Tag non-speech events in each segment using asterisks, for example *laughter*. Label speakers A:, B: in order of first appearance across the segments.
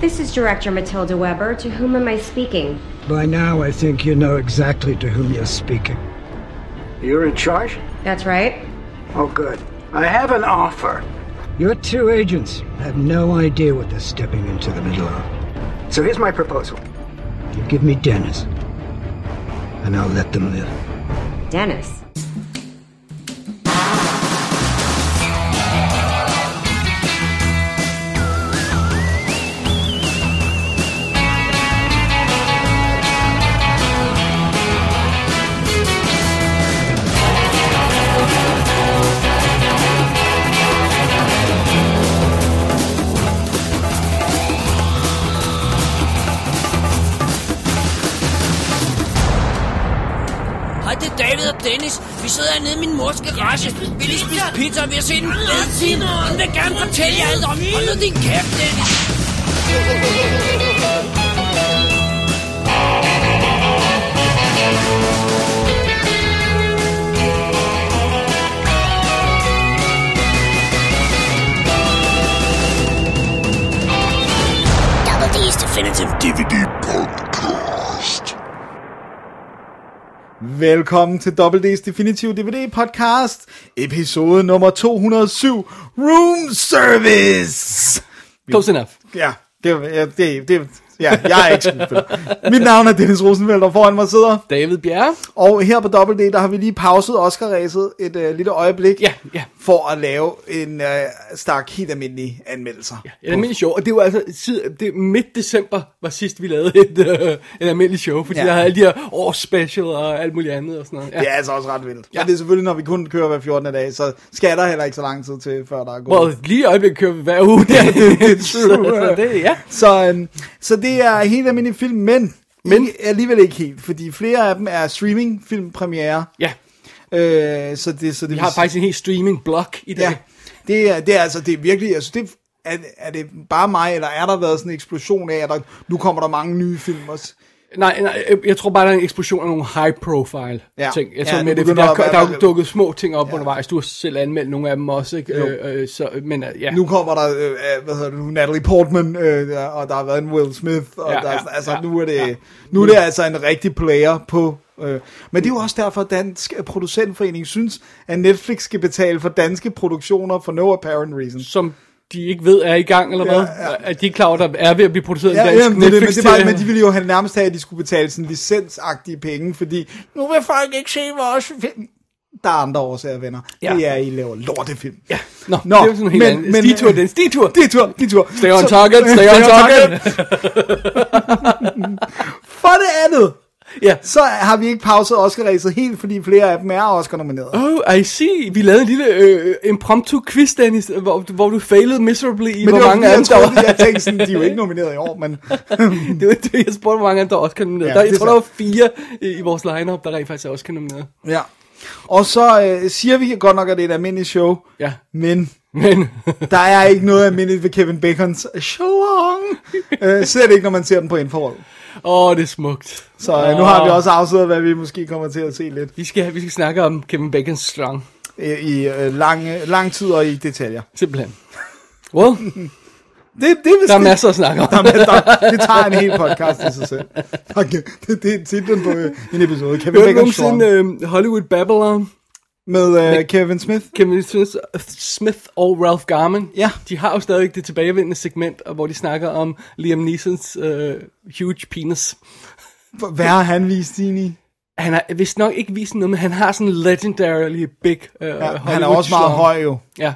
A: This is Director Matilda Weber. To whom am I speaking?
B: By now, I think you know exactly to whom you're speaking.
C: You're in charge?
A: That's right.
C: Oh, good. I have an offer.
B: Your two agents have no idea what they're stepping into the middle of.
C: So here's my proposal.
B: You give me Dennis, and I'll let them live.
A: Dennis.
D: Hej, det er David og Dennis. Vi sidder hernede i min mors garage. Vi lige spise pizza, og vi har set en fed film. Hun vil gerne fortælle jer alt om. Hold nu din kæft, Dennis. Double D's Definitive DVD Podcast.
E: Velkommen til WD's Definitive DVD Podcast, episode nummer 207, Room Service!
F: Close enough.
E: Ja, det, var- ja, det, det ja, jeg er ikke skuespiller. Mit navn er Dennis Rosenfeldt, og foran mig sidder.
F: David Bjerre.
E: Og her på WD, der har vi lige pauset Oscar-ræset et øh, lille øjeblik,
F: Ja, ja.
E: for at lave en øh, stak helt almindelige anmeldelser.
F: Et almindeligt show, og det var altså sid- det, midt december var sidst, vi lavede et, øh, et almindeligt show, fordi
E: Ja.
F: ja. der havde alle de her årsspecial og alt muligt andet og sådan noget. Ja.
E: Det er altså også ret vildt. Ja.
F: Ja.
E: Og det er selvfølgelig, når vi kun kører hver 14. dag, så skal der heller ikke så lang tid til, før der er gået.
F: Well, lige i øjeblikket kører vi
E: *laughs*
F: hver uge. Ja,
E: det-
F: *laughs*
E: det er true.
F: så, så det, ja.
E: Så, øhm, så det er helt almindelige film, men, men alligevel ikke helt, fordi flere af dem er streaming filmpremiere.
F: ja.
E: Øh, så det, så det
F: Vi har faktisk en helt streaming-blok i dag.
E: ja, det er, det er altså det er virkelig altså det er, er det bare mig eller er der været sådan en eksplosion af at der, nu kommer der mange nye film også.
F: Nej, nej, øh, jeg- jeg tror bare, der er en eksplosion af nogle high-profile
E: Ja.
F: ja. ting. Jeg
E: Ja,
F: tror
E: nu
F: med det,
E: begynder
F: fordi der,
E: der
F: der,
E: at
F: der er
E: være-
F: jo dukket små ting op ja. undervejs. Du har selv anmeldt nogle af dem også, ikke?
E: Jo.
F: Øh, øh, så, men øh, ja.
E: Nu kommer der øh, øh, hvad hedder det nu Natalie Portman øh, og der har været en Will Smith og
F: Ja,
E: ja, der, er
F: ja,
E: sådan- altså
F: ja,
E: nu er det
F: ja.
E: nu er det altså en rigtig player på øh, men det er jo også derfor, at Dansk Producentforening synes, at Netflix skal betale for danske produktioner for no apparent reason.
F: som de ikke ved er i gang, eller
E: Ja,
F: hvad?
E: ja.
F: At de er klar over, der er ved at blive produceret
E: Ja,
F: en dansk øh.
E: ja, men, det, men, det var,
F: Netflix-serie.
E: men de ville jo have nærmest have, at de skulle betale sådan licensagtige penge, fordi nu vil folk ikke se vores film. Der er andre årsager, venner. Ja.
F: Ja.
E: Det er, at I laver lortefilm.
F: Ja. Nå,
E: Nå,
F: Nå, det er jo sådan en helt
E: men-
F: anden.
E: men-
F: Stitur, den stitur.
E: Det er tur, det er tur.
F: Stay on target, stay on target.
E: For det andet,
F: *laughs* Ja.
E: så har vi ikke pauset Oscar-ræset helt, fordi flere af dem er Oscar-nomineret.
F: Oh, I see. Vi lavede en lille øh, impromptu quiz, Dennis, hvor, hvor du failede miserably i,
E: Men
F: hvor
E: det var,
F: mange
E: fordi jeg,
F: af dem der var.
E: troede, jeg tænkte sådan, de er jo ikke nomineret i år,
F: *laughs*
E: men
F: det var det, jeg spurgte, hvor mange af dem der også kan nominere.
E: Ja,
F: Ja, der,
E: det er
F: jeg tror,
E: så-
F: der var fire i, i vores lineup, der rent faktisk også kan nominere.
E: ja. Og så øh, siger vi godt nok, at det er et almindeligt show,
F: Ja.
E: men
F: Men, *laughs*
E: Der er ikke noget almindeligt ved Kevin Bacons so long. Øh, slet ikke, når man ser den på infrarød.
F: åh, oh, det er smukt.
E: Så øh, nu har vi også afsløret, hvad vi måske kommer til at se lidt
F: Vi skal, vi skal snakke om Kevin Bacon's slang,
E: øh, i øh, lang, øh, lang tid og i detaljer.
F: simpelthen. Well,
E: Det, det, vil
F: der er masser at snakke om.
E: Der, er- der, det tager en hel podcast i sig selv. Okay, det, det er titlen på øh, en episode. Kevin
F: Hørte du
E: Bacon Strong.
F: nogensinde øh, Hollywood Babylon?
E: Med øh, Kevin Smith.
F: Kevin Smith, Smith og Ralph Garman,
E: Ja.
F: de har jo stadig det tilbagevendende segment, og hvor de snakker om Liam Neesons øh, huge penis.
E: Hvad har han vist din i?
F: Han har vist nok ikke vist noget, men han har sådan en legendarily big øh,
E: Ja,
F: ja,
E: han er også meget høj jo.
F: Ja.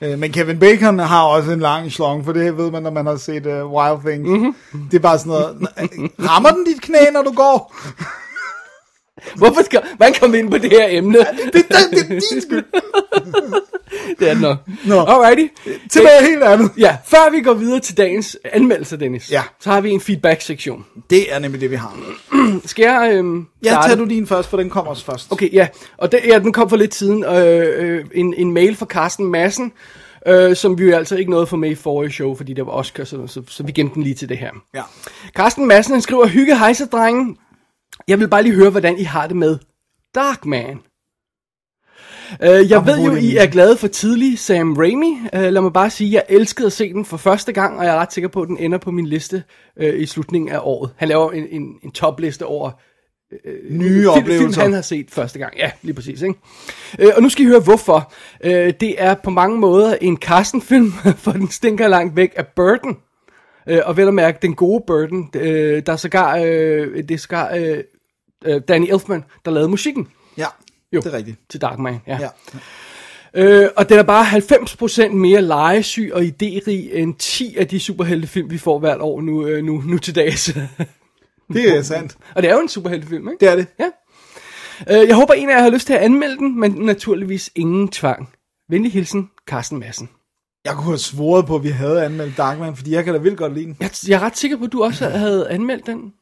E: Øh, Men Kevin Bacon har også en lang slong, for det ved man, når man har set uh, Wild Things.
F: Mhm.
E: Mm-hmm. Det er bare sådan noget, rammer den dit knæ, når du går?
F: Hvorfor skal, hvordan kom vi ind på det her emne?
E: *laughs* Det, det, det er din skyld.
F: det er det nok.
E: Nå.
F: Alrighty.
E: Tilbage helt andet.
F: Ja, før vi går videre til dagens anmeldelse, Dennis,
E: Ja.
F: så har vi en feedback-sektion.
E: Det er nemlig det, vi har.
F: Skal jeg øhm,
E: Ja,
F: starte?
E: tager du din først, for den kommer os først.
F: Okay, ja. Og det, ja, den kom for lidt siden. Øh, øh, en, en mail fra Carsten Madsen, øh, som vi jo altså ikke nåede at få med i forrige show, fordi det var Oscar, så, så, så vi gemte den lige til det her.
E: Ja.
F: Carsten Madsen, han skriver, Hygge hejsedrengen. Jeg vil bare lige høre, hvordan I har det med Darkman. Øh, jeg ved
E: Apropos
F: jo,
E: det
F: I
E: nye.
F: er glade for tidlig Sam Raimi. Øh, lad mig bare sige, jeg elskede at se den for første gang, og jeg er ret sikker på, at den ender på min liste øh, i slutningen af året. Han laver en, en, en topliste over
E: Nye
F: film,
E: oplevelser.
F: Film, han har set første gang. Ja, lige præcis. Ikke? Øh, og nu skal I høre, hvorfor. Øh, det er på mange måder en Carsten-film, *laughs* for den stinker langt væk af Burden. Øh, og vel at mærke, den gode Burden. Øh, der er sågar, øh, det er sågar øh, øh, Danny Elfman, der lavede musikken
E: Ja,
F: Jo.
E: jo. det er rigtigt.
F: til Darkman. Ja.
E: Ja.
F: Øh, og den er bare 90% mere legesyg og idérig end 10 af de superheltefilm, vi får hvert år nu, øh, nu, nu til dags. *laughs*
E: Det er sandt.
F: og det er jo en superheltefilm, ikke?
E: Det er det.
F: Ja. Øh, jeg håber, en af jer har lyst til at anmelde den, men naturligvis ingen tvang. Venlig hilsen, Carsten Madsen.
E: Jeg kunne have svoret på, at vi havde anmeldt Darkman, fordi jeg kan da vildt godt lide den.
F: Jeg, jeg er ret sikker på, at du
E: *clears throat*
F: også havde anmeldt den.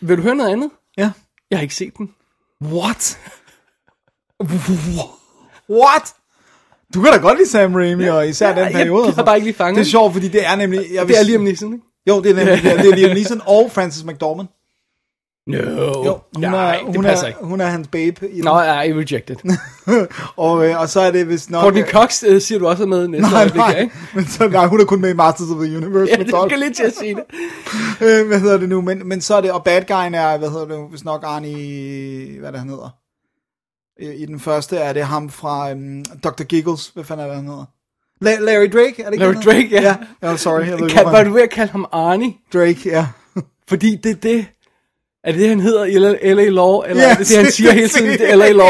F: Vil du høre noget andet?
E: Ja.
F: Jeg har ikke set den.
E: What? What? Du kan da godt lide Sam Raimi, og især
F: Ja,
E: den
F: jeg-
E: periode. og
F: jeg
E: sådan.
F: har bare ikke lige fanget
E: Det
F: den.
E: er sjovt, fordi det er nemlig... Jeg
F: Det er Liam Neeson, ikke?
E: Jo, det er nemlig det er, det er Liam Neeson og Frances McDormand.
F: No.
E: Jo, hun,
F: Nej,
E: er,
F: det
E: hun,
F: passer
E: er,
F: ikke.
E: hun er hans babe. I den.
F: Nå, jeg er rejected.
E: *laughs* Og, øh, og så er det vist nok...
F: Courtney Cox øh, siger du også er med næste
E: *laughs* Nej,
F: øjeblik,
E: nej, *laughs*
F: ikke?
E: men så, nej, hun er kun med i Masters of the Universe.
F: Ja,
E: med
F: det
E: Dolph.
F: skal lige til at sige det.
E: Øh, hvad hedder det nu? Men, men så er det, og bad guyen er, hvad hedder det nu, hvis nok Arnie, hvad er det, han hedder? I, I den første er det ham fra um, Dr. Giggles, hvad fanden er det, han hedder? La- Larry Drake, er det ikke
F: Larry
E: han hedder?
F: Drake, ja.
E: ja. Oh, sorry, *laughs* jeg ved ikke,
F: Kan,
E: hvorfor
F: var
E: han-
F: du ved at kalde ham Arnie?
E: Drake, ja.
F: Fordi det er det. Er det det, han hedder i LA, LA Law? Eller
E: Ja,
F: er det det, han
E: det-
F: siger hele
E: det-
F: tiden?
E: det-
F: Det er LA
E: *laughs*
F: Law.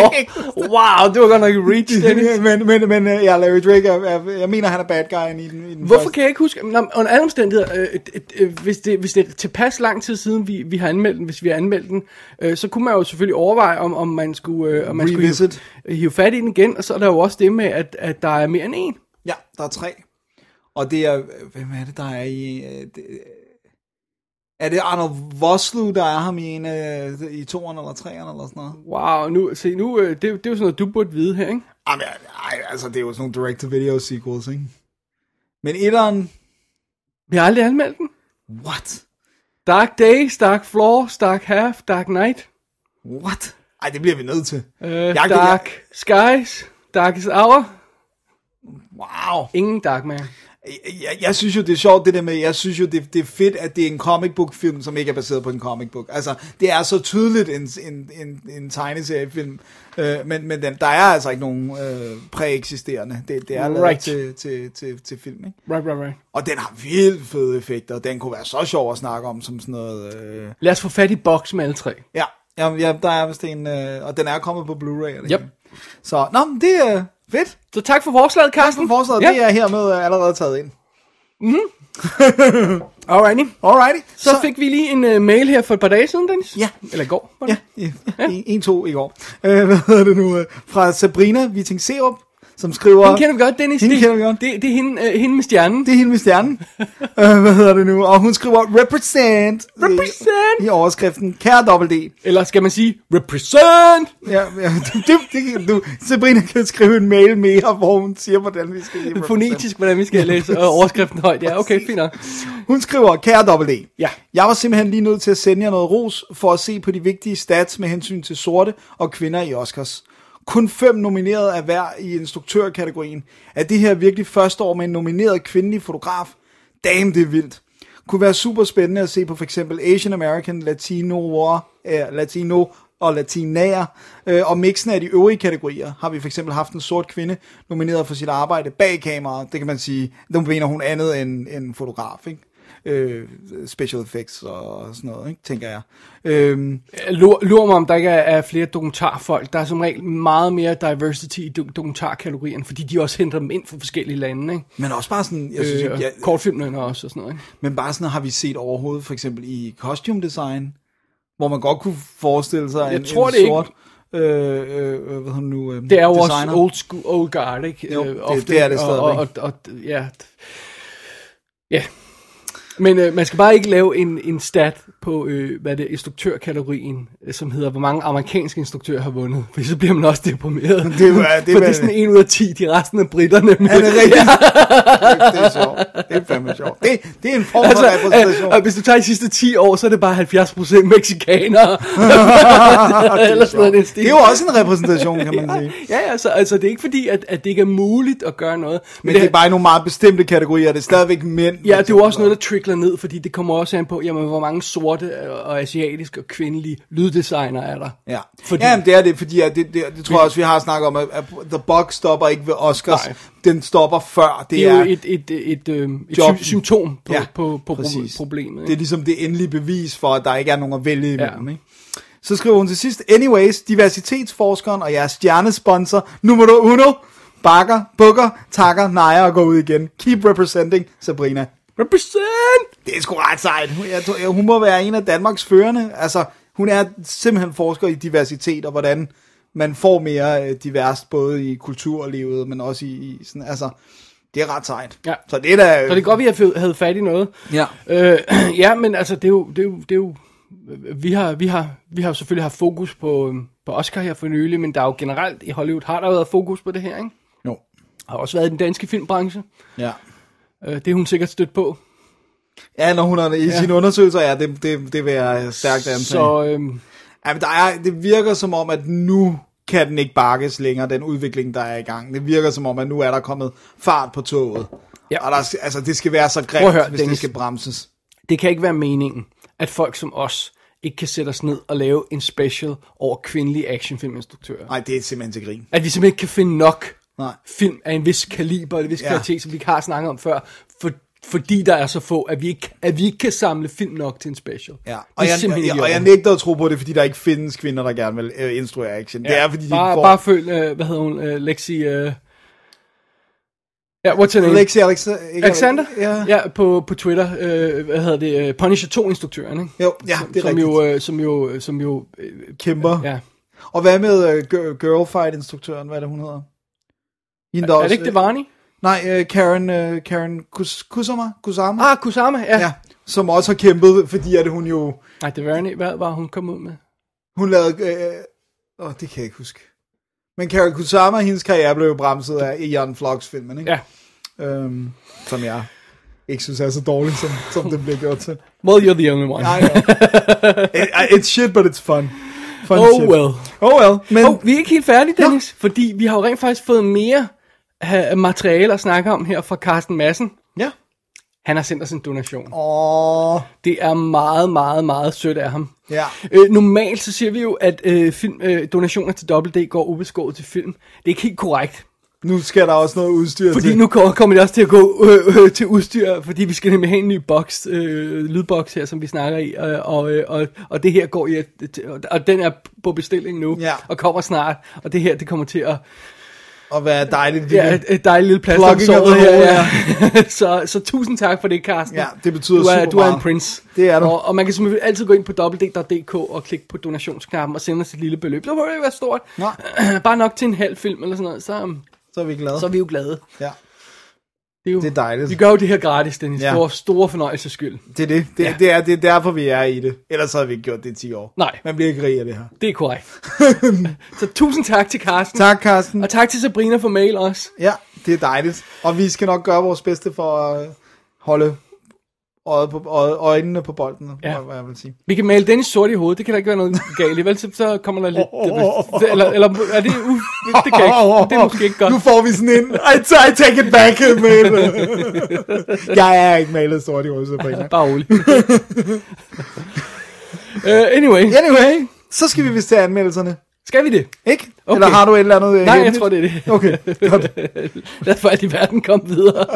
F: Wow, det var godt nok et reach, Dennis.
E: men, men, men øh, ja, Larry Drake, er, er, jeg mener, han er bad guyen i den, i den
F: Hvorfor
E: første.
F: kan jeg ikke huske? Nå, men under alle omstændigheder, øh, øh, øh, hvis, det, hvis det er tilpas lang tid siden, vi, vi har anmeldt den, hvis vi har anmeldt den, øh, så kunne man jo selvfølgelig overveje, om, om man skulle, øh, om man skulle hive,
E: Revisit.
F: hive fat i den igen. Og så er der jo også det med, at, at der er mere end en.
E: Ja, der er tre. Og det er, øh, hvem er det, der er i... øh, Det, er det Arnold Vosloo, der er ham i en af, i toeren eller treeren eller sådan noget?
F: Wow, nu, se, nu, øh, det, det er jo sådan noget, du burde vide her, ikke?
E: Jamen, ej, ej, altså, det er jo sådan nogle direct-to-video sequels, ikke? Men etteren...
F: Vi har aldrig anmeldt den.
E: What?
F: Dark Days, Dark Floor, Dark Half, Dark Night.
E: What? Ej, det bliver vi nødt til.
F: Øh,
E: Jeg-
F: dark Skies, Darkest Hour,
E: Wow.
F: ingen Dark Man.
E: Jeg, jeg, jeg synes jo, det er sjovt, det der med, jeg synes jo, det, det er fedt, at det er en comic book film, som ikke er baseret på en comic book. Altså, det er så tydeligt en, en, en, en tegneseriefilm, øh, men, men den, der er altså ikke nogen øh, præeksisterende. Det, det er lavet
F: Right.
E: til, til, til, til film, ikke?
F: Right, right, right.
E: Og den har vildt fede effekter, og den kunne være så sjov at snakke om som sådan noget... Øh,
F: Lad os få fat i boks med alle tre.
E: Ja, ja, ja der er vist en, øh, og den er kommet på Blu-ray. er det
F: Yep.
E: ikke? Så, nå, men det er fedt.
F: Så tak for forslaget, Carsten.
E: Som forslaget,
F: Ja.
E: ja. det er hermed øh, allerede taget ind.
F: Alrighty.
E: Alrighty.
F: Så fik vi lige en uh, mail her for et par dage siden, Dennis.
E: Ja.
F: Eller i går. Var det?
E: Ja, ja, en, en, to i går. Øh, *laughs* hvad hedder det nu? øh, Fra Sabrina Viting Serup, som skriver...
F: Hende kender vi godt, Dennis.
E: Hende
F: det,
E: kender vi godt.
F: Det, det er hende, uh, hende med stjernen.
E: Det er hende med
F: *laughs*
E: stjernen. øh, hvad hedder det nu? Og hun skriver represent, øh,
F: Represent.
E: i overskriften. Kære dobbelt D.
F: Eller skal man sige, represent.
E: Ja, ja *laughs* det, det, det, kan du, Sabrina kan skrive en mail mere, hvor hun siger, hvordan vi skal sige represent.
F: Fonetisk, hvordan vi skal læse uh, overskriften højt. Ja, okay, fint nok.
E: Hun skriver, kære dobbelt E.
F: Ja.
E: Jeg var simpelthen lige nødt til at sende jer noget ros for at se på de vigtige stats med hensyn til sorte og kvinder i Oscars. Kun fem nomineret er hver i instruktørkategorien. Er det her virkelig første år med en nomineret kvindelig fotograf? Damn, det er vildt. Kunne være super spændende at se på for eksempel Asian American, Latino, eh, Latino og latinaer, øh, og mixen af de øvrige kategorier har vi for eksempel haft en sort kvinde nomineret for sit arbejde bag kameraet, det kan man sige, nu mener hun andet end, end fotograf, ikke? øh, special effects og sådan noget, ikke, tænker jeg. Øh,
F: Lur, lur mig, om der ikke er, er flere dokumentarfolk. Der er som regel meget mere diversity i do, dokumentarkategorien, fordi de også henter dem ind fra forskellige lande. Ikke?
E: men også bare sådan, jeg synes,
F: Øh,
E: øh,
F: og
E: jeg,
F: Kortfilmene også og sådan noget. Ikke?
E: men bare sådan har vi set overhovedet, for eksempel i costume design, hvor man godt kunne forestille sig
F: Jeg
E: en,
F: tror
E: en
F: det ikke.
E: sort, øh, øh, hvad hedder han nu, øh,
F: Det er jo
E: designer.
F: også
E: *laughs*
F: old, school, old guard, ikke?
E: Jo,
F: Øh,
E: det- det er det
F: og, og, og,
E: stadigvæk.
F: og, ja. ja. Men øh, man skal bare ikke lave en, en stat på, øh, hvad det er, instruktørkategorien, øh, som hedder, hvor mange amerikanske instruktører har vundet. For så bliver man også deprimeret.
E: Det er jo- ja, det er
F: For det er
E: vel-
F: sådan en ud af 10, de resten af britterne.
E: Er det rigtigt? Ja. Det er sjovt. Det er fandme sjovt. Det, det er en form for altså,
F: Altså,
E: repræsentation.
F: øh, og hvis du tager de sidste 10 år, så er det bare 70%
E: *laughs*
F: mexikanere. Eller sådan noget i den stil.
E: det er jo også en repræsentation, kan man sige.
F: Ja, ja, så altså, det er ikke fordi, at, at det ikke er muligt at gøre noget. Men,
E: Men det er bare i nogle meget bestemte kategorier. Det er stadigvæk mænd.
F: Ja, det er jo også noget, der trickler ned, fordi det kommer også an på, jamen, hvor mange sorte og og asiatiske og kvindelige lyddesigner er der.
E: Ja,
F: Fordi,
E: fordi... Jamen, det er det, fordi at det, det, det tror jeg også, vi har snakket om, at, at The Bug stopper ikke ved Oscars.
F: Nej.
E: Nej. Den stopper før. Det,
F: det er jo
E: er
F: et, et, et, et, øhm, et
E: Job.
F: sy- symptom på, ja,
E: Ja,
F: på, på, på
E: præcis.
F: problemet.
E: Det er
F: Ikke?
E: ligesom det endelige bevis for, at der ikke er nogen at vælge
F: Ja.
E: imellem. Ja. Ikke? Så skriver hun til sidst, anyways, diversitetsforskeren og jeres stjernesponsor, nummer uno, bakker, bukker, takker, nejer og går ud igen. Keep representing, Sabrina.
F: Represent!
E: Det er sgu ret sejt. Hun- Jeg tror, jeg- hun må være en af Danmarks førende. Altså, hun er simpelthen forsker i diversitet og hvordan man får mere øh, diverst, både i kulturlivet, men også i, i sådan, altså, det er ret sejt.
F: Ja.
E: Så det er da...
F: Så det er godt, vi har fået- havde fat i noget.
E: Ja.
F: Øh, *clears throat* ja, men altså, det er jo... Det er jo, det er jo vi har, vi, har, vi har jo selvfølgelig haft fokus på, øhm, på Oscar her for nylig, men der er jo generelt i Hollywood, har der været fokus på det her, ikke?
E: Jo.
F: Har også været i den danske filmbranche.
E: Ja.
F: Øh, det er hun sikkert stødt på.
E: Ja, når hun er i ja. sine undersøgelser, ja, det, det, det vil jeg stærkt antage. Så...
F: Så øhm,
E: Ja, men der er, det virker som om, at nu kan den ikke bakkes længere, den udvikling, der er i gang. Det virker som om, at nu er der kommet fart på toget.
F: Ja.
E: Ja. Og der, skal- altså, det skal være så
F: Prøv at
E: grimt,
F: høre,
E: hvis det
F: Dennis.
E: skal bremses.
F: det kan ikke være meningen, at folk som os ikke kan sætte os ned og lave en special over kvindelige actionfilminstruktører.
E: Nej, det er simpelthen til grin.
F: At vi simpelthen ikke kan finde nok
E: Nej.
F: film af en vis kaliber og en vis
E: Ja.
F: kvalitet, som vi ikke har snakket om før, for, fordi der er så få, at vi, ikke, at vi ikke kan samle film nok til en special.
E: Ja,
F: det
E: og,
F: er
E: jeg,
F: simpelthen
E: jeg,
F: ikke i
E: og jeg
F: orden.
E: nægter at tro på det, fordi der ikke findes kvinder, der gerne vil øh, instruere action. Ja. Det er, fordi de
F: bare,
E: får...
F: bare følg, øh, hvad hedder hun, øh, Lexi... Øh... Ja, what's her name?
E: Alexi, Alex, ikke,
F: Alexander?
E: Ja. ja.
F: ja på, på Twitter. Øh, hvad hedder det? øh, Punisher 2-instruktøren, ikke?
E: Jo, ja, det er
F: som
E: rigtigt.
F: jo, øh, som jo, som jo, øh,
E: Kæmper.
F: ja.
E: Og hvad med uh, girlfight-instruktøren, hvad er det, hun hedder? Hende, der
F: Er det
E: også,
F: ikke Devani?
E: Nej, øh, Karen, øh, Karen Kus, Kusama, Kusama,
F: Ah, Kusama, ja.
E: ja, som også har kæmpet, fordi at hun jo,
F: Nej, Devani, hvad var hun kom ud med?
E: hun lavede, øh, åh, det kan jeg ikke huske. Men Karen Kusama, hendes karriere blev jo bremset af Ian Flocks filmen, ikke?
F: Ja.
E: Øhm, som jeg ikke synes er så dårlig, som, som det bliver gjort
F: *laughs*
E: til.
F: Well, you're the only one. Oh,
E: I know. It- it's shit, but it's fun. fun
F: oh
E: shit.
F: well.
E: Oh well. Men,
F: Oh, vi er ikke helt færdige, Dennis, fordi vi har jo rent faktisk fået mere øh, materiale at snakke om her fra Carsten Madsen.
E: ja.
F: Han har sendt os en donation.
E: Åh,
F: Det er meget, meget, meget sødt af ham.
E: ja.
F: Øh, normalt så siger vi jo, at øh, film, øh, donationer til WD går ubeskåret til film. Det er ikke helt korrekt,
E: Nu skal der også noget udstyr
F: fordi
E: til.
F: nu kommer kommer det også til at gå øh, øh, til udstyr, fordi vi skal nemlig have en ny boks, øh, lydboks her, som vi snakker i, øh, og, øh, og, og det her går i, at- til- og den er på bestilling nu,
E: Ja.
F: og kommer snart, og det her, det kommer til at,
E: Og være dejligt. det
F: ja,
E: kan-
F: et, et dejligt lille plads om
E: Plugging of
F: såret
E: the
F: her,
E: hole,
F: ja. *laughs* så, så tusind tak for det, Carsten.
E: Ja, det betyder
F: du er,
E: super
F: Du er en
E: meget.
F: prince.
E: Det er du.
F: Og, og man kan simpelthen altid gå ind på www.dk og klikke på donationsknappen og sende os et lille beløb. Det må ikke være stort.
E: Nå,
F: *clears throat* Bare nok til en halv film eller sådan noget, så, um,
E: så er vi glade.
F: så er vi jo glade.
E: Ja,
F: Det er, jo,
E: det er dejligt.
F: Vi gør jo det her gratis, Dennis, ja.
E: Ja.
F: for vores store fornøjelses skyld.
E: Det er det. Det,
F: Ja.
E: ja. det, er, det er derfor, vi er i det. Ellers havde vi ikke gjort det i 10 år.
F: Nej.
E: Man bliver ikke rig af det her.
F: Det
E: *laughs*
F: er korrekt. så tusind tak til Carsten.
E: Tak, Carsten.
F: Og tak til Sabrina for mail også.
E: Ja, det er dejligt. Og vi skal nok gøre vores bedste for at holde øjet på, øje, øjnene på bolden,
F: Ja.
E: ja. hvad jeg vil sige.
F: Vi kan male Dennis sort i hovedet, det kan der ikke være noget galt i, vel? Så, så kommer der lidt... Eller, eller er det... Uh, det kan jeg ikke. Det er måske ikke godt.
E: Nu får vi sådan en, I, t- I take it
F: *laughs*
E: back, man. jeg er ikke malet sort i hovedet, Sabrina.
F: Bare *laughs* rolig. uh, anyway, yeah.
E: Anyway, så skal vi vist til anmeldelserne.
F: skal vi det?
E: Ikke?
F: Okay.
E: Okay. Eller har du et eller andet? øh,
F: Nej, jeg
E: hemmeligt?
F: tror, det *laughs* er det.
E: Okay, godt.
F: Lad os for alt i verden komme videre.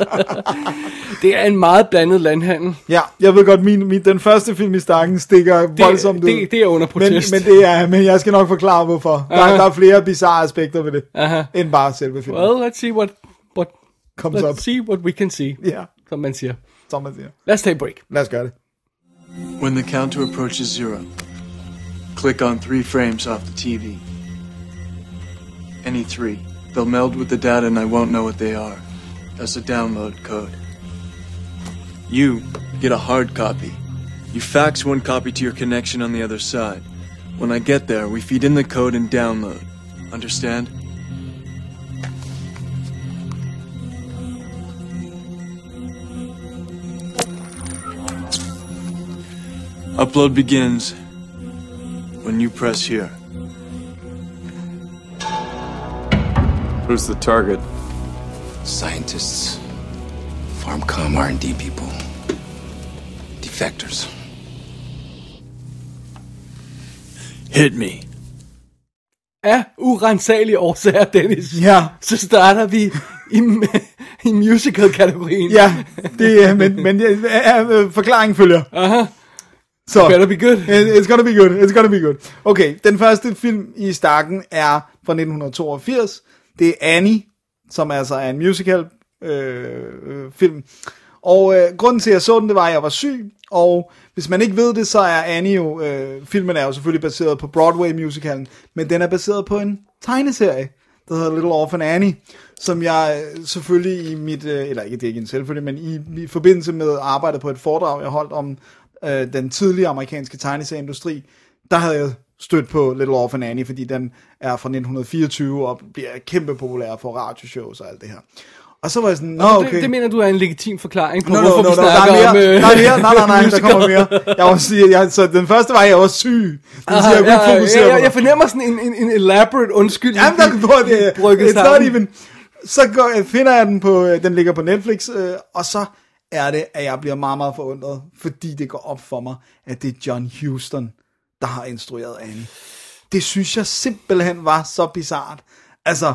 F: *laughs* det er en meget blandet landhandel.
E: Ja, jeg ved godt, min, min, den første film i stakken stikker
F: Det,
E: voldsomt ud.
F: det, det er under
E: men,
F: protest.
E: men, det er, men jeg skal nok forklare, hvorfor. Der,
F: Aha.
E: der er flere bizarre aspekter ved det,
F: Aha.
E: end bare selve filmen.
F: Well, let's see what, what,
E: Comes up.
F: let's see what we can see,
E: Ja,
F: som man siger.
E: som man siger.
F: Lad os tage et break.
E: Lad os gøre det.
G: When the counter approaches zero, click on three frames off the TV. Any three. They'll meld with the data and I won't know what they are. That's a download code. You get a hard copy. You fax one copy to your connection on the other side. When I get there, we feed in the code and download. Understand? Upload begins when you press here.
H: Who's the target?
I: Scientists, farmcom R&D people, defectors.
G: Hit me.
F: Af urensagelige årsager, Dennis,
E: Ja.
F: så starter vi i, i musical-kategorien.
E: Ja, det er, men, men det er, er, forklaringen følger.
F: Aha,
E: Så,
F: better be good.
E: It- It's gonna be good, it's gonna be good. Okay, den første film i stakken er fra 1982. Det er Annie, som altså er en musical øh, øh, film. Og øh, grunden til, at jeg så den, det var, at jeg var syg. Og hvis man ikke ved det, så er Annie jo... Øh, filmen er jo selvfølgelig baseret på Broadway-musicalen, men den er baseret på en tegneserie, der hedder Little Orphan Annie, som jeg øh, selvfølgelig i mit... Øh, eller ikke, det er ikke en selvfølgelig, men i, i forbindelse med arbejdet på et foredrag, jeg holdt om øh, den tidlige amerikanske tegneserieindustri, der havde jeg stødt på Little Orphan Annie, fordi den er fra 1924 og bliver kæmpe populær for radioshows og alt det her. Og så var jeg sådan, nå okay.
F: Det, det mener du er en legitim forklaring på,
E: Nå, nå,
F: hvorfor
E: nå,
F: vi
E: nå, der er
F: snakker
E: mere,
F: om... øh,
E: der er mere, nej, nej, nej, der
F: musical.
E: kommer mere.
F: *laughs*
E: Jeg var sige, jeg, så den første var, jeg var syg. Det vil sige, jeg kunne ikke fokusere
F: Ah, jeg,
E: på
F: jeg,
E: det.
F: jeg fornemmer sådan en, en, en elaborate undskyldning.
E: Jamen, der går det.
F: *laughs* Brygget
E: It's not
F: sammen.
E: even. Så går, finder jeg den på, øh, den ligger på Netflix, øh, og så er det, at jeg bliver meget, meget forundret, fordi det går op for mig, at det er John Huston, der har instrueret Annie. Det synes jeg simpelthen var så bizart. Altså,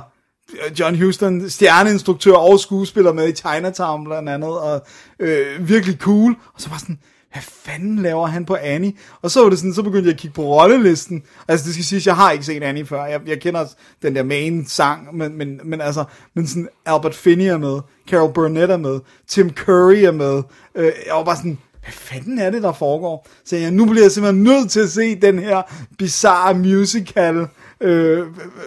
E: John Huston, stjerneinstruktør og skuespiller med i Chinatown blandt andet, og øh, virkelig cool. Og så var jeg sådan, hvad fanden laver han på Annie? Og så var det sådan, så begyndte jeg at kigge på rollelisten. Altså det skal siges, jeg har ikke set Annie før. Jeg, jeg kender den der main sang, men, men, men altså, men sådan Albert Finney er med, Carol Burnett er med, Tim Curry er med. Øh, jeg var bare sådan, hvad fanden er det, der foregår? Så jeg, nu bliver jeg simpelthen nødt til at se den her bizarre musical, øh,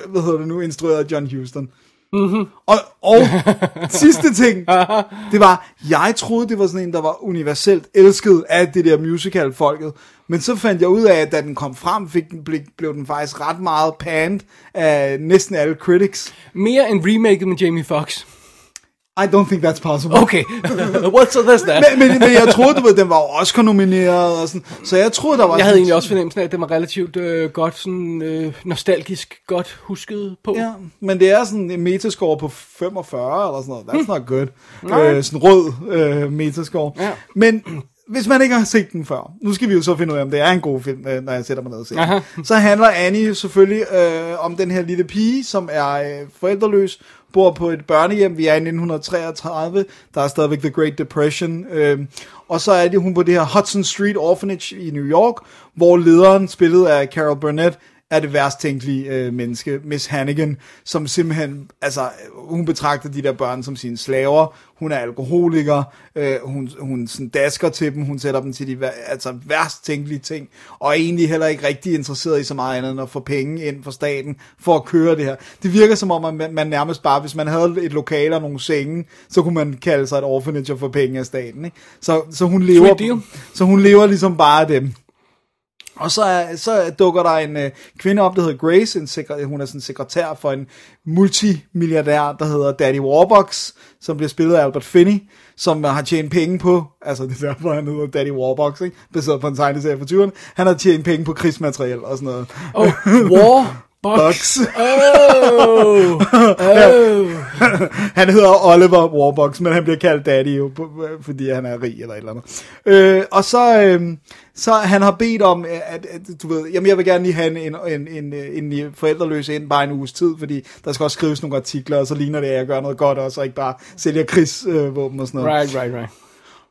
E: hvad hedder det nu, instrueret af John Huston.
F: Mm-hmm.
E: Og, og
F: *laughs*
E: sidste ting, det var, jeg troede, det var sådan en, der var universelt elsket af det der musical-folket. Men så fandt jeg ud af, at da den kom frem, fik den, blev, blev den faktisk ret meget panned af næsten alle critics.
F: Mere end remaket med Jamie Foxx.
E: I don't think that's possible.
F: Okay, *laughs* what's so there's that?
E: Men, men, men jeg troede, du ved, den var jo Oscar-nomineret og sådan. Så jeg troede, der var
F: Jeg havde
E: sådan-
F: egentlig også fornemmelsen af, at den var relativt øh, godt, sådan øh, nostalgisk godt husket på.
E: Ja, men det er sådan en metascore på 45 eller sådan noget. That's not good. Øh, sådan rød øh, metascore.
F: Ja.
E: Men hvis man ikke har set den før, nu skal vi jo så finde ud af, om det er en god film, øh, når jeg sætter mig ned og ser den. Så handler Annie selvfølgelig øh, om den her lille pige, som er øh, forældreløs, bor på et børnehjem. Vi er i 1933. Der er stadigvæk The Great Depression. Øh, og så er det hun på det her Hudson Street Orphanage i New York, hvor lederen, spillet af Carol Burnett, er det værst tænkelige øh, menneske, Miss Hannigan, som simpelthen, altså, hun betragter de der børn som sine slaver, hun er alkoholiker, øh, hun, hun sådan dasker til dem, hun sætter dem til de vær- altså, værst tænkelige ting, og er egentlig heller ikke rigtig interesseret i så meget andet end at få penge ind fra staten for at køre det her. Det virker som om, at man, man nærmest bare, hvis man havde et lokale og nogle senge, så kunne man kalde sig et orphanage og få penge af staten. Ikke? Så, så, hun lever,
F: Sweet deal.
E: så hun lever ligesom bare af dem. Og så, er- så dukker der en øh, kvinde op, der hedder Grace, en sekre, hun er sådan sekretær for en multimilliardær, der hedder Daddy Warbucks, som bliver spillet af Albert Finney, som øh, har tjent penge på, altså *laughs* det er derfor, han hedder Daddy Warbucks, ikke? baseret på en tegneserie fra 20'erne, han har tjent penge på krigsmateriel og sådan noget.
F: Og
E: *laughs*
F: War Bucks.
E: Bucks. *laughs*
F: Oh, oh.
E: han hedder Oliver Warbucks, men han bliver kaldt Daddy jo, på- øh, fordi han er rig eller et eller andet. Øh, og så, øh, så han har bedt om, øh, at, at du ved, jamen jeg vil gerne lige have en, en, en, øh, en, en forældreløs ind bare en uges tid, fordi der skal også skrives nogle artikler, og så ligner det, at jeg gør noget godt også, og ikke bare sælger krigsvåben og sådan noget.
F: Right, right, right.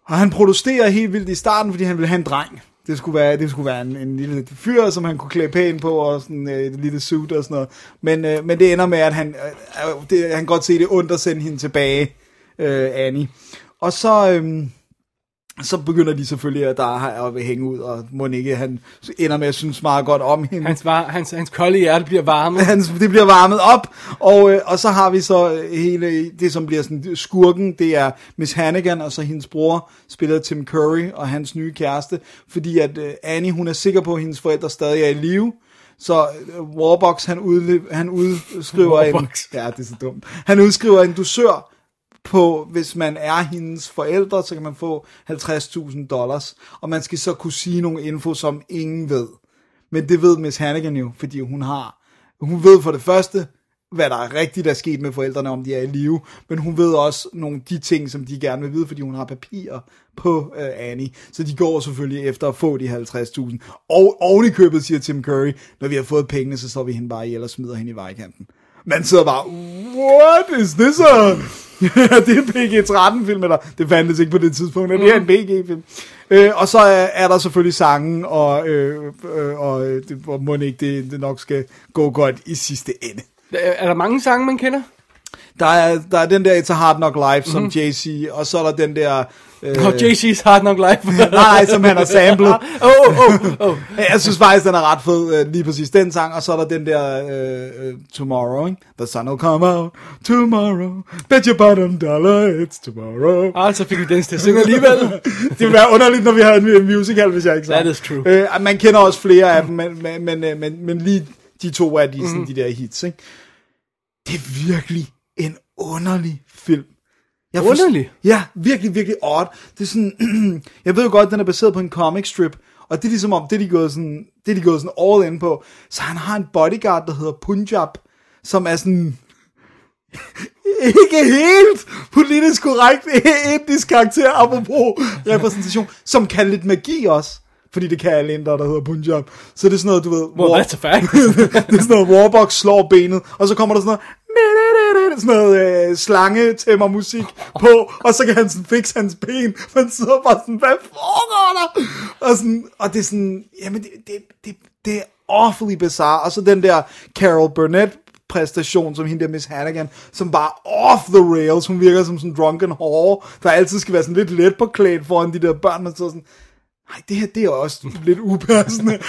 E: Og han protesterer helt vildt i starten, fordi han ville have en dreng. Det skulle være, det skulle være en, en lille fyr, som han kunne klæde pænt på, og sådan øh, et lille suit og sådan noget. Men, øh, men det ender med, at han, øh, øh, det, han kan godt se det er ondt at sende hende tilbage, øh, Annie. Og så... Øh, så begynder de selvfølgelig, at der har at hænge ud, og må ikke, han ender med at synes meget godt om hende.
F: Hans, var, hans, hans kolde hjerte bliver varme.
E: *laughs* Hans, det bliver varmet op, og, øh, og så har vi så øh, hele det, som bliver sådan skurken, det er Miss Hannigan, og så hendes bror, spiller Tim Curry, og hans nye kæreste, fordi at øh, Annie, hun er sikker på, at hendes forældre stadig er i live, så øh, Warbox, han, udle- han udskriver
F: Warbox.
E: en... *laughs* Ja, det er så dumt. Han udskriver en dusør, på, hvis man er hendes forældre, så kan man få 50.000 dollars, og man skal så kunne sige nogle info, som ingen ved. Men det ved Miss Hannigan jo, fordi hun har, hun ved for det første, hvad der er rigtigt der er sket med forældrene, om de er i live, men hun ved også nogle af de ting, som de gerne vil vide, fordi hun har papirer på øh, Annie. Så de går selvfølgelig efter at få de 50.000. Og oven i købet siger Tim Curry, når vi har fået pengene, så slår vi hende bare ihjel og smider hende i vejkanten. Man sidder bare, what is this a... *laughs* det er en PG-13-film, eller det fandtes ikke på det tidspunkt, men det er en PG-film. Øh, og så er, er der selvfølgelig sangen, og, øh, øh, og øh, det, hvor må ikke det, det nok skal gå godt i sidste ende.
F: Er er der mange sange, man kender?
E: Der er, der er den der It's a Hard Knock Life, som mm-hmm. JC, og så er der den der... Øh,
F: Øh. Og JC's Hard Knock Life.
E: *laughs*
F: Ah, oh,
E: nej, som han har
F: *laughs*
E: samlet.
F: Åh, åh, åh, åh.
E: Jeg synes faktisk, den er ret fed, øh, lige præcis den sang, og så er der den der øh, øh, Tomorrow, ikke? The sun will come out tomorrow, bet your bottom dollar it's tomorrow.
F: Ah, så fik vi den til at synge
E: *laughs*
F: alligevel.
E: det ville være underligt, når vi har en mu- musical, hvis jeg ikke sang.
F: That is true.
E: Øh, man kender også flere af dem, men, men, men, øh, men, men lige de to er de, sådan, mm-hmm. de der hits. Ikke? Det er virkelig en underlig film. Jeg forst-
F: Underlig?
E: Ja, virkelig, virkelig odd. Det er sådan, *clears throat* jeg ved jo godt, den er baseret på en comic strip, og det er ligesom om, det er de gået sådan, det er de gået sådan all in på. Så han har en bodyguard, der hedder Punjab, som er sådan, ikke helt politisk korrekt etnisk karakter, apropos repræsentation, som kan lidt magi også. Fordi det kan alle indere, der hedder Punjab. Så det er sådan noget, du ved...
F: Well, that's a fact. *laughs*
E: det er sådan noget, Warbox slår benet, og så kommer der sådan noget, sådan noget øh, slange tæmmer musik på, og så kan han sådan fikse hans ben, man sidder bare sådan, hvad foregår der? Og, sådan, og det er sådan, jamen det, det, det, det er awfully bizarre, og så den der Carol Burnett præstation, som hende der Miss Hannigan, som bare off the rails, hun virker som sådan en drunken whore, der altid skal være sådan lidt let på klædt foran de der børn, man sidder sådan, nej, det her, det er også lidt upassende. *laughs*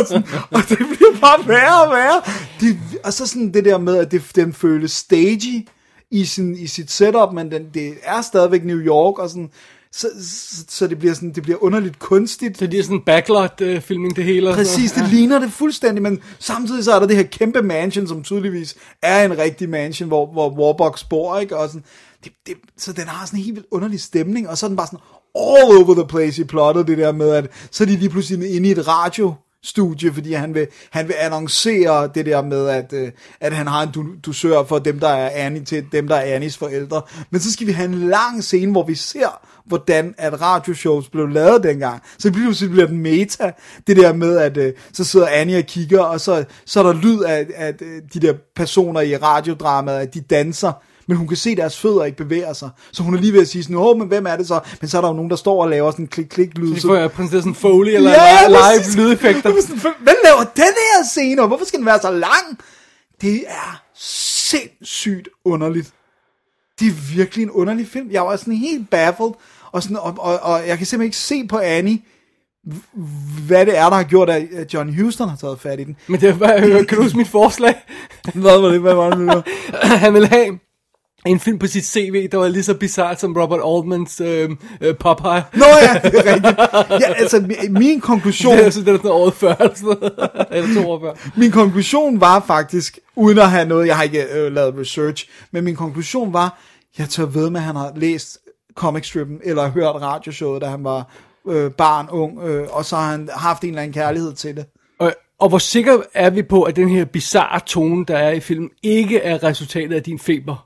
E: og, sådan, og det bliver bare værre og værre. Det, og så sådan det der med, at det, den føles stagey i, sin, i sit setup, men den, det er stadigvæk New York, og sådan, så, så, så det bliver sådan, det bliver underligt kunstigt.
F: Så det er sådan en backlot-filming, det hele. og sådan
E: Præcis, det
F: noget.
E: ligner det fuldstændig, men samtidig så er der det her kæmpe mansion, som tydeligvis er en rigtig mansion, hvor, hvor Warbox bor, ikke? Og sådan, det, det, så den har sådan en helt vildt underlig stemning, og så er den bare sådan all over the place i plottet, det der med, at så er de lige pludselig inde i et radio studie, fordi han vil, han vil annoncere det der med, at, øh, at han har en du- dusør for dem, der er Annie til dem, der er Annies forældre. Men så skal vi have en lang scene, hvor vi ser, hvordan at radioshows blev lavet dengang. Så lige pludselig bliver den meta, det der med, at øh, så sidder Annie og kigger, og så, så er der lyd af, at øh, de der personer i radiodramaet, at de danser, men hun kan se, at deres fødder ikke bevæger sig. Så hun er lige ved at sige sådan, åh, men hvem er det så? Men så er der jo nogen, der står og laver sådan en klik-klik-lyd.
F: Så får jeg præsenteret sådan en Foley eller
E: Ja,
F: li- live
E: præcis. *laughs*
F: lydeffekter.
E: Jeg var sådan, Hvem laver den her scene, og hvorfor skal den være så lang? Det er sindssygt underligt. Det er virkelig en underlig film. Jeg var sådan helt baffled, og, sådan, og, og, og jeg kan simpelthen ikke se på Annie, hvad det er, der har gjort, at at John Houston har taget fat i den.
F: Men det var, kan du huske mit forslag?
E: Hvad var det? Hvad var det? nu?
F: *laughs* Han ville have en film på sit CV, der var lige så bizart som Robert Altmans øh, øh, Popeye.
E: Nå ja, det er rigtigt. Ja, altså, mi- min konklusion...
F: *laughs* Det er sådan, den er sådan året før, eller sådan noget. *laughs* Eller to år før.
E: min konklusion var faktisk, uden at have noget, jeg har ikke øh, lavet research, men min konklusion var, jeg tør ved med, at han har læst comicstrippen, eller hørt radioshowet, da han var øh, barn, ung, øh, og så har han haft en eller anden kærlighed til det.
F: Og, og hvor sikker er vi på, at den her bizarre tone, der er i filmen, ikke er resultatet af din feber?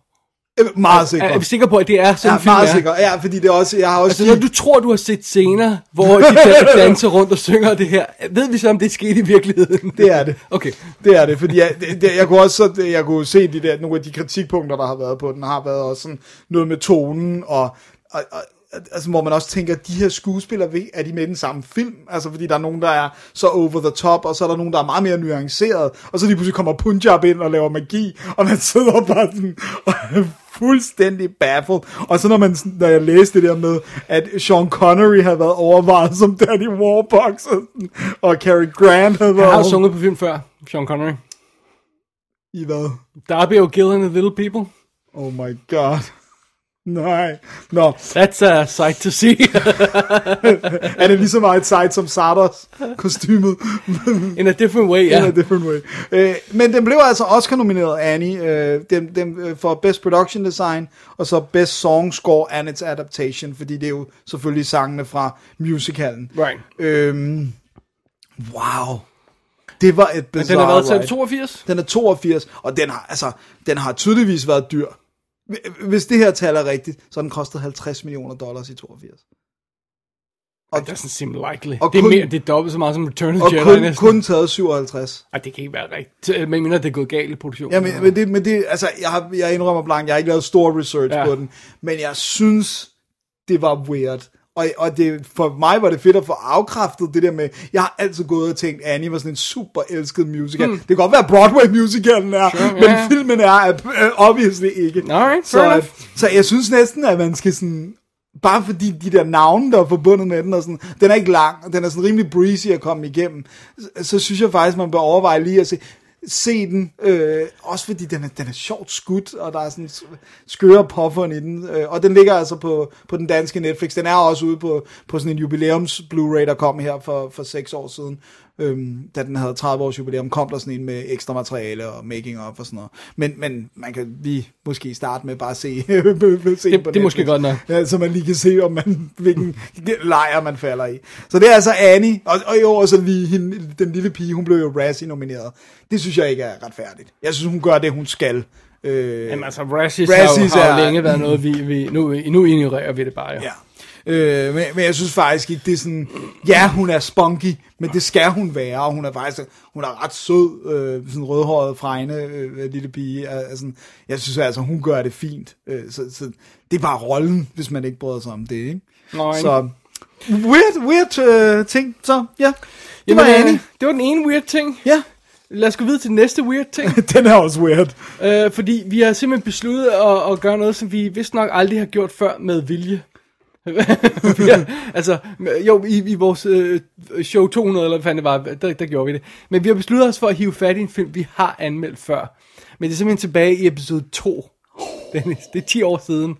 E: Øh, meget sikker.
F: Er, er vi sikre på, at det er sådan,
E: Ja,
F: en film Altså,
E: meget
F: er?
E: sikker. Ja, fordi det er også, jeg har også...
F: Så når du tror, du har set scener, hvor
E: *laughs*
F: de der danser rundt og synger det her, ved vi så, om det skete i virkeligheden?
E: Det er det.
F: Okay.
E: Det er det, fordi jeg, det, det, jeg kunne også så- det- jeg kunne se de der, nogle af de kritikpunkter, der har været på den, har været også sådan noget med tonen, og, og, og altså, hvor man også tænker, de her skuespillere, ved- er de med i den samme film? Altså, fordi der er nogen, der er så over the top, og så er der nogen, der er meget mere nuanceret, og så lige pludselig kommer Punjab ind og laver magi, og man sidder bare sådan, fuldstændig baffled. Og så når, man, sådan- når jeg læste det der med, at Sean Connery havde været overvejet som Danny Warbox, og, sådan, og Cary Grant havde
F: Jeg
E: været...
F: har jo sunget på film før, Sean Connery.
E: I hvad?
F: Darby O'Gill and the Little People.
E: Oh my god. Nej. Nå,
F: That's a sight to see. *laughs*
E: er det lige så meget et site som Sardos kostymet?
F: In a different way, ja.
E: In a different way. Øh, men den blev altså Oscar nomineret, Annie, øh, den, den, øh, for Best Production Design, og så Best Song Score and Its Adaptation, fordi det er jo selvfølgelig sangene fra musicalen.
F: Right.
E: Øhm, wow. Det var et
F: Men
E: bizarre
F: den har været til
E: ride.
F: 82.
E: Den er 82, og den har, altså, den har tydeligvis været dyr. Hvis det her tal er rigtigt, så har den kostet 50 millioner dollars i 82. Og,
F: It doesn't seem likely.
E: Og
F: det, er
E: kun-
F: mere, det er dobbelt så meget som Return of
E: og
F: the Jedi
E: kun,
F: næsten. Kun...
E: kun taget 57.
F: Ej, det kan ikke være rigtigt. Øh, Men jeg mener, det er gået galt i produktionen.
E: Ja, men, men, det, men det, altså, jeg, har, jeg indrømmer blank, jeg har ikke lavet stor research
F: Ja.
E: ja. på den, men jeg synes, det var weird. Og, og det, for mig var det fedt at få afkræftet det der med, jeg har altid gået og tænkt, Annie var sådan en super elsket musical. Mm. Det kan godt være Broadway musicalen er, sure, men
F: Hmm. ja.
E: yeah. filmen er øh, obviously ikke.
F: Alright, fair
E: så,
F: enough.
E: så jeg synes næsten, at man skal sådan, bare fordi de der navne, der er forbundet med den, og sådan, den er ikke lang, og den er sådan rimelig breezy at komme igennem, så, så synes jeg faktisk, man bør overveje lige at se, se den, øh, også fordi den er, den er sjovt skudt, og der er sådan skøre påfund i den, øh, og den ligger altså på, på den danske Netflix, den er også ude på, på sådan en jubilæums Blu-ray, der kom her for, for seks år siden, øhm, da den havde 30 års jubilæum, kom der sådan en med ekstra materiale og making of og sådan noget. Men, men man kan lige måske starte med bare at se, *laughs* se det,
F: det er måske godt nok.
E: Ja, så man lige kan se, om man, *laughs* hvilken lejr man falder i. Så det er altså Annie, og, og i år så lige hende, den lille pige, hun blev jo Razzie nomineret. Det synes jeg ikke er retfærdigt. Jeg synes, hun gør det, hun skal. Øh,
F: Jamen altså, Razzies,
E: Razzies
F: Razzies har, jo, har
E: er-
F: jo længe været noget, vi, vi nu, nu ignorerer vi det bare. Jo.
E: Ja. Øh, men, men jeg synes faktisk ikke, det er sådan, ja, hun er spunky, men det skal hun være, og hun er faktisk, hun er ret sød, øh, sådan rødhåret, fregne, øh, lille pige, er- er sådan, jeg synes altså, hun gør det fint, øh, så, så det er bare rollen, hvis man ikke bryder sig om det, ikke?
F: Nej.
E: Så, weird, weird øh, ting, så ja, det
F: Jamen,
E: var
F: øh,
E: Annie,
F: Det var den ene weird ting.
E: ja.
F: Lad os gå videre til den næste weird ting.
E: *laughs* Den er også weird.
F: øh, fordi vi har simpelthen besluttet at, at gøre noget, som vi vist nok aldrig har gjort før med vilje. *laughs* vi har, altså, jo, i, i vores øh, show 200, eller hvad fanden det var, der, der gjorde vi det. Men vi har besluttet os for at hive fat i en film, vi har anmeldt før. Men det er simpelthen tilbage i episode 2. Dennis, det er 10 år siden.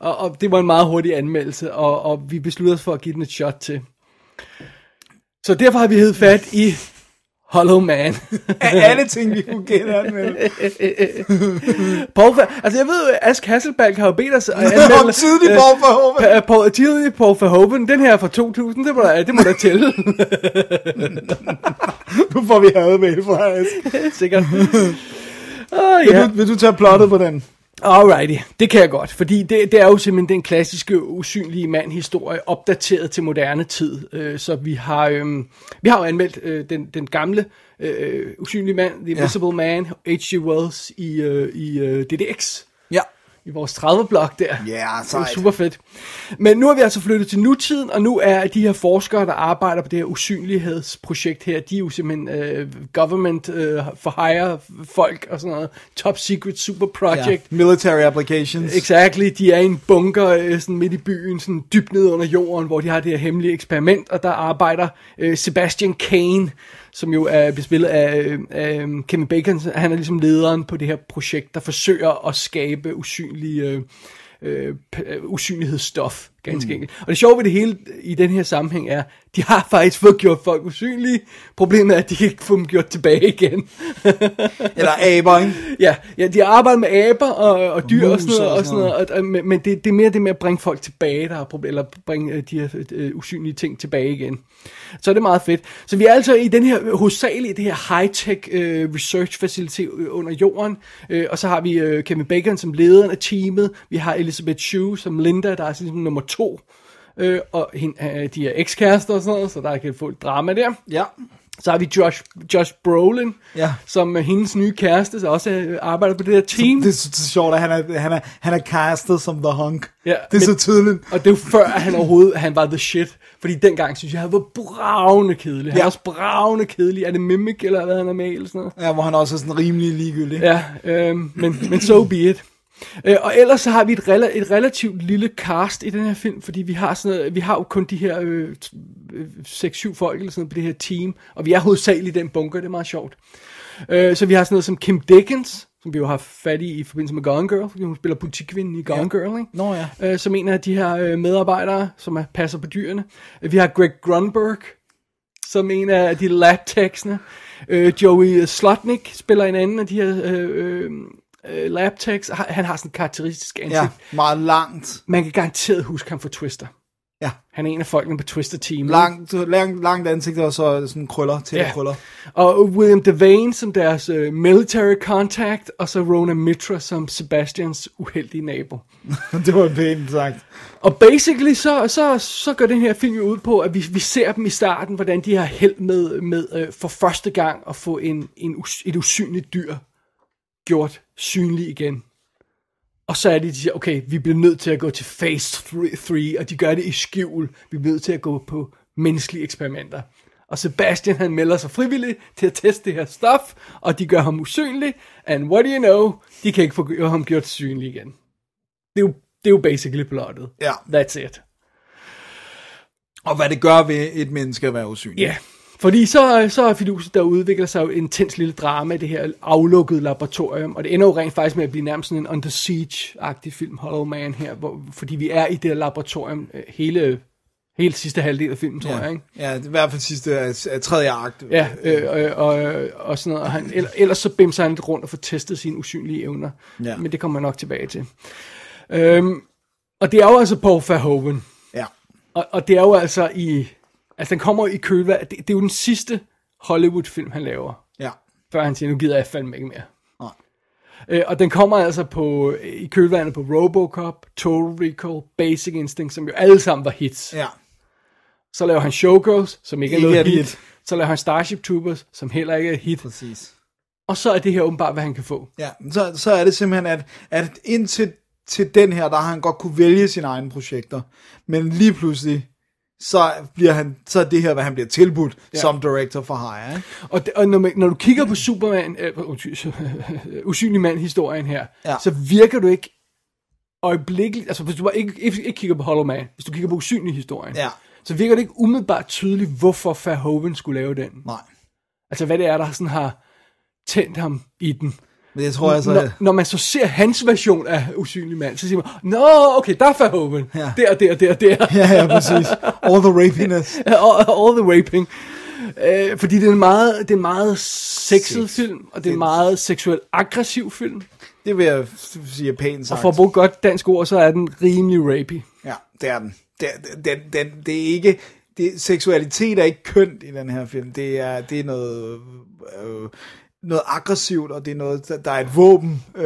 F: Og, og det var en meget hurtig anmeldelse, og, og vi besluttede os for at give den et shot til. Så derfor har vi hed fat i Hollow Man.
E: Af *laughs* alle ting, vi kunne *laughs* genanmelde.
F: Paul, Ver- altså jeg ved, at Ask Hasselbalg har jo bedt os at
E: Om tidlig
F: øh,
E: Paul Verhoeven.
F: Pa- Paul, tidlig Paul Verhoeven. Den her er fra 2000, det må da, det må da tælle,
E: Nu får vi hademail fra Ask.
F: *laughs* sikkert. Oh,
E: Vil,
F: ja.
E: du, vil du tage plottet på den?
F: Alrighty, det kan jeg godt, fordi det, det er jo simpelthen den klassiske usynlige mand-historie, opdateret til moderne tid. Øh, så vi har, øhm, vi har jo anmeldt øh, den, den gamle øh, usynlige mand, The Invisible ja. Man, H.G. Wells i, øh, i øh, DDX.
E: Ja.
F: i vores 30-blok der.
E: Ja,
F: det var
E: sejt.
F: super fedt. Men nu er vi altså flyttet til nutiden, og nu er de her forskere, der arbejder på det her usynlighedsprojekt her, de er jo simpelthen øh, government øh, for hire folk og sådan noget. Top secret super project.
E: Ja. Military applications.
F: Exactly, de er i en bunker øh, sådan midt i byen, sådan dybt ned under jorden, hvor de har det her hemmelige eksperiment, og der arbejder øh, Sebastian Kane, som jo er bespillet af øh, øh, Kevin Bacon, så han er ligesom lederen på det her projekt, der forsøger at skabe usynlige... Øh, øh, p- øh, usynlighedsstof, ganske mm. enkelt. Og det sjove ved det hele i den her sammenhæng er, de har *laughs* faktisk fået gjort folk usynlige. Problemet er, at de kan ikke få dem gjort tilbage igen.
E: Eller aber, ikke?
F: Ja, ja de arbejder med aber og, og dyr
E: mus
F: og sådan noget,
E: og
F: og sådan
E: sådan
F: noget. Og, og, men men det, det er mere det med at bringe folk tilbage, der er problem, eller bringe øh, de her øh, usynlige ting tilbage igen. Så er det meget fedt. Så vi er altså i den her, hovedsageligt det her high-tech øh, research facility øh, under jorden, øh, og så har vi øh, Kevin Bacon som lederen af teamet, vi har Elizabeth Shue som Linda, der er sådan ligesom nummer to, øh, og hende, øh, de er ekskærester og sådan noget, så der kan få et drama der.
E: Ja.
F: Så har vi Josh, Josh Brolin,
E: Ja.
F: som er hendes nye kæreste, så også øh, arbejder på det der team.
E: Det er så, så sjovt, at han er, han, er, han er castet som The Hunk.
F: Ja,
E: det er så
F: men-
E: tydeligt.
F: Og det er jo før, at han overhovedet han var the shit. Fordi dengang synes jeg, han var bravende kedelig. Han
E: Ja.
F: er også bravende kedelig. Er det Mimic, eller hvad han er med, i, eller sådan noget?
E: Ja, hvor han også er sådan rimelig ligegyldig.
F: Ja, øhm, men, men so be it. Øh, og ellers så har vi et, rela- et relativt lille cast i den her film, fordi vi har, sådan noget, vi har jo kun de her øh, t- øh, 6-7 folk eller sådan noget på det her team, og vi er hovedsageligt i den bunker, det er meget sjovt. Øh, så vi har sådan noget som Kim Dickens, som vi jo har fat i i forbindelse med Gone Girl, fordi hun spiller butikvinden i Gone ja. Girl, ikke?
E: Nå ja.
F: Øh, som en af de her øh, medarbejdere, som er, passer på dyrene. Vi har Greg Grunberg, som en af de labtexene. Øh, Joey Slotnick spiller en anden af de her øh, øh, øh, labtex. Han han har sådan et karakteristisk ansigt.
E: Ja,
F: Ja.
E: meget langt.
F: Man kan garanteret huske ham fra Twister.
E: Ja.
F: Han er en af folkene på Twister-teamet.
E: Langt, langt, langt ansigt og så sådan krøller til
F: Ja.
E: ja. krøller.
F: Og William Devane som deres øh, military contact, og så Rona Mitra som Sebastians uheldige nabo.
E: *laughs* det var pænt sagt.
F: Og basically, så, så, så går den her film jo ud på, at vi, vi ser dem i starten, hvordan de har held med, med øh, for første gang at få en, en, us- et usynligt dyr gjort synlig igen. Og så er det, de siger, okay, vi bliver nødt til at gå til phase 3, og de gør det i skjul. Vi bliver nødt til at gå på menneskelige eksperimenter. Og Sebastian, han melder sig frivilligt til at teste det her stof, og de gør ham usynlig, and what do you know, de kan ikke få ham gjort synlig igen. Det er jo, det er jo basically plottet.
E: Ja.
F: That's it.
E: Og hvad det gør ved et menneske at være usynlig.
F: Ja, yeah. fordi så, så er fiduset, der udvikler sig jo en intens lille drama i det her aflukkede laboratorium, og det ender jo rent faktisk med at blive nærmest sådan en Under Siege-agtig film, Hollow Man her, hvor, fordi vi er i det her laboratorium øh, hele, hele sidste halvdel af filmen, tror jeg, ikke?
E: Ja, det er i hvert fald sidste af, af tredje akt.
F: Ja, øh, øh, og, øh, og sådan noget. Og Han, eller- ellers så bimser han lidt rundt og får testet sine usynlige evner.
E: Ja.
F: Men det kommer jeg nok tilbage til. Øhm, og det er jo altså Paul Verhoeven.
E: ja.
F: Og, og det er jo altså i... Altså, den kommer jo i kølvandet. Det, det er jo den sidste Hollywood-film, han laver.
E: Ja.
F: Før han siger, nu gider jeg fandme ikke mere.
E: Nej.
F: Øh, og den kommer altså på, i kølvandet på Robocop, Total Recall, Basic Instinct, som jo alle sammen var hits.
E: ja.
F: Så laver han Showgirls, som ikke er
E: Ikke
F: noget
E: er et
F: hit.
E: hit.
F: Så laver han Starship Troopers, som heller ikke er et hit.
E: Præcis.
F: Og så er det her åbenbart, hvad han kan få.
E: Ja, men så, så er det simpelthen, at, at indtil til den her, der har han godt kunne vælge sine egne projekter, men lige pludselig, så bliver han, så er det her, hvad han bliver tilbudt ja. som director for hire. Ikke?
F: Og, det, og når, man, når du kigger på Superman, øh, undskyld, *laughs* usynlig mand-historien her,
E: Ja.
F: så virker du ikke øjeblikkeligt, altså hvis du bare ikke, ikke, ikke kigger på Hollow Man, hvis du kigger på usynlig historien,
E: Ja.
F: så virker det ikke umiddelbart tydeligt, hvorfor Verhoeven skulle lave den.
E: Nej,
F: Altså hvad det er, der sådan har tændt ham i den.
E: men det tror altså, jeg så...
F: Når, når man så ser hans version af Usynlig Mand, så siger man, Nå, okay, der er Verhoeven.
E: Ja.
F: Der, der, der, der.
E: Ja, *laughs* ja, præcis. All the rapiness.
F: *laughs* all, all the raping. Øh, fordi det er en meget, det er en meget sexet film, og det er en meget seksuelt aggressiv film.
E: Det vil jeg f- sige er pænt
F: Og
E: sagt.
F: for at bruge godt dansk ord, så er den rimelig rapey.
E: Ja, det er den. Det, det, den, den, det er ikke... Det, seksualitet er ikke kønt i den her film. Det er, det er noget, øh, noget aggressivt, og det er noget, der, der er et våben, øh,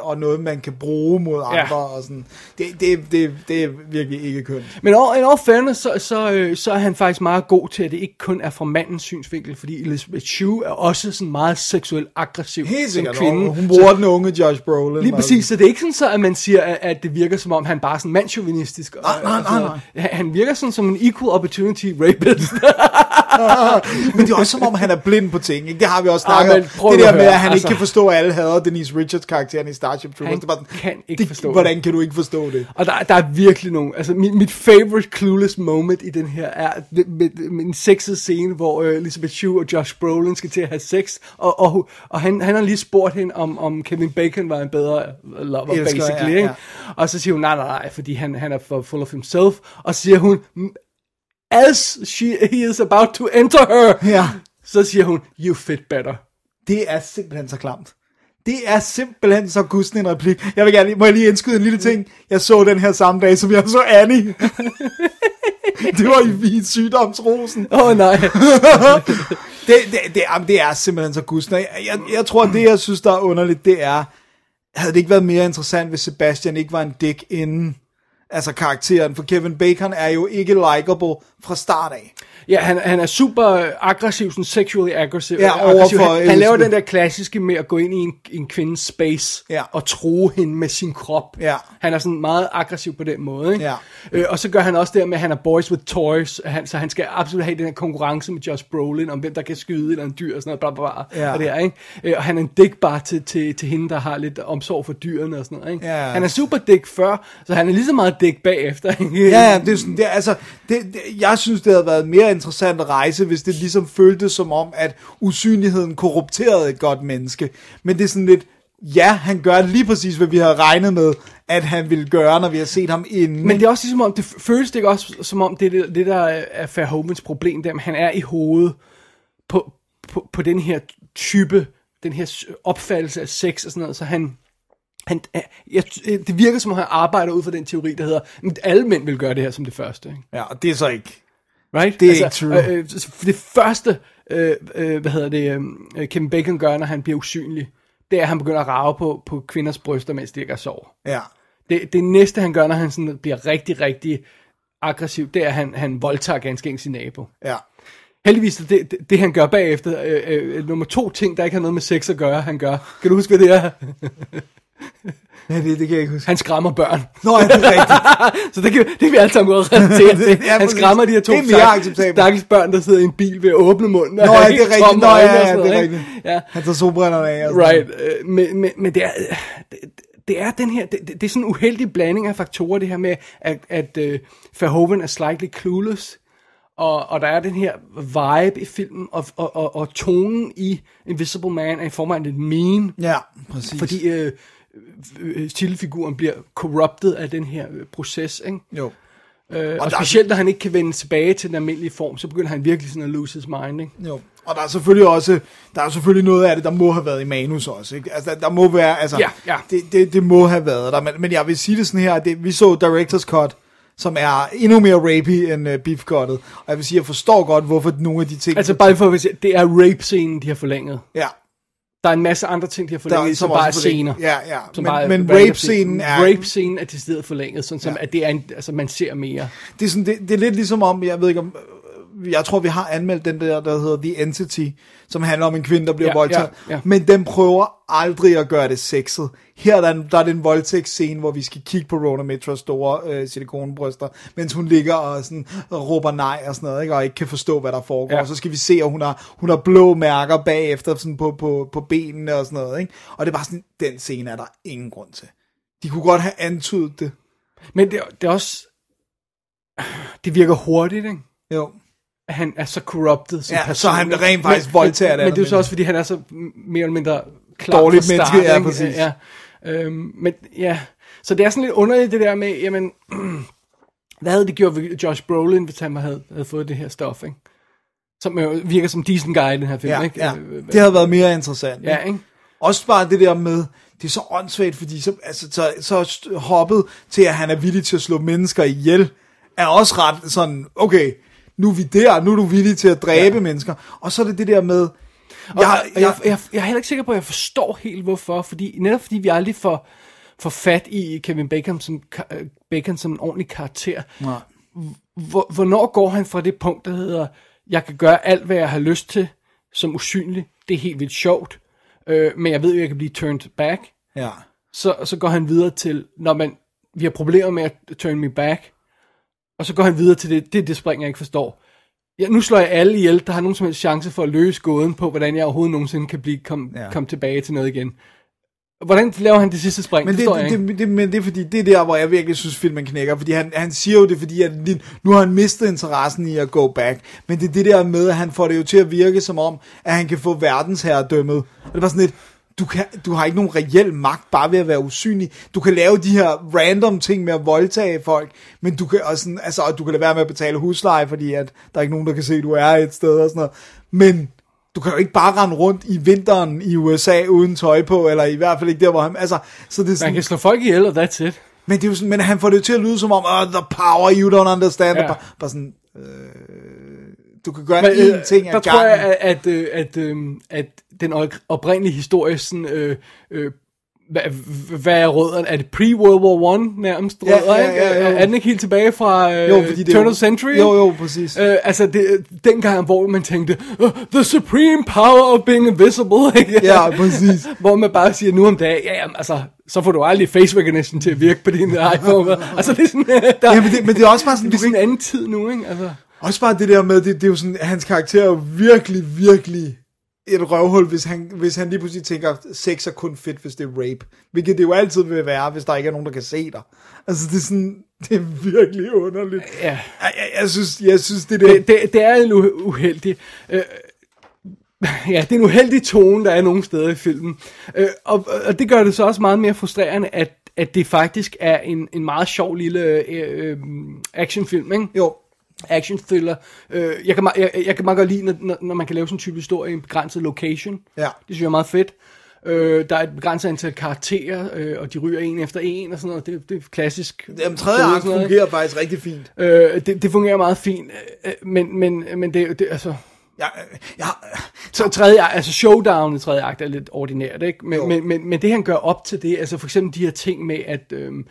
E: og noget, man kan bruge mod andre. Ja. Og sådan. Det, det, det, det er virkelig ikke kønt.
F: Men all- in all fairness, så, så, øh, så er han faktisk meget god til, at det ikke kun er fra mandens synsvinkel, fordi Elizabeth Shue er også sådan meget seksuelt aggressiv
E: Helt
F: som
E: sikkert.
F: kvinde.
E: og Hun bruger den unge Josh Brolin.
F: Lige
E: og-
F: præcis, så det er ikke sådan så, at man siger, at, at det virker som om, han bare er sådan mandsjuvenistisk. og-
E: Nej, nej,
F: og
E: nej,
F: sådan noget. Han- Han virker sådan som en equal opportunity rapist.
E: *laughs* Men det er også som om, han er blind på ting. Ikke? Det har vi også snakket
F: Ah,
E: om.
F: men prøv
E: Det
F: nu
E: der
F: at
E: med,
F: høre,
E: at han
F: altså.
E: ikke kan forstå, at alle hader Denise Richards karakteren i Starship Troopers.
F: Han
E: Det er bare sådan,
F: kan ikke
E: det,
F: forstå det.
E: Hvordan kan du ikke forstå det?
F: Og der, der er virkelig nogen, altså mit, mit favorite clueless moment i den her er med, med, med en sexet scene, hvor øh, Elizabeth Shue og Josh Brolin skal til at have sex, og, og, og han, han har lige spurgt hende, om, om Kevin Bacon var en bedre lover,
E: Elsker,
F: basically,
E: ja,
F: ikke?
E: ja.
F: og så siger hun, nej, nej, nej, fordi han, han er for full of himself, og så siger hun, as she, he is about to enter her,
E: Ja.
F: så siger hun, you fit better.
E: Det er simpelthen så klamt. Det er simpelthen så gusten en replik. Jeg vil gerne, lige- må jeg lige indskyde en lille ting? Jeg så den her samme dag, som jeg så Annie. *laughs* det var i, i sygdomsrosen.
F: Åh oh, nej,
E: *laughs* Det, det, det, jamen, det er simpelthen så gusten. Jeg, jeg, jeg tror, det jeg synes, der er underligt, det er, havde det ikke været mere interessant, hvis Sebastian ikke var en dick inden? Altså karakteren, for Kevin Bacon er jo ikke likable fra start af.
F: Ja, han, han er super aggressiv, sådan sexually aggressiv.
E: Ja,
F: øh, aggressiv.
E: overfor
F: han, han laver
E: Elizabeth.
F: den der klassiske med at gå ind i en, en kvindes space
E: Ja.
F: og true hende med sin krop.
E: Ja.
F: Han er sådan meget aggressiv på den måde. Ikke?
E: Ja.
F: Øh, og så gør han også det her med, at han er boys with toys, han, så han skal absolut have den her konkurrence med Josh Brolin om, hvem der kan skyde eller en dyr og sådan noget. Bla, bla, bla,
E: Ja.
F: og, det her, ikke? Øh, og han er en dick bare til, til, til hende, der har lidt omsorg for dyrene og sådan noget. Ikke?
E: Ja.
F: Han er super dick før, så han er lige så meget dick bagefter. Ikke?
E: Ja, ja, det er sådan, det, er- altså, det, det, jeg synes, det havde været en mere interessant rejse, hvis det ligesom føltes som om, at usynligheden korrupterede et godt menneske. Men det er sådan lidt, ja, han gør lige præcis, hvad vi havde regnet med, at han ville gøre, når vi har set ham inden.
F: Men det er også ligesom om, det føles det ikke også som om, det er det, det der er Verhovens problem, der han er i hovedet på, på, på den her type, den her s- opfattelse af sex og sådan noget, så han, han er- jeg, øh, det virker som om, han arbejder ud fra den teori, der hedder, at alle mænd vil gøre det her som det første. Ikke?
E: Ja, og det er så ikke...
F: Right?
E: Det er ikke true.
F: Øh, øh, s- det første, øh, øh, hvad hedder det, øh, øh, Kevin Bacon gør, når han bliver usynlig, det er, at han begynder at rave på, på kvinders bryster, mens de ikke er sover.
E: Ja.
F: Det, det næste, han gør, når han sådan bliver rigtig, rigtig aggressiv, det er, at han, han voldtager ganske enkelt sin nabo.
E: Ja.
F: Heldigvis, det, det, det han gør bagefter, øh, øh, nummer to ting, der ikke har noget med sex at gøre, han gør. Kan du huske, hvad det er?
E: Ja, det, det kan jeg ikke huske.
F: Han skræmmer børn. *laughs*
E: Nå, ja, det er rigtigt.
F: Så det kan, det kan vi alle sammen godt relatere til.
E: *laughs* Ja,
F: Han
E: præcis.
F: skræmmer de her to
E: Det er mere acceptabelt.
F: stakkels børn, der sidder i en bil ved at åbne munden. *laughs*
E: Nå, ja, det er rigtigt. Nå, ja, ja, det er rigtigt.
F: Ja.
E: Han tager solbrænderne af. og sådan noget.
F: Right, øh, men, men, men det, er, øh, det, det er den her, det, det det er sådan en uheldig blanding af faktorer, det her med, at, at øh, Verhoeven er slightly clueless, og, og der er den her vibe i filmen, og, og, og, og tonen i Invisible Man er i form af lidt mean,
E: Ja, præcis.
F: fordi øh, øh, titelfiguren bliver corrupted af den her øh, proces, ikke?
E: Jo.
F: Øh, og, og specielt når han ikke kan vende tilbage til den almindelige form, så begynder han virkelig sådan at lose his mind, ikke?
E: Jo. Og der er selvfølgelig også, der er selvfølgelig noget af det, der må have været i manus også. Ikke? Altså, der, der må være, altså,
F: Ja, ja.
E: Det, det, det, må have været der. Men, men jeg vil sige det sådan her, at det, vi så Director's Cut, som er endnu mere rapey end uh, Beef Cut'et. Og jeg vil sige, jeg forstår godt, hvorfor nogle af de ting...
F: Altså bare lige for at sige, det er rape-scenen, de har forlænget.
E: ja,
F: Der er en masse andre ting, de har forlænget, der, som,
E: også
F: bare er
E: for det.
F: scener.
E: Ja, ja.
F: Som
E: men,
F: bare,
E: men
F: bare er
E: rape-scenen er...
F: Rape-scenen er til stedet forlænget, sådan som,
E: Ja.
F: ja. at det er en, altså, man ser mere.
E: det, er sådan, det, det er lidt ligesom om, jeg ved ikke om, jeg tror vi har anmeldt den der, der hedder The Entity, som handler om en kvinde, der bliver
F: Ja,
E: voldtaget,
F: ja, ja.
E: men den prøver aldrig at gøre det sexet. Her er der, en- der er den voldtægtsscene, hvor vi skal kigge på Rona Mitras store øh, silikonbryster, mens hun ligger og, sådan, og råber nej og sådan noget, ikke? og ikke kan forstå, hvad der foregår.
F: Ja.
E: Ja. Så skal vi se, at hun har, hun har blå mærker bagefter sådan på, på, på benene og sådan noget. Ikke? Og det er bare sådan, den scene er der ingen grund til. De kunne godt have antydet det.
F: Men det, det er også... Det virker hurtigt, ikke?
E: Jo.
F: At han er så corrupted som
E: Ja, så
F: person.
E: han
F: ikke?
E: rent faktisk
F: Men-
E: voldtager et
F: Men, men
E: andet
F: det er jo så
E: menneske.
F: også, fordi han er så m- mere eller mindre klar
E: Dårligt
F: fra start,
E: menneske, ja,
F: ikke?
E: præcis.
F: Ja, Øhm, men ja, så det er sådan lidt underligt det der med, jamen, *clears throat* hvad havde det gjort ved Josh Brolin, hvis han havde, havde fået det her stof, ikke? Som jo virker som decent guy i den her film,
E: Ja,
F: ikke?
E: ja.
F: Øh,
E: Det havde været mere interessant.
F: Ja, ikke?
E: Også bare det der med, det er så åndssvagt, fordi så, altså, så, så hoppet til, at han er villig til at slå mennesker ihjel, er også ret sådan, okay, nu er vi der, nu er du villig til at dræbe ja. mennesker. Og så er det det der med,
F: Og jeg, jeg, jeg, jeg, jeg er heller ikke sikker på, at jeg forstår helt hvorfor, fordi netop fordi vi aldrig får, får fat i Kevin Bacon som, ka- øh, Bacon som en ordentlig karakter.
E: Nej.
F: Hvor, hvornår går han fra det punkt, der hedder, jeg kan gøre alt, hvad jeg har lyst til, som usynlig, det er helt vildt sjovt, øh, men jeg ved jo, at jeg kan blive turned back,
E: ja,
F: så, så går han videre til, når man, vi har problemer med at turn me back, og så går han videre til det, det er det spring, jeg ikke forstår. Ja, nu slår jeg alle ihjel, der har nogen som helst chance for at løse gåden på, hvordan jeg overhovedet nogensinde kan blive kom,
E: Ja.
F: ja. komme tilbage til noget igen. Hvordan laver han det sidste spring?
E: men det,
F: forstår jeg
E: det,
F: ikke.
E: det, det, men det er fordi, det er der, hvor jeg virkelig synes, filmen knækker, fordi han, han siger jo det, fordi at lige- nu har han mistet interessen i at go back, men det er det der med, at han får det jo til at virke som om, at han kan få verdensherredømmet, og det var sådan lidt, du, kan, du har ikke nogen reel magt bare ved at være usynlig. Du kan lave de her random ting med at voldtage folk, men du kan, og sådan, altså, og du kan lade være med at betale husleje, fordi at der er ikke nogen, der kan se, at du er et sted og sådan noget. Men du kan jo ikke bare rende rundt i vinteren i USA uden tøj på, eller i hvert fald ikke der, hvor han... Altså, så det er
F: Man
E: sådan,
F: kan slå folk ihjel, og that's it.
E: men, det er jo sådan, men han får det til at lyde som om, oh, the power you don't understand.
F: Ja.
E: Ja. Bare, bare sådan, øh, du kan gøre
F: Men,
E: én
F: øh,
E: ting
F: der
E: ad
F: tror
E: gangen.
F: jeg, at, at, øh, at, øh, at den op- oprindelige historie sådan, øh, øh, hvad, hvad er rødderne? Er det pre-World War One nærmest
E: Ja,
F: rødder,
E: ja,
F: ikke?
E: ja, ja, jo.
F: Er den ikke helt tilbage fra øh, jo, fordi det
E: er
F: Turn of Century?
E: Jo, jo, præcis.
F: Øh, altså, det, dengang, hvor man tænkte, "Oh, the supreme power of being invisible, *laughs* ikke?
E: Ja, præcis.
F: *laughs* hvor man bare siger, nu om dagen, ja, jamen, altså, så får du aldrig face recognition til at virke
E: *laughs*
F: på din iPhone. altså, det er sådan, der,
E: Ja, men
F: *laughs*
E: det- men det er også bare sådan,
F: det er
E: du kan
F: sådan en anden tid nu, ikke? Altså,
E: Også bare det der med, det, det er jo sådan, hans karakter er jo virkelig, virkelig et røvhul, hvis han, hvis han lige pludselig tænker, sex er kun fedt, hvis det er rape. Hvilket det jo altid vil være, hvis der ikke er nogen, der kan se dig. Altså det er sådan, *laughs* det er virkelig underligt.
F: ja.
E: Jeg, jeg, jeg synes, jeg synes det der...
F: det, det, det er en u- uheldig... Øh, ja, det er en uheldig tone, der er nogle steder i filmen. Øh, og, og det gør det så også meget mere frustrerende, at, at det faktisk er en, en meget sjov lille øh, øh, actionfilm, ikke?
E: Jo,
F: Action thriller. Øh, jeg, kan, meget- jeg, jeg kan meget godt lide, når- når, når man kan lave sådan en type historie i en begrænset location.
E: Ja.
F: Det synes jeg er meget fedt. Øh, der er et begrænset antal karakterer, øh, og de ryger en efter en og sådan noget. Det, det er klassisk.
E: Jamen, tredje
F: Sådan
E: akt
F: noget, ikke?
E: fungerer faktisk rigtig fint.
F: Øh, det, det fungerer meget fint, øh, men, men, men det, det altså...
E: Jeg, jeg,
F: Så tredje, altså showdown i tredje akt er lidt ordinært, ikke?
E: Jo.
F: Men, men, men, men det han gør op til det, altså for eksempel de her ting med, at øhm,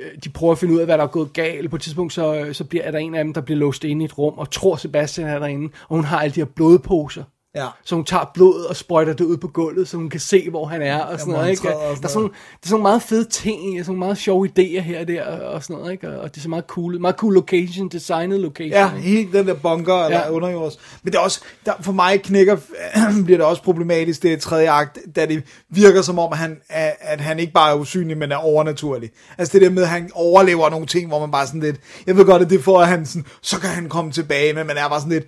F: øh, de prøver at finde ud af, hvad der er gået galt. På et tidspunkt, så, øh, så bliver, er der en af dem, der bliver låst inde i et rum, og tror Sebastian er derinde, og hun har alle de her blodposer.
E: Ja.
F: Så hun tager blodet og sprøjter det ud på gulvet, så hun kan se, hvor han er og sådan
E: hvor
F: noget.
E: han
F: Ikke?
E: træder og sådan
F: Der er sådan, det er sådan nogle meget fede ting, i, og sådan nogle meget sjove idéer her og der og, og sådan noget. Ikke? Og, og det er så meget cool. Meget cool location, designet location.
E: Ja,
F: ikke?
E: helt den der bunker eller
F: Ja.
E: underjords. Men det er også, der, for mig knækker, *clears throat* bliver det også problematisk, det tredje akt, da det virker som om, han, er- at han ikke bare er usynlig, men er overnaturlig. Altså det der med, at han overlever nogle ting, hvor man bare sådan lidt, jeg ved godt, at det er for, at han sådan, så kan han komme tilbage, men man er bare sådan lidt,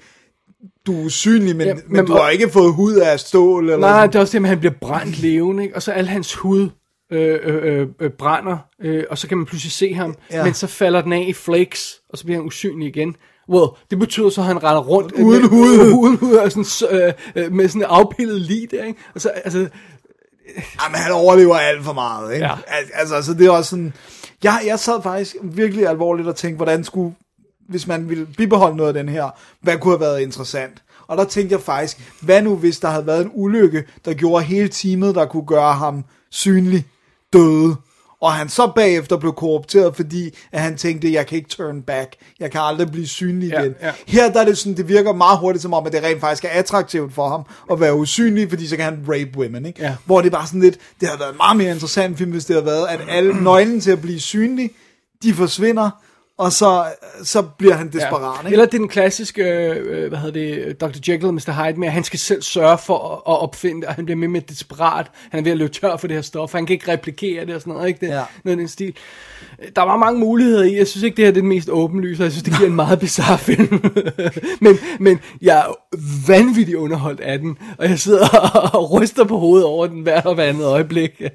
E: du er usynlig, men, ja,
F: Ja,
E: men,
F: men-
E: du har ikke fået hud af stål, eller
F: Nej,
E: sådan.
F: det er også det med, at han bliver brændt levende, ikke? og så al hans hud øh, øh, øh, øh, brænder, øh, og så kan man pludselig se ham,
E: Ja.
F: ja. men så falder den af i flakes, og så bliver han usynlig igen. Well, det betyder så, at han render rundt
E: Uden
F: med,
E: hud.
F: *laughs* uden hud og sådan, så, øh, øh, med sådan en afpillet lig der, ikke? Og så, altså,
E: Jamen, Ah, han overlever alt for meget, ikke? Ja.
F: Ja.
E: Al- altså, så det er også sådan... Jeg, jeg sad faktisk virkelig alvorligt og tænkte, hvordan skulle... Hvis man ville bibeholde noget af den her, hvad kunne have været interessant? Og der tænkte jeg faktisk, hvad nu hvis der havde været en ulykke, der gjorde hele teamet, der kunne gøre ham synlig døde? Og han så bagefter blev korrupteret, fordi at han tænkte, jeg kan ikke turn back. Jeg kan aldrig blive synlig
F: Ja,
E: igen.
F: ja.
E: Her der er det sådan, det virker meget hurtigt som om, at det rent faktisk er attraktivt for ham at være usynlig, fordi så kan han rape women. Ikke?
F: Ja.
E: Hvor det er bare sådan lidt, det havde været en meget mere interessant film, hvis det havde været, at
F: *clears throat*
E: alle nøglen til at blive synlig, de forsvinder, og så, så bliver han desperat. Ja. Ikke?
F: Eller det er den klassiske, øh, øh, hvad hedder det, øh, Dr. Jekyll og Mr. Hyde med, at han skal selv sørge for at, at opfinde det, og han bliver mere med desperat, han er ved at løbe tør for det her stof, han kan ikke replikere det og sådan noget, ikke? Det,
E: Ja.
F: ja. noget af den stil. Der var mange muligheder i, jeg synes ikke, det her det er den mest åbenlyse, og jeg synes, det giver en meget bizarre *laughs* film. men, men jeg er vanvittigt underholdt af den, og jeg sidder *laughs* og ryster på hovedet over den hvert og hver andet øjeblik.
E: Ja,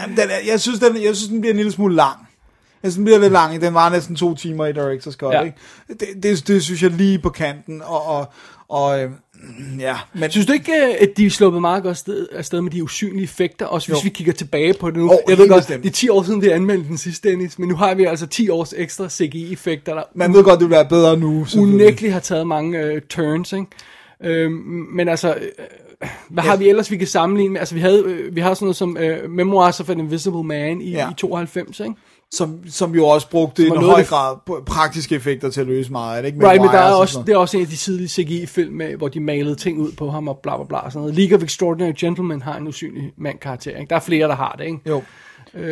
E: jamen, den, er- jeg, synes, den, jeg synes, den bliver en lille smule lang. Jeg synes, den bliver lidt lang. Den var næsten to timer i Director's Cut. Ja.
F: Ja.
E: Ikke? Det, det, det, synes jeg lige på kanten. Og, og, og øh, ja, men,
F: Synes du ikke, øh, at de er sluppet meget godt sted, afsted med de usynlige effekter, også hvis
E: Jo.
F: jo. vi kigger tilbage på det
E: Åh,
F: nu? jeg
E: helt
F: ved godt,
E: bestemt.
F: det er 10 år siden, vi anmeldte den sidste, Dennis, men nu har vi altså 10 års ekstra CGI-effekter, der
E: man ved godt, det vil være bedre nu. selvfølgelig.
F: unægteligt har taget mange øh, turns, ikke? Øh, men altså, øh, hvad har vi ellers, vi kan sammenligne med? Altså, vi, havde, øh, vi har sådan noget som øh, Memoirs of an Invisible Man i,
E: Ja.
F: ja. i 92, ikke?
E: som, som jo også brugte
F: Som
E: en
F: var noget af
E: høj
F: det-
E: grad på- praktiske effekter til at løse meget. af det, Ikke?
F: Right, men der
E: wires
F: er
E: og
F: også,
E: sådan
F: det er også en af de tidlige CGI-film, med, hvor de malede ting ud på ham og bla bla bla og sådan noget. League of Extraordinary Gentlemen har en usynlig mand-karakter, ikke? Der er flere, der har det, ikke?
E: noget. Jo.
F: Men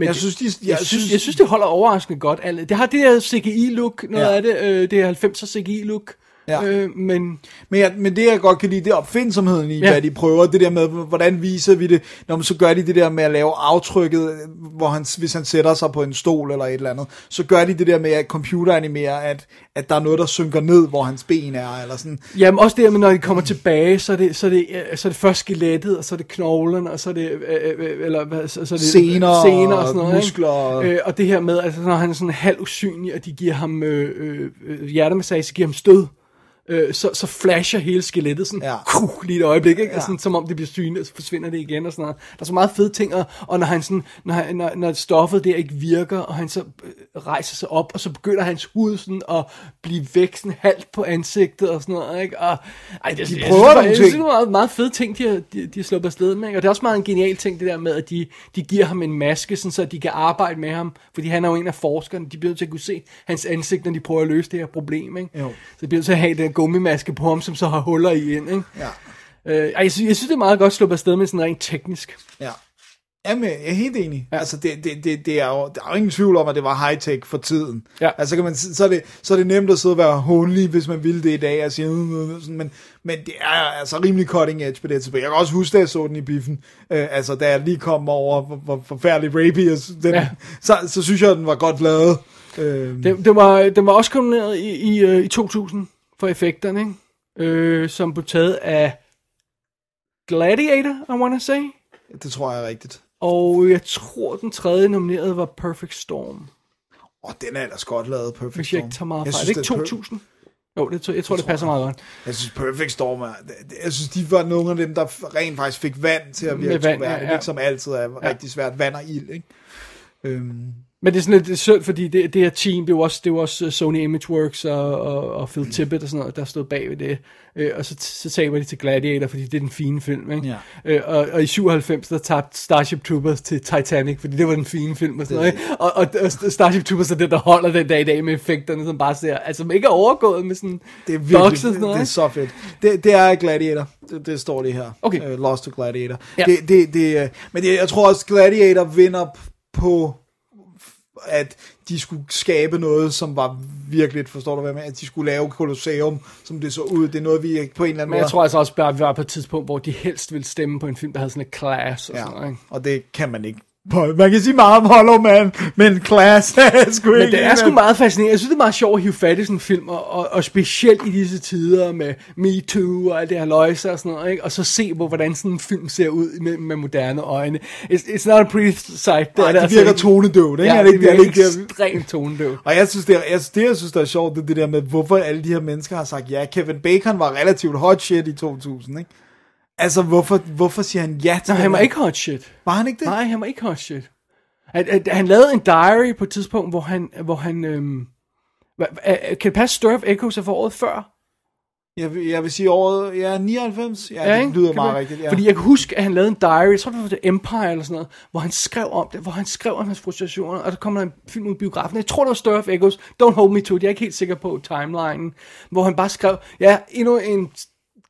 E: Jeg
F: det-
E: synes, de- jeg
F: jeg, jeg, synes,
E: synes-
F: jeg synes, det holder overraskende godt. alt. Det har det her CGI-look, noget
E: Ja.
F: ja. af det. Øh, det er 90'er CGI-look.
E: Ja.
F: Ja. Øh, men
E: Men, jeg, men det, jeg godt kan lide, det er opfindsomheden i, ja.
F: Ja.
E: hvad de prøver. Det der med, hvordan viser vi det? Når man så gør de det der med at lave aftrykket, hvor han, hvis han sætter sig på en stol eller et eller andet. Så gør de det der med at computeranimere, at, at der er noget, der synker ned, hvor hans ben er. Eller sådan.
F: jamen også det her med, når de kommer tilbage, så er det, så er det, øh, så er det først skelettet, og så er det knoglerne, og så er det, øh, øh, eller, hvad, så, så er det
E: Sener,
F: sener og sådan noget. ikke?
E: muskler og-
F: Øh, og det her med, altså, når han er sådan halv usynlig, og de giver ham øh, øh, øh, hjertemassage, så giver ham stød. øh, så, så flasher hele skelettet sådan, *laughs*
E: Ja.
F: ja. kuh, lige et øjeblik, ikke?
E: Ja.
F: Ja. Sådan, som om det bliver synligt, og så forsvinder det igen og sådan noget. Der er så meget fede ting, og, og når, han sådan, når, han- når, når stoffet der ikke virker, og han så øh, rejser sig op, og så begynder hans hud sådan at blive væk sådan halvt på ansigtet og sådan noget, ikke? Og, ej, det, de
E: prøver
F: jeg,
E: nogle
F: synes,
E: ting.
F: jeg synes, det er meget, meget fede ting, de har, de, de har sluppet afsted med, ikke? Og det er også meget en genial ting, det der med, at de, de giver ham en maske, sådan, så de kan arbejde med ham, fordi han er jo en af forskerne, de bliver nødt til at kunne se hans ansigt, når de prøver at løse det her problem, ikke?
E: Jo.
F: Så de bliver nødt til at have den gummimaske på ham, som så har huller i ind, ikke?
E: Ja.
F: Øh, ej, jeg, synes, jeg synes, det er meget godt sluppet afsted med sådan rent teknisk.
E: Ja. Jamen, jeg er helt enig. Ja. Altså, det, det, det, det er jo, der er jo ingen tvivl om, at det var high-tech for tiden.
F: Ja.
E: Altså, kan man, s- så, er det, så er det nemt at sidde og være håndelig, hvis man ville det i dag, og sige, "Øh, øh, øh," sådan, men, men det er altså rimelig cutting edge på det her tidspunkt. Jeg kan også huske, da jeg så den i biffen, øh, altså, da jeg lige kom over, hvor, hvor forfærdelig rapey, og s- den, ja.
F: Ja.
E: så, så synes jeg, den var godt lavet. Øh,
F: Den, den, var, den var også kombineret i, i, øh, i 2000 for effekterne, ikke? Øh, som blev taget af Gladiator, I wanna say.
E: det tror jeg er rigtigt.
F: Og jeg tror, den tredje nominerede var Perfect Storm.
E: Åh, den er ellers godt lavet, Perfect
F: Hvis jeg ikke
E: Storm.
F: tager meget fejl. Er det ikke
E: den per-
F: 2000? Jo, det, tror- jeg tror, det, passer meget godt.
E: Jeg synes Perfect Storm er, det- det- jeg synes de var nogle af dem, der f- rent faktisk fik vand til at virke
F: Med vand,
E: troværdigt,
F: ja, ja.
E: ikke? som altid er ja. rigtig svært, vand og ild, ikke? Øhm,
F: Men det er sådan lidt det er synd, fordi det, det her team, det var også, det var også øh, Sony Imageworks og, og, og
E: Mm.
F: Phil Tippett og sådan noget, der stod bag ved det. Øh, og så, så taber de til Gladiator, fordi det er den fine film, ikke?
E: Ja.
F: Øh, og, og i 97, der tabte Starship Troopers til Titanic, fordi det var den fine film og sådan noget, ikke? Og, og, og Starship Troopers er det, der holder den dag i dag med effekterne, som bare ser, altså som ikke er overgået med sådan
E: det er virkelig,
F: dogs og
E: det,
F: sådan noget,
E: det er
F: ikke?
E: så fedt. Det, det er Gladiator, det, det står det her.
F: Okay.
E: Øh, Lost to Gladiator.
F: Ja.
E: Det, det, det, øh, men det, jeg tror også, Gladiator vinder p- på, f- at de skulle skabe noget, som var virkeligt, forstår du hvad med, at de skulle lave Colosseum, som det så ud. Det er noget, vi på en eller anden
F: Men
E: måde...
F: jeg tror altså også, at vi var på et tidspunkt, hvor de helst ville stemme på en film, der havde sådan et class og ja. sådan noget, ikke?
E: og det kan man ikke. Man kan sige meget om Hollow Man, men Class er sgu
F: Men
E: ikke
F: det
E: en
F: er
E: af-
F: sgu meget fascinerende. Jeg synes, det er meget sjovt at hive fat i sådan en film, og, og, og specielt i disse tider med Me Too og alt det her løjse og sådan noget, ikke? og så se på, hvordan sådan en film ser ud med, med moderne øjne. It's, it's not a pretty sight.
E: Nej,
F: er
E: det
F: altså
E: virker
F: ikke.
E: tonedøvt, ikke?
F: Ja,
E: Er det
F: det
E: ikke- er det
F: virker
E: ikke det, vi-
F: ekstremt tonedøvt.
E: Og jeg synes, det, er, jeg, det, jeg synes, der er sjovt, det er det der med, hvorfor alle de her mennesker har sagt ja. Kevin Bacon var relativt hot shit i 2000, ikke? Altså, hvorfor, hvorfor siger han ja til
F: Nej,
E: det
F: han var
E: her?
F: ikke hot shit.
E: Var han ikke det?
F: Nej, han var ikke hot shit. At, at, han lavede en diary på et tidspunkt, hvor han... Hvor han øhm, hva- hva- kan det passe, Stir of Echoes er for året før?
E: Jeg, vil- jeg vil sige året, ja, 99. Ja, det
F: ikke?
E: lyder
F: Kan
E: meget
F: man-
E: rigtigt, ja.
F: Fordi jeg kan huske, at han lavede en diary, jeg tror det var The Empire eller sådan noget, hvor han skrev om det, hvor han skrev om hans frustrationer, og der kommer der en film ud i biografen, jeg tror det var Stir of Echoes, Don't Hold Me To It, jeg er ikke helt sikker på timelinen, hvor han bare skrev, ja, endnu en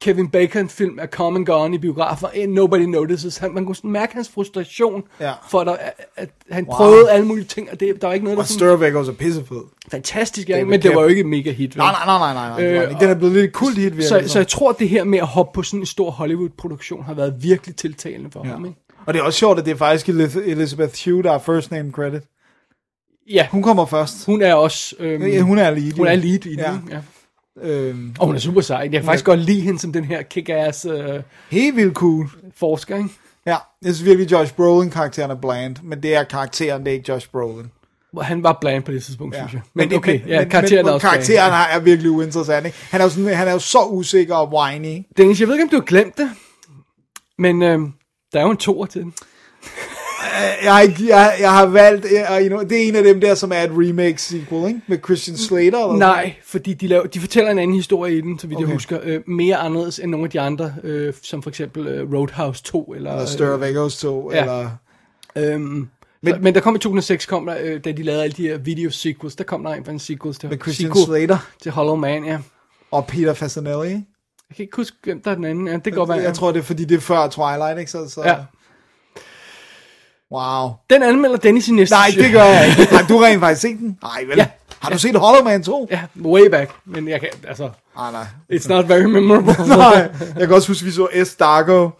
F: Kevin Bacon film er come and gone i biografer, and nobody notices. Han, man kunne sådan mærke hans frustration,
E: Ja.
F: for at, der- at, at han wow. prøvede alle mulige ting, og det, der var ikke noget, der
E: Og
F: sådan
E: Sturbeck også er pissefed.
F: fantastisk, ja,
E: David
F: men det var jo
E: Kep.
F: ikke et mega hit. vel?
E: Nej, nej, nej, nej, nej. nej, det var
F: Øh,
E: han ikke. Den er blevet lidt kult hit, virker
F: Så,
E: det
F: så
E: som.
F: jeg tror, at det her med at hoppe på sådan en stor Hollywood-produktion har været virkelig tiltalende for ja. ham, ikke?
E: Og det er også sjovt, at det er faktisk Elith- Elizabeth Hugh, der er first name credit.
F: Ja, hun,
E: Hun kommer først.
F: hun er også... Øhm,
E: Ja, hun er lead.
F: hun er
E: jo.
F: lead i den,
E: Ja.
F: ja. ja.
E: Øhm,
F: Og hun er super sej. Jeg kan faktisk godt lide hende som den her kick-ass øh,
E: helt vildt cool.
F: forsker, ikke?
E: Ja, jeg synes virkelig, Josh Brolin-karakteren er bland, men det er karakteren, det er ikke Josh Brolin.
F: Hvor Han var bland på det tidspunkt,
E: Ja.
F: synes jeg. Men, okay, ja,
E: men-
F: karakteren
E: men,
F: er også
E: Karakteren
F: bland.
E: er, er virkelig uinteressant, ikke? Han er, jo sådan, han er jo så usikker og whiny. ikke?
F: Dennis, jeg ved ikke, om du har glemt det, men øhm, der er jo en toer til den.
E: Jeg, har ikke- jeg, jeg har valgt, jeg, you know, det er en af dem der, som er et remake-sequel, ikke? Med Christian Slater. Eller
F: Nej, fordi de, laver, de fortæller en anden historie i den, så vidt okay.
E: Okay.
F: jeg husker. Øh, mere anderledes end nogle af de andre, øh, som for eksempel øh, Roadhouse 2. Eller,
E: Eller Stir of Echoes 2,
F: Ja.
E: eller...
F: Øhm, men, så, men der kom i 2006, kom der, øh, da de lavede alle de her video sequels, der kom der en for en sequels til,
E: Med Christian
F: sequel
E: Slater
F: til Hollow Man, ja.
E: og Peter Fasanelli. ikke?
F: Jeg kan ikke huske, hvem der er den anden. Ja, det kan godt være.
E: Jeg tror, det er, fordi det er før Twilight, ikke? Så, så...
F: ja.
E: Wow.
F: Den anmelder Dennis i næste
E: Nej,
F: show.
E: det gør jeg ikke. Har du rent faktisk set den? Nej, vel?
F: Ja.
E: Har du set Hollow Man 2?
F: Ja, way back. Men jeg kan, altså,
E: Nej, nej.
F: it's not very memorable.
E: *laughs* Nej, jeg kan også huske, vi så S. Darko.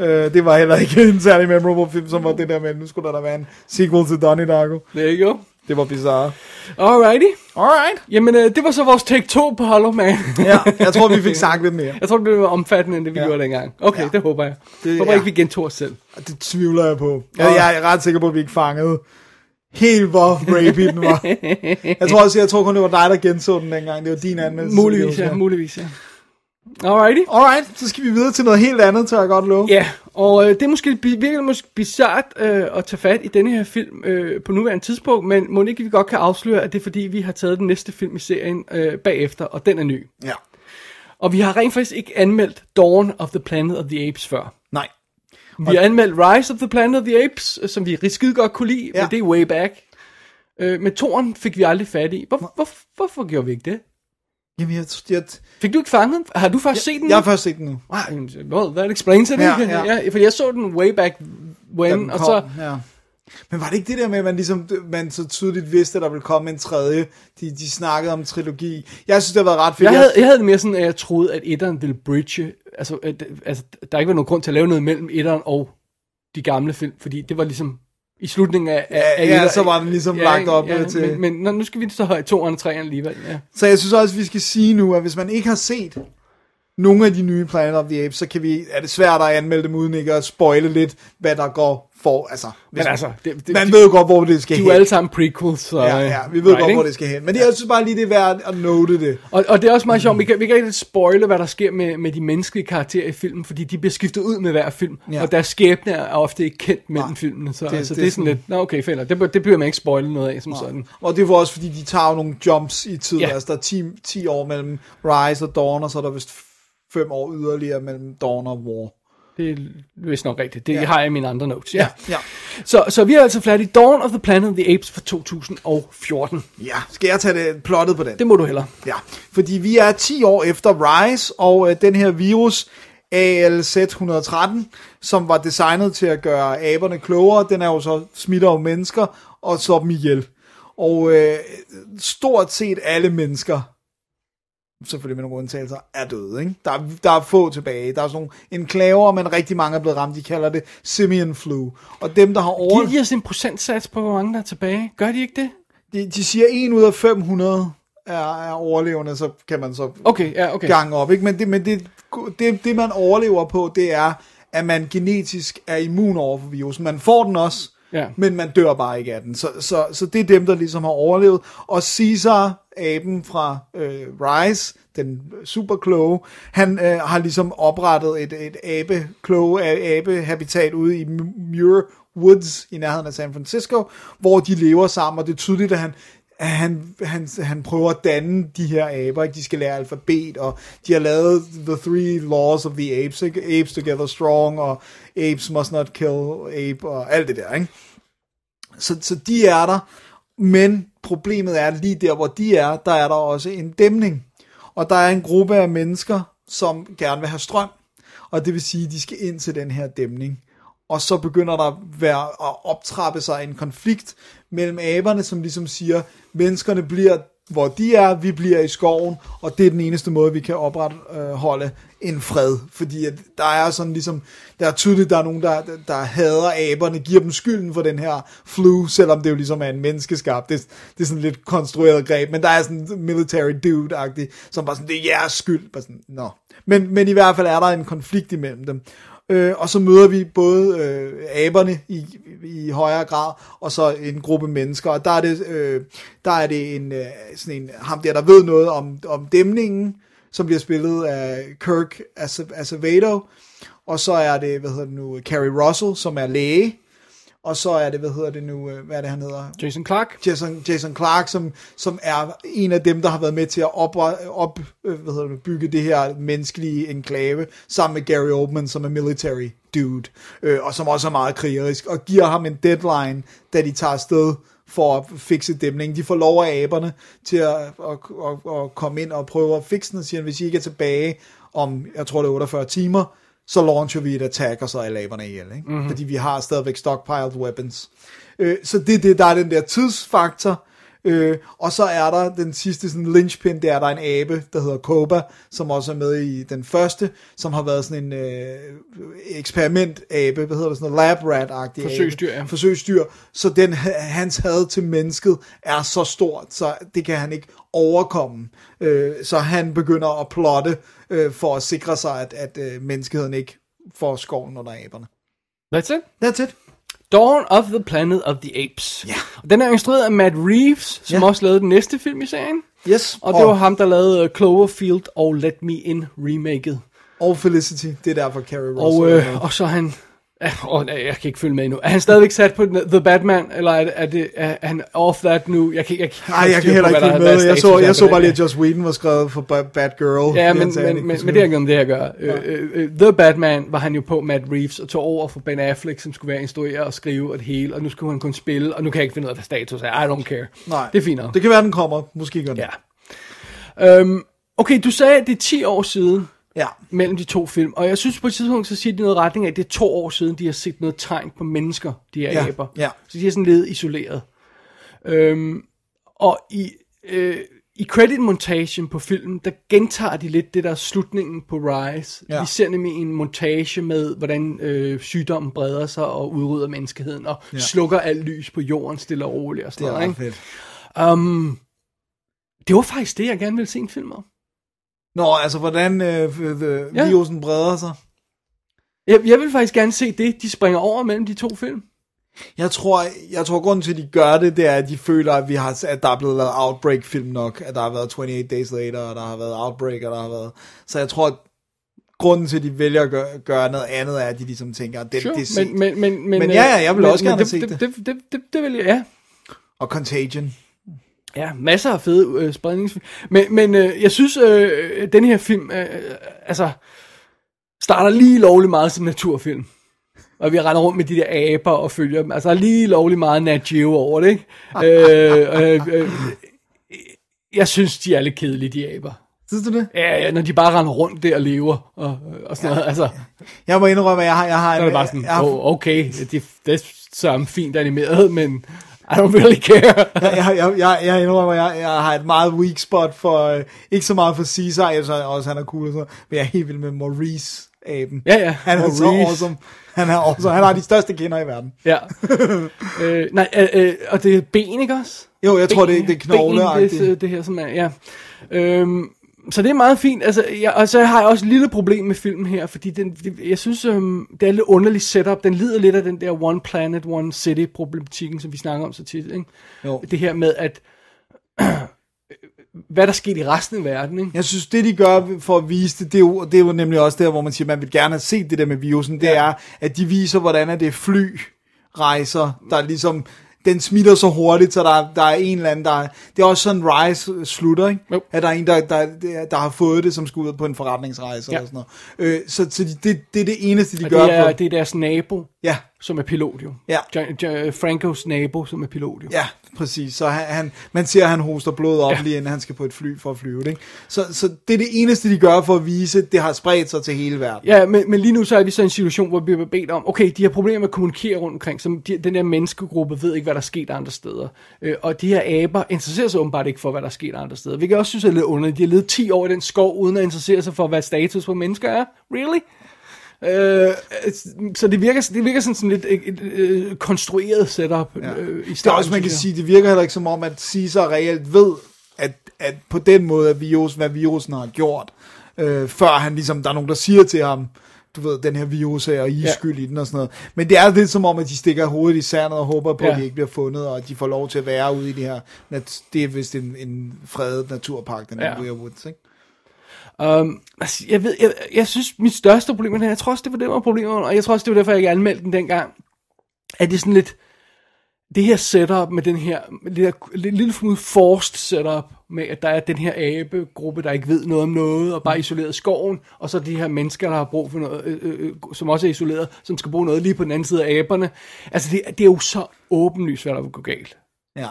E: Øh, det var heller ikke en særlig memorable film, som var det der med, nu skulle der da være en sequel til Donnie Darko.
F: There you go.
E: Det var bizarre.
F: Alrighty.
E: Alright.
F: Jamen, øh, det var så vores take 2 på Hollow Man.
E: Ja, jeg tror, vi fik sagt lidt mere.
F: *laughs* Jeg tror, det blev mere omfattende, end det vi
E: Ja.
F: ja. gjorde dengang. Okay,
E: Ja.
F: ja. det håber jeg.
E: Det-
F: Det, håber
E: ja.
F: ja. ikke, vi gentog os selv.
E: Det tvivler jeg på. Jeg, jeg er ret sikker på, at vi ikke fangede helt, hvor rapey den var. Jeg tror også, jeg tror kun, det var dig, der genså den dengang. Det var din anmeldelse.
F: Muligvis, ja. Muligvis, ja. Alrighty.
E: Alright, så skal vi videre til noget helt andet, tør jeg godt love.
F: Ja, og øh, det er måske bi- virkelig måske bizart øh, at tage fat i denne her film øh, på nuværende tidspunkt, men må ikke vi godt kan afsløre, at det er fordi, vi har taget den næste film i serien øh, bagefter, og den er ny.
E: Ja.
F: Og vi har rent faktisk ikke anmeldt Dawn of the Planet of the Apes før.
E: Nej.
F: Vi har anmeldt Rise of the Planet of the Apes, øh, som vi rigtig skide godt kunne lide, ja.
E: Ja.
F: men det er way back. Øh, men Toren fik vi aldrig fat i. Hvor, hvor, hvorfor gjorde vi ikke det?
E: Jamen, jeg, jeg,
F: Fik du ikke fanget den? Har du først set den?
E: jeg har først set den nu.
F: Wow, well, that explains it.
E: Ja,
F: ikke?
E: ja.
F: *laughs* ja. For jeg så den way back
E: da
F: when,
E: den
F: og
E: kom,
F: så...
E: ja. Men var det ikke det der med, at man, ligesom, man så tydeligt vidste, at der ville komme en tredje? De, de snakkede om trilogi. Jeg synes, det har været ret fedt.
F: Jeg havde, jeg havde det mere sådan, at jeg troede, at etteren ville bridge. Altså, at, altså, der ikke var nogen grund til at lave noget mellem etteren og de gamle film, fordi det var ligesom i slutningen af... af af
E: ja,
F: etteren.
E: så var den ligesom lagt op, øh, til-
F: Men, men nå, nu skal vi så have toeren og treeren alligevel, ja.
E: Så jeg synes også, vi skal sige nu, at hvis man ikke har set nogle af de nye Planet of the Apes, så kan vi, er det svært at anmelde dem uden ikke at spoile lidt, hvad der går for. Altså, hvis,
F: Men altså, det, det,
E: man
F: de,
E: ved jo godt, hvor det skal
F: de er
E: hen.
F: jo alle sammen prequels, så... øh,
E: ja, ja, vi ved godt, hvor det skal hen. Men det, jeg synes bare lige, det er værd at note det.
F: Og, og det er også meget sjovt, vi kan, vi kan ikke rigtig spoile, hvad der sker med, med de menneskelige karakterer i filmen, fordi de bliver skiftet ud med hver film, ja.
E: Ja.
F: og deres skæbne er ofte ikke kendt mellem
E: Nej,
F: filmene, så det,
E: det-
F: altså,
E: det
F: det, det er
E: er
F: sådan
E: sådan-
F: lidt, nå okay, fælder, det, be- det bliver man ikke spoile noget af som sådan.
E: Og det var også, fordi de tager jo nogle jumps i tid.
F: Ja.
E: Ja. Altså, der er 10, 10 år mellem Rise og Dawn, og så er der vist 5 år yderligere mellem Dawn og War.
F: Det er vist nok rigtigt, det ja. har jeg i mine andre notes, ja. ja.
E: Ja.
F: Så, så vi er altså flat i Dawn of the Planet of the Apes fra 2014.
E: ja. Skal jeg tage det plottet på den?
F: Det må du hellere.
E: Ja, fordi vi er 10 år efter Rise, og øh, den her virus, ALZ-113, som var designet til at gøre aberne klogere, den er jo så smitter over mennesker og slår dem ihjel. Og øh, stort set alle mennesker, selvfølgelig med nogle undtagelser, er døde. Ikke? Der, er, der er få tilbage. Der er sådan nogle enklaver, men rigtig mange er blevet ramt. De kalder det simian flu. Og dem, der har over...
F: Giver de os en procentsats på, hvor mange der er tilbage? Gør de ikke det?
E: De, de siger, at 1 ud af 500 er, er overlevende, så kan man så
F: Okay, ja, okay.
E: gang op. Ikke? Men, det, men det, det, det, man overlever på, det er, at man genetisk er immun over for virusen. Man får den også,
F: Ja.
E: men man dør bare ikke af den. Så, så, så det er dem, der ligesom har overlevet. Og Caesar, aben fra øh, Rise, den super kloge, han øh, har ligesom oprettet et, et abe, kloge a- abe-habitat ude i M- Muir Woods i nærheden af San Francisco, hvor de lever sammen, og det er tydeligt, at han at han, han, han prøver at danne de her aber, ikke? de skal lære alfabet, og de har lavet The Three Laws of the Apes, ikke? Apes Together Strong, og Apes Must Not Kill Ape, og alt det der, ikke? Så, så de er der, men problemet er, at lige der, hvor de er, der er der også en dæmning. Og der er en gruppe af mennesker, som gerne vil have strøm, og det vil sige, at de skal ind til den her dæmning. Og så begynder der at, være, at optrappe sig en konflikt mellem aberne, som ligesom siger, menneskerne bliver, hvor de er, vi bliver i skoven, og det er den eneste måde, vi kan opretholde øh, en fred. Fordi at der er sådan ligesom, der er tydeligt, der er nogen, der, der hader aberne, giver dem skylden for den her flu, selvom det jo ligesom er en menneskeskabt. Det, det er sådan lidt konstrueret greb, men der er sådan en military dude-agtig, som bare sådan, det er jeres skyld. Bare sådan, Nå. Men, men i hvert fald er der en konflikt imellem dem. Øh, og så møder vi både øh, aberne i, i højere grad, og så en gruppe mennesker. Og der er det, øh, der er det en, øh, sådan en, ham der, der ved noget om, om dæmningen, som bliver spillet af Kirk Ace- Acevedo. Og så er det, hvad hedder det nu, Carrie Russell, som er læge. Og så er det, hvad hedder det nu, øh, hvad er det, han hedder?
F: Jason Clark.
E: Jason, Jason Clark, som, som er en af dem, der har været med til at op, op, øh, hvad hedder det, bygge det her menneskelige enklave, sammen med Gary Oldman, som er military dude, øh, og som også er meget krigerisk, og giver ham en deadline, da de tager afsted for at fikse dæmningen. De får lov af aberne til at, at, at, at komme ind og prøve at fikse den, og siger, hvis I ikke er tilbage om, jeg tror det er 48 timer, så launcher vi et attack, og så er alle aberne ihjel, ikke?
F: Mhm.
E: Mm-hmm. fordi vi har stadigvæk stockpiled weapons. Øh, så det er det, der er den der tidsfaktor. Øh, og så er der den sidste sådan linchpin, der er der er en abe, der hedder Koba, som også er med i den første, som har været sådan en øh, eksperiment-abe, hvad hedder det, sådan noget lab rat-agtig
F: Forsøgsdyr,
E: abe.
F: ja.
E: Forsøgsdyr. Så den, hans had til mennesket er så stort, så det kan han ikke overkomme. Øh, så han begynder at plotte øh, for at sikre sig, at, at øh, menneskeheden ikke får skoven under aberne.
F: That's it.
E: That's it.
F: Dawn of the Planet of the Apes.
E: Ja.
F: Og Den er instrueret af Matt Reeves, som
E: Ja.
F: også lavede den næste film i serien.
E: Yes,
F: Og det var ham, der lavede øh, Cloverfield og Let Me In remaket.
E: og Felicity. Det er derfor Carrie Russell.
F: Og, øh, og så er han... Ja, åh, nej, jeg kan ikke følge med endnu. Er han stadigvæk sat på den- The Batman, eller er, det- er, det, er han off that nu? Jeg kan, jeg kan,
E: Nej, jeg
F: styr
E: kan
F: på,
E: heller
F: hvad
E: ikke
F: der-
E: følge
F: hvad
E: med. Jeg
F: status
E: så,
F: er på
E: jeg så
F: den
E: bare lige,
F: her.
E: at Joss Whedon var skrevet for Ba- Batgirl.
F: Ja,
E: fordi
F: men,
E: han sagde, han
F: men,
E: ikke
F: men,
E: kunne
F: men det har
E: se
F: ikke noget med det at gøre. Øh, øh, øh, The Batman var han jo på Matt Reeves og tog over for Ben Affleck, som skulle være instrueret og skrive og det hele, og nu skulle han kun spille, og nu kan jeg ikke finde ud af, hvad status er. I don't care.
E: Nej.
F: Det er fint nok.
E: Det kan være, den kommer. Måske gør den.
F: Ja. Øhm, okay, du sagde, at det er 10 år siden
E: ja.
F: mellem de to film, og jeg synes på et tidspunkt, så siger de noget i retning af, at det er to år siden, de har set noget tegn på mennesker, de her
E: Ja,
F: æber.
E: ja.
F: Så de er sådan lidt isoleret. Øhm, og i, øh, i creditmontagen på filmen, der gentager de lidt det der er slutningen på Rise.
E: Ja.
F: Vi ser nemlig en montage med, hvordan øh, sygdommen breder sig og udrydder menneskeheden, og ja. slukker alt lys på jorden stille og roligt og
E: Det
F: sådan
E: er
F: noget.
E: ret
F: ikke?
E: fedt.
F: Um, det var faktisk det, jeg gerne ville se en film om.
E: Nå, altså, hvordan øh, f- the-
F: Ja.
E: virusen breder sig.
F: Jeg, jeg vil faktisk gerne se det, de springer over mellem de to film.
E: Jeg tror, jeg tror grunden til, at de gør det, det er, at de føler, at, vi har, at der er blevet lavet Outbreak-film nok. At der har været 28 Days Later, og der har været Outbreak, og der har været... Så jeg tror, at grunden til, at de vælger at gøre, gøre noget andet, er, at de ligesom tænker, at det,
F: Sure,
E: det er set.
F: men, men, men, men,
E: Men
F: øh,
E: ja, ja, jeg vil også gerne
F: det,
E: have set
F: det. Det, det, det, det vil jeg, ja.
E: Og Contagion.
F: Ja, masser af fede øh, spredningsfilm. Men, men øh, jeg synes, øh, øh, den her film, øh, øh, altså, starter lige lovlig meget som naturfilm. Og vi render rundt med de der aber og følger dem. Altså, der er lige lovlig meget Nat Geo over det, ikke? øh, øh, øh, jeg synes, de er lidt kedelige, de aber.
E: Synes du det?
F: Ja, ja, når de bare render rundt der og lever og, og sådan noget. Altså,
E: Jeg må indrømme, at jeg har... Jeg har
F: Så er det bare sådan,
E: jeg, har,
F: oh, okay, det, det er så fint animeret, men I don't really care.
E: jeg, jeg, jeg, jeg, jeg indrømmer, jeg, jeg har et meget weak spot for, øh, ikke så meget for Caesar, jeg synes også, han er cool og sådan noget, men jeg er helt vild med Maurice-aben.
F: Ja, ja,
E: Han er Maurice. så
F: Maurice.
E: awesome. Han er awesome. Han har de største kinder i verden. *laughs*
F: ja. øh, nej, øh, øh, og det er ben, ikke også?
E: Jo, jeg tror, det,
F: Ben-
E: det er
F: ben, det,
E: knogleagtigt.
F: det, det her, som er, ja. Øhm, så det er meget fint, altså, jeg, og så har jeg også et lille problem med filmen her, fordi den, det, jeg synes, øhm, det er lidt underligt setup, den lider lidt af den der One Planet, One City problematikken, som vi snakker om så tit, ikke?
E: Jo.
F: Det her med, at *clears throat* hvad der skete i resten af verden, ikke?
E: Jeg synes, det de gør for at vise det, det er jo, det er jo nemlig også der, hvor man siger, man vil gerne have set det der med virusen, det ja. er, at de viser, hvordan er det flyrejser, der ligesom, den smitter så hurtigt, så der, der er en eller anden, der det er også sådan, Rise slutter, ikke?
F: Jo.
E: At der er en, der, der, der, der har fået det, som skal ud på en forretningsrejse ja.
F: Ja.
E: eller sådan noget. Øh, så så de, det, det er det eneste, de
F: Og
E: gør
F: det er,
E: for.
F: det er deres nabo,
E: Ja,
F: som er pilot jo.
E: Ja.
F: Jo- jo- Francos nabo, som er pilot jo.
E: ja, præcis. Så han, han, man ser, at han hoster blod op ja.
F: Ja.
E: lige inden han skal på et fly for at flyve det, ikke? Så, så det er det eneste, de gør for at vise, at det har spredt sig til hele verden.
F: Ja, men, men lige nu så er vi så i en situation, hvor vi bliver bedt om, okay, de har problemer med at kommunikere rundt omkring, så de, den der menneskegruppe ved ikke, hvad der er sket andre steder. Øh, og de her aber interesserer sig åbenbart ikke for, hvad der er sket andre steder, hvilket jeg også synes er lidt underligt. De har levet 10 år i den skov, uden at interessere sig for, hvad status på mennesker er. Really? Øh, så det virker, det virker sådan, sådan lidt et, et, et, et konstrueret setup ja. øh, i
E: Det er
F: starten.
E: også, man kan
F: synes jeg.
E: sige, det virker heller ikke som om, at Caesar reelt ved, at, at på den måde er virus, hvad virusen har gjort, øh, før han ligesom, der er nogen, der siger til ham, du ved, den her virus her, og I er
F: Ja.
E: skyld i den og sådan noget. Men det er lidt som om, at de stikker hovedet i sandet og håber på, ja.
F: Ja.
E: at de ikke bliver fundet, og at de får lov til at være ude i det her, nat- det er vist en, en fredet naturpark, den her
F: Ja.
E: ja. Weird Woods, ikke?
F: Um, altså, jeg, ved, jeg, jeg synes, mit største problem med den her, jeg tror også, det var det, der var problemet, og jeg tror også, det var derfor, jeg ikke anmeldte den dengang, at det er sådan lidt, det her setup med den her, med det der lille, lille smule forced setup, med at der er den her abegruppe, der ikke ved noget om noget, og bare isoleret i skoven, og så de her mennesker, der har brug for noget, øh, øh, som også er isoleret, som skal bruge noget lige på den anden side af aberne. Altså, det, det er jo så åbenlyst, hvad der vil gå galt.
E: Ja.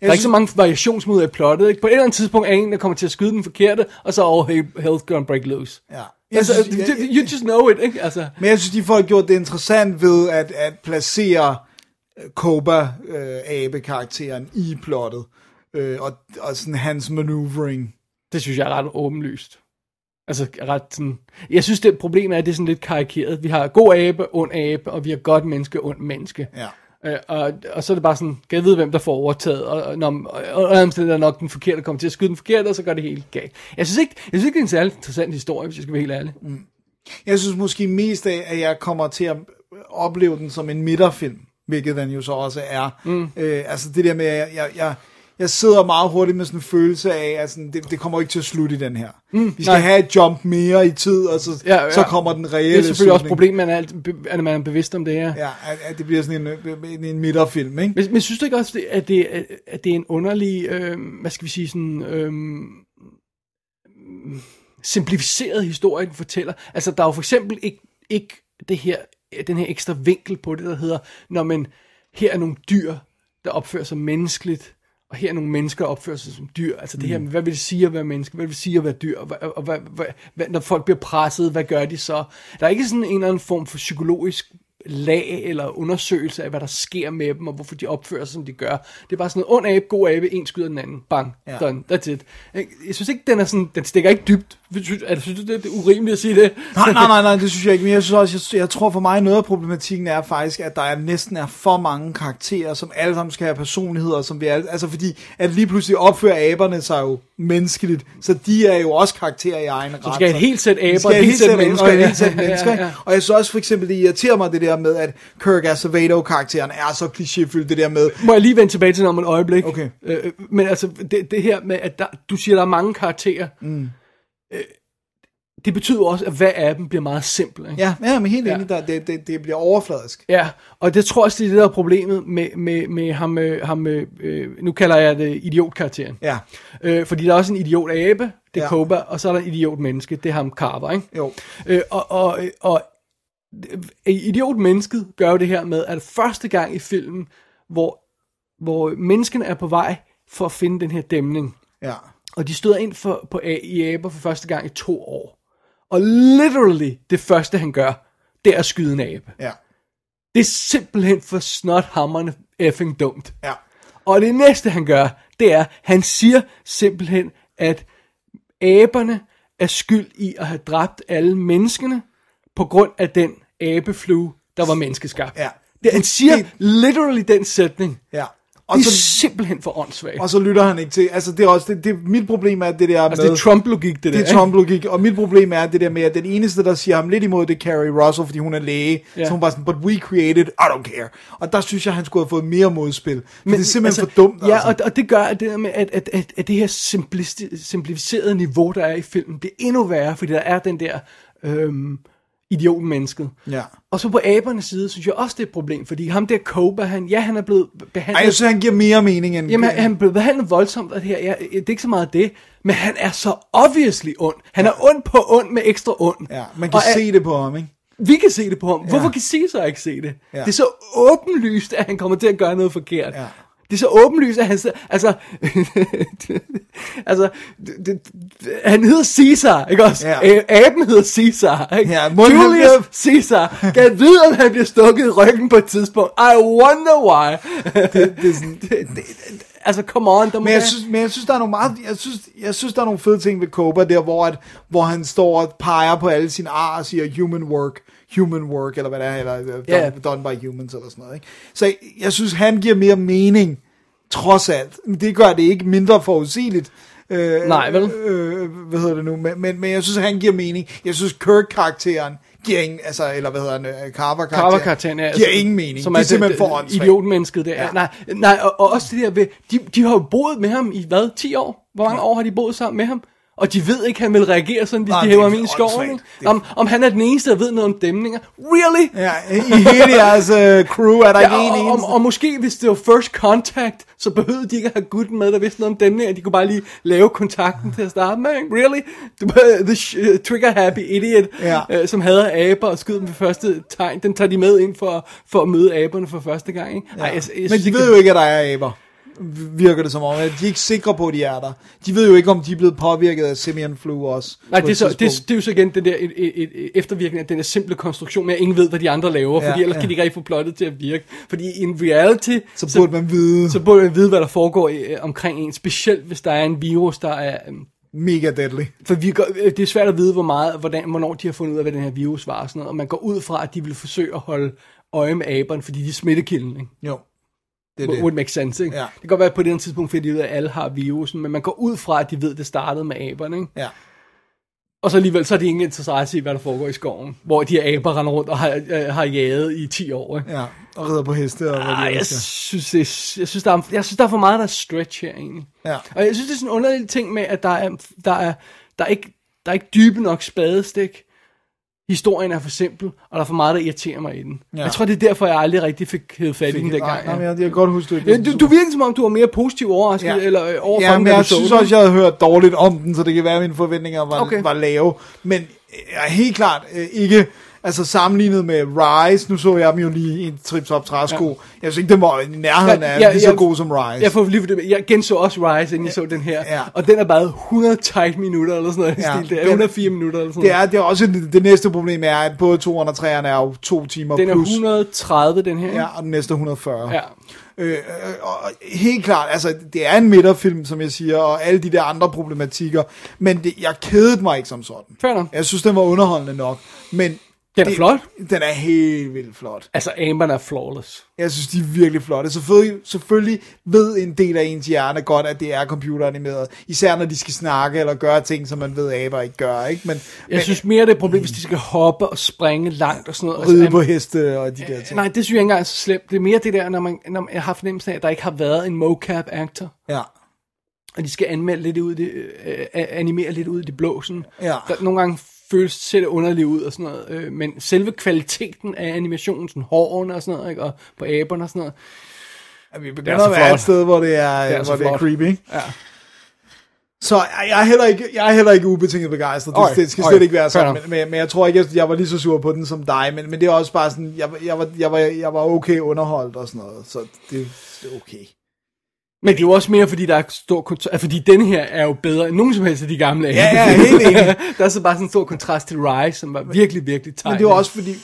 F: Der er ikke så mange variationsmuligheder i plottet. Ikke? På et eller andet tidspunkt er en, der kommer til at skyde den forkerte, og så er all he- hell's gonna break loose.
E: Ja. Jeg
F: Altså,
E: synes-
F: you- you just know it, ikke? Altså,
E: Men jeg synes, de folk gjorde det interessant ved at, at placere Koba øh, abe-karakteren i plottet. Øh, og, og sådan hans maneuvering.
F: det synes jeg er ret åbenlyst. Altså, ret sådan... Jeg synes, det problem er, at det er sådan lidt karikeret. Vi har god abe, ond abe, og vi har godt menneske, ond menneske.
E: Ja.
F: Øh, og, og så er det bare sådan, kan jeg vide, hvem der får overtaget, og, og, når, og, og, og omstændigheden er nok den forkerte, der kommer til at skyde den forkerte, og så gør det helt galt. Jeg synes ikke, jeg synes ikke det er en særlig interessant historie, hvis jeg skal være helt
E: Mm.
F: ærlig.
E: Jeg synes måske mest af, at jeg kommer til at opleve den som en midterfilm, hvilket den jo så også er. Mm. Øh, altså det der med, at jeg, jeg, jeg, jeg sidder meget hurtigt med sådan en følelse af, at sådan, det, det kommer ikke til at slutte i den her. Mm, vi skal
F: nej.
E: have et jump mere i tid, og så,
F: Ja, ja.
E: så kommer den reelle
F: Det er selvfølgelig også
E: slutning.
F: et problem, man er, alt, be- at man er bevidst om det her.
E: Ja, at, at det bliver sådan en, øh, en, en midterfilm, ikke?
F: Men, men synes du ikke også, det- at det, at det er en underlig, øh, hvad skal vi sige, sådan, øh, simplificeret historie, den fortæller? Altså, der er jo for eksempel ikke, ikke det her, den her ekstra vinkel på det, der hedder, når man, her er nogle dyr, der opfører sig menneskeligt, og her er nogle mennesker, der opfører sig som dyr. Altså det her med, hvad vil det sige at være menneske? Hvad vil det sige at være dyr? Og, hvad, og hvad, hvad, hvad, når folk bliver presset, hvad gør de så? Der er ikke sådan en eller anden form for psykologisk lag eller undersøgelse af, hvad der sker med dem, og hvorfor de opfører sig, som de gør. Det er bare sådan noget, ond abe, god abe, en skyder den anden. Bang. Ja. Done. That's it. Ikke? Jeg synes ikke, den er sådan, den stikker ikke dybt. Synes, er, synes du, det er urimeligt at sige det?
E: Nej, nej, nej, nej, det synes jeg ikke. Men jeg synes også, jeg, jeg tror for mig, noget af problematikken er faktisk, at der er, næsten er for mange karakterer, som alle sammen skal have personligheder, som vi alle, altså fordi, at lige pludselig opfører aberne sig jo menneskeligt, så de er jo også karakterer i egen ret.
F: Så skal jeg et helt sæt
E: Vi
F: aber,
E: skal
F: et
E: have et
F: helt sæt mennesker.
E: og et helt sæt
F: *laughs* Ja, ja,
E: mennesker.
F: ja.
E: ikke? Og jeg synes også for eksempel, det irriterer mig det der med, at Kirk Acevedo-karakteren er så klichéfyldt, det der med,
F: Må jeg lige vende tilbage til den om et øjeblik?
E: Okay.
F: Øh, men altså, det, det her med, at der, du siger, der er mange karakterer. Mm. Øh, det betyder også, at hver af dem bliver meget simpel. Ikke?
E: ja, ja men helt
F: Ja.
E: ja. enig, der, det, det, det bliver overfladisk.
F: Ja, og det tror jeg også, det er det, der er problemet med, med, med ham, øh, ham øh, øh, nu kalder jeg det idiotkarakteren.
E: Ja,
F: Øh, fordi der er også en idiot abe, det er
E: Ja.
F: Koba, og så er der en idiot menneske, det er ham Carver, ikke?
E: jo.
F: Øh, og, og, og øh, idiotmennesket gør jo det her med, at første gang i filmen, hvor, hvor mennesken er på vej for at finde den her dæmning,
E: Ja.
F: og de støder ind for, på A, i aber for første gang i to år. Og literally det første, han gør, det er at skyde en abe.
E: Ja.
F: Det er simpelthen for snothammerne effing dumt.
E: Ja.
F: Og det næste, han gør, det er, han siger simpelthen, at aberne er skyld i at have dræbt alle menneskene, på grund af den abeflue, der var menneskeskabt.
E: Ja.
F: Det, han siger
E: Det-
F: literally den sætning.
E: Ja.
F: Og
E: Og
F: det er
E: så-
F: simpelthen for åndssvagt.
E: Og så lytter han ikke til. Altså, det er også, det, det, mit problem er det der
F: Altså,
E: med...
F: det er Trump-logik, det, der.
E: det er Trump-logik, og mit problem er det der med, at den eneste, der siger ham lidt imod, det er Carrie Russell, fordi hun er læge.
F: Ja.
E: Ja. Så hun bare sådan, but we created, I don't care. Og der synes jeg, han skulle have fået mere modspil. Men det er simpelthen altså, for dumt.
F: Ja,
E: altså.
F: og, og det gør, at det, der med, at, at, at, at det her simplisti- simplificerede niveau, der er i filmen, det er endnu værre, fordi der er den der øhm, idiotmennesket.
E: Ja.
F: Og så på abernes side, synes jeg også, det er et problem, fordi ham der Koba, han, ja, han er blevet behandlet...
E: Ej, jeg synes, han giver mere mening end...
F: Jamen, han, han blev behandlet voldsomt, og det, her, ja, det er ikke så meget det, men han er så obviously ond. Han er ond på ond med ekstra ond.
E: ja, man kan
F: og, er-
E: se det på ham, ikke?
F: vi kan se det på ham. Ja. Hvorfor kan Caesar så ikke se det? Ja.
E: Ja.
F: Det er så åbenlyst, at han kommer til at gøre noget forkert.
E: Ja.
F: Det er så åbenlyst, at han... så- Altså, *laughs* altså det, det, han hedder Caesar, ikke også?
E: Ja.
F: Ja. Aben hedder Caesar, ikke?
E: Ja, må han
F: Julius
E: blive-
F: Caesar. Kan jeg vide, om han bliver stukket i ryggen på et tidspunkt? I wonder why. det, det, *laughs* det, det, altså, come on. Der må
E: Men jeg
F: være-
E: synes, men jeg synes, der er nogle meget, jeg synes, jeg synes, der er nogle fede ting ved Cobra der, hvor, at, hvor han står og peger på alle sine ar og siger human work, human work, eller hvad det er, eller øh, done,
F: Ja.
E: yeah. done by humans, eller sådan noget. Ikke? Så jeg, jeg synes, han giver mere mening, trods alt. Men Det gør det ikke mindre forudsigeligt. Øh,
F: Nej, vel?
E: Øh, hvad hedder det nu? Men, men, men jeg synes, han giver mening. Jeg synes, Kirk-karakteren giver ingen, altså, eller hvad hedder han, øh, Carver-karakteren,
F: Carver-karakteren er...
E: giver ingen mening. Som det er, simpelthen for åndssvagt.
F: altså Idiotmennesket der. Ja.
E: Ja.
F: Nej, nej og, og, også det der ved... De, de har jo boet med ham i hvad? 10 år? Hvor mange år har de boet sammen med ham? Og de ved ikke, han vil reagere sådan, hvis
E: Nej,
F: de
E: det
F: hæver
E: er
F: ham ind i skoven.
E: åndssvagt.
F: ikke?
E: Det er-
F: Om, om han er den eneste, der ved noget om dæmninger. Really?
E: Ja, i hele jeres øh, crew er der ikke en
F: og,
E: eneste.
F: og, og måske hvis det var first contact, så behøvede de ikke at have gutten med, der vidste noget om dæmninger. De kunne bare lige lave kontakten til at starte med. ikke? Really? Du- The sh- uh, trigger happy idiot,
E: Ja.
F: øh, som hader aber og skyder dem ved første tegn. Den tager de med ind for, for at møde aberne for første gang. Ikke? Ej, jeg, jeg, synes
E: Men de
F: ikke,
E: ved
F: det-
E: jo ikke, at der er aber, virker det som om. At de er ikke sikre på, at de er der. De ved jo ikke, om de er blevet påvirket af simian flu også.
F: Nej,
E: på
F: det er,
E: et
F: så, det,
E: tidspunkt.
F: det er jo så igen den der et, et, et, et eftervirkning af den der simple konstruktion med, at ingen ved, hvad de andre laver, ja,
E: Ja,
F: fordi ellers ja.
E: ja.
F: kan de ikke rigtig få plottet til at virke. Fordi i en reality,
E: Så burde man vide.
F: så burde man vide, hvad der foregår øh, omkring en, specielt hvis der er en virus, der er... øhm,
E: Mega deadly.
F: For vi går, øh, det er svært at vide, hvor meget, hvordan, hvornår de har fundet ud af, hvad den her virus var og sådan noget. Og man går ud fra, at de vil forsøge at holde øje med aberne, fordi de er smittekilden, ikke?
E: Jo. Det er
F: Det
E: det.
F: would make sense, ikke?
E: Ja.
F: Det kan godt være, at på det her tidspunkt finder de ud af, at alle har virusen, men man går ud fra, at de ved, at det startede med aberne, ikke?
E: Ja.
F: Og så alligevel, så er de ingen interesse i, hvad der foregår i skoven, hvor de her aber render rundt og har, øh, har jaget i 10 år. Ikke?
E: Ja, og rider på heste og hvad de
F: Ej, jeg
E: ellers gør.
F: synes, det, er- jeg, synes, der er, jeg synes, der er for meget, der er stretch her egentlig.
E: Ja.
F: Og jeg synes, det er sådan en underlig ting med, at der er, der er, der er, ikke, der er ikke dybe nok spadestik. Historien er for simpel, og der er for meget, der irriterer mig i den.
E: Ja.
F: Ja. Jeg tror, det er derfor, jeg aldrig rigtig fik hævet fat i den
E: Nej,
F: dengang.
E: nej, men
F: Ja.
E: jeg, jeg kan godt huske, du
F: Ja, du, du virker som om, du var mere positiv overrasket,
E: Ja.
F: ja. eller øh, overfor
E: Ja,
F: den,
E: men
F: da du
E: jeg
F: så
E: synes
F: den.
E: også, jeg havde hørt dårligt om den, så det kan være, at mine forventninger var, okay.
F: Okay.
E: var lave. Men jeg er helt klart øh, ikke altså sammenlignet med Rise. Nu så jeg dem jo lige i en trip-top træsko. Ja. Jeg synes ikke, den var i nærheden af ja, lige så god som Rise.
F: Jeg, får lige det. jeg genså også Rise, inden jeg så den her.
E: Ja.
F: Og den er bare 100 tight minutter, eller sådan noget.
E: Ja.
F: Ja. Stil. Det er
E: Den-
F: 104 minutter, eller sådan
E: det, er, det er også det, det næste problem er, at både 2'eren og 3'eren er jo to timer
F: noget. Den er
E: plus.
F: 130, den her.
E: Ja, og den næste 140.
F: ja.
E: Øh, øh, og helt klart, altså, det er en midterfilm, som jeg siger, og alle de der andre problematikker, men det, jeg kedede mig ikke som sådan.
F: Fair nok.
E: Jeg synes, den var underholdende nok, men...
F: Den er flot.
E: Den er helt vildt flot.
F: Altså, Amber er flawless.
E: Jeg synes, de er virkelig flotte. Selvfølgelig, selvfølgelig ved en del af ens hjerne godt, at det er computeranimeret. Især når de skal snakke eller gøre ting, som man ved, aber ikke gør. Ikke? Men,
F: Jeg
E: men
F: synes mere, det er et problem, hvis de skal hoppe og springe langt og sådan noget.
E: ride
F: Altså,
E: på heste og de der ting.
F: Nej, det synes jeg ikke engang er så slemt. Det er mere det der, når man, når man jeg har fornemmelsen af, at der ikke har været en mocap-actor.
E: Ja.
F: og de skal anmelde lidt ud, i det, øh, øh, animere lidt ud i det blå. Sådan.
E: Ja.
F: Der, nogle gange føles ser det underligt ud og sådan noget, øh, men selve kvaliteten af animationen, sådan hårene og sådan noget, ikke? og på aberne og sådan noget,
E: At vi
F: Det
E: begynder
F: er så
E: at være
F: flot.
E: et sted, hvor det er, det
F: er
E: er,
F: så
E: hvor det er
F: flot.
E: creepy. Ikke?
F: Ja.
E: Så jeg- jeg er heller ikke, jeg er heller ikke ubetinget begejstret. Det,
F: Oj,
E: det skal
F: oj,
E: slet ikke være
F: fair
E: sådan.
F: nok.
E: Men, men, men jeg tror ikke, at jeg var lige så sur på den som dig. Men, men det er også bare sådan, jeg, var- jeg, var, jeg, var, jeg var okay underholdt og sådan noget. Så det, det er okay.
F: men det er jo også mere, fordi der er stor kontrast, altså, fordi den her er jo bedre end nogen som helst af de gamle.
E: Ja, ja, helt enig.
F: *laughs* der er så bare sådan en stor kontrast til Rise, som var virkelig, virkelig tight.
E: Men det er jo også fordi,
F: Det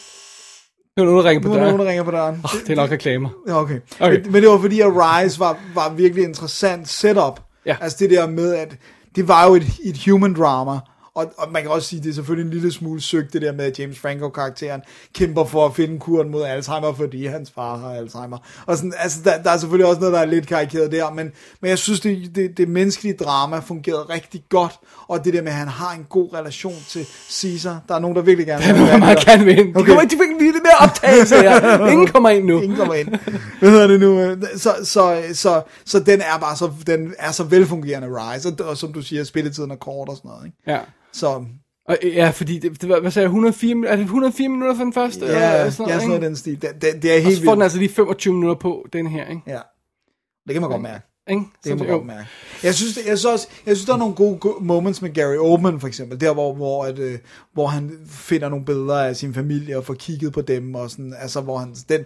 F: var nogen, der ringer på
E: nu er der
F: døren.
E: nogen, der ringer på døren.
F: Oh, det er nok
E: *laughs*
F: reklamer.
E: Ja, okay.
F: Okay.
E: Men, men det var fordi, at Rise var, var virkelig interessant setup.
F: Ja.
E: Altså det der med, at det var jo et, et human drama, og, og man kan også sige, at det er selvfølgelig en lille smule søgt, det der med, at James Franco-karakteren kæmper for at finde kuren mod Alzheimer, fordi hans far har Alzheimer. Og sådan, altså, der, der er selvfølgelig også noget, der er lidt karikeret der, men, men jeg synes, det, det, det menneskelige drama fungerede rigtig godt, og det der med, at han har en god relation til Caesar. Der er nogen, der virkelig gerne vil
F: Jeg
E: være
F: meget
E: der.
F: gerne vil ind. Okay.
E: Okay.
F: De kommer ind, de fik en lille mere optagelse
E: *laughs*
F: her. Ingen kommer ind nu.
E: Ingen kommer ind. Hvad hedder det nu? øh, Så, så, så, så den er bare så, den er så velfungerende Rise, og, og som du siger, spilletiden er kort og sådan noget. Ikke?
F: Ja.
E: Så
F: Og, ja, fordi det, det var, hvad sagde jeg, 104, min- er det 104 minutter for den første?
E: ja, ja,
F: sådan
E: sådan
F: ikke?
E: noget i den stil. Det, det, det er
F: Og så
E: helt
F: får den
E: vildt.
F: altså lige 25 minutter på, den her, ikke?
E: Ja. Det kan man godt mærke.
F: ikke?
E: Det kan man
F: jo.
E: godt mærke. Jeg synes, jeg synes, også, jeg synes, der er nogle gode go- moments med Gary Oldman, for eksempel. Der, hvor, hvor, at, øh, hvor han finder nogle billeder af sin familie og får kigget på dem. Og sådan, altså, hvor han, den,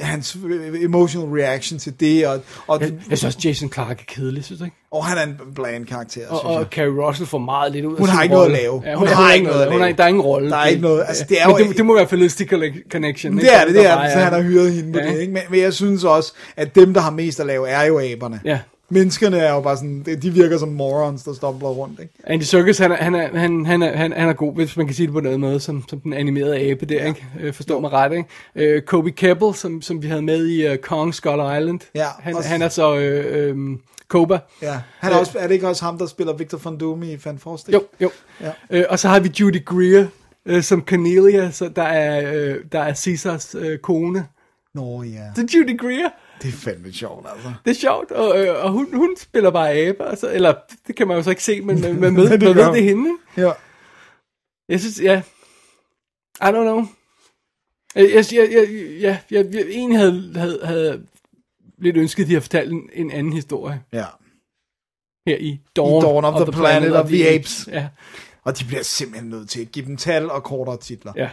E: hans øh, emotional reaction til det. Og, og,
F: Jeg, jeg synes også, Jason Clark er kedelig, synes du ikke?
E: og han er en bland karakter,
F: Og,
E: synes jeg.
F: og Carrie Russell får meget lidt ud af
E: Hun
F: sin
E: har ikke noget
F: rolle.
E: at lave.
F: Ja, hun, har, ikke noget at lave. Hun har, der er ingen rolle.
E: Der er ikke noget- altså, det er
F: Men
E: jo
F: det,
E: ikke-
F: det, må være Felicity Collec- Connection, ikke?
E: Det er det, det
F: Der
E: er
F: bare
E: det, så han har hyret hende på
F: Ja.
E: det, ikke? Men, men jeg synes også, at dem, der har mest at lave, er jo aberne.
F: Ja.
E: Menneskerne er jo bare sådan, de de virker som morons, der stumbler rundt, ikke?
F: Andy Serkis, han er, han, er, han, han, er, han, han er god, hvis man kan sige det på noget måde, som, som den animerede abe der, ikke? Øh, forstår mig ret, ikke? Øh, Kobe Keppel, som, som vi havde med i uh, Kong Skull Island,
E: Ja,
F: han,
E: også-
F: han er så øh, øh, Koba.
E: Ja. Han er, også, er det ikke også ham, der spiller Victor von Doom i Van Forstig?
F: Jo, jo.
E: Ja.
F: Ja. Øh, og så har vi Judy Greer øh, som Cornelia, så der er, øh, der er Caesars øh, kone.
E: Nå ja,
F: Det er Judy Greer.
E: det er fandme sjovt, altså.
F: Det er sjovt, og, øh, og hun, hun spiller bare abe, altså, eller det kan man jo så ikke se, men man,
E: *laughs*
F: man,
E: Det
F: ved, man
E: gør
F: ved det
E: hun.
F: er hende. ikke?
E: Ja.
F: Jeg synes, ja, I don't know. Øh, Jeg, jeg, jeg, jeg, jeg, jeg egentlig havde, havde, havde lidt ønsket, at de havde fortalt en, en anden historie
E: ja.
F: her i Dawn,
E: Dawn of the Planet of the Apes.
F: Ja,
E: Og de bliver simpelthen nødt til at give dem tal og kortere titler.
F: ja,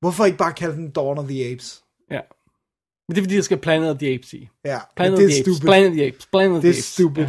E: Hvorfor ikke bare kalde den Dawn of the Apes?
F: ja. Men det er fordi, der skal Planet of the Apes i.
E: Ja, men
F: Planet
E: det
F: of
E: er
F: the Apes,
E: stupid.
F: Planet of the Apes, Planet
E: Det
F: of the
E: er
F: Apes.
E: stupid.
F: Ja.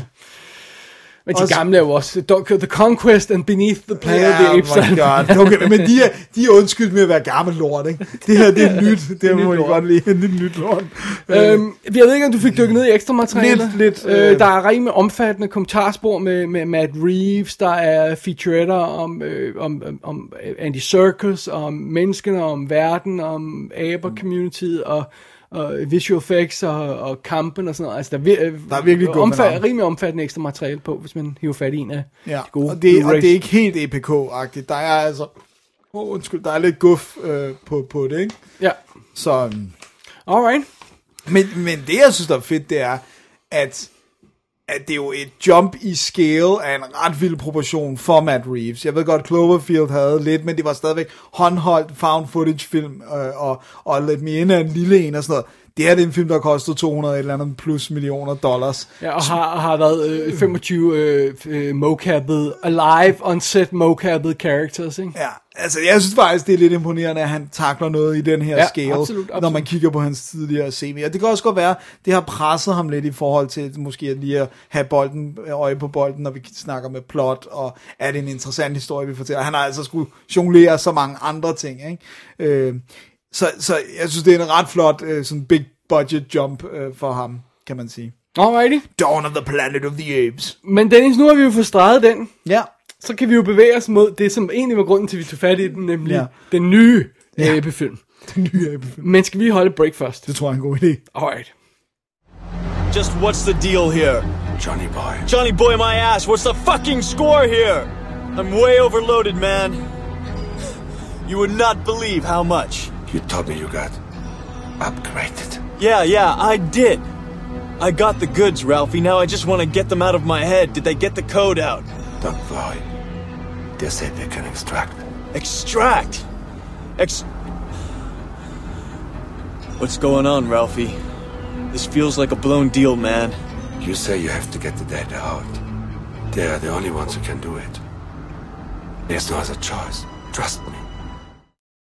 F: Men de
E: Også-
F: gamle er jo også Do- The Conquest and Beneath the Planet of the *laughs* Apes.
E: oh my god. Okay, men de er, de er undskyldt med at være gammel lort,
F: *laughs*
E: ikke? Det her, det er nyt. Det,
F: er
E: det må
F: nyt
E: jeg
F: lort.
E: godt lide. Det er nyt lort. Øh,
F: Øhm, jeg ved ikke, om du fik dykket ned i ekstra materiale.
E: Lidt, lidt, øh.
F: Øh, der er rigtig med omfattende kommentarspor med, med Matt Reeves, der er featuretter om, øh, om, om, om Andy Serkis, om menneskene, om verden, om aber community og, og og visual effects og, og kampen og sådan noget. Altså, der, er, vir-
E: Der er virkelig gået med
F: omfat,
E: den.
F: rimelig omfattende ekstra materiale på, hvis man hiver fat i en af
E: Ja,
F: de gode
E: og det, og
F: Blu-rays.
E: det er ikke helt EPK-agtigt. Der er altså... Oh, undskyld, der er lidt guf øh, på, på det, ikke?
F: Ja,
E: Så, mm,
F: alright.
E: men, men det, jeg synes, der er fedt, det er, at, at det er jo et jump i scale af en ret vild proportion for Matt Reeves. Jeg ved godt, Cloverfield havde lidt, men det var stadigvæk håndholdt found footage film, øh, og, og Let Me In er en lille en og sådan noget. Det her det er en film, der kostede 200 et eller andet plus millioner dollars.
F: Ja, og har, og har været øh, 25 øh, øh, mocappet, alive on set mocappet characters, ikke?
E: Ja, altså jeg synes faktisk, det er lidt imponerende, at han takler noget i den her
F: Ja,
E: ja, scale,
F: absolut, absolut.
E: når man kigger på hans tidligere CV. Og det kan også godt være, det har presset ham lidt i forhold til måske at lige at have bolden, øh, øje på bolden, når vi snakker med plot, og er det en interessant historie, vi fortæller. Han har altså skulle jonglere så mange andre ting. Ikke? Øh, så, så jeg synes, det er en ret flot øh, sådan big budget jump øh, for ham, kan man sige.
F: Alrighty.
E: Dawn of the Planet of the Apes.
F: Men Dennis, nu har vi jo fået streget den.
E: Ja,
F: så kan vi jo bevæge os mod det, som egentlig var grunden til, at vi tog fat i den, nemlig ja.
E: Ja.
F: den nye ja. æbefilm.
E: *laughs* den nye abefilm.
F: Men skal vi holde et break først?
E: Det tror jeg er en god idé.
F: Alright.
J: Just what's the deal here?
I: Johnny boy.
J: Johnny boy, my ass, what's the fucking score here? I'm way overloaded, man. You would not believe how much.
I: You told me you got upgraded.
J: Yeah, yeah, I did. I got the goods, Ralphie. Now I just want to get them out of my head. Did they get the code out?
I: Don't worry. They said they can extract.
J: Extract! Ex. What's going on, Ralphie? This feels like a blown deal, man.
I: You say you have to get the data out. They are the only ones who can do it. There's no other choice. Trust me.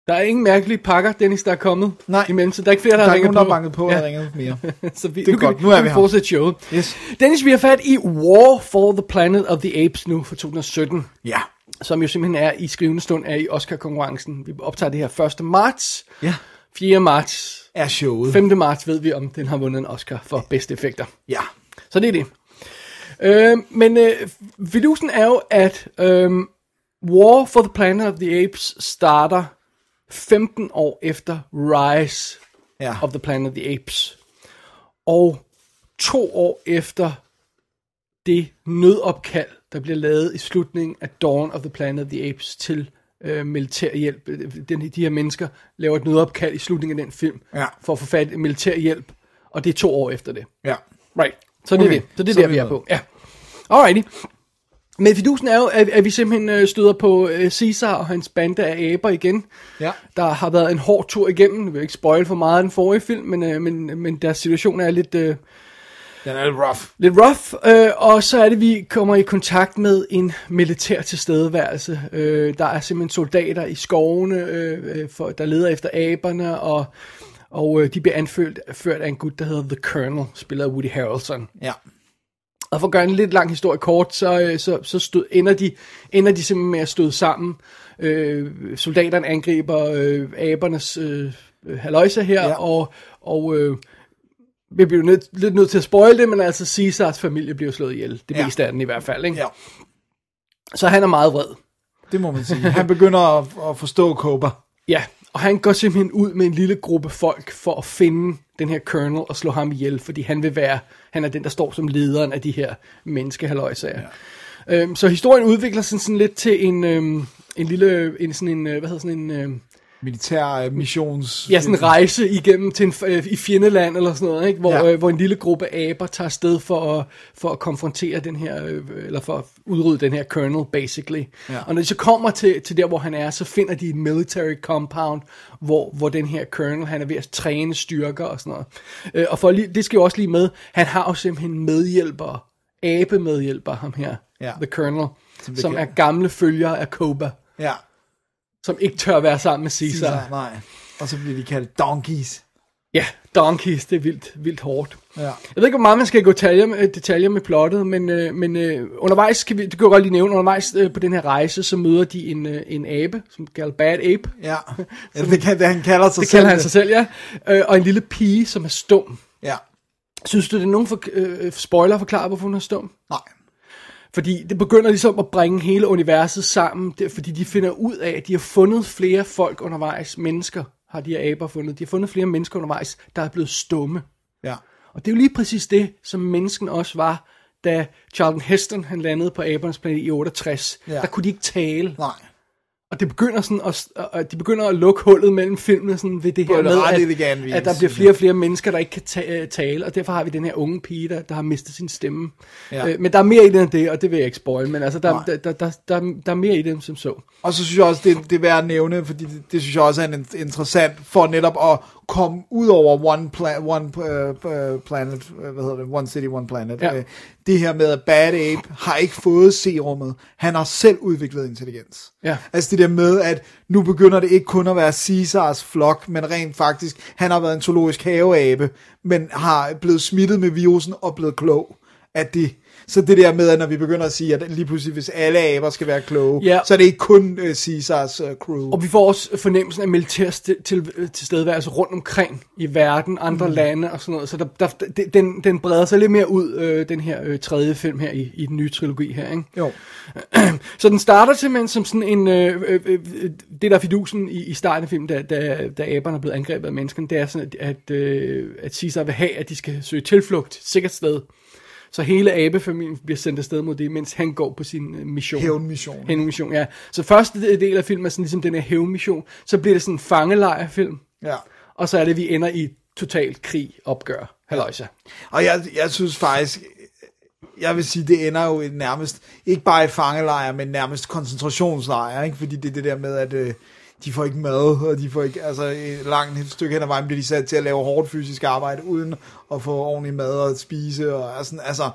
F: Der er ingen mærkelige pakker, Dennis, der er kommet
E: Nej.
F: imellem, så der er ikke flere, der,
E: Der
F: har
E: er ikke
F: ringet
E: nogen, der har
F: på.
E: banket på, og ja. ringet mere.
F: *laughs* så vi,
E: Det er
F: nu kan
E: godt.
F: vi,
E: Nu er
F: kan
E: vi her.
F: fortsætte showet.
E: Yes.
F: Dennis, vi har fat i War for the Planet of the Apes nu fra 2017,
E: Ja.
F: som jo simpelthen er i skrivende stund er i Oscar-konkurrencen. Vi optager det her 1. marts,
E: Ja.
F: 4. marts,
E: *laughs* Er showet.
F: 5. marts ved vi, om den har vundet en Oscar for bedste effekter.
E: Ja.
F: Så det er det. Øh, men øh, fidusen er jo, at øh, War for the Planet of the Apes starter 15 år efter Rise
E: Ja.
F: of the Planet of the Apes. Og to år efter det nødopkald, der bliver lavet i slutningen af Dawn of the Planet of the Apes til øh, militærhjælp. Den, de her mennesker laver et nødopkald i slutningen af den film,
E: Ja.
F: for at få fat i militærhjælp, og det er to år efter det.
E: Ja.
F: Right. Så det okay.
E: Okay,
F: er det. Så det er
E: så
F: der,
E: er vi
F: vi er
E: med.
F: på. Ja. Alrighty. Men fidusen er jo, at, at vi simpelthen øh, støder på øh, Caesar og hans bande af aber igen.
E: Ja.
F: Der har været en hård tur igennem. Jeg vil ikke spoil for meget af den forrige film, men, øh, men, men deres situation er lidt, øh,
E: Den er lidt rough.
F: lidt rough. Øh, og så er det, vi kommer i kontakt med en militær tilstedeværelse. Øh, der er simpelthen soldater i skovene, øh, øh, for, der leder efter aberne, og, og øh, de bliver anført ført af en gut, der hedder The Colonel, spiller af Woody Harrelson.
E: Ja.
F: Og for at gøre en lidt lang historie kort, så, øh, så, så stød, ender, de, ender de simpelthen med at støde sammen. Øh, soldaterne angriber øh, abernes øh, haløjse her, ja.
E: Ja.
F: og, og øh, vi bliver jo nødt, lidt nødt til at spoil det, men altså Caesars familie bliver slået ihjel. Det ja.
E: Ja.
F: meste af den i hvert fald. Ikke?
E: Ja.
F: Så han er meget vred.
E: Det må man sige. Han begynder at, at forstå Cobra.
F: Ja, og han går simpelthen ud med en lille gruppe folk for at finde den her colonel og slå ham ihjel, fordi han vil være, han er den, der står som lederen af de her menneskehaløjsager. Ja. Øhm, så historien udvikler sig sådan lidt til en, øhm, en lille, en, sådan en, øh, hvad hedder sådan en, øhm,
E: Militær øh, missions...
F: ja, sådan en rejse igennem til en, f- øh, i fjendeland eller sådan noget, ikke? Hvor, ja.
E: Ja.
F: øh, hvor en lille gruppe aber tager afsted for at, for at konfrontere den her, øh, eller for at udrydde den her colonel, basically. Ja.
E: Ja.
F: Og når de så kommer til, til der, hvor han er, så finder de et military compound, hvor, hvor den her colonel, han er ved at træne styrker og sådan noget. Øh, og for lige, det skal jo også lige med, han har jo simpelthen medhjælpere, abemedhjælpere, ham her, ja.
E: Ja.
F: the colonel, som,
E: det
F: som
E: kan-
F: er gamle følgere af Koba,
E: Ja.
F: som ikke tør være sammen med Caesar.
E: Caesar. Nej. Og så bliver de kaldt donkeys.
F: Ja, donkeys, det er vildt, vildt hårdt.
E: Ja.
F: Jeg ved ikke, hvor meget man skal gå detaljer med, detaljer med plottet, men, øh, men øh, undervejs, kan vi, det kan jeg godt lige nævne, undervejs øh, på den her rejse, så møder de en, øh, en abe, som kalder Bad Ape.
E: Ja. ja det, kan, det, han kalder sig
F: Det
E: selv.
F: kalder han sig selv, ja. Øh, og en lille pige, som er stum.
E: Ja.
F: Synes du, det er nogen for, øh, spoiler forklare, hvorfor hun er stum?
E: Nej.
F: Fordi det begynder ligesom at bringe hele universet sammen, det, fordi de finder ud af, at de har fundet flere folk undervejs, mennesker har de her aber fundet. De har fundet flere mennesker undervejs, der er blevet stumme.
E: Ja.
F: Og det er jo lige præcis det, som mennesken også var, da Charlton Heston han landede på abernes planet i 68.
E: Ja.
F: Ja. Der kunne de ikke tale.
E: Nej.
F: Og det begynder sådan at, at de begynder at lukke hullet mellem filmene sådan ved det
E: På
F: her
E: en
F: med,
E: ret
F: at,
E: elegant vis.
F: at der bliver flere og flere mennesker, der ikke kan ta- øh, tale, og derfor har vi den her unge pige, der, der har mistet sin stemme.
E: Ja.
F: Ja. Øh, men der er mere i det end det, og det vil jeg ikke spoil, men altså, der,
E: Nej.
F: der, der, der, der, der er mere i det, end som så.
E: Og så synes jeg også, det, det er værd at nævne, fordi det, det synes jeg også er en, interessant for netop at komme ud over One, pla- one uh, Planet, øh, hvad hedder det, One City, One Planet.
F: Ja.
E: Øh, Det her med, at Bad Ape har ikke fået serummet, han har selv udviklet intelligens.
F: Ja.
E: Altså det der med, at nu begynder det ikke kun at være Caesars flok, men rent faktisk, han har været en zoologisk haveabe, men har blevet smittet med virusen og blevet klog af det. Så det der med, at når vi begynder at sige, at lige pludselig, hvis alle aber skal være kloge,
F: Ja.
E: så er det ikke kun øh, Caesars øh, crew.
F: Og vi får også fornemmelsen af militær til, til, tilstedeværelse rundt omkring i verden, andre mm. lande og sådan noget. Så der, der, de- den, den breder sig lidt mere ud, øh, den her øh, tredje film her i, i den nye trilogi her. Ikke?
E: Jo.
F: *clears throat* Så den starter simpelthen som sådan en... Øh, øh, øh, det der er fidusen i, i starten af filmen, da, da, da aberne er blevet angrebet af menneskene, det er sådan, at, at, øh, at Caesar vil have, at de skal søge tilflugt et sikkert sted. Så hele abefamilien bliver sendt afsted mod det, mens han går på sin øh, mission.
E: Hævnmission.
F: Hævnmission, ja. Så første del af filmen er sådan ligesom den her hævnmission. Så bliver det sådan en fangelejrfilm.
E: Ja.
F: Og så er det, vi ender i totalt krig, opgør. Halløjsa.
E: Og jeg, jeg synes faktisk, jeg vil sige, det ender jo i nærmest, ikke bare i fangelejre, men nærmest koncentrationslejre, ikke? fordi det er det der med, at øh, de får ikke mad, og de får ikke, altså et langt stykke hen ad vejen bliver de sat til at lave hårdt fysisk arbejde, uden at få ordentlig mad og spise, og er sådan, altså,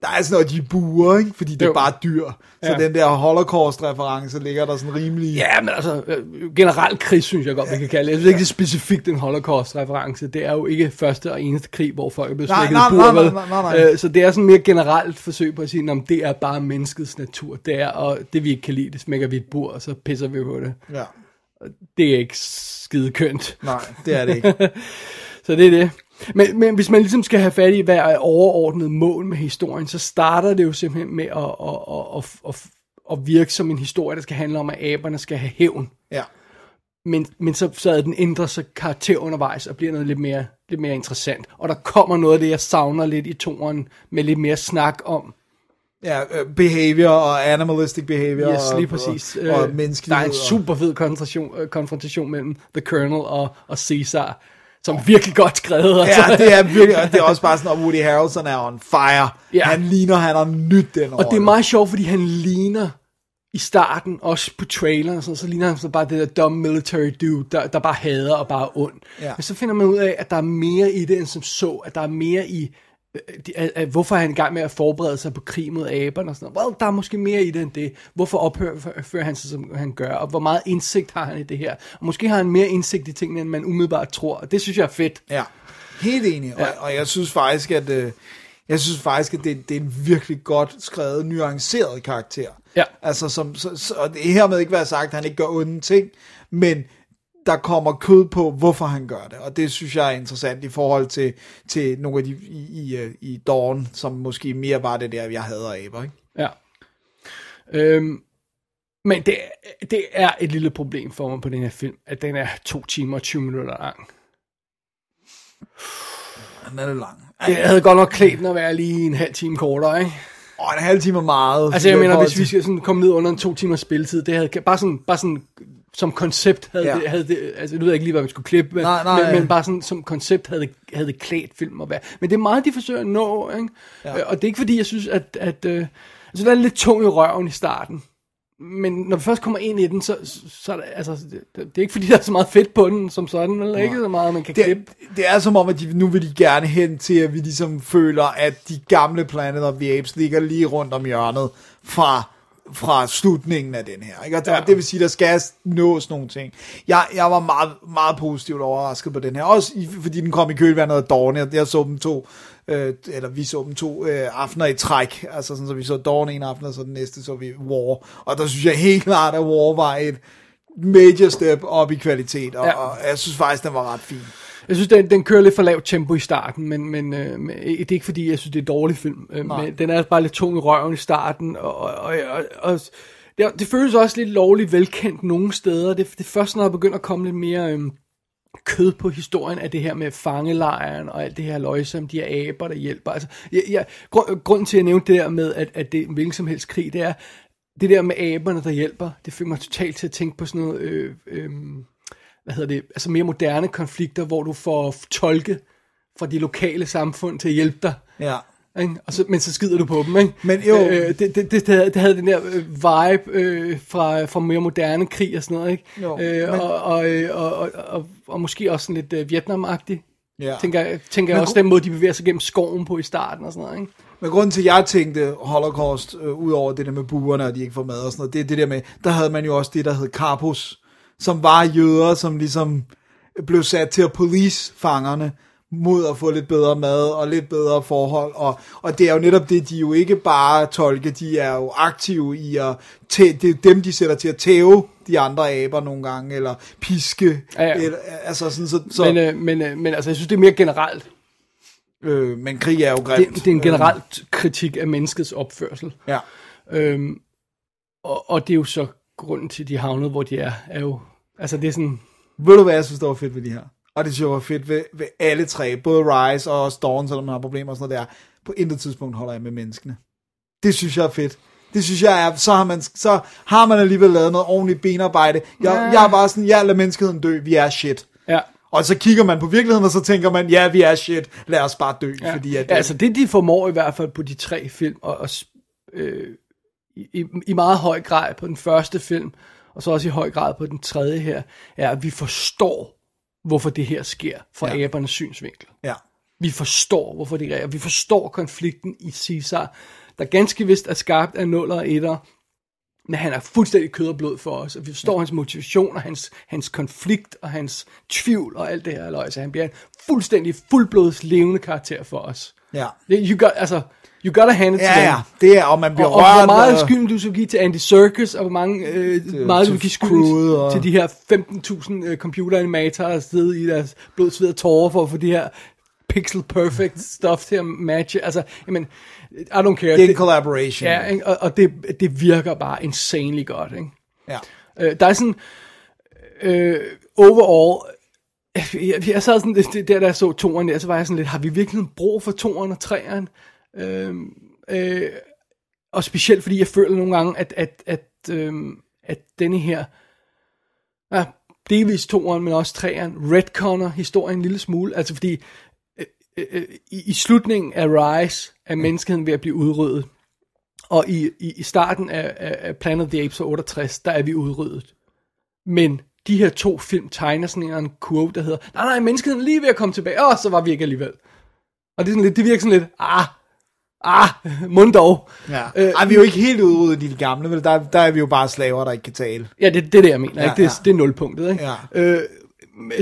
E: der er sådan noget, de buer, ikke? fordi det er
F: Jo.
E: bare dyr. Så
F: Ja.
E: den der holocaust-reference ligger der sådan rimelig...
F: Ja, men altså, øh, generelt krig, synes jeg godt, vi kan kalde det. Jeg synes ikke, det er specifikt en holocaust-reference. Det er jo ikke første og eneste krig, hvor folk er blevet
E: Nej,
F: slækket
E: nej,
F: i bur,
E: nej, nej,
F: vel?
E: nej, nej, nej.
F: Øh, Så det er sådan mere generelt forsøg på at sige, at det er bare menneskets natur. Det er, og det vi ikke kan lide, det smækker vi i et bur, og så pisser vi på det.
E: ja.
F: Det er ikke skide kønt.
E: Nej, det er det ikke.
F: Så det er det. Men, men hvis man ligesom skal have fat i, hvad er overordnet mål med historien, så starter det jo simpelthen med at, at, at, at, at, at virke som en historie, der skal handle om, at aberne skal have hævn.
E: Ja.
F: Men, men så, så er den ændrer sig karakter undervejs og bliver noget lidt mere, lidt mere interessant. Og der kommer noget af det, jeg savner lidt i toren med lidt mere snak om.
E: Ja, øh, behavior og animalistic behavior.
F: Yes,
E: og-
F: lige præcis.
E: Og, og,
F: Øh, der
E: menneskelighed.
F: er en
E: og-
F: super fed konfrontation, øh, konfrontation mellem The Colonel og, og Caesar, som er virkelig godt skrevet. altså.
E: Ja, det er virkelig, og det er også bare sådan, at Woody Harrelson er on fire.
F: Ja.
E: Han ligner, han har nyt den
F: Og det er meget sjovt, fordi han ligner i starten, også på traileren og sådan, så ligner han så bare det der dumb military dude, der, der bare hader og bare er ond.
E: Ja.
F: Men så finder man ud af, at der er mere i det, end som så, at der er mere i, øh, de- at, at hvorfor er han i gang med at forberede sig på krig mod aberne og sådan noget. Well, der er måske mere i det end det. Hvorfor opfører han sig, som han gør, og hvor meget indsigt har han i det her? Og måske har han mere indsigt i tingene, end man umiddelbart tror, og det synes jeg er fedt.
E: Ja, helt enig. Ja. Og, og jeg synes faktisk, at... Øh, jeg synes faktisk, at det, det er en virkelig godt skrevet, nuanceret karakter.
F: Ja.
E: Altså, som, så, så, og det er hermed ikke være sagt, at han ikke gør onde ting, men der kommer kød på, hvorfor han gør det. Og det synes jeg er interessant i forhold til, til nogle af de i, i, øh, i Dawn, som måske mere var det der, jeg hader aber, ikke?
F: Ja. Øhm, men det, det er et lille problem for mig på den her film, at den er 2 timer og 20 minutter lang.
E: Han er lidt lang.
F: Det havde godt nok klædt den at være lige en halv time kortere, ikke?
E: Åh, en halv time er meget.
F: Altså jeg
E: I
F: mener,
E: forhold
F: hvis vi
E: til-
F: skal sådan komme ned under en to timers spilletid, det havde bare sådan, bare sådan som koncept havde,
E: Ja.
F: ja. det, havde det, altså nu ved jeg ikke lige, hvad man skulle klippe, men,
E: Nej, nej.
F: men, men bare sådan som koncept havde, det- havde det klædt film at være. Men det er meget, de forsøger at nå, ikke? Ja. og det er ikke fordi, jeg synes, at, at øh, altså der er lidt tung i røven i starten, men når vi først kommer ind i den, så, så er det, altså, det, det er ikke fordi, der er så meget fedt på den som sådan, eller ikke så meget, man kan
E: Det,
F: klippe.
E: er- det er som om, at de, nu vil de gerne hen til, at vi ligesom føler, at de gamle Planet of the Apes ligger lige rundt om hjørnet fra, fra slutningen af den her. Ikke? Og der, ja.
F: Ja.
E: Det vil sige, der skal nås nogle ting. Jeg, jeg var meget, meget positivt overrasket på den her, også i, fordi den kom i kølvandet af Dawn. Jeg, jeg så dem to, øh, eller vi så dem to øh, aftener i træk. Altså sådan, så vi så Dawn en aften, og så den næste så vi War. Og der synes jeg helt klart, at War var et major step op i kvalitet, og, ja.
F: Ja.
E: og jeg synes faktisk, den var ret fin.
F: Jeg synes, den, den kører lidt for lavt tempo i starten, men, men, øh, men øh, det er ikke fordi, jeg synes, det er en dårlig film. Øh, men den er bare lidt tung i røven i starten, og, og, og, og, og det, det føles også lidt lovligt velkendt nogle steder. Det, det er først, når der begynder at komme lidt mere... Øh, kød på historien af det her med fangelejren og alt det her løg, som de her aber, der hjælper. Altså, jeg, jeg, grund, grunden til, at jeg nævnte det der med, at, at det er en hvilken som helst krig, det er, det der med aberne, der hjælper, det fik mig totalt til at tænke på sådan noget, øh, øh, hvad hedder det, altså mere moderne konflikter, hvor du får tolke fra de lokale samfund til at hjælpe dig.
E: Ja.
F: Ikke? Og så, men så skider du på dem, ikke?
E: Men jo.
F: Øh, det, det, det, det, havde, det havde den der øh, vibe øh, fra, fra mere moderne krig og sådan noget, ikke?
E: Jo,
F: øh,
E: men-
F: og, og, øh, og, og, og, og måske også sådan lidt øh, Vietnam-agtig.
E: Ja.
F: Tænker, jeg- tænker jeg
E: Men
F: også
E: gru-
F: den måde, de bevæger sig gennem skoven på i starten og sådan noget, ikke?
E: Men grunden til, at jeg tænkte Holocaust, øh, ud over det der med buerne, og de ikke får mad og sådan noget, det er det der med, der havde man jo også det, der hed Karpus, som var jøder, som ligesom blev sat til at police fangerne mod at få lidt bedre mad og lidt bedre forhold. Og, og det er jo netop det, de er jo ikke bare tolke, de er jo aktive i at... Tæ- det er dem, de sætter til at tæve de andre aber nogle gange, eller piske.
F: Ja, ja.
E: Eller, altså sådan, så, så,
F: Men,
E: men,
F: øh, men, øh, men altså, jeg synes, det er mere generelt.
E: øh, men krig er jo grimt.
F: Det, det er en generel kritik af menneskets opførsel.
E: Øh, ja.
F: Øhm, og, og det er jo så grunden til, at de havnede, hvor de er, er jo... Altså, det er sådan...
E: Ved du, hvad jeg synes, der var fedt ved de her? Og det synes jeg var fedt ved, ved alle tre. Både Rise og Storm, selvom man har problemer og sådan noget der. På intet tidspunkt holder jeg med menneskene. Det synes jeg er fedt. Det synes jeg er, så har man, så har man alligevel lavet noget ordentligt benarbejde. Jeg, jeg er bare sådan, jeg lader menneskeheden dø, vi er shit.
F: Ja.
E: Og så kigger man på virkeligheden, og så tænker man, ja, vi er shit, lad os bare dø. Ja.
F: Ja.
E: Fordi at, øh,
F: ja, altså det de formår i hvert fald på de tre film, og, og s- øh, i, i meget høj grad på den første film, og så også i høj grad på den tredje her, er, at vi forstår, hvorfor det her sker fra
E: Ja.
F: ja. abernes synsvinkel.
E: ja.
F: Vi forstår, hvorfor det er, og vi forstår konflikten i Caesar, der ganske vist er skabt af nuller og etter, men han er fuldstændig kød og blod for os, og vi forstår ja. hans motivation, og hans, hans konflikt, og hans tvivl, og alt det her, løg, så han bliver en fuldstændig fuldblods levende karakter for os.
E: Ja.
F: Det- You got, altså, you gotta hand it to
E: Ja,
F: them.
E: ja, det er, og man bliver
F: Og, og hvor
E: rørt, øh,
F: meget
E: og-
F: skylden du skulle give til Andy Serkis, og hvor mange, øh, meget du
E: til
F: vil give
E: crewet,
F: skylden
E: og-
F: og... til de her 15.000 øh, computeranimatorer, der sidder i deres blod, sved og tårer for at få de her pixel perfect stuff til at matche. Altså, jamen, I don't care.
E: Mhm. Det er en collaboration.
F: ja, ikke? og, og det, det virker bare insanely godt. Ikke?
E: ja.
F: Øh, der er sådan, øh, overall, jeg, jeg sad sådan, lidt- der da jeg så toeren der, så var jeg sådan lidt, har vi virkelig brug for toeren og treeren? Øh, øh, og specielt fordi jeg føler nogle gange, at, at, at, øh, at denne her, ja, delvis toeren, men også treeren, retconner historien en lille smule, altså fordi øh, øh, i, i slutningen af Rise er
E: Mm.
F: menneskeheden ved at blive udryddet, og i, i, i starten af, af, af Planet of the Apes fra 68, der er vi udryddet. Men de her to film tegner sådan en eller anden kurve, der hedder, nej, nej, menneskeheden er lige ved at komme tilbage, og så var vi ikke alligevel. Og det, er sådan lidt, det virker sådan lidt, ah, ah, mund dog.
E: Ja.
F: Øh,
E: Øh, Ej, vi er jo ikke helt udryddet i de gamle, vel? Der, der er vi jo bare slaver, der ikke kan tale.
F: Ja, det, det er det, jeg mener.
E: Ja,
F: Ja, ikke? Det, er,
E: ja.
F: ja. det er nulpunktet. Ikke?
E: Ja.
F: Øh,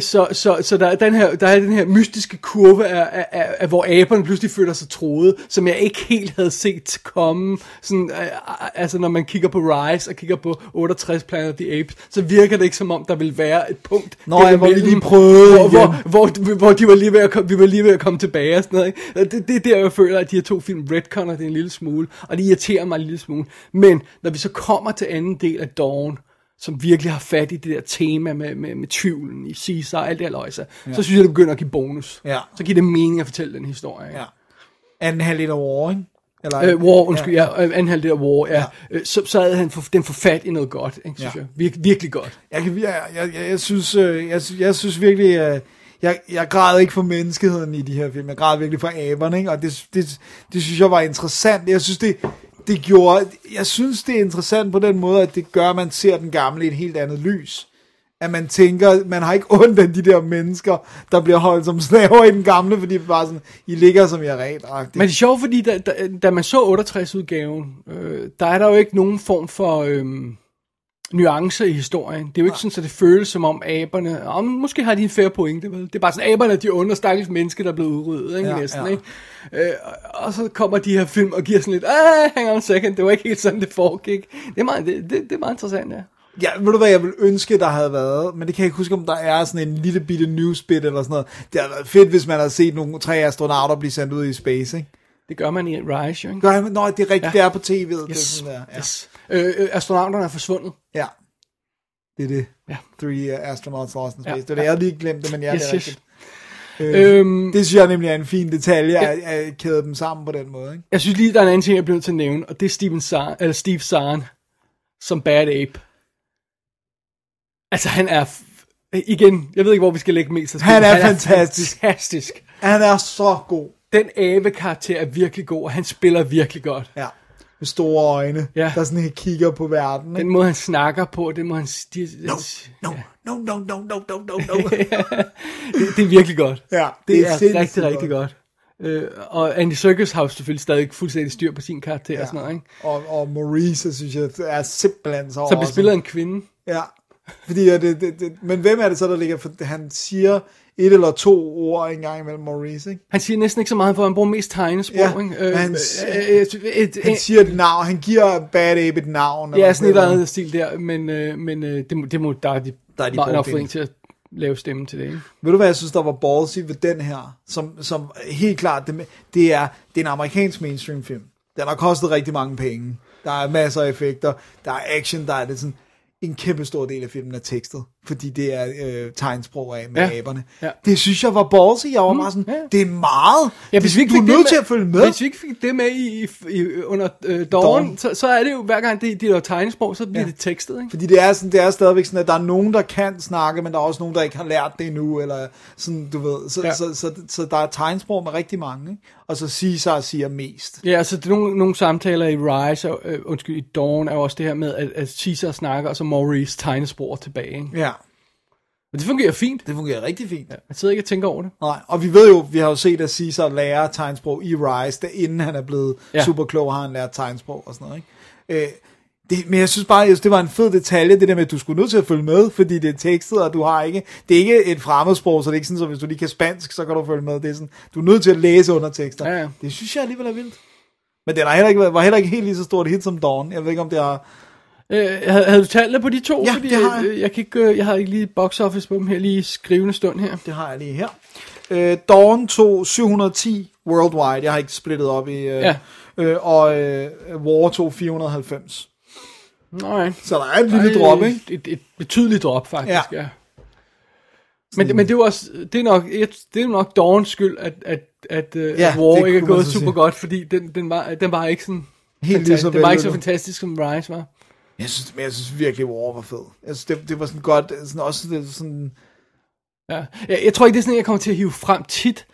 F: så så, så der, er den her, der er den her mystiske kurve, af, af, af, af, hvor aberne pludselig føler sig troet, som jeg ikke helt havde set komme. Sådan, øh, altså, når man kigger på Rise og kigger på 68 Planet of the Apes, så virker det ikke som om, der vil være et punkt.
E: Nå ja, hvor vi
F: derimellem,
E: lige prøvede
F: Hvor, hvor, hvor, hvor de var lige ved at komme, vi var lige ved at komme tilbage og sådan noget. Ikke? Det, det er der, jeg føler, at de her to film retconner det en lille smule, og det irriterer mig en lille smule. Men når vi så kommer til anden del af Dawn, som virkelig har fat i det der tema med, med, med tvivlen i Caesar og alt det her løjse, ja. så synes jeg, det begynder at give bonus.
E: Ja.
F: Så giver det mening at fortælle den historie. ikke?
E: Ja. Anden halvdel af War, ikke? Eller,
F: Øh, War, undskyld, ja, ja anden halvdel af War, ja. ja. Øh, så, så havde han for, den for fat i noget godt, ikke, synes
E: Ja.
F: ja. jeg. Vir, virkelig godt.
E: Jeg, kan, jeg, jeg, jeg, jeg, synes, øh, jeg, sy- jeg synes virkelig, øh, jeg, jeg græd ikke for menneskeheden i de her film. Jeg græd virkelig for aberne, ikke? Og det, det, det synes jeg var interessant. Jeg synes, det, det gjorde... Jeg synes, det er interessant på den måde, at det gør, at man ser den gamle i et helt andet lys. At man tænker, man har ikke *laughs* ondt af de der mennesker, der bliver holdt som slaver i den gamle, fordi det er bare sådan, I ligger som jeg ret.
F: Men det er sjovt, fordi da, da, da man så 68-udgaven, øh, der er der jo ikke nogen form for øh, nuance i historien. Det er jo ikke sådan, at det føles som om aberne... Om, måske har de en fair pointe, vel? Det er bare sådan, aberne er de onde, stakkels mennesker, der er blevet udryddet, ikke?
E: Ja,
F: Ja, næsten,
E: ja.
F: ja. ikke? Øh, og- og så kommer de her film og giver sådan lidt, ah, hang on a second, det var ikke helt sådan, det foregik. Det er meget, det, det, det er meget interessant, ja.
E: Ja, ved du hvad, jeg ville ønske, der havde været, men det kan jeg ikke huske, om der er sådan en lille bitte newsbit eller sådan noget. Det havde været fedt, hvis man havde set nogle tre astronauter blive sendt ud i space, ikke?
F: Det gør man i Rise, jo, ikke?
E: Gør jeg, nå, det er rigtigt, ja.
F: Ja.
E: det er på tv'et. Yes. Det er
F: Yes.
E: sådan der. Ja.
F: yes. Øh, øh, astronauterne er forsvundet.
E: ja. Det er det.
F: Ja.
E: Three uh, Astronauts Lost in Space.
F: Ja,
E: Ja, det er det,
F: ja.
E: jeg lige glemte, men jeg
F: Yes,
E: yes, det er
F: yes.
E: rigtigt. Øh,
F: Øhm.
E: det synes jeg nemlig er en fin detalje, at, at kæde dem sammen på den måde. Ikke?
F: Jeg synes lige, der er en anden ting, jeg bliver nødt til at nævne, og det er Steven Sar- eller Steve Zahn som Bad Ape. Altså, han er... f- igen, jeg ved ikke, hvor vi skal lægge mest af
E: Han
F: skylden.
E: er fantastisk.
F: fantastisk.
E: Han er så god.
F: Den abe-karakter er virkelig god, og han spiller virkelig godt.
E: Ja. Med store øjne,
F: Ja.
E: ja. der sådan helt kigger på verden.
F: Den
E: Ikke?
F: måde, han snakker på, den måde, han... De, no,
E: No, no, no, no, no, no, no,
F: *laughs*
E: no.
F: det, det er virkelig godt.
E: Ja,
F: det,
E: det er
F: det er, er
E: sindssygt
F: rigtig, rigtig godt. Øh, og Andy Serkis har jo selvfølgelig stadig fuldstændig styr på sin karakter ja. og sådan noget, ikke?
E: og, og Maurice, synes jeg, er simpelthen så
F: Så bliver spillet af en kvinde.
E: Ja, fordi ja, det, det, det, men hvem er det så, der ligger? For han siger et eller to ord en gang imellem Maurice, ikke?
F: Han siger næsten ikke så meget, for han bruger mest tegnesprog,
E: Ja,
F: ikke?
E: men han-
F: et, et,
E: Han siger et navn, han giver Bad Ape et navn.
F: Ja, sådan et eller
E: noget.
F: andet stil der, men, øh, men øh, det, må, det må, der er de,
E: Der er de
F: nok
E: brugt
F: fået
E: ind.
F: en til at lave stemme til det, ikke?
E: Ved du, hvad jeg synes, der var ballsy ved den her? Som, som helt klart, det, det, er, det er en amerikansk mainstream film. Den har kostet rigtig mange penge. Der er masser af effekter, der er action, der er det sådan... En kæmpe stor del af filmen er tekstet, fordi det er øh, tegnsprog af med
F: Ja,
E: ja. aberne.
F: ja.
E: Ja. Det synes jeg var ballsy. Jeg var mm, bare sådan,
F: ja.
E: det er meget.
F: Ja,
E: det, du er
F: fik det
E: nødt til at følge med.
F: Hvis vi ikke fik det med i, i, i under øh, dawn,
E: Dawn.
F: Så, så er det jo, hver gang det, det er tegnesprog, så bliver ja.
E: Ja.
F: det tekstet, ikke?
E: Fordi det er, sådan, det er stadigvæk sådan, at der er nogen, der kan snakke, men der er også nogen, der ikke har lært det endnu, eller sådan, du ved. Så,
F: Ja.
E: ja. så, så, så, så der er tegnsprog med rigtig mange, ikke? og så Caesar siger mest.
F: Ja, altså det er nogle, nogle samtaler i Rise, og, øh, undskyld, i Dawn, er jo også det her med, at, at Caesar snakker, og så Maurice tegnesprog er tilbage, ikke?
E: Ja,
F: Og det fungerer fint.
E: det fungerer rigtig fint. Ja.
F: Jeg sidder ikke og tænker over det.
E: Nej, og vi ved jo, vi har jo set, at Caesar lærer tegnsprog i Rise, da inden han er blevet
F: Ja.
E: ja. super klog, har han lært tegnsprog og sådan noget. Ikke? Øh, det, men jeg synes bare, jeg synes, det var en fed detalje, det der med, at du skulle nødt til at følge med, fordi det er tekstet, og du har ikke, det er ikke et fremmedsprog, så det er ikke sådan, at hvis du lige kan spansk, så kan du følge med. Det er sådan, du er nødt til at læse undertekster.
F: Ja, ja.
E: Det synes jeg alligevel er vildt. Men den har heller ikke, været- var heller ikke helt lige så stort hit som Dawn. Jeg ved ikke, om det har...
F: Øh, havde, havde du tallene på de to?
E: Ja,
F: Fordi,
E: det har jeg.
F: Øh, jeg, kan ikke, øh, jeg har ikke lige box office på dem her, lige i skrivende stund her.
E: Det har jeg lige her. Øh, Dawn tog 710 worldwide. Jeg har ikke splittet op i... Øh,
F: Ja.
E: øh, og øh, War tog 490.
F: Nej.
E: Så der er et lille drop, ikke?
F: Et, et betydeligt drop, faktisk, ja.
E: Ja.
F: ja. Men, men det er jo også, det er nok, et- det er jo nok Dawns skyld, at, at, at, ja,
E: Ja,
F: at War
E: det
F: ikke
E: kunne
F: er
E: man
F: gået
E: så
F: super
E: sige.
F: godt, fordi den, den, var, den var ikke sådan,
E: Helt lige så
F: den var ikke så
E: vellykket.
F: fantastisk som Rise var.
E: Jeg synes, men jeg synes virkelig, War var fed. Jeg synes, det, det var sådan godt... Sådan også det, sådan...
F: Ja. Jeg, jeg tror ikke, det er sådan, en, jeg kommer til at hive frem tit,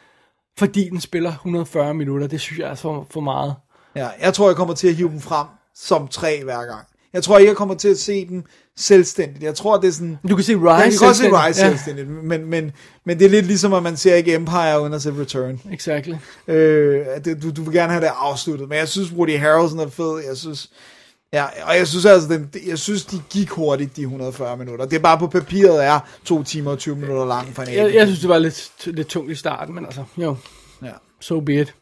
F: fordi den spiller 140 minutter, det synes jeg er for, for meget.
E: Ja, jeg tror, jeg kommer til at hive dem frem som tre hver gang. Jeg tror ikke, jeg kommer til at se dem selvstændigt. Jeg tror, det er sådan...
F: Du kan se Rise
E: Ja, jeg kan godt se
F: selvstændigt.
E: Rise selvstændigt, men, men, men det er lidt ligesom, at man ser ikke Empire uden at se Return.
F: Ja, exactly.
E: Øh, at det, du, du vil gerne have det afsluttet, men jeg synes, Woody Harrelson er fed, jeg synes, ja, og jeg synes altså, den, jeg synes, de gik hurtigt, de 140 minutter. Det er bare på papiret er 2 timer og 20 minutter lang for en
F: Jeg,
E: æble.
F: jeg synes, det var lidt, lidt tungt i starten, men altså, jo,
E: Ja.
F: so be it.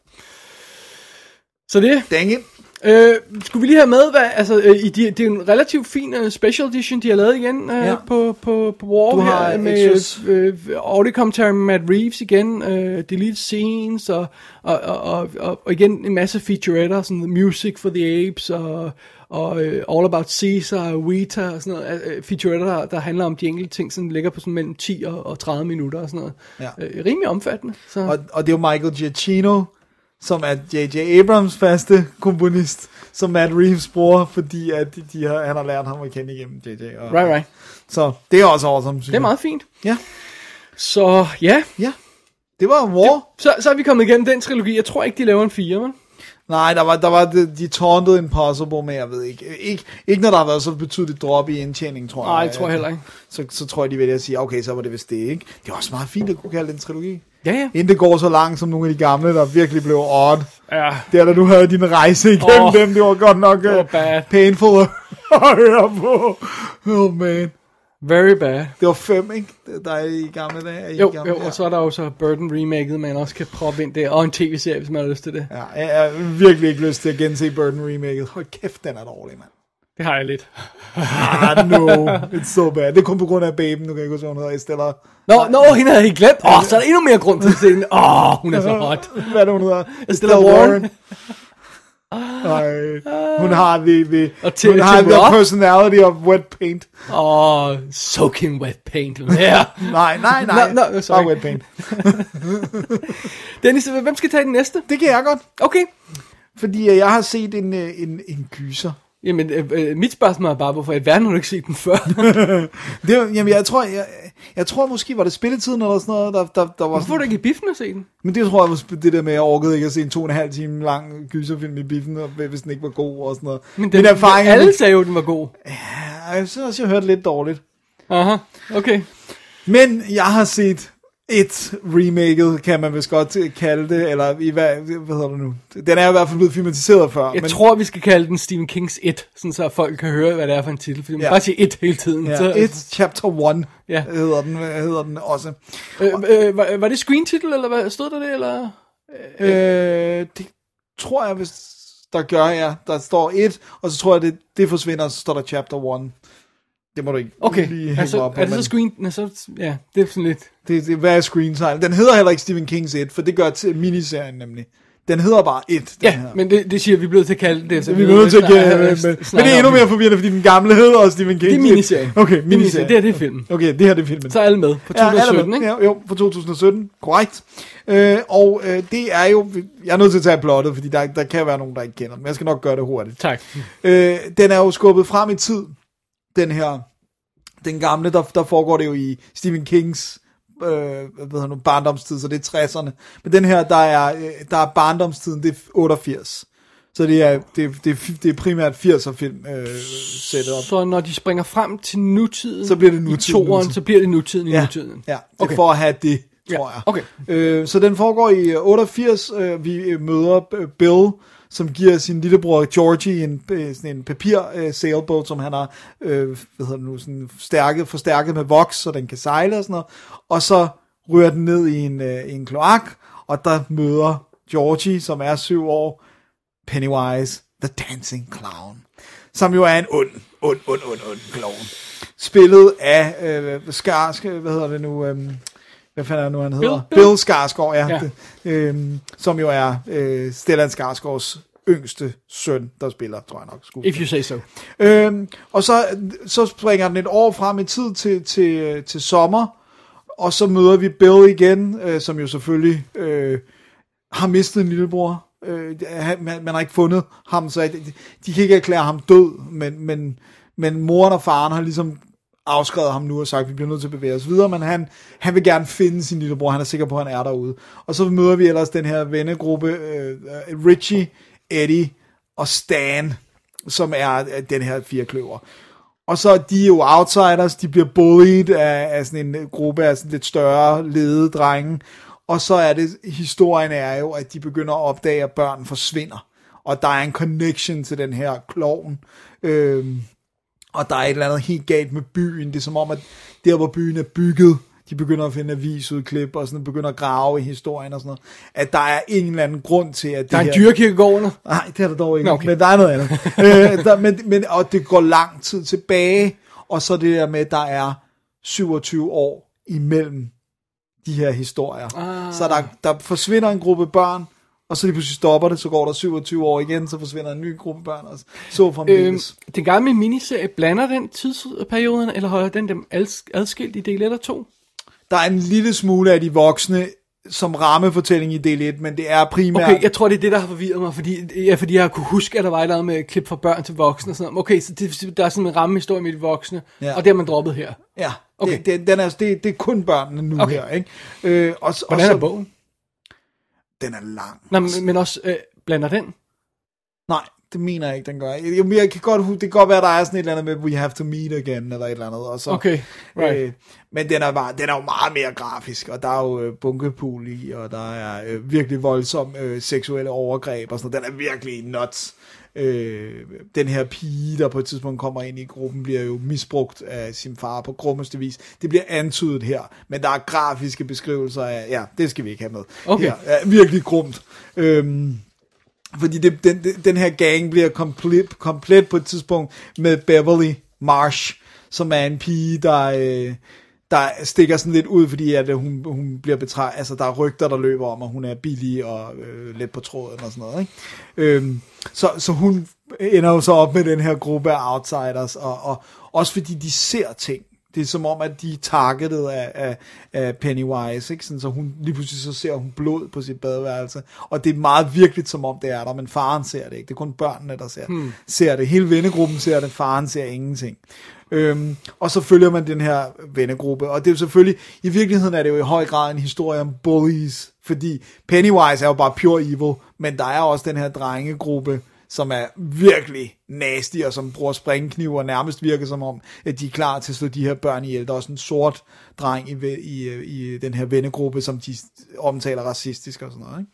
F: Så det,
E: Dang it.
F: Øh, skulle vi lige have med, hvad, altså, øh, i de, det er en relativt fin uh, special edition, de har lavet igen uh, ja.
E: Ja.
F: på, på, på War
E: Du
F: her,
E: har extras.
F: med øh, audio commentary med Matt Reeves igen, øh, deleted scenes, og, og, og, og, og, og igen en masse featuretter, sådan Music for the Apes, og, og øh, All About Caesar, Weta, og sådan noget, øh, featuretter, der, der handler om de enkelte ting, som ligger på sådan mellem 10 og, og 30 minutter, og sådan noget.
E: Ja.
F: Øh, rimelig omfattende. Så.
E: Og, og det er jo Michael Giacchino, som er J.J. Abrams faste komponist, som Matt Reeves bruger, fordi at de, de har, han har lært ham at kende igennem J.J. Og,
F: right, right.
E: Så det er også awesome, synes
F: Det er meget fint.
E: Ja.
F: Så ja,
E: Ja, det var War.
F: Så, så er vi kommet igennem den trilogi. Jeg tror ikke, de laver en 4, men...
E: Nej, der var, der var de, de tårnede Impossible, men jeg ved ikke. ikke. Ikke når der har været så betydeligt drop i indtjening, tror jeg.
F: Nej, jeg tror jeg heller ikke.
E: Så, så tror jeg, de vælger at sige, okay, så var det vist det, ikke? Det er også meget fint at kunne kalde det en trilogi.
F: Ja, ja.
E: Inden det går så langt som nogle af de gamle, der virkelig blev odd.
F: Ja,
E: Det er da du havde din rejse igennem
F: Åh,
E: oh, dem, det var godt nok
F: var
E: uh,
F: bad.
E: painful at *laughs* at høre på. Oh man.
F: very bad.
E: Det var fem, ikke? Det- Der er i gamle dage. er I
F: Jo,
E: gamle,
F: jo, og så er der jo så Burden remaket, man også kan proppe ind der, og en tv-serie, hvis man har lyst til det.
E: Ja, jeg har virkelig ikke lyst til at gense Burden Remake. Hold kæft, den er dårlig, mand.
F: Det har jeg lidt.
E: Ah, no, it's so bad. Det er kun på grund af baben, nu kan jeg ikke huske, hvad hun hedder, Estella.
F: Nå, nå, hende havde jeg helt glemt. Åh, oh, så er der endnu mere grund til at se hende. Åh, oh, hun er så hot.
E: Hvad er det, hun hedder?
F: Estella Warren.
E: Og, øh, hun har the, the,
F: Og til-
E: hun har
F: til
E: the
F: Rob?
E: personality of wet paint.
F: Åh, oh, soaking wet paint. Ja.
E: Nej, nej, nej.
F: Nå, nå, sorry.
E: Bare wet paint.
F: Dennis, hvem skal tage den næste?
E: Det kan jeg godt.
F: Okay.
E: Fordi øh, jeg har set en, øh, en, en gyser. *laughs*
F: Jamen, øh, øh, mit spørgsmål er bare, hvorfor i verden har du ikke set den
E: *laughs*
F: før?
E: Det, var- jamen, jeg tror, jeg, jeg tror måske, var det spilletiden eller sådan noget, der, der, der var...
F: Hvorfor er du ikke i biffen og se den?
E: Men det tror jeg var det der med, at jeg orkede ikke at se en to og en halv time lang gyserfilm i biffen, og hvis den ikke var god og sådan noget.
F: Men den,
E: Min erfaring er-
F: alle sagde jo, den var god.
E: Ja, jeg synes også, jeg hørte lidt dårligt.
F: Aha, okay.
E: Men jeg har set et remaket, kan man vist godt kalde det, eller i hvad, hvad hedder det nu? Den er i hvert fald blevet filmatiseret før.
F: Jeg
E: men,
F: men... tror, vi skal kalde den Stephen Kings 1, sådan så folk kan høre, hvad det er for en titel. Fordi man
E: Ja.
F: ja. bare siger 1 hele tiden.
E: ja,
F: så,
E: et chapter one
F: Ja.
E: hedder, den, hedder den også.
F: Øh, øh, var, var det screen-titel, eller hvad? Stod der det, eller?
E: Øh, det tror jeg, hvis der gør, ja. Der står et, og så tror jeg, det, det forsvinder, og så står der chapter one. Det må du ikke
F: Okay,
E: lige hænge
F: altså,
E: op på,
F: er det
E: men-
F: så screen... Nå, så, ja, det er sådan lidt...
E: Det, det, hvad er Screen Time? Den hedder heller ikke Stephen Kings 1, for det gør til miniserien nemlig. Den hedder bare 1, den
F: Ja,
E: her.
F: men det, det siger vi er blevet til at kalde det. Så
E: Vi er nødt til at
F: snak-
E: gætte, men, men, men
F: snakke
E: det er endnu
F: om
E: mere forvirrende, fordi den gamle hedder også Stephen King.
F: Det er miniserie.
E: Okay,
F: Det er miniserie.
E: miniserie.
F: Det er det film.
E: Okay, det her det er filmen.
F: Så er alle med på
E: Ja, allerede.
F: 2017, ikke?
E: Ja, jo, fra 2017. Korrekt. Øh, og øh, det er jo... Jeg er nødt til at tage plottet, fordi der, der kan være nogen, der ikke kender den. men Jeg skal nok gøre det hurtigt.
F: Tak.
E: Øh, den er jo skubbet frem i tid, den her, den gamle, der, der foregår det jo i Stephen Kings øh, hvad hedder nu, barndomstid, så det er 60'erne. Men den her, der er, øh, der er barndomstiden, det er 88. Så det er, det, er- det, er- det er primært 80'er film øh, sættet op.
F: Så når de springer frem til nutiden...
E: Så bliver det nutiden,
F: I toeren,
E: nutiden.
F: så bliver det nutiden i
E: Ja,
F: nutiden.
E: ja det okay.
F: Okay.
E: for at have det,
F: Ja,
E: tror jeg.
F: okay.
E: Øh, så den foregår i øh, 88. Øh, vi øh, møder øh, Bill, som giver sin lillebror Georgie en, øh, sådan en papir øh, sailboat, som han har øh, hvad hedder det nu, sådan stærket, forstærket med voks, så den kan sejle og sådan noget. Og så ryger den ned i en, øh, i en kloak, og der møder Georgie, som er syv år, Pennywise, The Dancing Clown, som jo er en ond, ond, ond, ond, ond clown. Spillet af øh, Skarsk, hvad hedder det nu? Øh, hvad fanden er det nu, han hedder? Bill,
F: Bill.
E: Bill Skarsgård, ja.
F: Ja.
E: ja. Øh, som jo er øh, Stellan Skarsgårds yngste søn, der spiller, tror jeg nok. Skulle.
F: If you say so.
E: Øhm, og så, så springer den et år frem i tid til, til, til sommer, og så møder vi Bill igen, øh, som jo selvfølgelig øh, har mistet en lillebror. Øh, han, man, man har ikke fundet ham, så de, de kan ikke erklære ham død, men, men, men moren og faren har ligesom afskrevet ham nu og sagt, at vi bliver nødt til at bevæge os videre, men han, han vil gerne finde sin lillebror, han er sikker på, at han er derude. Og så møder vi ellers den her vennegruppe, øh, øh, Richie, Eddie og Stan, som er øh, den her firekløver. Og så er de jo outsiders, de bliver bullied af, af sådan en gruppe af sådan lidt større ledede drenge. Og så er det, historien er jo, at de begynder at opdage, at børn forsvinder. Og der er en connection til den her klovn. Øhm, og der er et eller andet helt galt med byen. Det er som om, at der hvor byen er bygget, de begynder at finde avisudklip og sådan begynder at grave i historien og sådan noget. At der er en eller anden grund til, at det
F: Der er
E: her...
F: en dyrekirkegård under.
E: Nej, det er der dog ikke,
F: Nå,
E: okay.
F: okay.
E: men der er noget
F: *laughs*
E: andet. øh, der, men, men, og det går lang tid tilbage, og så det der med, at der er 27 år imellem de her historier. Ah. Så der, der forsvinder en gruppe børn, og så lige pludselig stopper det, så går der 27 år igen, så forsvinder en ny gruppe børn, og så
F: Øhm,
E: fremdeles.
F: den gamle miniserie, blander den tidsperioderne, eller holder den dem als- adskilt i del 1 og 2?
E: Der er en lille smule af de voksne som rammefortælling i del 1, men det er primært...
F: Okay, jeg tror, det er det, der har forvirret mig, fordi, ja, fordi jeg kunne huske, at der var et eller andet med klip fra børn til voksne og sådan noget. Okay, så det, der er sådan en rammehistorie med de voksne,
E: Ja.
F: ja. og det har man droppet her.
E: Ja, okay.
F: Okay.
E: det, det, den er, det, det er kun børnene nu okay.
F: Okay.
E: her, ikke? Øh, og, s-
F: Hvordan
E: og så,
F: er bogen?
E: Den er lang.
F: Nå, men, men også, øh, blander den?
E: Nej, det mener jeg ikke, den gør. Jeg, jeg- jeg kan godt, hu- det kan godt være, der er sådan et eller andet med, we have to meet again, eller et eller andet. Og så,
F: Okay, right.
E: øh, men den er, bare, den er jo meget mere grafisk, og der er jo øh, bunkepul i, og der er øh, virkelig voldsom øh, seksuelle overgreb og sådan noget. Den er virkelig nuts. Øh, den her pige, der på et tidspunkt kommer ind i gruppen, bliver jo misbrugt af sin far på grummeste vis. Det bliver antydet her, men der er grafiske beskrivelser af, ja, det skal vi ikke have med.
F: Okay.
E: Her, ja, virkelig grumt. Øhm, fordi det, den, den- den her gang bliver komplet, komplet på et tidspunkt med Beverly Marsh, som er en pige, der, øh, der stikker sådan lidt ud, fordi at øh, hun, hun bliver betræ... Altså, der er rygter, der løber om, at hun er billig og øh, let på tråden og sådan noget, ikke? Øhm, så, så hun ender jo så op med den her gruppe af outsiders, og, og også fordi de ser ting. Det er som om, at de er targetet af, af, af Pennywise, ikke? Sådan, så hun, lige pludselig så ser hun blod på sit badeværelse, og det er meget virkeligt, som om det er der, men faren ser det ikke. Det er kun børnene, der ser, hmm. ser det. Hele vennegruppen ser det, faren ser ingenting. Øhm, og så følger man den her vennegruppe, og det er jo selvfølgelig, i virkeligheden er det jo i høj grad en historie om bullies, fordi Pennywise er jo bare pure evil, men der er også den her drengegruppe, som er virkelig nasty, og som bruger springkniv, og nærmest virker som om, at de er klar til at slå de her børn ihjel. Der er også en sort dreng i, ve- i, øh, i den her vennegruppe, som de omtaler racistisk og sådan noget. Ikke?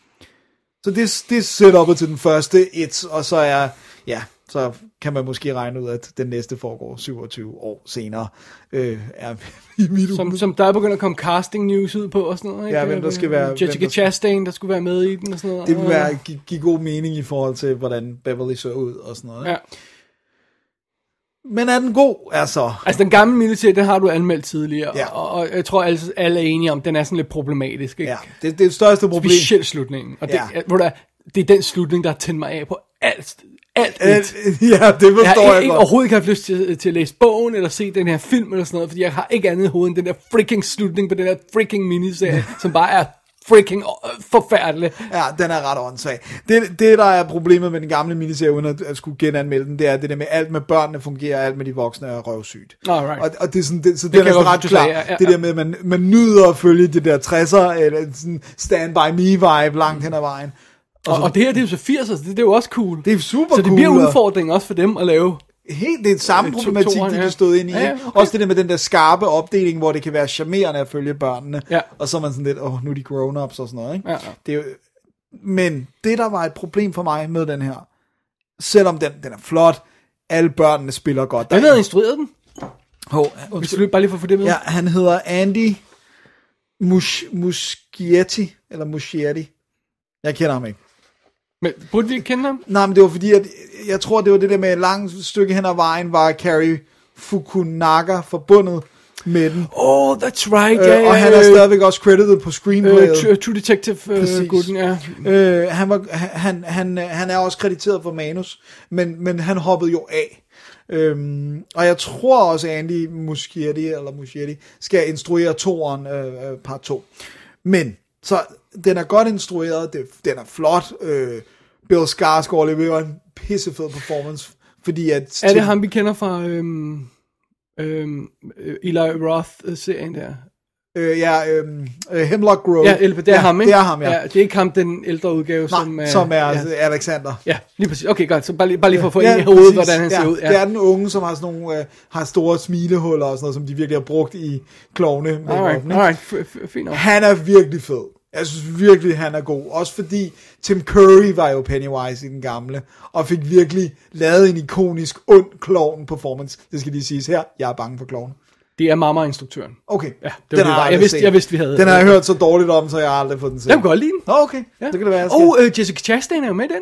E: Så det, det er setupet til den første et, og så er, ja, så kan man måske regne ud, at den næste foregår 27 år senere, øh, er *laughs* i mit
F: Som, som der er begyndt at komme casting news ud på og sådan noget. Ikke?
E: Mhm. Ja, hvem der skal være- hvem
F: Jessica
E: der skal-
F: Chastain, der skulle være med i den og sådan noget.
E: Det vil være, give, give god mening i forhold til, hvordan Beverly så ud og sådan noget. ikke?
F: Ja.
E: Men er den god, altså?
F: Altså den gamle militær, den har du anmeldt tidligere,
E: Ja.
F: ja. og, og jeg tror alle, alle er enige om, den er sådan lidt problematisk. Ikke?
E: Ja, det, det er det største problem.
F: Specielt slutningen. Og det,
E: Ja.
F: ja. hvor der, det er den slutning, der har tændt mig af på alt. Alt
E: Øh,
F: lidt.
E: *laughs* ja, det
F: Jeg
E: forstår
F: har
E: jeg,
F: ikke,
E: godt.
F: overhovedet ikke haft lyst til, til at læse bogen, eller se den her film, eller sådan noget, fordi jeg har ikke andet i hovedet end den der freaking slutning på den her
E: *laughs*
F: freaking miniserie, som bare er freaking øh, forfærdelig.
E: Ja, den er ret åndssvag. Det, det, der er problemet med den gamle miniserie, uden at, at skulle genanmelde den, det er det der med, alt med børnene fungerer, og alt med de voksne er røvsygt.
F: Alright.
E: Og, og det er sådan, det, så det den er
F: kan jeg
E: sådan
F: godt
E: ret
F: forstå,
E: klar.
F: ja, ja,
E: det
F: ja.
E: der med, at man, man nyder at følge det der 60'er, eller sådan stand by me vibe langt hen ad vejen.
F: Og, og det her, det er jo så 80'er, så det, det er jo også cool.
E: Altså- Det er super
F: Så det bliver
E: cool, og-
F: udfordring også for dem at lave.
E: helt det er samme
F: Øh, to-
E: problematik,
F: toeren,
E: de
F: ja.
E: kan stå ind i.
F: Ja, ja,
E: ikke?
F: okay.
E: Også det der med den der skarpe opdeling, hvor det kan være charmerende at følge børnene,
F: Ja.
E: og så er man sådan lidt, åh, oh, nu er de grown-ups og sådan noget. Ikke?
F: Ja, ja.
E: Det er jo... Men det, der var et problem for mig med den her, selvom den, den er flot, alle børnene spiller godt. Der
F: Hvem havde instrueret den?
E: oh,
F: Vi skal lige- bare lige for at få det med.
E: ja, han hedder Andy Musch, Muschietti, eller Muschietti. Jeg kender ham ikke.
F: Men burde vi ikke kende ham?
E: Nej, men det var fordi, at jeg tror, det var det der med et langt stykke hen ad vejen, var Carrie Fukunaga forbundet med den.
F: Oh, that's right.
E: Øh, og han er stadigvæk også credited på
F: Øh,
E: screenplayet.
F: True, True Detective
E: Præcis.
F: øh, gutten, ja.
E: Øh, han, var, han, han, han er også krediteret for manus, men, men han hoppede jo af. Øhm, og jeg tror også, at Andy Muschietti, eller Muschietti skal instruere toeren øh, øh, part 2. Men, så den er godt instrueret, det, den er flot. Øh, Bill Skarsgård leverer en pissefed performance, fordi at...
F: Er det ham, vi kender fra øhm, øhm, øh, Eli Roth-serien der?
E: Øh, ja, øhm, øh, Hemlock Grove.
F: Ja, Elbe, det er
E: ja,
F: ham, ikke?
E: Det er ham, ja.
F: ja. Det er ikke ham, den ældre udgave,
E: Nej,
F: som, øh,
E: som er
F: Ja,
E: Alexander.
F: ja, lige præcis. Okay, godt. Så bare lige, bare lige for at få ind i hovedet,
E: præcis.
F: hvordan han
E: ja,
F: ser ud.
E: Ja. Det er den unge, som har sådan nogle, øh, har store smilehuller og sådan noget, som de virkelig har brugt i klovne.
F: Alright, alright. F- f- Fint nok.
E: Han er virkelig fed. Jeg synes virkelig, han er god. Også fordi Tim Curry var jo Pennywise i den gamle, og fik virkelig lavet en ikonisk, ond klovn performance. Det skal lige siges her. Jeg er bange for klovn.
F: Det er Marmar-instruktøren.
E: Okay.
F: det var
E: Den
F: det,
E: har
F: der-
E: aldrig
F: jeg vidste-
E: set.
F: jeg vidste, vi havde-
E: Den har jeg hørt så dårligt om, så jeg har aldrig fået den set.
F: Jeg kunne godt lide den.
E: Nå, okay.
F: Ja.
E: Ja. Det kan det være, jeg skal.
F: Og øh, Jessica Chastain er jo med i den.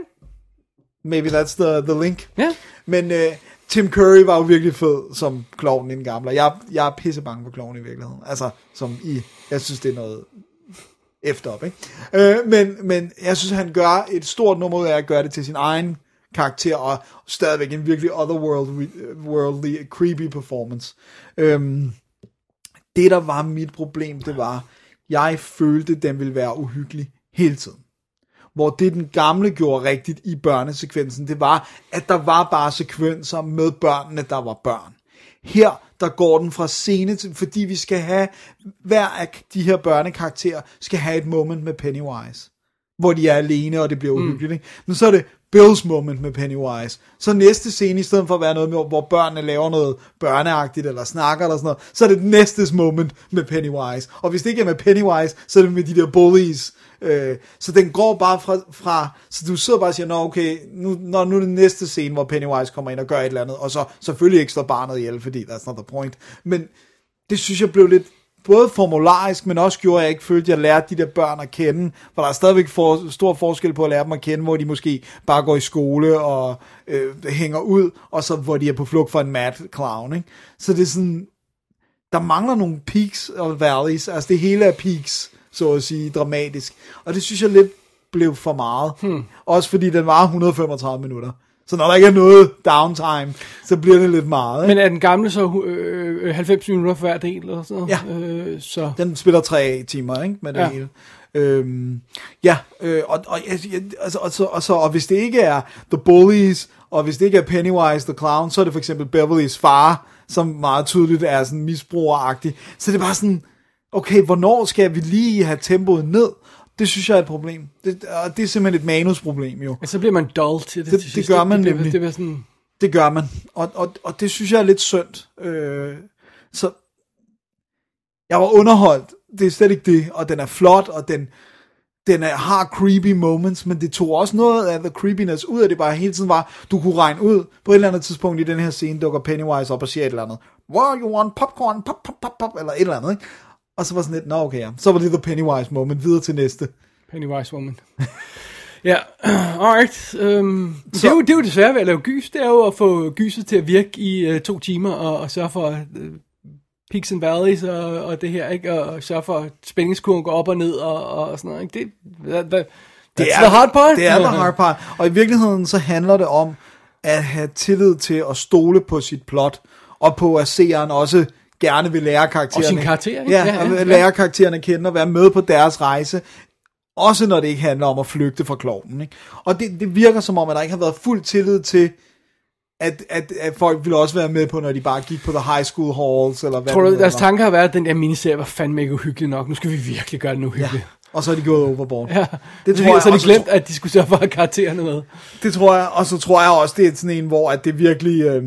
E: Maybe that's the, the link.
F: Ja.
E: Men øh, Tim Curry var jo virkelig fed som klovnen i den gamle. og Jeg, jeg er pisse bange for klovnen i virkeligheden. Altså, som i, jeg synes, det er noget efter op, ikke? Øh, men, men jeg synes, han gør et stort nummer ud af at gøre det til sin egen karakter, og stadigvæk en virkelig otherworldly, creepy performance. Øhm, det, der var mit problem, det var, jeg følte, den ville være uhyggelig hele tiden hvor det den gamle gjorde rigtigt i børnesekvensen, det var, at der var bare sekvenser med børnene, der var børn. Her, der går den fra scene til, fordi vi skal have, hver af de her børnekarakterer skal have et moment med Pennywise, hvor de er alene, og det bliver uhyggeligt. Ikke? Men så er det Bills moment med Pennywise. Så næste scene, i stedet for at være noget med, hvor børnene laver noget børneagtigt, eller snakker eller sådan noget, så er det næstes moment med Pennywise. Og hvis det ikke er med Pennywise, så er det med de der bullies, Øh, så den går bare fra, fra, så du sidder bare og siger, nå okay, nu, nå, nu er det næste scene, hvor Pennywise kommer ind og gør et eller andet, og så selvfølgelig ikke slår barnet ihjel, fordi that's not the point. Men det synes jeg blev lidt både formularisk, men også gjorde, at jeg ikke følte, at jeg lærte de der børn at kende, for der er stadigvæk for, stor forskel på at lære dem at kende, hvor de måske bare går i skole og øh, hænger ud, og så hvor de er på flugt for en mad clown. Ikke? Så det er sådan, der mangler nogle peaks og valleys. Altså det hele er peaks, så at sige, dramatisk. Og det synes jeg lidt blev for meget. Hmm. Også fordi den var 135 minutter. Så når der ikke er noget downtime, så bliver det lidt meget. Ikke?
F: Men er den gamle så øh, øh, 90 minutter for hver del eller sådan noget?
E: Ja.
F: Øh, så.
E: Den spiller tre timer, ikke? Med det
F: Ja.
E: ja. hele. Øhm, ja, øh, og, og, jeg- jeg- altså, og, så, og, så, og hvis det ikke er The Bullies, og hvis det ikke er Pennywise the Clown, så er det for eksempel Beverlys far, som meget tydeligt er sådan misbrugeragtig. Så det er bare sådan, okay, hvornår skal vi lige have tempoet ned? Det synes jeg er et problem. Det, og det er simpelthen et manusproblem jo.
F: Men så bliver man dull til det.
E: Det-
F: til
E: det
F: sidst.
E: gør man
F: det,
E: nemlig.
F: Det, det, det sådan,
E: Det gør man. Og, og, og det synes jeg er lidt synd. Øh, så jeg var underholdt. Det er slet ikke det. Og den er flot, og den, den er, har creepy moments, men det tog også noget af the creepiness ud af det bare hele tiden var, du kunne regne ud, på et eller andet tidspunkt i den her scene dukker Pennywise op og siger et eller andet. Wow, you want popcorn? Pop, pop, pop, pop, eller et eller andet, ikke? Og så var sådan lidt, nå okay, ja. så var det the Pennywise moment, videre til næste.
F: Pennywise Woman. *laughs* ja, *clears throat* alright. Um, det, er jo, det er jo desværre ved at lave gys, det er jo at få gyset til at virke i uh, to timer, og, og sørge for uh, peaks and valleys og, og det her, ikke? Og, og sørge for, at spændingskurven går op og ned og, og sådan noget, ikke? Det, that, that, det er the hard part.
E: Det er the hard part. Og i virkeligheden så handler det om at have tillid til at stole på sit plot, og på at seeren også gerne vil lære karaktererne.
F: Og sin karakter, ikke?
E: Ja,
F: Ja,
E: og
F: ja,
E: vil lære karaktererne at kende og være med på deres rejse. Også når det ikke handler om at flygte fra kloven. Ikke? Og det, det virker som om, at der ikke har været fuld tillid til, at, at, at folk ville også være med på, når de bare gik på the high school halls, eller hvad
F: Tror
E: det
F: du,
E: nu
F: deres
E: var.
F: tanker har været, at den der miniserie var fandme ikke uhyggelig nok? Nu skal vi virkelig gøre den uhyggelig. *laughs*
E: Og så er de gået overboard.
F: Ja.
E: Det
F: Det
E: tror
F: tror
E: jeg
F: så har de
E: også-
F: glemt, at de skulle sørge for at have karaktererne med.
E: Det tror jeg, og så tror jeg også, det er sådan en, hvor at det virkelig... Øh,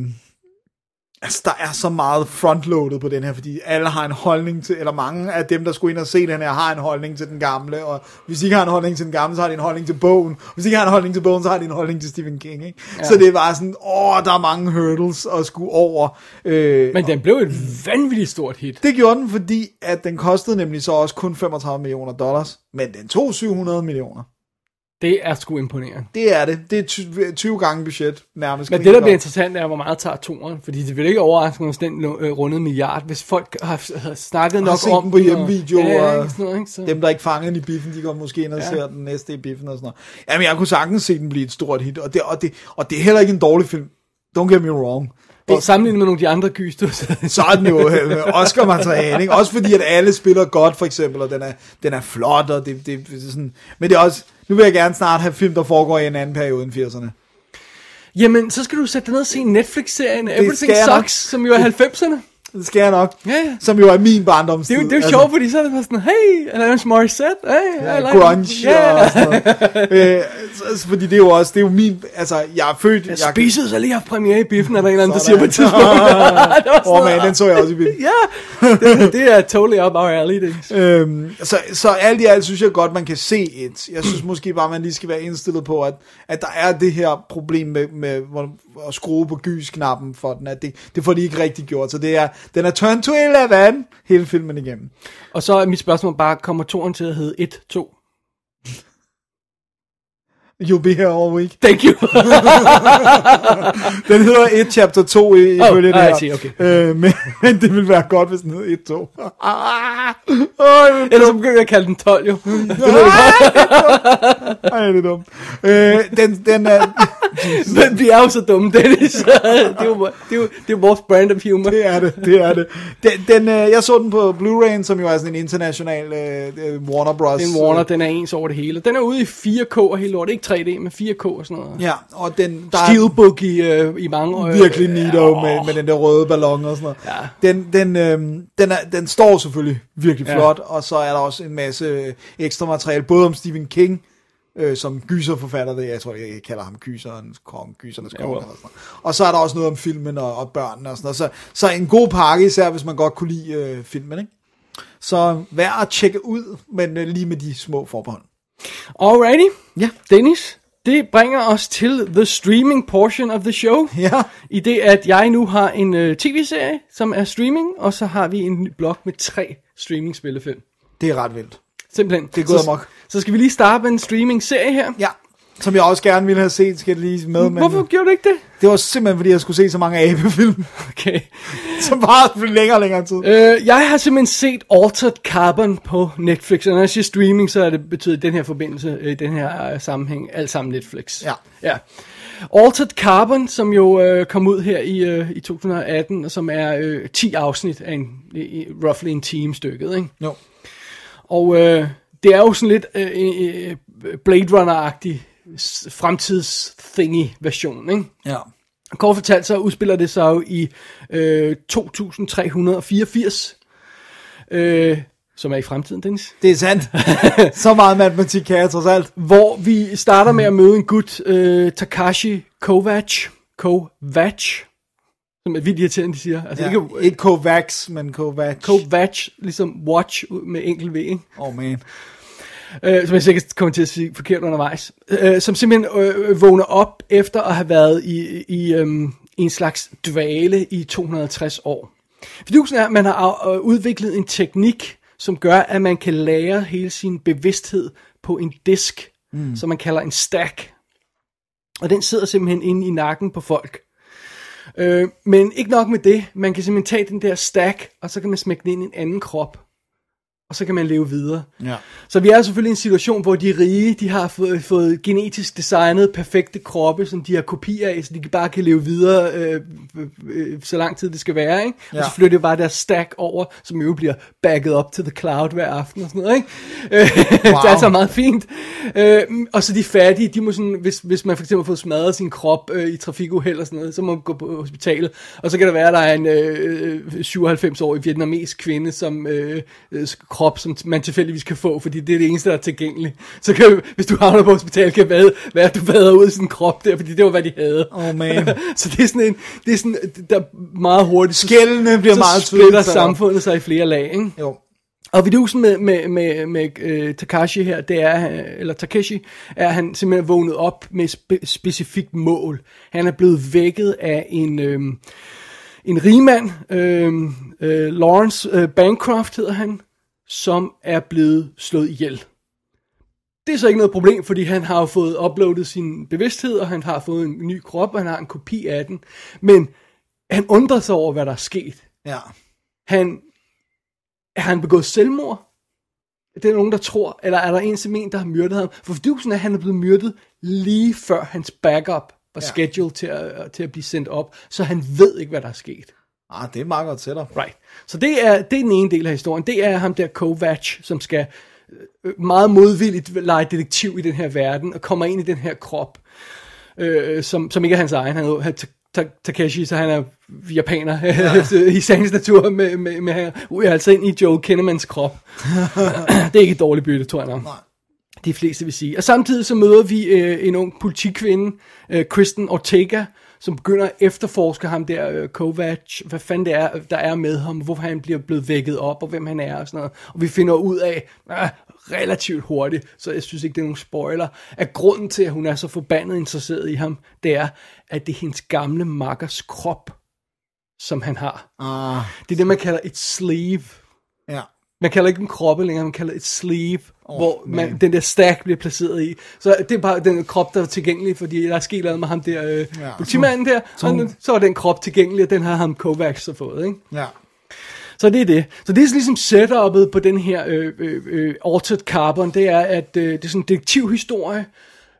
E: altså, der er så meget frontloadet på den her, fordi alle har en holdning til, eller mange af dem, der skulle ind og se den her, har en holdning til den gamle, og hvis de ikke har en holdning til den gamle, så har de en holdning til bogen. Hvis de ikke har en holdning til bogen, så har de en holdning til Stephen King, ikke? Ja. Så det er bare sådan, åh, der er mange hurdles at skulle over. Øh,
F: Men den blev et vanvittigt stort hit.
E: det gjorde den, fordi at den kostede nemlig så også kun 35 millioner dollars, men den tog 700 millioner.
F: Det er sgu imponerende.
E: Det er det. Det er ty- 20 gange budget, nærmest.
F: Men det, der bliver interessant, er, hvor meget tager toren. Fordi det vil ikke overraske mig, hvis den øh, rundede milliard, hvis folk har, har snakket nok
E: set
F: om
E: den på hjemmevideo,
F: Og, ja,
E: og-
F: ikke, sådan noget, ikke? Så.
E: Mm. Dem, der ikke fangede den i biffen, de går måske ind og ja. ser den næste i biffen og sådan noget. Jamen, jeg kunne sagtens se den blive et stort hit, og det, og det, og det er heller ikke en dårlig film. Don't get me wrong.
F: Og sammenlignet med nogle af de andre gys, du
E: Så er den jo øh, Oscar-materiale, ikke? Også fordi, at alle spiller godt, for eksempel, og den er, den er flot, og det, det, det er sådan... Men det er også... Nu vil jeg gerne snart have film, der foregår i en anden periode end 80'erne.
F: *laughs* Jamen, så skal du sætte dig ned og se Netflix-serien Everything
E: skal jeg nok.
F: Sucks, som jo er 90'erne.
E: Det skal jeg nok.
F: Ja, ja.
E: Som jo er min barndomstid. Altså,
F: Det er jo, det er jo sjovt, fordi så er det bare sådan, hey, Alanis Morissette, hey, I like
E: grunge
F: yeah.
E: og sådan noget. Øh, så- så- fordi det er jo også, det er jo min, altså jeg er født,
F: Jeg
E: jeg-
F: spisede så lige haft premiere i biffen, er der en eller anden, der siger
E: Sådan.
F: på et tidspunkt.
E: *laughs*
F: *laughs* Det var sådan
E: Åh oh, man,
F: noget.
E: den så jeg også i bilen.
F: Ja, det, det er totally up our alley, det.
E: Øhm, så, så alt i alt synes jeg godt, man kan se et. Jeg synes måske bare, man lige skal være indstillet på, at, at der er det her problem med, med hvor- at skrue på gysknappen for den. At det, det får de ikke rigtig gjort. Så det er, den er turn to 11 hele filmen igennem.
F: Og så er mit spørgsmål bare, kommer toren til at hedde 1, 2?
E: You'll be here all week.
F: Thank *laughs* you.
E: Den hedder 1 chapter 2 i, i
F: Oh,
E: følge
F: ah, I
E: det
F: see,
E: her.
F: okay.
E: Øh, men, men det ville være godt, hvis den hed 1 2. Ah, oh,
F: Ellers så begynder jeg at kalde den 12, *laughs* jo.
E: Ej, det er dumt. Øh, den, den er...
F: Men vi er jo så dumme, Dennis. *laughs* det, er jo, det, er jo, det er vores brand of humor.
E: Det er det, det er det. Den, den, øh, jeg så den på Blu-ray, som jo er sådan en international øh, øh, Warner Bros.
F: Den Warner, den er ens over det hele. Den er ude i 4K og hele lortet. Ikke 3D, men 4K og sådan noget.
E: Ja, og den, der er
F: Steelbook i, øh, i mange år.
E: virkelig neato med, med den der røde ballon og sådan noget. Ja. Den, den, øh, den, er, den står selvfølgelig virkelig
F: Ja.
E: flot, og så er der også en masse øh, ekstra materiale, både om Stephen King, øh, som gyserforfatter, det, jeg tror, jeg kalder ham gyserens kong, gysernes kong, eller sådan noget. og så er der også noget om filmen og, og børnene og sådan noget, så, så en god pakke, især hvis man godt kunne lide øh, filmen, ikke? Så værd at tjekke ud, men øh, lige med de små forbehold.
F: Alrighty.
E: Ja.
F: Dennis, det bringer os til the streaming portion of the show.
E: *laughs* Ja.
F: I det, at jeg nu har en øh, tv-serie, som er streaming, og så har vi en ny blog med tre streaming-spillefilm.
E: Det er ret vildt.
F: Simpelthen.
E: Det er gået
F: så,
E: amok.
F: Så skal vi lige starte med en streaming-serie her.
E: Ja. Som jeg også gerne ville have set, skal jeg lige med. Men
F: Hvorfor gjorde du ikke det?
E: Det var simpelthen, fordi jeg skulle se så mange abefilm, *laughs*
F: Okay.
E: som bare længere og længere tid.
F: Øh, jeg har simpelthen set Altered Carbon på Netflix, og når jeg siger streaming, så er det betydet i den her forbindelse, øh, i den her øh, sammenhæng, alt sammen Netflix.
E: Ja.
F: ja. Altered Carbon, som jo øh, kom ud her i, øh, i 2018, og som er øh, 10 afsnit af en, i, i, roughly en time stykket, ikke?
E: Jo.
F: Og øh, det er jo sådan lidt øh, øh, øh, Blade Runner-agtig s- fremtids-thingy-version, ikke?
E: Ja.
F: Kort fortalt så udspiller det sig jo i øh, 2384, øh, som er i fremtiden, Dennis.
E: Det er *laughs* sandt. så meget matematik kan jeg trods alt.
F: Hvor vi starter med at møde en gut, øh, Takashi Kovacs, Kovacs, som er vildt irriterende, de siger. Altså
E: Ja.
F: ja.
E: Ikke,
F: ikke
E: ikke Kovacs, men Kovacs.
F: Kovacs, ligesom watch ud med enkelt V, ikke?
E: oh man.
F: øh, som jeg sikkert kommer til at sige forkert undervejs, øh, som simpelthen øh, øh, vågner op efter at have været i, i øh, en slags dvale i 250 år. Fidusen er, at man har af- øh, udviklet en teknik, som gør, at man kan lære hele sin bevidsthed på en disk, mm. som man kalder en stack. Og den sidder simpelthen inde i nakken på folk. Øh, men ikke nok med det, man kan simpelthen tage den der stack, og så kan man smække den ind i en anden krop. Og så kan man leve videre. Så vi er selvfølgelig i en situation, hvor de rige, de har fået, fået genetisk designet perfekte kroppe, som de har kopier af, så de kan bare kan leve videre, øh, øh, øh, så lang tid det skal være, ikke? Ja. Og så
E: Ja.
F: flytter de bare deres stack over, som jo bliver backet op til the cloud hver aften og sådan noget, ikke? Øh, *laughs* wow. det er altså meget fint. Øh, og så de fattige, de må sådan, hvis, hvis man for eksempel har fået smadret sin krop øh, i trafikuheld og sådan noget, så må man gå på hospitalet. Og så kan der være, at der er en øh, øh, 97-årig vietnamesisk kvinde, som øh, øh, krop, som man tilfældigvis kan få, fordi det er det eneste, der er tilgængeligt. Så kan, hvis du havner på hospitalet, kan vade, være, at du vader ud i sådan en krop der, fordi det var, hvad de havde.
E: Oh, *laughs* man.
F: *laughs* så det er sådan en, det er sådan, der meget hurtigt, så-
E: Skældene bliver
F: så
E: meget
F: splitter
E: tydeligt, så-
F: samfundet sig i flere lag, ikke?
E: Jo.
F: Og vidusen med, med, med, med øh, Takashi her, det er, øh, eller Takeshi, er at han simpelthen er vågnet op med et spe, specifikt mål. Han er blevet vækket af en, øh, en rigmand, øh, øh, Lawrence øh, Bancroft hedder han, som er blevet slået ihjel. Det er så ikke noget problem, fordi han har jo fået uploadet sin bevidsthed, og han har fået en ny krop, og han har en kopi af den. Men han undrer sig over, hvad der er sket
E: Ja.
F: han, er han begået selvmord? Er det nogen, der tror? Eller er der en som en, der har myrdet ham? For fordyvelsen er, at han er blevet myrdet lige før hans backup var ja. scheduled til at, øh, til at blive sendt op, så han ved ikke, hvad der er sket.
E: Ah, det er meget godt setup.
F: Right. Så det er, det er den ene del af historien. Det er ham der Kovac, som skal øh, meget modvilligt lege detektiv i den her verden, og kommer ind i den her krop, øh, som, som ikke er hans egen. Han er, jo- han, Ta- Ta- Takeshi, så han er japaner ja. *laughs* i sagens natur, med, med, med her. Uh, jeg er altså ind i Joe Kinnemans krop. det er ikke et dårligt bytte, tror jeg nok. De fleste vil sige. Og samtidig så møder vi øh, en ung politikvinde, øh, Kristen Ortega, som begynder at efterforske ham der, øh, Kovac, hvad fanden det er, der er med ham, hvorfor han bliver blevet vækket op, og hvem han er og sådan noget. Og vi finder ud af, ah, relativt hurtigt, så jeg synes ikke, det er nogen spoiler, at grunden til, at hun er så forbandet interesseret i ham, det er, at det er hendes gamle makkers krop, som han har.
E: Ah,
F: Det er det, man kalder et sleeve.
E: ja.
F: Man kalder ikke en kroppe længere, man kalder et sleeve, oh, hvor man, den der stack bliver placeret i. Så det er bare den krop, der er tilgængelig, fordi der er sket noget med ham der, øh, ja.
E: Ja.
F: politimanden der, og nu- så er den krop tilgængelig, og den har ham Kovacs så fået, ikke?
E: Ja.
F: Så det er det. Så det er ligesom setup'et på den her øh, øh, øh, Altered Carbon, det er, at øh, det er sådan en detektivhistorie.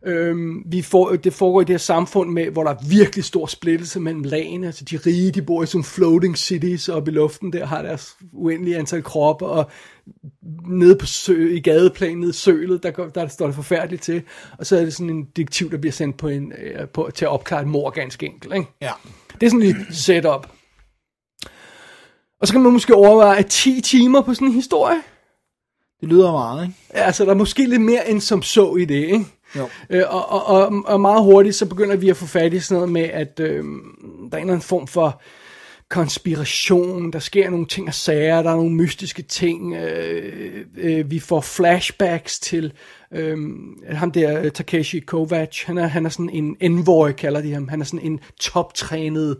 F: Øhm, vi får, øh, det foregår i det her samfund, med, hvor der er virkelig stor splittelse mellem lagene. Altså de rige, de bor i sådan floating cities oppe i luften, der har deres uendelige antal kroppe, og nede på sø, i gadeplan, nede i sølet, der, går, der står det forfærdeligt til. Og så er det sådan en detektiv, der bliver sendt på en, øh, på, til at opklare et mor ganske enkelt. Ikke?
E: Ja.
F: Det er sådan lidt setup. Og så kan man måske overveje 10 timer på sådan en historie.
E: Det lyder meget, ikke?
F: Altså, der er måske lidt mere end som så i det, ikke?
E: Jo.
F: Øh, og, og, og, og meget hurtigt, så begynder vi at få fat i sådan noget med, at øh, der er en eller anden form for konspiration, der sker nogle ting og sager, der er nogle mystiske ting, øh, øh, vi får flashbacks til øh, ham der øh, Takeshi Kovacs, han er, han er sådan en envoy, kalder de ham, han er sådan en toptrænet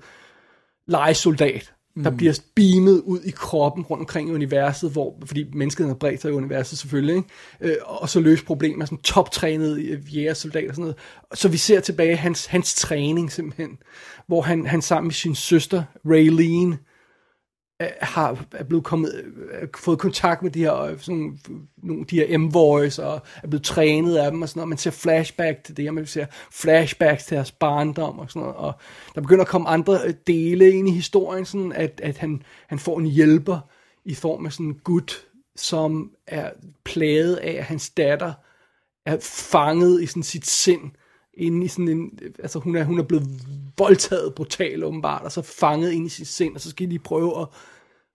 F: legesoldat, der bliver beamet ud i kroppen rundt omkring i universet, hvor, fordi menneskeheden har bredt sig i universet selvfølgelig, ikke? Øh, og så løse problemer, sådan toptrænede øh, jægersoldater og sådan noget. Så vi ser tilbage hans, hans træning simpelthen, hvor han, han sammen med sin søster, Raylene, øh, har er blevet kommet, øh, øh, fået kontakt med de her, øh, sådan, nogle, de her M-Voice, og er blevet trænet af dem og sådan noget. Man ser flashback til det, og man ser flashbacks til deres barndom og sådan noget. Og der begynder at komme andre øh, dele ind i historien, sådan at, at han, han får en hjælper i form af sådan en gut, som er plaget af, at hans datter er fanget i sådan sit sind, inde i sådan en, altså hun er, hun er blevet voldtaget brutalt åbenbart, og så fanget ind i sit sind, og så skal de lige prøve at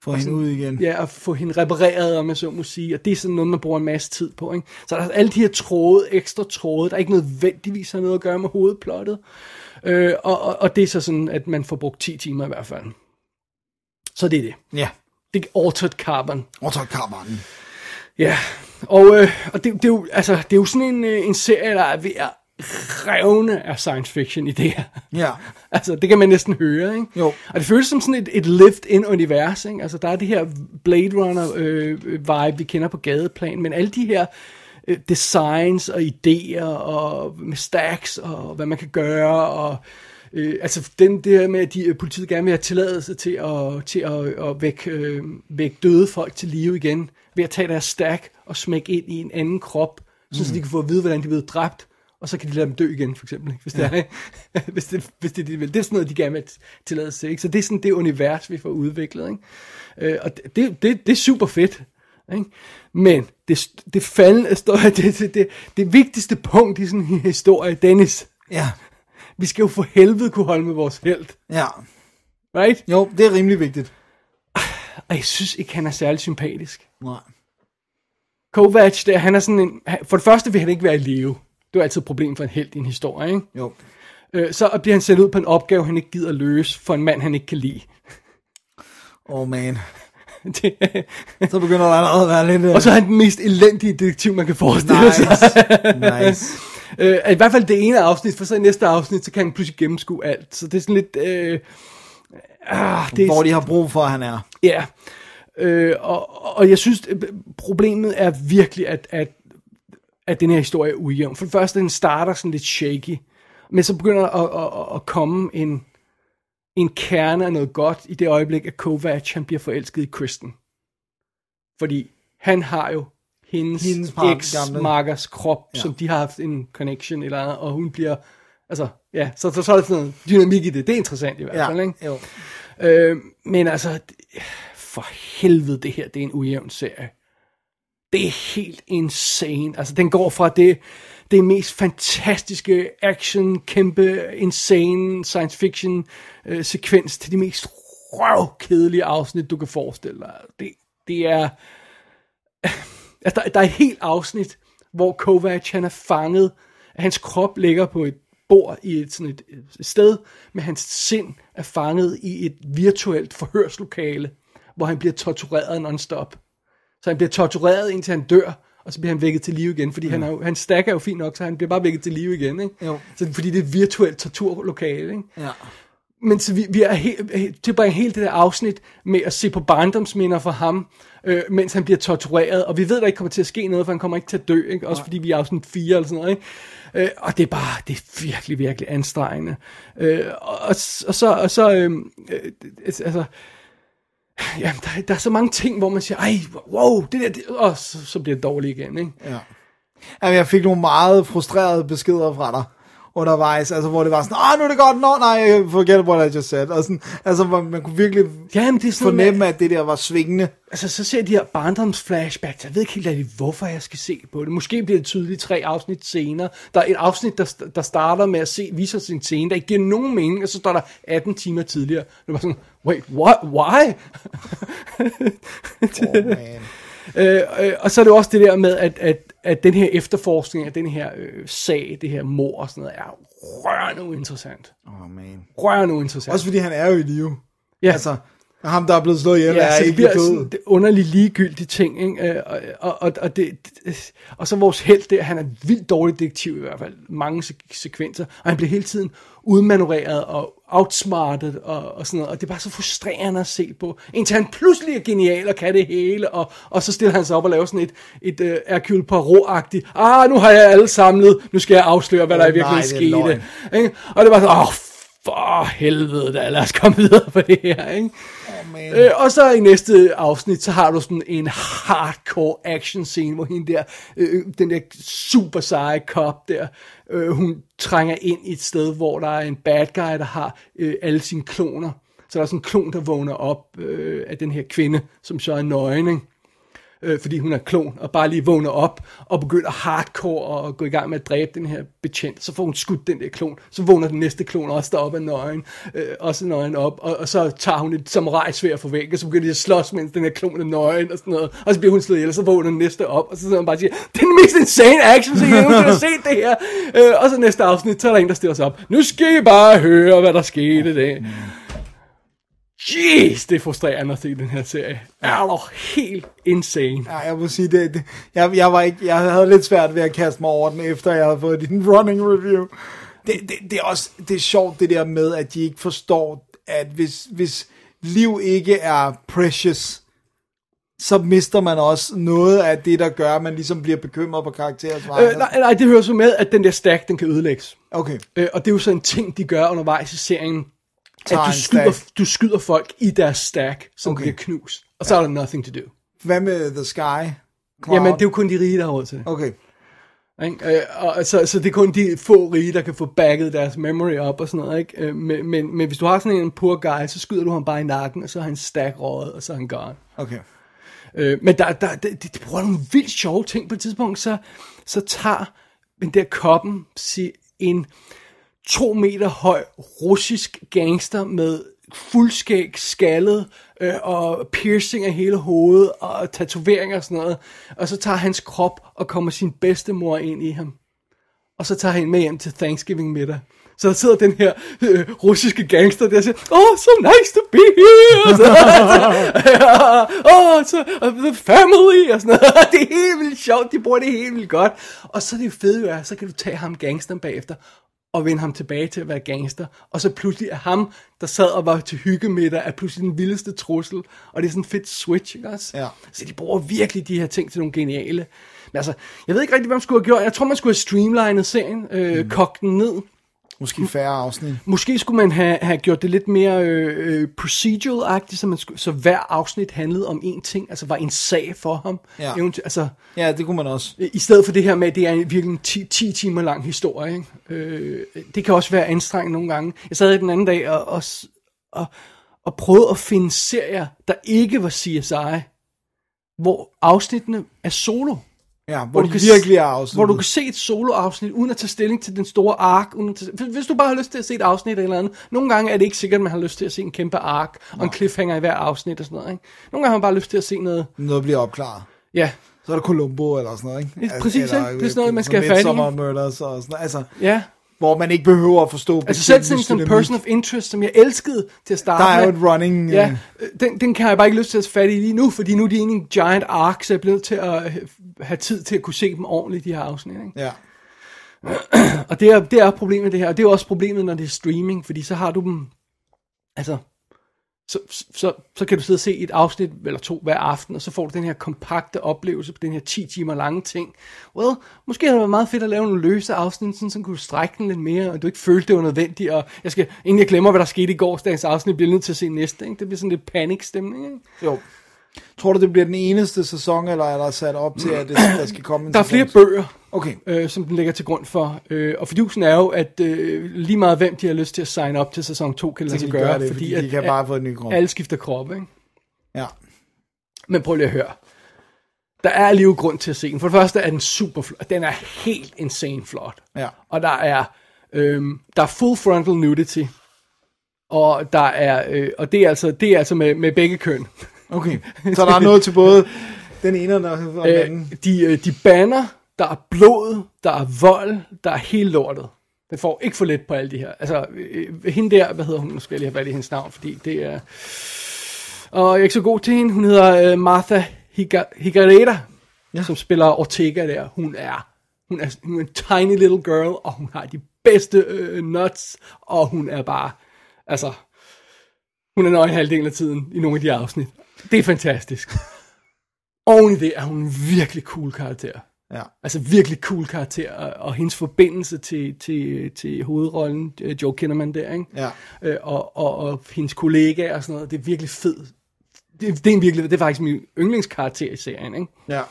E: Få hende ud igen.
F: ja, at få hende repareret, om jeg så må sige, og det er sådan noget, man bruger en masse tid på. Ikke? Så der er alle de her tråde, ekstra tråde, der ikke nødvendigvis har noget at gøre med hovedplottet, øh, og, og, og det er så sådan, at man får brugt 10 timer i hvert fald. Så det er det.
E: Ja.
F: Det er Altered Carbon.
E: Og så kammeren.
F: Ja, og, øh, og det, det, er jo, altså, det er jo sådan en, øh, en serie, der er ved at revne af science fiction idéer.
E: Ja.
F: *laughs* Altså, det kan man næsten høre, ikke?
E: Jo.
F: Og det føles som sådan et, et lift-in-univers, ikke? Altså, der er det her Blade Runner-vibe, vi kender på gadeplan, men alle de her øh, designs og idéer og med stacks og hvad man kan gøre og øh, altså den det her med at de, øh, politiet gerne vil have tilladelse til at, til at, at vække, øh, vække døde folk til live igen ved at tage deres stack og smække ind i en anden krop så, så de kan få at vide hvordan de er blevet dræbt og så kan de lade dem dø igen, for eksempel, ikke? hvis, det ja. er, *laughs* hvis, det, hvis det, er det, de vil. Det er sådan noget, de gerne vil tillade sig. Ikke? Så det er sådan det univers, vi får udviklet. Ikke? Øh, og det, det, det, det er super fedt. Ikke? Men det, det, faldende, står- *laughs* det, det, det, det vigtigste punkt i sådan en historie, Dennis,
E: Ja.
F: vi skal jo for helvede kunne holde med vores held,
E: Ja.
F: right?
E: Jo, det er rimelig vigtigt.
F: Og jeg synes ikke, han er særlig sympatisk.
E: Nej.
F: Kovac, der, han er sådan en... han- For det første vil han ikke være i live. Det er altid et problem for en held i en historie, ikke?
E: Jo.
F: Øh, så bliver han sendt ud på en opgave, han ikke gider løse for en mand, han ikke kan lide. *laughs*
E: Åh, oh, man.
F: Det,
E: Så begynder der allerede at være *laughs* lidt... Uh...
F: og så er han den mest elendige detektiv, man kan forestille
E: *laughs*
F: sig.
E: Nice. nice.
F: Øh, I hvert fald det ene afsnit, for så i næste afsnit, så kan han pludselig gennemskue alt. Så det er sådan lidt... Øh, ah, det er,
E: Hvor de har brug for, at han er.
F: Ja. Øh, og, og jeg synes, øh, problemet er virkelig, at, at, at den her historie er ujævn. For det første, den starter sådan lidt shaky, men så begynder der at, at, at, at komme en, en kerne af noget godt i det øjeblik, at Kovac han bliver forelsket i Kristen. Fordi han har jo hendes,
E: Hendes
F: hendes
E: par- gamle-
F: eks-markers krop, ja. som de har haft en connection eller andet, og hun bliver... Altså, ja, så, så, så er der sådan noget dynamik i det. Det er interessant i hvert
E: Ja.
F: fald, ikke?
E: Jo.
F: Øh, men altså, d- for helvede det her, det er en ujævn serie. Det er helt insane. Altså, den går fra det, det mest fantastiske action, kæmpe, insane science fiction øh, sekvens til de mest røvkedelige afsnit, du kan forestille dig. Det, det er... Altså, der, der er et helt afsnit, hvor Kovac han er fanget. Hans krop ligger på et bord i et, sådan et, et sted, men hans sind er fanget i et virtuelt forhørslokale, hvor han bliver tortureret non-stop. Så han bliver tortureret, indtil han dør, og så bliver han vækket til live igen, fordi mm. han, er jo, han stakker jo fint nok, så han bliver bare vækket til live igen. Ikke?
E: Jo.
F: Så, fordi det er et virtuelt torturlokale. Ikke?
E: Ja.
F: Men så vi, vi er he- he- tilbringer hele det der afsnit med at se på barndomsminder fra ham, øh, mens han bliver tortureret, og vi ved, der ikke kommer til at ske noget, for han kommer ikke til at dø, ikke? også fordi vi er afsnit 4 eller sådan noget. Ikke? Øh, og det er bare, det er virkelig, virkelig anstrengende. Øh, og, og, s- og så, og så øh, øh, altså, jamen, der, der er så mange ting, hvor man siger, ej, wow, det der, det, og så, så bliver det dårligt igen, ikke?
E: Jamen, jeg fik nogle meget frustrerede beskeder fra dig undervejs, altså hvor det var sådan, ah, nu er det godt, nå, nej, forget what I just said, og sådan, altså man, man kunne virkelig
F: Ja, men det er sådan noget med-
E: fornemme, at det der var svingende.
F: Altså, så ser jeg de her barndomsflashbacks. Jeg ved ikke helt ærligt, hvorfor jeg skal se på det. Måske bliver det tydeligt tre afsnit senere. Der er et afsnit, der, st- der starter med at se, viser sin scene, der ikke giver nogen mening, og så står der 18 timer tidligere. Det var sådan, wait, what? Why? *laughs* Øh, øh, og så er det jo også det der med, at, at, at den her efterforskning af den her øh, sag, det her mor og sådan noget, er rørende uinteressant.
E: Oh, man.
F: Rørende uinteressant.
E: Også fordi han er jo i live.
F: ja.
E: Altså, Ham, der er blevet slået ihjel,
F: Ja,
E: ja, er
F: altså, det
E: ikke
F: bliver sådan
E: død.
F: det underligt ligegyldige ting, ikke? Øh, Og, og, og, og, det, det- og så vores held der, han er en vildt dårlig detektiv i hvert fald, mange se- sekvenser, og han bliver hele tiden udmanøvreret og outsmartet og, og sådan noget, og det er bare så frustrerende at se på, indtil han pludselig er genial og kan det hele, og, og så stiller han sig op og laver sådan et, et uh, Hercule Poirot-agtigt, ah, nu har jeg alle samlet, nu skal jeg afsløre, hvad der i
E: Åh, nej,
F: virkeligheden
E: det er løgn.
F: skete. Ikke? Og det var sådan, åh, oh, for helvede da, lad os komme videre på det her, ikke? Øh, og så i næste afsnit, så har du sådan en hardcore action scene, hvor hende der, øh, den der super seje cop der, øh, hun trænger ind i et sted, hvor der er en bad guy, der har øh, alle sine kloner. Så der er sådan en klon, der vågner op øh, af den her kvinde, som så er nøgen, ikke? øh, fordi hun er klon, og bare lige vågner op og begynder hardcore at gå i gang med at dræbe den her betjent. Så får hun skudt den der klon, så vågner den næste klon også deroppe af nøgen, øh, også nøgen op, og, og, så tager hun et samurajsvær for væk, og så begynder de at slås, mens den her klon er nøgen og sådan noget, og så bliver hun slået ihjel, og så vågner den næste op, og så sidder hun bare og siger, det er den mest insane action, så jeg nogensinde har set det her. Øh, og så næste afsnit, så er der en, der stiller sig op, nu skal I bare høre, hvad der skete det. Jeez, det er frustrerende at se den her serie. Er du helt insane?
E: Ja, jeg må sige, det, det jeg, jeg, var ikke, jeg havde lidt svært ved at kaste mig over den, efter jeg havde fået din *laughs* running review. Det, det, det er også det er sjovt, det der med, at de ikke forstår, at hvis, hvis liv ikke er precious, så mister man også noget af det, der gør, at man ligesom bliver bekymret på karakterens vegne.
F: Øh, nej, nej, det hører så med, at den der stack, den kan ødelægges.
E: Okay,
F: Øh, og det er jo sådan en ting, de gør undervejs i serien, at
E: tager en
F: du skyder,
E: stack.
F: du skyder folk i deres stack, som
E: Okay.
F: okay. bliver knust. Og så er der nothing to do.
E: Hvad med The Sky? Cloud?
F: Jamen, det er jo kun de rige, der har råd til det.
E: Okay,
F: Ikke? Øh, og, så, så det er kun de få rige, der kan få bagget deres memory op og sådan noget. Ikke? Øh, men, men, men hvis du har sådan en poor guy, så skyder du ham bare i nakken, og så har han stack røget, og så er han gone.
E: okay.
F: Øh, men der, der, de, de, de bruger nogle vildt sjove ting på et tidspunkt, så, så tager den der koppen sig en to meter høj russisk gangster med fuldskæg, skaldet øh, og piercing af hele hovedet og tatoveringer og sådan noget. Og så tager hans krop og kommer sin bedstemor ind i ham. Og så tager han med hjem til Thanksgiving middag. Så der sidder den her øh, russiske gangster der og siger, Oh, so nice to be here! Og så, *laughs* oh, so, uh, the family! Og sådan noget. *laughs* Det er helt vildt sjovt, de bruger det helt vildt godt. Og så det fede jo er, så kan du tage ham gangsteren bagefter, og vende ham tilbage til at være gangster. Og så pludselig er ham, der sad og var til hyggemiddag, er pludselig den vildeste trussel. Og det er sådan en fedt switch, ikke også?
E: Ja.
F: Så Altså, de bruger virkelig de her ting til nogle geniale. Men altså, jeg ved ikke rigtig, hvad man skulle have gjort. Jeg tror, man skulle have streamlinet serien, øh, mm. kogt den ned.
E: Måske færre afsnit.
F: Måske skulle man have, have gjort det lidt mere øh, øh, procedural-agtigt, så, man skulle, så hver afsnit handlede om én ting, altså var en sag for ham.
E: Ja.
F: Eventu- altså,
E: Ja, det kunne man også.
F: i stedet for det her med, at det er en virkelig 10, 10 timer lang historie. Ikke? Øh, det kan også være anstrengende nogle gange. Jeg sad den anden dag og, og, s- og, og prøvede at finde serier, der ikke var CSI, hvor afsnittene er solo.
E: Ja, hvor, hvor
F: kan
E: de virkelig er
F: s-
E: afsnit.
F: Hvor du kan se et soloafsnit, uden at tage stilling til den store ark. Uden at tage, hvis- hvis du bare har lyst til at se et afsnit eller et eller andet. Nogle gange er det ikke sikkert, at man har lyst til at se en kæmpe ark, og en cliffhanger i hver afsnit og sådan noget. Ikke? Nogle gange har man bare lyst til at se noget.
E: noget bliver opklaret.
F: Ja,
E: Så er der Columbo eller sådan noget, ikke?
F: Ja, præcis, ikke? Det er sådan noget, man skal have fat i, ikke?
E: Midsummer Murders og sådan noget. Altså,
F: ja.
E: hvor man ikke behøver at forstå...
F: Altså selv sådan
E: betydningens
F: som
E: dynamik.
F: person of interest, som jeg elskede til at starte
E: Der er jo
F: med.
E: et running...
F: Ja, øh, den, den kan jeg bare ikke lyst til at fatte i lige nu, fordi nu er de inde i en giant arc, så jeg bliver nødt til at øh, have tid til at kunne se dem ordentligt, de her afsnit. Ikke?
E: ja.
F: Og det er, det er problemet det her, og det er jo også problemet, når det er streaming, fordi så har du dem, altså, så, så- så, så kan du sidde og se et afsnit eller to hver aften, og så får du den her kompakte oplevelse på den her 10 timer lange ting. Well, måske havde det været meget fedt at lave nogle løse afsnit, sådan, så kunne du strække den lidt mere, og du ikke følte, det var nødvendigt, og jeg skal, inden jeg glemmer, hvad der skete i gårsdagens afsnit, bliver jeg nødt til at se næste, ikke? Det bliver sådan lidt panikstemning, ikke?
E: Jo. Tror du, det bliver den eneste sæson, eller er der sat op til, at det, der skal komme en
F: Der er
E: sæson?
F: flere bøger,
E: Okay.
F: øh, som den ligger til grund for. Øh, og fidusen er jo, at øh, lige meget hvem de har lyst til at signe op til sæson 2, kan det
E: Så
F: lade sig
E: de gør
F: gøre,
E: det, fordi de kan
F: at-
E: bare få en ny krop.
F: Alle skifter krop, ikke?
E: Ja.
F: Men prøv lige at høre. Der er alligevel grund til at se den. For det første er den super flot. Den er helt insane flot.
E: Ja.
F: Og der er, øhm, der er full frontal nudity. Og der er, øh, og det er altså, det er altså med, med begge køn. *laughs*
E: Okay. Så der er noget til både den ene og den og den anden.
F: Øh, de, øh, de banner, der er blod, der er vold, der er hele lortet. Den får ikke for øh, let på alle de her. Altså, øh, hende der, hvad hedder hun? Nu skal jeg lige have valgt i hendes navn, fordi det er... Og jeg er ikke så god til hende. Hun hedder øh, Martha Higa- Higareda, ja. som spiller Ortega der. Hun er, hun er hun er en tiny little girl, og hun har de bedste øh, nuts, og hun er bare, altså, hun er nøgen halvdelen af tiden i nogle af de afsnit. Det er fantastisk. Oven i det er hun en virkelig cool karakter.
E: Ja.
F: Altså virkelig cool karakter, og, og hendes forbindelse til, til, til hovedrollen, øh, Joe Kinnaman der, ikke?
E: Ja.
F: Øh, og, og, og hendes kollegaer og sådan noget, det er virkelig fed. Det, det, er, en virkelig, det er faktisk min yndlingskarakter i serien, ikke?
E: Ja.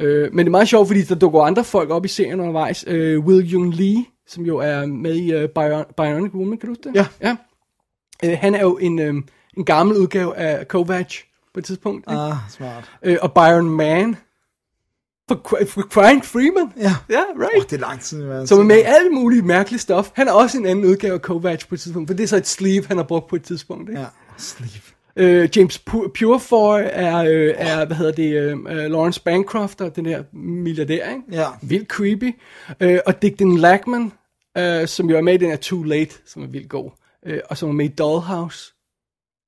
F: Øh, men det er meget sjovt, fordi der dukker andre folk op i serien undervejs. Øh, Will Young Lee, som jo er med i øh, Bion- Bionic Woman, kan du huske det?
E: Ja.
F: ja. Øh, han er jo en, øh, en gammel udgave af Kovac på et tidspunkt. Ikke?
E: Ah, smart.
F: Øh, og Byron Mann for, Qu- for Crying Freeman.
E: Ja.
F: Ja, right.
E: Det er lang tid, man.
F: Som er med i alt muligt mærkeligt stof. Han er også en anden udgave af Kovac på et tidspunkt, for det er så et sleeve, han har brugt på et tidspunkt. Ikke?
E: Ja. Sleep.
F: Øh, James Pu- Purefoy er, øh, er, hvad hedder det, øh, øh, Lawrence Bancroft, og den her milliardær, ikke?
E: Ja.
F: Vildt creepy. Øh, og Digden Lackman, øh, som jo er med i den her Too Late, som er vildt god. Øh, og som er med i Dollhouse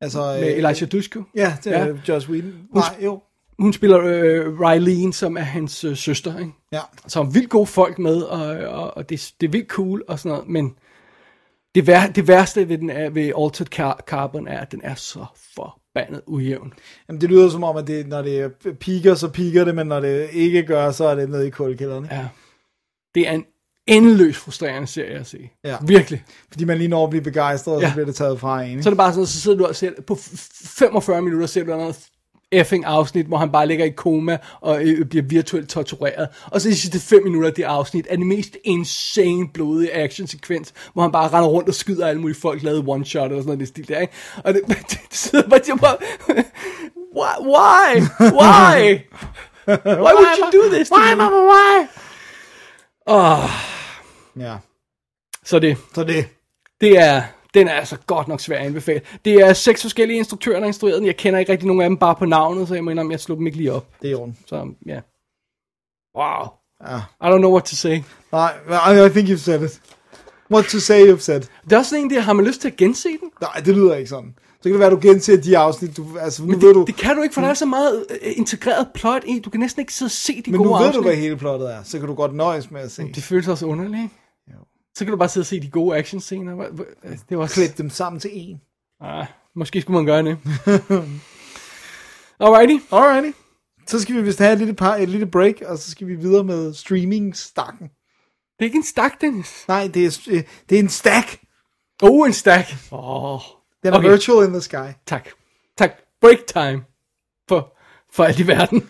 E: Altså,
F: med
E: øh,
F: Elijah Dushku.
E: Ja, det er
F: Ja.
E: ja. Joss Whedon. Nej, jo.
F: Hun spiller øh, Ryleen, som er hans øh, søster, ikke?
E: Ja.
F: Så er vildt gode folk med, og, og, og det, det er vildt cool og sådan noget, men det, vær, det værste ved, den er, ved Altered Car- Carbon er, at den er så forbandet ujævn.
E: Jamen, det lyder som om, at det, når det piker, så piker det, men når det ikke gør, så er det nede i kuldekælderen. Ja.
F: Ja. Det er en endeløs frustrerende serie at se.
E: Ja.
F: Virkelig.
E: Fordi man lige når at blive begejstret, og ja.
F: Ja.
E: så bliver det taget fra en.
F: Så
E: Så...
F: er det bare sådan, så sidder du og ser, på f- 45 minutter ser du noget effing afsnit, hvor han bare ligger i koma og øh, bliver virtuelt tortureret. Og så de sidste 5 minutter af det afsnit er den mest insane blodige actionsekvens, hvor han bare render rundt og skyder alle mulige folk, lavet one shot eller sådan noget i den stil der, ikke? Og det, *laughs* det sidder bare, jeg bare *laughs* why, why, *laughs* why, why would you do this? Why, mama, why? Oh,
E: Ja.
F: så det.
E: Så det.
F: Det er, den er altså godt nok svær at anbefale. Det er seks forskellige instruktører, der har instrueret den. Jeg kender ikke rigtig nogen af dem bare på navnet, så jeg må indrømme, jeg slog dem ikke lige op.
E: Det er i orden.
F: Så ja. Wow.
E: Ja.
F: I don't know what to say.
E: Nej, I- I think you've said it. What to say you've said.
F: Det er også sådan en, der har man lyst til at gense den.
E: Nej, det lyder ikke sådan. Så kan det være, at du genser de afsnit, du, altså, nu ved du,
F: Det kan du ikke, for der er så meget øh, integreret plot i. Du kan næsten ikke sidde og se de
E: men
F: gode
E: nu ved
F: afsnit.
E: du, hvad hele plottet er, så kan du godt nøjes med at se.
F: Det føles også underligt, ikke? Så kan du bare sidde og se de gode actionscener. Hvor- hvor- altså, Det var også...
E: Klip dem sammen til en.
F: Ah, måske skulle man gøre det. *laughs* Alrighty.
E: Alrighty. Så skal vi vist have et lille, par, et lille break, og så skal vi videre med streaming-stakken.
F: Det er ikke en stak, Dennis.
E: Nej, det er, øh, det er en stack.
F: Oh, en stak. Åh.
E: Den er
F: Okay.
E: okay. virtual in the sky.
F: Tak. Tak. Break time. For, for alt i
E: *laughs*
F: verden.
G: 10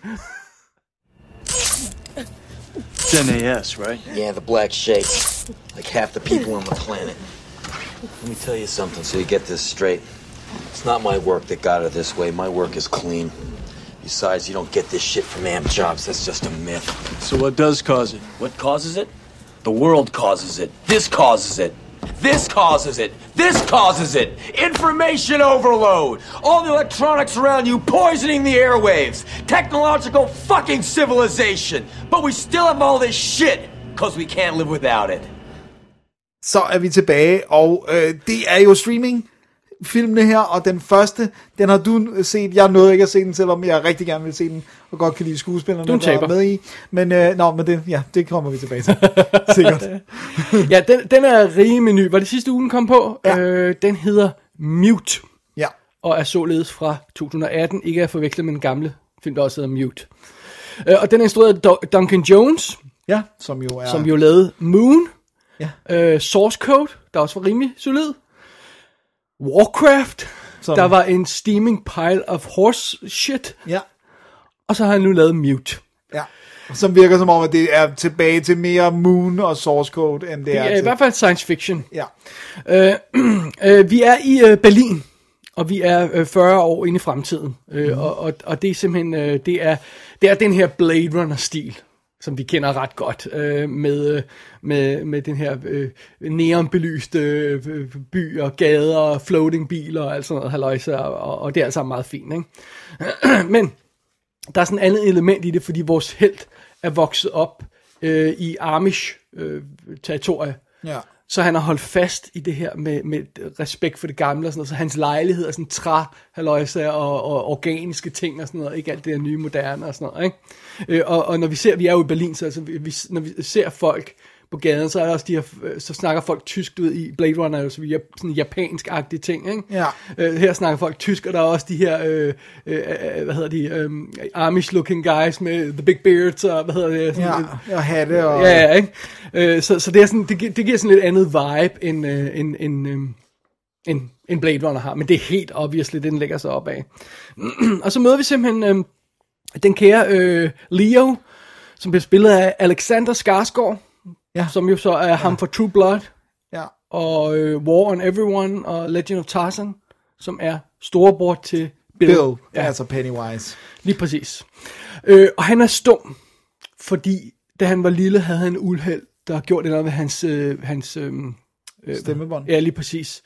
G: right?
D: Yeah, the black shape. Like half the people on the planet. Let me tell you something so you get this straight. It's not my work that got her this way. My work is clean. Besides, you don't get this shit from amp jobs. That's just a myth.
G: So what does cause it?
D: What causes it? The world causes it. This causes it. This causes it. This causes it. Information overload. All the electronics around you poisoning the airwaves. Technological fucking civilization. But we still have all this shit because we can't live without it.
E: Så er vi tilbage, og øh, det er jo streaming filmene her, og den første, den har du set, jeg nåede ikke at se den, selvom jeg rigtig gerne vil se den, og godt kan lide skuespillerne,
F: Du er en
E: der er
F: taber.
E: med i, men øh, nå, men det, ja, det kommer vi tilbage til,
F: *laughs*
E: sikkert.
F: ja, den, den er rimelig ny. Var det sidste ugen kom på?
E: Ja.
F: Øh, den hedder Mute.
E: Ja,
F: Og er således fra 2018. Ikke at forveksle med den gamle film, der også hedder Mute. Øh, og den er instrueret af Do- Duncan Jones,
E: ja, som jo er,
F: som jo lavede Moon.
E: Ja.
F: Øh, Source Code, der også var rimelig solid. Warcraft.
E: Som-
F: Som... Der var en steaming pile of horse shit.
E: ja,
F: Og så har han nu lavet Mute.
E: ja, som virker som om, at det er tilbage til mere Moon og Source Code, end det,
F: Det
E: er
F: er
E: til,
F: i hvert fald science fiction.
E: ja,
F: Øh, *clears throat* øh, vi er i øh, Berlin, og vi er øh, 40 år inde i fremtiden. Øh, og, og, og det er simpelthen øh, det er, det er den her Blade Runner-stil, som vi kender ret godt, øh, med, øh, med, med den her øh, neonbelyste øh, øh, by og gader og floating biler og alt sådan noget halløjse, og, og, og det er altså meget fint. Ikke? *clears throat* Men der er sådan et andet element i det, fordi vores øh, held er vokset op øh, i Amish-territorie.
E: ja,
F: Så han har holdt fast i det her med, med respekt for det gamle og sådan noget. Så hans lejlighed er sådan træ, haløjse og, og organiske ting og sådan noget. Ikke alt det der nye moderne og sådan noget. Ikke? Øh, og, og når vi ser, vi er jo i Berlin, så altså, vi, vi- når vi ser folk på gaden, så er der også de her, øh, så snakker folk tysk ud i Blade Runner, er jo så vi sådan japansk-agtige ting, ikke?
E: Ja.
F: Øh, her snakker folk tysk, og der er også de her, øh, øh, øh, hvad hedder de, øh, Amish-looking guys med the big beards, og hvad hedder det, sådan, øh,
E: Ja, og hatte og...
F: Ja, ja, ikke? Øh, så, så det, er sådan, det, gi- det giver sådan lidt andet vibe, end, øh, end, end, øh, end, end Blade Runner har. Men det er helt obviously, den lægger sig op af. *clears throat* og så møder vi simpelthen øh, den kære øh, Leo, som bliver spillet af Alexander Skarsgård,
E: Ja.
F: som jo så er ham for True Blood,
E: ja.
F: og øh, War on Everyone, og Legend of Tarzan, som er storebror til Bill.
E: Bill, ja. altså Pennywise.
F: Lige præcis. Øh, og han er stum, fordi da han var lille, havde han en uheld, der har gjort et eller andet ved hans... Øh, hans øh,
E: Stemmebånd.
F: ja, lige præcis.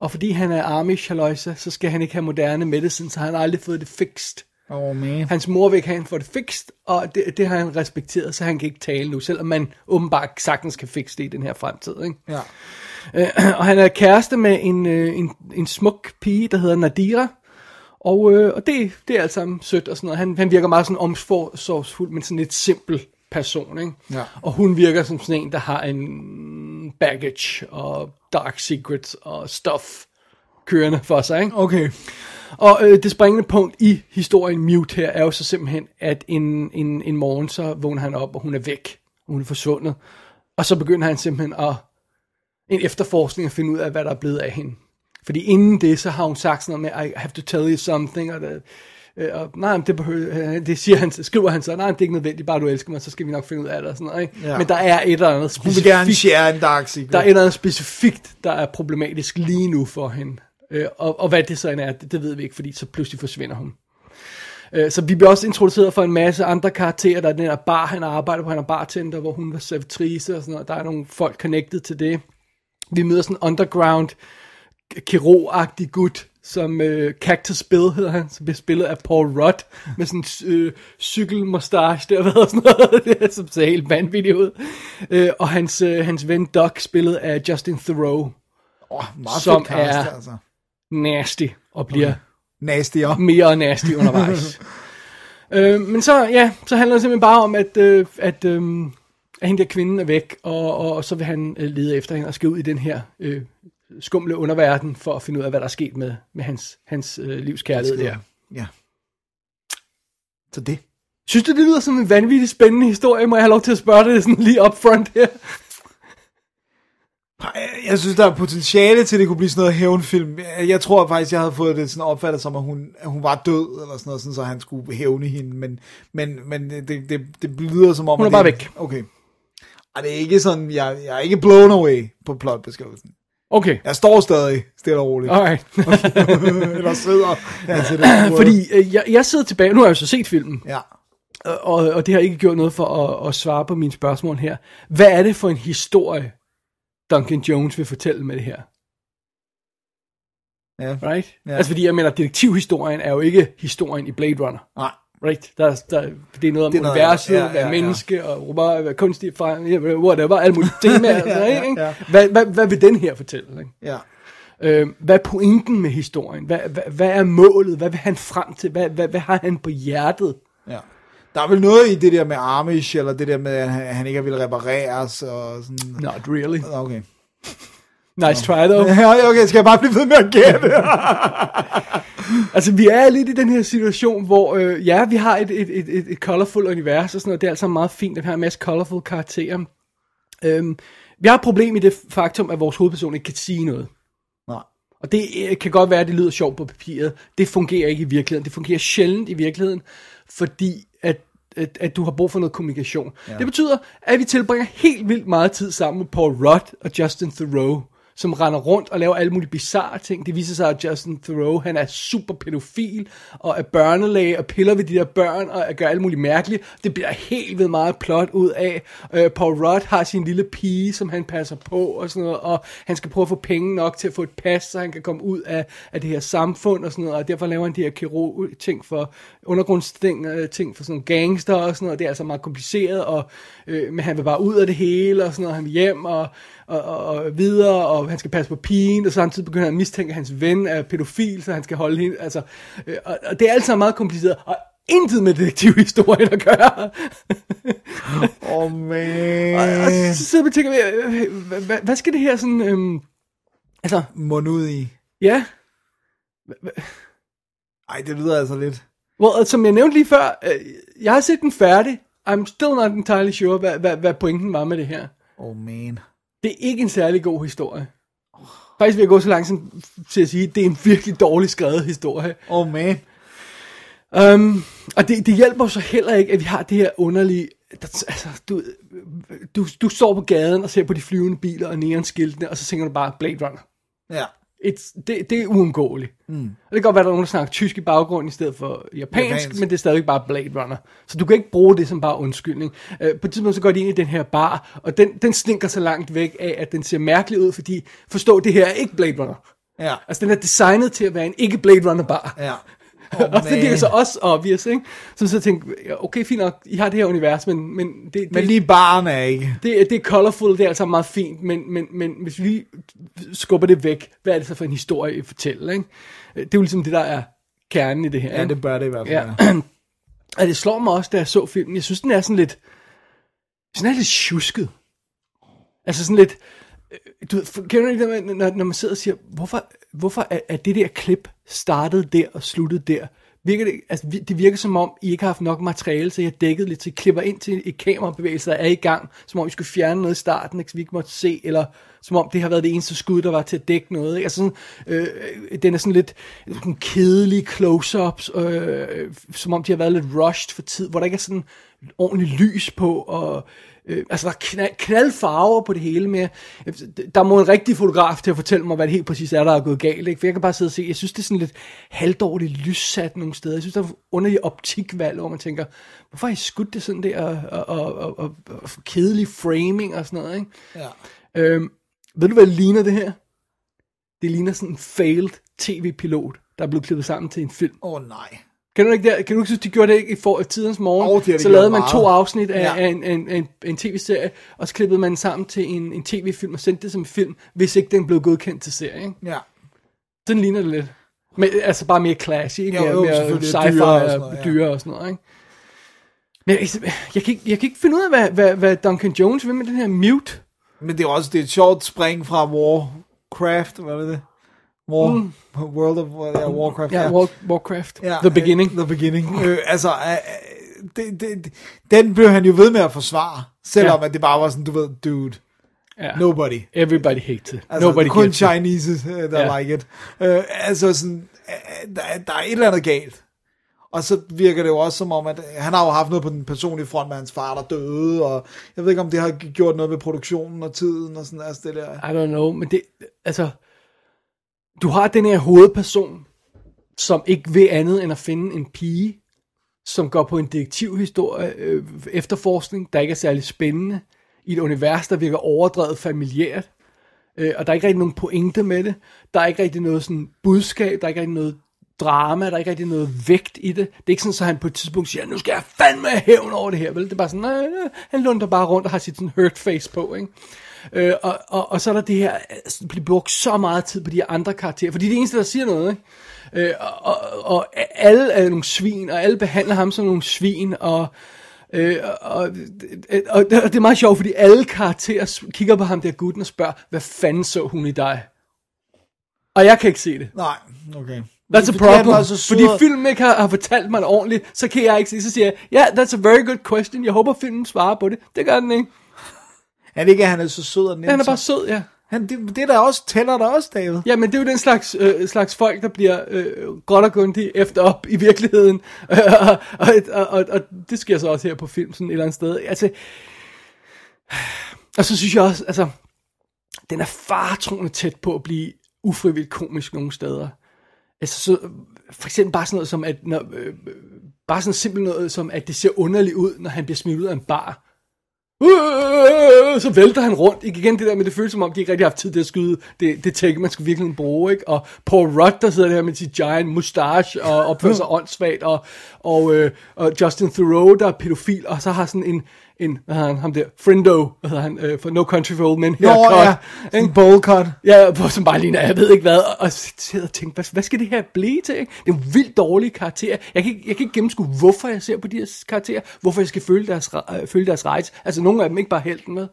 F: Og fordi han er Amish, halløjsa, så skal han ikke have moderne medicin, så han har aldrig fået det fikst.
E: Oh man.
F: Hans mor vil ikke have, at han får det fikst, og det, det har han respekteret, så han kan ikke tale nu, selvom man åbenbart sagtens kan fikse det i den her fremtid. Ikke? Øh,
E: Ja.
F: *clears throat* og han er kæreste med en, øh, en, en smuk pige, der hedder Nadira. Og, øh, og det, det er alt sammen sødt og sådan noget. Han, han virker meget sådan omsorgsfuld, men sådan lidt simpel person, ikke?
E: Ja.
F: Og hun virker som sådan en, der har en baggage og dark secrets og stuff kørende for sig, ikke?
E: Okay.
F: Og øh, det springende punkt i historien Mute her er jo så simpelthen, at en, en, en morgen så vågner han op, og hun er væk. Og hun er forsvundet. Og så begynder han simpelthen at en efterforskning at finde ud af, hvad der er blevet af hende. Fordi inden det, så har hun sagt sådan noget med, I have to tell you something, og, det, øh, og nej, men det, behøver, øh, det siger han, skriver han så, nej, men det er ikke nødvendigt, bare du elsker mig, så skal vi nok finde ud af det, og sådan noget, ikke?
E: Ja.
F: Men der er et eller andet
E: Hun vil gerne
F: specifikt-
E: share en dark secret.
F: der er et eller andet specifikt, der er problematisk lige nu for hende. Øh, og, og hvad det så end er, det, det ved vi ikke, fordi så pludselig forsvinder hun. Øh, så vi bliver også introduceret for en masse andre karakterer. Der er den her bar, han arbejder på, han er bartender, hvor hun var servitrice og sådan noget. Der er nogle folk connected til det. Vi møder sådan en underground, kirurgagtig gut, som øh, Cactus Bill hedder han, som bliver spillet af Paul Rudd, med sådan en øh, cykelmustache der, *laughs* hvad og sådan noget, det, som ser helt vanvittigt ud. Øh, og hans, øh, hans ven Doc, spillet af Justin Thoreau,
E: oh, meget
F: som
E: som cast,
F: er-
E: er... altså.
F: nasty, og bliver
E: Nastigere.
F: mere og nasty undervejs. øh, men så, ja, så handler det simpelthen bare om, at, øh, at, øh, at hende der kvinden er væk, og, og, og så vil han øh, lede efter hende og skal ud i den her øh, skumle underverden, for at finde ud af, hvad der er sket med, med hans, hans øh, livs kærlighed der.
E: Ja. Så det.
F: Synes du, det lyder som en vanvittig spændende historie? Må jeg have lov til at spørge dig sådan lige up front her?
E: Ej, Jeg synes, der er potentiale til, at det kunne blive sådan noget hævnfilm. Jeg tror faktisk, jeg havde fået det sådan opfattet som, at hun, at hun var død, eller sådan noget, sådan, så han skulle hævne hende. Men, men, men det, det, det lyder som om...
F: Hun er
E: at
F: bare
E: det,
F: væk.
E: Okay. Og det er ikke sådan, jeg, jeg er ikke blown away på plotbeskrivelsen.
F: Okay,
E: Jeg står stadig stille og roligt.
F: alright.
E: *laughs* eller sidder. Ja, til det.
F: *clears throat* Fordi øh, jeg, jeg sidder tilbage, nu har jeg jo så set filmen,
E: Ja.
F: og, og det har ikke gjort noget for at, at svare på mine spørgsmål her. Hvad er det for en historie, Duncan Jones vil fortælle med det her?
E: ja.
F: Right?
E: Ja.
F: Ja. Altså fordi jeg mener, detektivhistorien er jo ikke historien i Blade Runner.
E: Nej.
F: Right? Der, der, det er noget om
E: Det
F: det
E: er
F: er
E: noget
F: universet,
E: andet. Ja,
F: ja, ja,
E: ja,
F: ja. menneske, og robot, og kunstig erfaring, whatever, alle mulige temaer. ja,
E: *laughs*
F: ja,
E: ja, ja.
F: ja. Hvad, hvad, hvad vil den her fortælle? Ikke?
E: Ja.
F: Øh, hvad er pointen med historien? Hvad, hvad, hvad er målet? Hvad vil han frem til? Hvad, hvad, hvad har han på hjertet?
E: Ja. Der er vel noget i det der med Amish, eller det der med, at han, han ikke vil repareres, og sådan...
F: Not really.
E: Okay.
F: Nice try
E: *laughs*
F: though.
E: Ja, okay, skal jeg bare blive ved med at gætte?
F: Altså, vi er lidt i den her situation, hvor, øh, ja, vi har et, et, et, et, et colorful univers og sådan noget. Det er altså meget fint, at vi har en masse colorful karakterer. Øhm, vi har et problem i det faktum, at vores hovedperson ikke kan sige noget.
E: Nej.
F: Og det øh, kan godt være, at det lyder sjovt på papiret. Det fungerer ikke i virkeligheden. Det fungerer sjældent i virkeligheden, fordi at, at, at du har brug for noget kommunikation. Ja. Det betyder, at vi tilbringer helt vildt meget tid sammen med Paul Rudd og Justin Thoreau, som render rundt og laver alle mulige bizarre ting. Det viser sig, at Justin Thoreau, han er super pædofil, og er børnelæge, og piller ved de der børn, og gør alle mulige mærkelige. Det bliver helt ved meget plot ud af. Øh, Paul Rudd har sin lille pige, som han passer på, og sådan noget, og han skal prøve at få penge nok til at få et pas, så han kan komme ud af, af det her samfund, og sådan noget, og derfor laver han de her kirurg-ting for undergrundsting, øh, ting for sådan nogle gangster, og sådan noget, det er altså meget kompliceret, og, øh, men han vil bare ud af det hele, og sådan noget, han vil hjem, og, og, og, og videre, og han skal passe på pigen, og samtidig begynder han at mistænke, at hans ven er pædofil, så han skal holde hende, altså, øh, og, og det er alt sammen meget kompliceret, og intet med detektivhistorien at gøre. *laughs*
E: Åh, oh, man.
F: og, og så sidder vi og tænker, øh, øh, hvad, hvad- hvad skal det her sådan, øhm, altså,
E: Mund ud i.
F: ja,
E: Ej, det lyder altså lidt.
F: Well, og som jeg nævnte lige før, øh, jeg har set den færdig. I'm still not entirely sure, hvad, hvad, hvad pointen var med det her.
E: Oh, man.
F: Det er ikke en særlig god historie. Faktisk vil jeg gå så langt som til at sige, at det er en virkelig dårlig skrevet historie.
E: Oh, man.
F: Um, og det, det hjælper så heller ikke, at vi har det her underlige... Der, altså, du, øh, du, du står på gaden og ser på de flyvende biler og neonskiltene, og så tænker du bare, Blade Runner.
E: Ja.
F: It's, det, det er uundgåeligt. Mm. Og det kan godt være, at der er nogen, der snakker tysk i baggrunden i stedet for japansk,
E: Japansk.
F: japansk, men det er stadig bare Blade Runner. Så du kan ikke bruge det som bare undskyldning. Øh, på et tidspunkt så går de ind i den her bar, og den, den stinker så langt væk af, at den ser mærkelig ud, fordi forstå, det her er ikke Blade Runner.
E: Ja.
F: Altså den er designet til at være en ikke Blade Runner bar.
E: Ja.
F: Oh, *laughs* og så
E: man.
F: det er så også obvious, ikke? Så så tænkte jeg, okay, fint nok, I har det her univers, men, men det, det,
E: Men lige barn er ikke.
F: det, det er colorful, det er altså meget fint, men, men, men hvis vi lige skubber det væk, hvad er det så for en historie, I fortæller? Ikke? Det er jo ligesom det, der er kernen i det her.
E: Ja,
F: ikke?
E: det bør det i hvert fald.
F: Ja. *clears throat*
E: være.
F: Og det slår mig også, da jeg så filmen. Jeg synes, den er sådan lidt... Sådan er lidt tjusket. Altså sådan lidt... øh, Du ved, for- kender du ikke det, med, når, når man sidder og siger, hvorfor, hvorfor er, er det der klip startet der og sluttet der? Virker det, altså, vi- det virker som om, I ikke har haft nok materiale, så jeg dækket lidt, så I klipper ind til et kamerabevægelse, der er i gang, som om I skulle fjerne noget i starten, ikke, så vi ikke måtte se, eller som om det har været det eneste skud, der var til at dække noget. Ikke? Altså sådan, øh, øh, den er sådan lidt sådan kedelige close-ups, øh, øh, som om de har været lidt rushed for tid, hvor der ikke er sådan ordentligt lys på, og øh, altså der er knald, knaldfarver på det hele med. Der må en rigtig fotograf til at fortælle mig, hvad det helt præcis er, der er gået galt. Ikke? For jeg kan bare sidde og se, jeg synes, det er sådan lidt halvdårligt lyssat nogle steder. Jeg synes, der er underlige optikvalg, hvor man tænker, hvorfor har I skudt det sådan der, og, og, og, og, og kedelig framing og sådan noget. Ikke? Øhm, ved du, hvad det ligner det her? Det ligner sådan en failed tv-pilot, der er blevet klippet sammen til en film.
E: Åh, oh, nej.
F: Kan du ikke, det, kan du ikke synes, de gjorde det ikke i for, tidens morgen?
E: Åh, det har de
F: så
E: gjort
F: lavede man
E: meget.
F: to afsnit af,
E: Ja.
F: ja. af en, en, en, en tv-serie, og så klippede man den sammen til en, en tv-film og sendte det som en film, hvis ikke den blev godkendt til serie. Ikke?
E: Ja.
F: Sådan ligner det lidt. Men, altså bare mere classy, ikke?
E: Jo,
F: Mere,
E: jo,
F: mere
E: selvfølgelig,
F: sci-fi
E: dyrere og sådan
F: og
E: noget, ja.
F: dyre og sådan noget, ikke? Men jeg, jeg, kan ikke, jeg kan ikke finde ud af, hvad, hvad, hvad Duncan Jones vil med den her mute.
E: Men det er også det er et sjovt spring fra Warcraft, hvad er det? War, mm. World of ja, Warcraft.
F: Ja, War- Warcraft. The Beginning.
E: Øh, the Beginning. Øh, altså, øh, øh, det, det, det, den blev han jo ved med at forsvare, selvom
F: Ja.
E: at det bare var sådan, du ved, dude,
F: Ja.
E: nobody.
F: Everybody hates it.
E: Altså,
F: Nobody
E: kun
F: gets it.
E: Chinese, øh, der
F: Ja.
E: like it. Øh, altså, sådan, øh, der, der er et eller andet galt. Og så virker det jo også som om, at øh, han har jo haft noget på den personlige front med hans far, der døde, og jeg ved ikke, om det har gjort noget ved produktionen og tiden og sådan altså det der.
F: I don't know, men det, altså, du har den her hovedperson, som ikke vil andet end at finde en pige, som går på en detektivhistorie, øh, efterforskning, der ikke er særlig spændende, i et univers, der virker overdrevet familiært, øh, og der er ikke rigtig nogen pointe med det, der er ikke rigtig noget sådan budskab, der er ikke rigtig noget drama, der er ikke rigtig noget vægt i det. Det er ikke sådan, at han på et tidspunkt siger, nu skal jeg fandme have hævn over det her, vel? Det er bare sådan, nej, nej, han lunder bare rundt og har sit sådan hurt face på, ikke? Øh, og, og, og så er der det her, altså, der bliver brugt så meget tid på de her andre karakterer, fordi det er det eneste, der siger noget, ikke? Øh, og, og, og alle er nogle svin, og alle behandler ham som nogle svin, og, øh, og, og, og det er meget sjovt, fordi alle karakterer s- kigger på ham der gutten og spørger, hvad fanden så hun i dig? Og jeg kan ikke se det.
E: Nej, okay.
F: That's a
E: Fordi han var
F: problem.
E: så sur.
F: Fordi filmen ikke har, har fortalt mig det ordentligt, så kan jeg ikke se. Så siger jeg, ja, yeah, that's a very good question. Jeg håber, filmen svarer på det. Det gør den ikke.
E: Er det ikke, at han er så sød og nem?
F: Den er bare
E: så-
F: sød, ja.
E: Han, det, det der også tæller der også, David.
F: Ja, men det er jo den slags, øh, slags folk, der bliver øh, godt og grundigt efter op i virkeligheden. *laughs* og, og, og, og det sker så også her på film, sådan et eller andet sted. Altså, og så synes jeg også, altså, den er fartroende tæt på at blive ufrivilligt komisk nogle steder. Altså, så, for eksempel bare sådan noget som, at når, øh, bare sådan simpelt noget som, at det ser underligt ud, når han bliver smidt ud af en bar. Øh, så vælter han rundt. Ikke igen det der med, det føles som om, de ikke rigtig har haft tid til at skyde. Det, det tænker man skulle virkelig bruge, ikke? Og Paul Rudd, der sidder der med sit giant mustache og
E: *laughs*
F: opfører sig åndssvagt, og, og, øh, og Justin Thoreau, der er pædofil, og så har sådan en, en hvad hedder han, ham der, Friendo, hvad hedder han, øh, for No Country for Old Men.
E: Nå, ja.
F: haircut, ikke?
E: En bowl cut.
F: Ja, hvor som bare ligner, jeg ved ikke hvad, og, og sidder og tænker, hvad, hvad skal det her blive til? Ikke? Det er en vildt dårlig karakter. Jeg kan, ikke, jeg kan ikke gennemskue, hvorfor jeg ser på de her karakterer, hvorfor jeg skal følge deres, re- øh, følge deres rejse. Altså nogle af dem ikke bare helten med.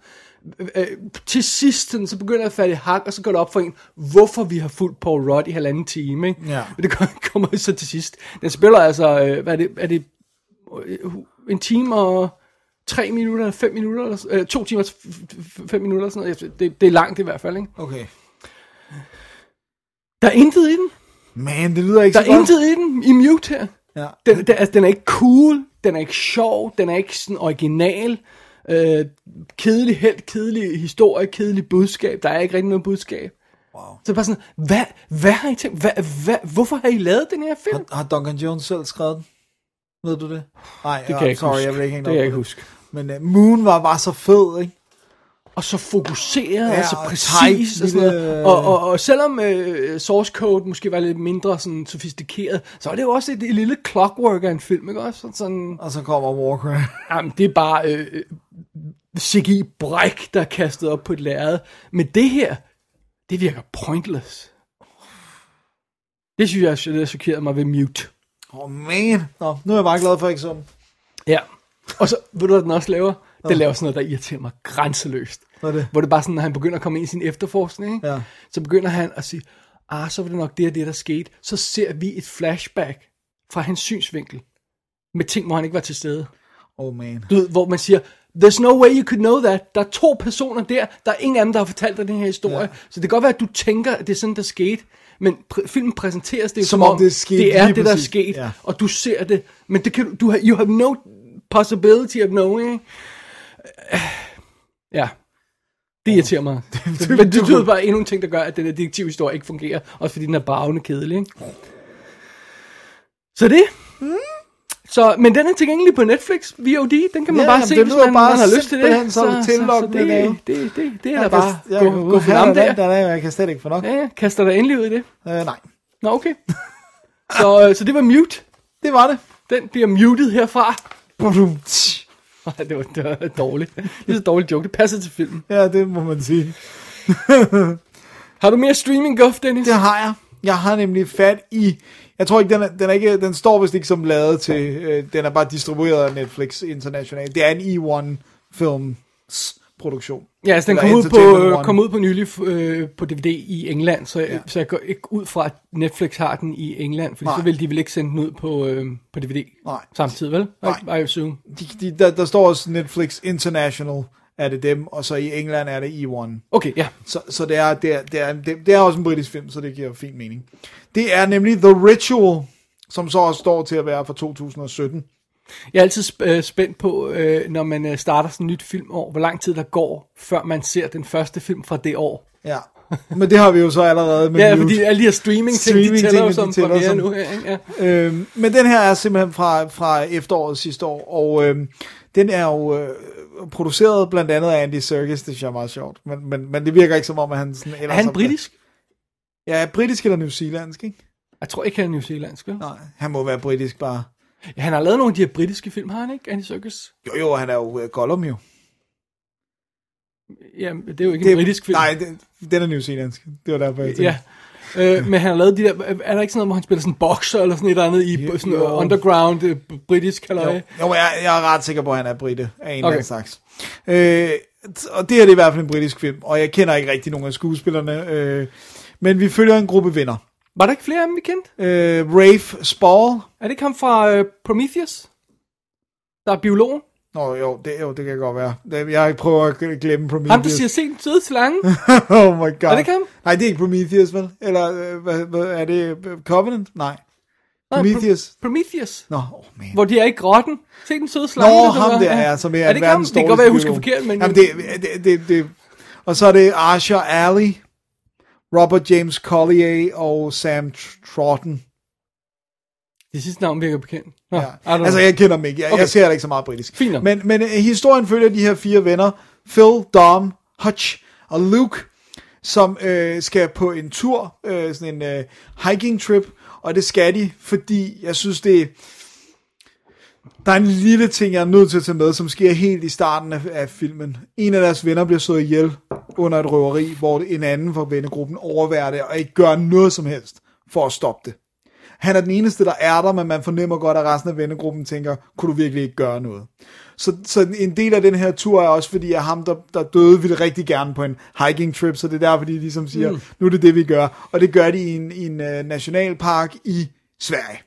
F: Øh, øh, til sidst sådan, så begynder jeg at falde i hak, og så går det op for en, hvorfor vi har fulgt Paul Rudd i halvanden time. Ikke?
E: Ja.
F: Men det kom- *laughs* kommer så til sidst. Den spiller altså, øh, hvad er det, er det øh, en time og tre minutter, fem minutter, eller, s- øh, to timer, f- f- f- fem minutter, eller sådan noget. Jeg- Det, det er langt i hvert fald, ikke?
E: Okay.
F: Der er intet i den.
E: Man, det lyder ikke
F: Der
E: så godt.
F: er intet i den i Mute her.
E: Ja.
F: Den, den, altså, den er ikke cool, den er ikke sjov, den er ikke sådan original. Øh, kedelig held, kedelig historie, kedelig budskab. Der er ikke rigtig noget budskab. Wow. Så det er bare sådan, hvad, hvad har I tænkt? Hvad, hvad, hvorfor har I lavet den her film?
E: Har, har Duncan Jones selv skrevet den? Ved du det? Nej,
F: Det kan jeg ikke
E: sorry,
F: huske.
E: jeg vil ikke hænge
F: det
E: dig
F: kan jeg
E: op
F: ikke
E: på
F: huske.
E: Men uh, Moon var bare så fed, ikke?
F: og så fokuseret, ja,
E: Ja,
F: altså
E: og
F: præcis,
E: tight,
F: og, sådan noget.
E: lille-
F: og, og, og selvom øh, source code måske var lidt mindre sådan sofistikeret, så er det jo også et, et lille clockwork af en film, ikke også? Sådan, sådan
E: Og så kommer Warcraft.
F: Jamen, det er bare øh, øh, CGI bræk, der er kastet op på et lærred. Men det her, det virker pointless. Det synes jeg, også, det chokerede mig ved Mute.
E: Åh, oh, man. *laughs* Nå, nu er jeg bare glad for, at jeg ikke så den.
F: Ja. Og så, ved du hvad den også laver? Den laver sådan noget, der irriterer mig grænseløst.
E: Hvad er det?
F: Hvor det bare sådan, når han begynder at komme ind i sin efterforskning, ikke?
E: Ja.
F: så begynder han at sige, ah, så var det nok det og det, der skete. Så ser vi et flashback fra hans synsvinkel med ting, hvor han ikke var til stede.
E: Oh, man.
F: Du ved, hvor man siger, there's no way you could know that. Der er to personer der, der er ingen af dem, der har fortalt dig den her historie.
E: Ja.
F: Ja. Så det kan godt være, at du tænker, at det er sådan, der skete. Men pr- filmen præsenteres det jo,
E: Som
F: som
E: om
F: om,
E: det er sket
F: det er
E: lige
F: det, der er
E: præcis.
F: sket.
E: Ja.
F: Ja. Og du ser det. Men det kan, du- du har, you have no possibility of knowing. *sighs* ikke? Øh, Ja. Det irriterer
E: *laughs*
F: mig. Men det betyder bare endnu en ting, der gør, at den her detektivhistorie ikke fungerer. Også fordi den er bravende kedelig. Ikke? Så det. Så, men den er tilgængelig på Netflix, VOD, den kan man
E: Ja,
F: bare
E: jamen,
F: se,
E: det
F: hvis
E: lyder
F: man,
E: bare
F: man har lyst til
E: simpelthen
F: det.
E: som et tillokkende navn.
F: det, det, det, det, er da
E: Jeg
F: bare
E: kan- jeg
F: gå,
E: kan-
F: gå, gå
E: her
F: frem
E: og
F: der.
E: den, der, er- jeg kan slet ikke få nok.
F: Ja, ja, kaster dig endelig ud i det.
E: Øh, nej,
F: Nå,
E: *laughs*
F: okay. Så, øh, så det var mute.
E: det var det.
F: Den bliver muted herfra. *laughs* Ej, det var, det var dårligt. Det er så dårligt joke. Det passer til filmen.
E: Ja, det må man sige.
F: Har du mere streaming guff, Dennis?
E: Det har jeg. Jeg har nemlig fat i... Jeg tror ikke, den, er, den, er ikke, den står vist ikke som lavet til... Øh, den er bare distribueret af Netflix internationalt. Det er en E1-films produktion.
F: Ja, altså den
E: Eller
F: kom ud,
E: Entertainment
F: på,
E: One.
F: kom ud på nylig øh, på DVD i England, så, ja. så jeg går ikke ud fra, at Netflix har den i England, for
E: Nej.
F: så vil de vel ikke sende den ud på, øh, på DVD
E: Nej.
F: samtidig, vel?
E: Nej.
F: I, I assume.
E: De, de, der, der står også Netflix International er det dem, og så i England er det E1.
F: Okay, ja.
E: Så, så det, er, det, er, det, er, det, det er også en britisk film, så det giver fin mening. Det er nemlig The Ritual, som så også står til at være fra 2017.
F: Jeg er altid sp- øh, spændt på, øh, når man øh, starter sådan et nyt filmår, hvor lang tid der går, før man ser den første film fra det år.
E: Ja. Men det har vi jo så allerede med
F: Ja,
E: Mute.
F: fordi alle de her streaming-ting, de
E: Streaming-tingene,
F: tæller jo
E: de
F: som
E: tæller
F: premiere
E: som-
F: nu her, ikke? Ja.
E: Øhm, men den her er simpelthen fra, fra efteråret sidste år, og øhm, den er jo øh, produceret blandt andet af Andy Serkis, det synes jeg er meget sjovt, men, men, men det virker ikke som om, at han sådan...
F: Er han britisk?
E: Ja, britisk eller newzealandsk, ikke?
F: Jeg tror ikke, han er newzealandsk, vel?
E: Nej, han må være britisk bare.
F: Ja, han har lavet nogle af de her britiske film, har han ikke, Andy Serkis?
E: Jo, jo, han er jo øh, Gollum jo.
F: Jamen, det er jo ikke en britisk film.
E: Nej, det, den er newzealandsk. Det var derfor, jeg tænkte.
F: Ja. Øh, men han har lavet de der, er der ikke sådan noget, hvor han spiller sådan en bokser eller sådan et eller andet i
E: Jo.
F: sådan noget underground øh, britisk
E: Jo,
F: halløj?
E: jo men jeg, jeg er ret sikker på, at han er brite af en eller anden
F: Okay.
E: slags. Øh, t- og det her det er i hvert fald en britisk film, og jeg kender ikke rigtig nogen af skuespillerne. Øh, men vi følger en gruppe venner.
F: Var der ikke flere af dem, vi kendte?
E: Øh, Rafe Spall.
F: Er det ikke ham fra øh, Prometheus? Der er biologen?
E: Nå jo det, jo, det kan godt være. Det- Jeg prøver at g- glemme Prometheus.
F: Ham, der siger, se den søde slange.
E: *laughs* oh my god.
F: Er det ikke ham?
E: Nej, det er ikke Prometheus, vel? Eller øh, hvad, hvad, er det øh, Covenant? Nej.
F: Nej,
E: Prometheus.
F: Pro- Prometheus.
E: Nå, oh man.
F: Hvor de er i grotten. Se den søde slange.
E: Nå,
F: der
E: ham
F: var-
E: der, ja, som er,
F: er det ikke ham?
E: verdens
F: Det kan
E: dårligste
F: godt være, jeg husker
E: biolog.
F: forkert, men...
E: Jamen, det, det, det, det, Og så er det Asha Alley, Robert James Collier og Sam Tr- Troughton.
F: Det sidste navn virker bekendt. Nå,
E: Ja. Altså, jeg kender dem ikke. Jeg, okay.
F: Okay.
E: jeg ser heller ikke så meget britisk.
F: Fint nok.
E: Men, men øh, historien følger de her fire venner, Phil, Dom, Hutch og Luke, som øh, skal på en tur, øh, sådan en øh, hiking trip, og det skal de, fordi jeg synes, det der er en lille ting, jeg er nødt til at tage med, som sker helt i starten af, af filmen. En af deres venner bliver slået ihjel under et røveri, hvor en anden fra vennegruppen overværer det, og ikke gør noget som helst for at stoppe det. Han er den eneste, der er der, men man fornemmer godt, at resten af vennegruppen tænker, kunne du virkelig ikke gøre noget? Så, så en del af den her tur er også, fordi at ham, der, der døde, ville rigtig gerne på en hiking trip, så det er derfor, de ligesom siger, mm. nu er det det, vi gør. Og det gør de i en, i en uh, nationalpark i Sverige.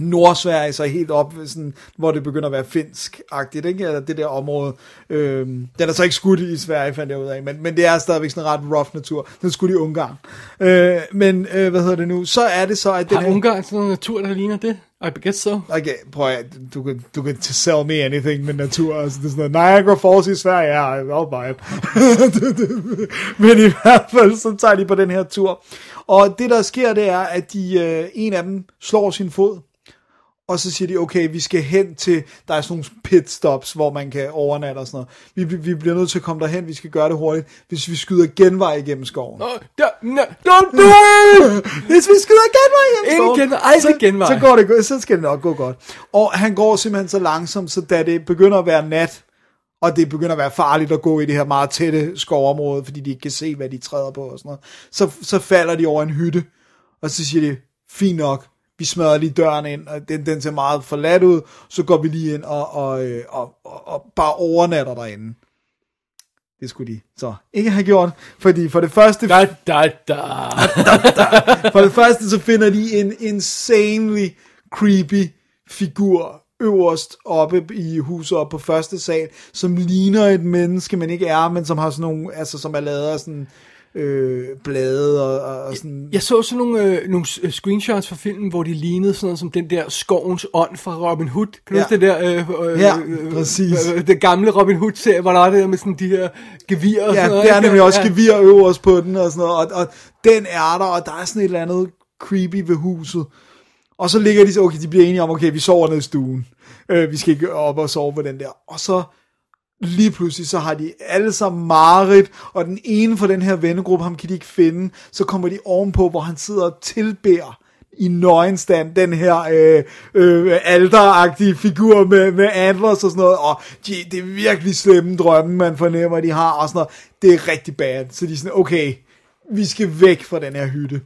E: Nordsverige, så helt op, ved sådan, hvor det begynder at være finsk-agtigt, ikke? Eller det der område. Øhm, den er så ikke skudt i Sverige, fandt jeg ud af, men, men det er stadigvæk sådan en ret rough natur. Den er skudt i Ungarn. Øh, men, øh, hvad hedder det nu? Så er det så, at den
F: Har Ungarn sådan noget natur, der ligner det? I guess so.
E: Okay, prøv at, du kan, du kan sell me anything med natur, altså det er sådan noget, Niagara Falls i Sverige, ja, I'll buy it. Det- det- *laughs* Men i hvert fald, så tager de på den her tur. Og det, der sker, det er, at de, øh, en af dem slår sin fod, og så siger de, okay, vi skal hen til, der er sådan nogle pitstops, hvor man kan overnatte og sådan noget. Vi, vi bliver nødt til at komme derhen, vi skal gøre det hurtigt, hvis vi skyder genvej igennem skoven.
F: Oh, no, don't do it!
E: Hvis vi skyder genvej hjem,
F: Ikke
E: Skov,
F: genvej, aldrig
E: så,
F: genvej.
E: Så, går det, go- så skal det nok gå godt. Og han går simpelthen så langsomt, så da det begynder at være nat, og det begynder at være farligt at gå i det her meget tætte skovområde, fordi de ikke kan se, hvad de træder på og sådan noget, så, så falder de over en hytte, og så siger de, fint nok, vi smadrer lige døren ind, og den, den ser meget forladt ud, så går vi lige ind og, og, øh, og, og, og bare overnatter derinde. Det skulle de så ikke have gjort, fordi for det første
F: Da, da, da.
E: for det første så finder de en insanely creepy figur øverst oppe i huset oppe på første sal, som ligner et menneske, men ikke er, men som har sådan nogle, altså som er lavet af sådan øh, blade og, og- og sådan...
F: Jeg så sådan nogle, øh, nogle s- øh, screenshots fra filmen, hvor de lignede sådan noget som den der skovens ånd fra Robin Hood. Kan du
E: Ja.
F: huske det der? Øh, øh,
E: Ja, præcis.
F: Øh, det gamle Robin Hood-serie, hvor der var det der med sådan de her gevier og
E: Ja,
F: sådan noget.
E: det er
F: ikke?
E: nemlig også gevir øverst på den og sådan noget, og, og den er der, og der er sådan et eller andet creepy ved huset. Og så ligger de så, okay, de bliver enige om, okay, vi sover nede i stuen. Øh, vi skal ikke op og sove på den der. Og så lige pludselig, så har de alle sammen mareridt, og den ene fra den her vennegruppe, ham kan de ikke finde, så kommer de ovenpå, hvor han sidder og tilbærer i nøgenstand, den her øh, øh, alderagtige figur med, med antlers og sådan noget, og de, det er virkelig slemme drømme, man fornemmer, de har, og sådan noget. Det er rigtig bad. Så de er sådan, okay, vi skal væk fra den her hytte.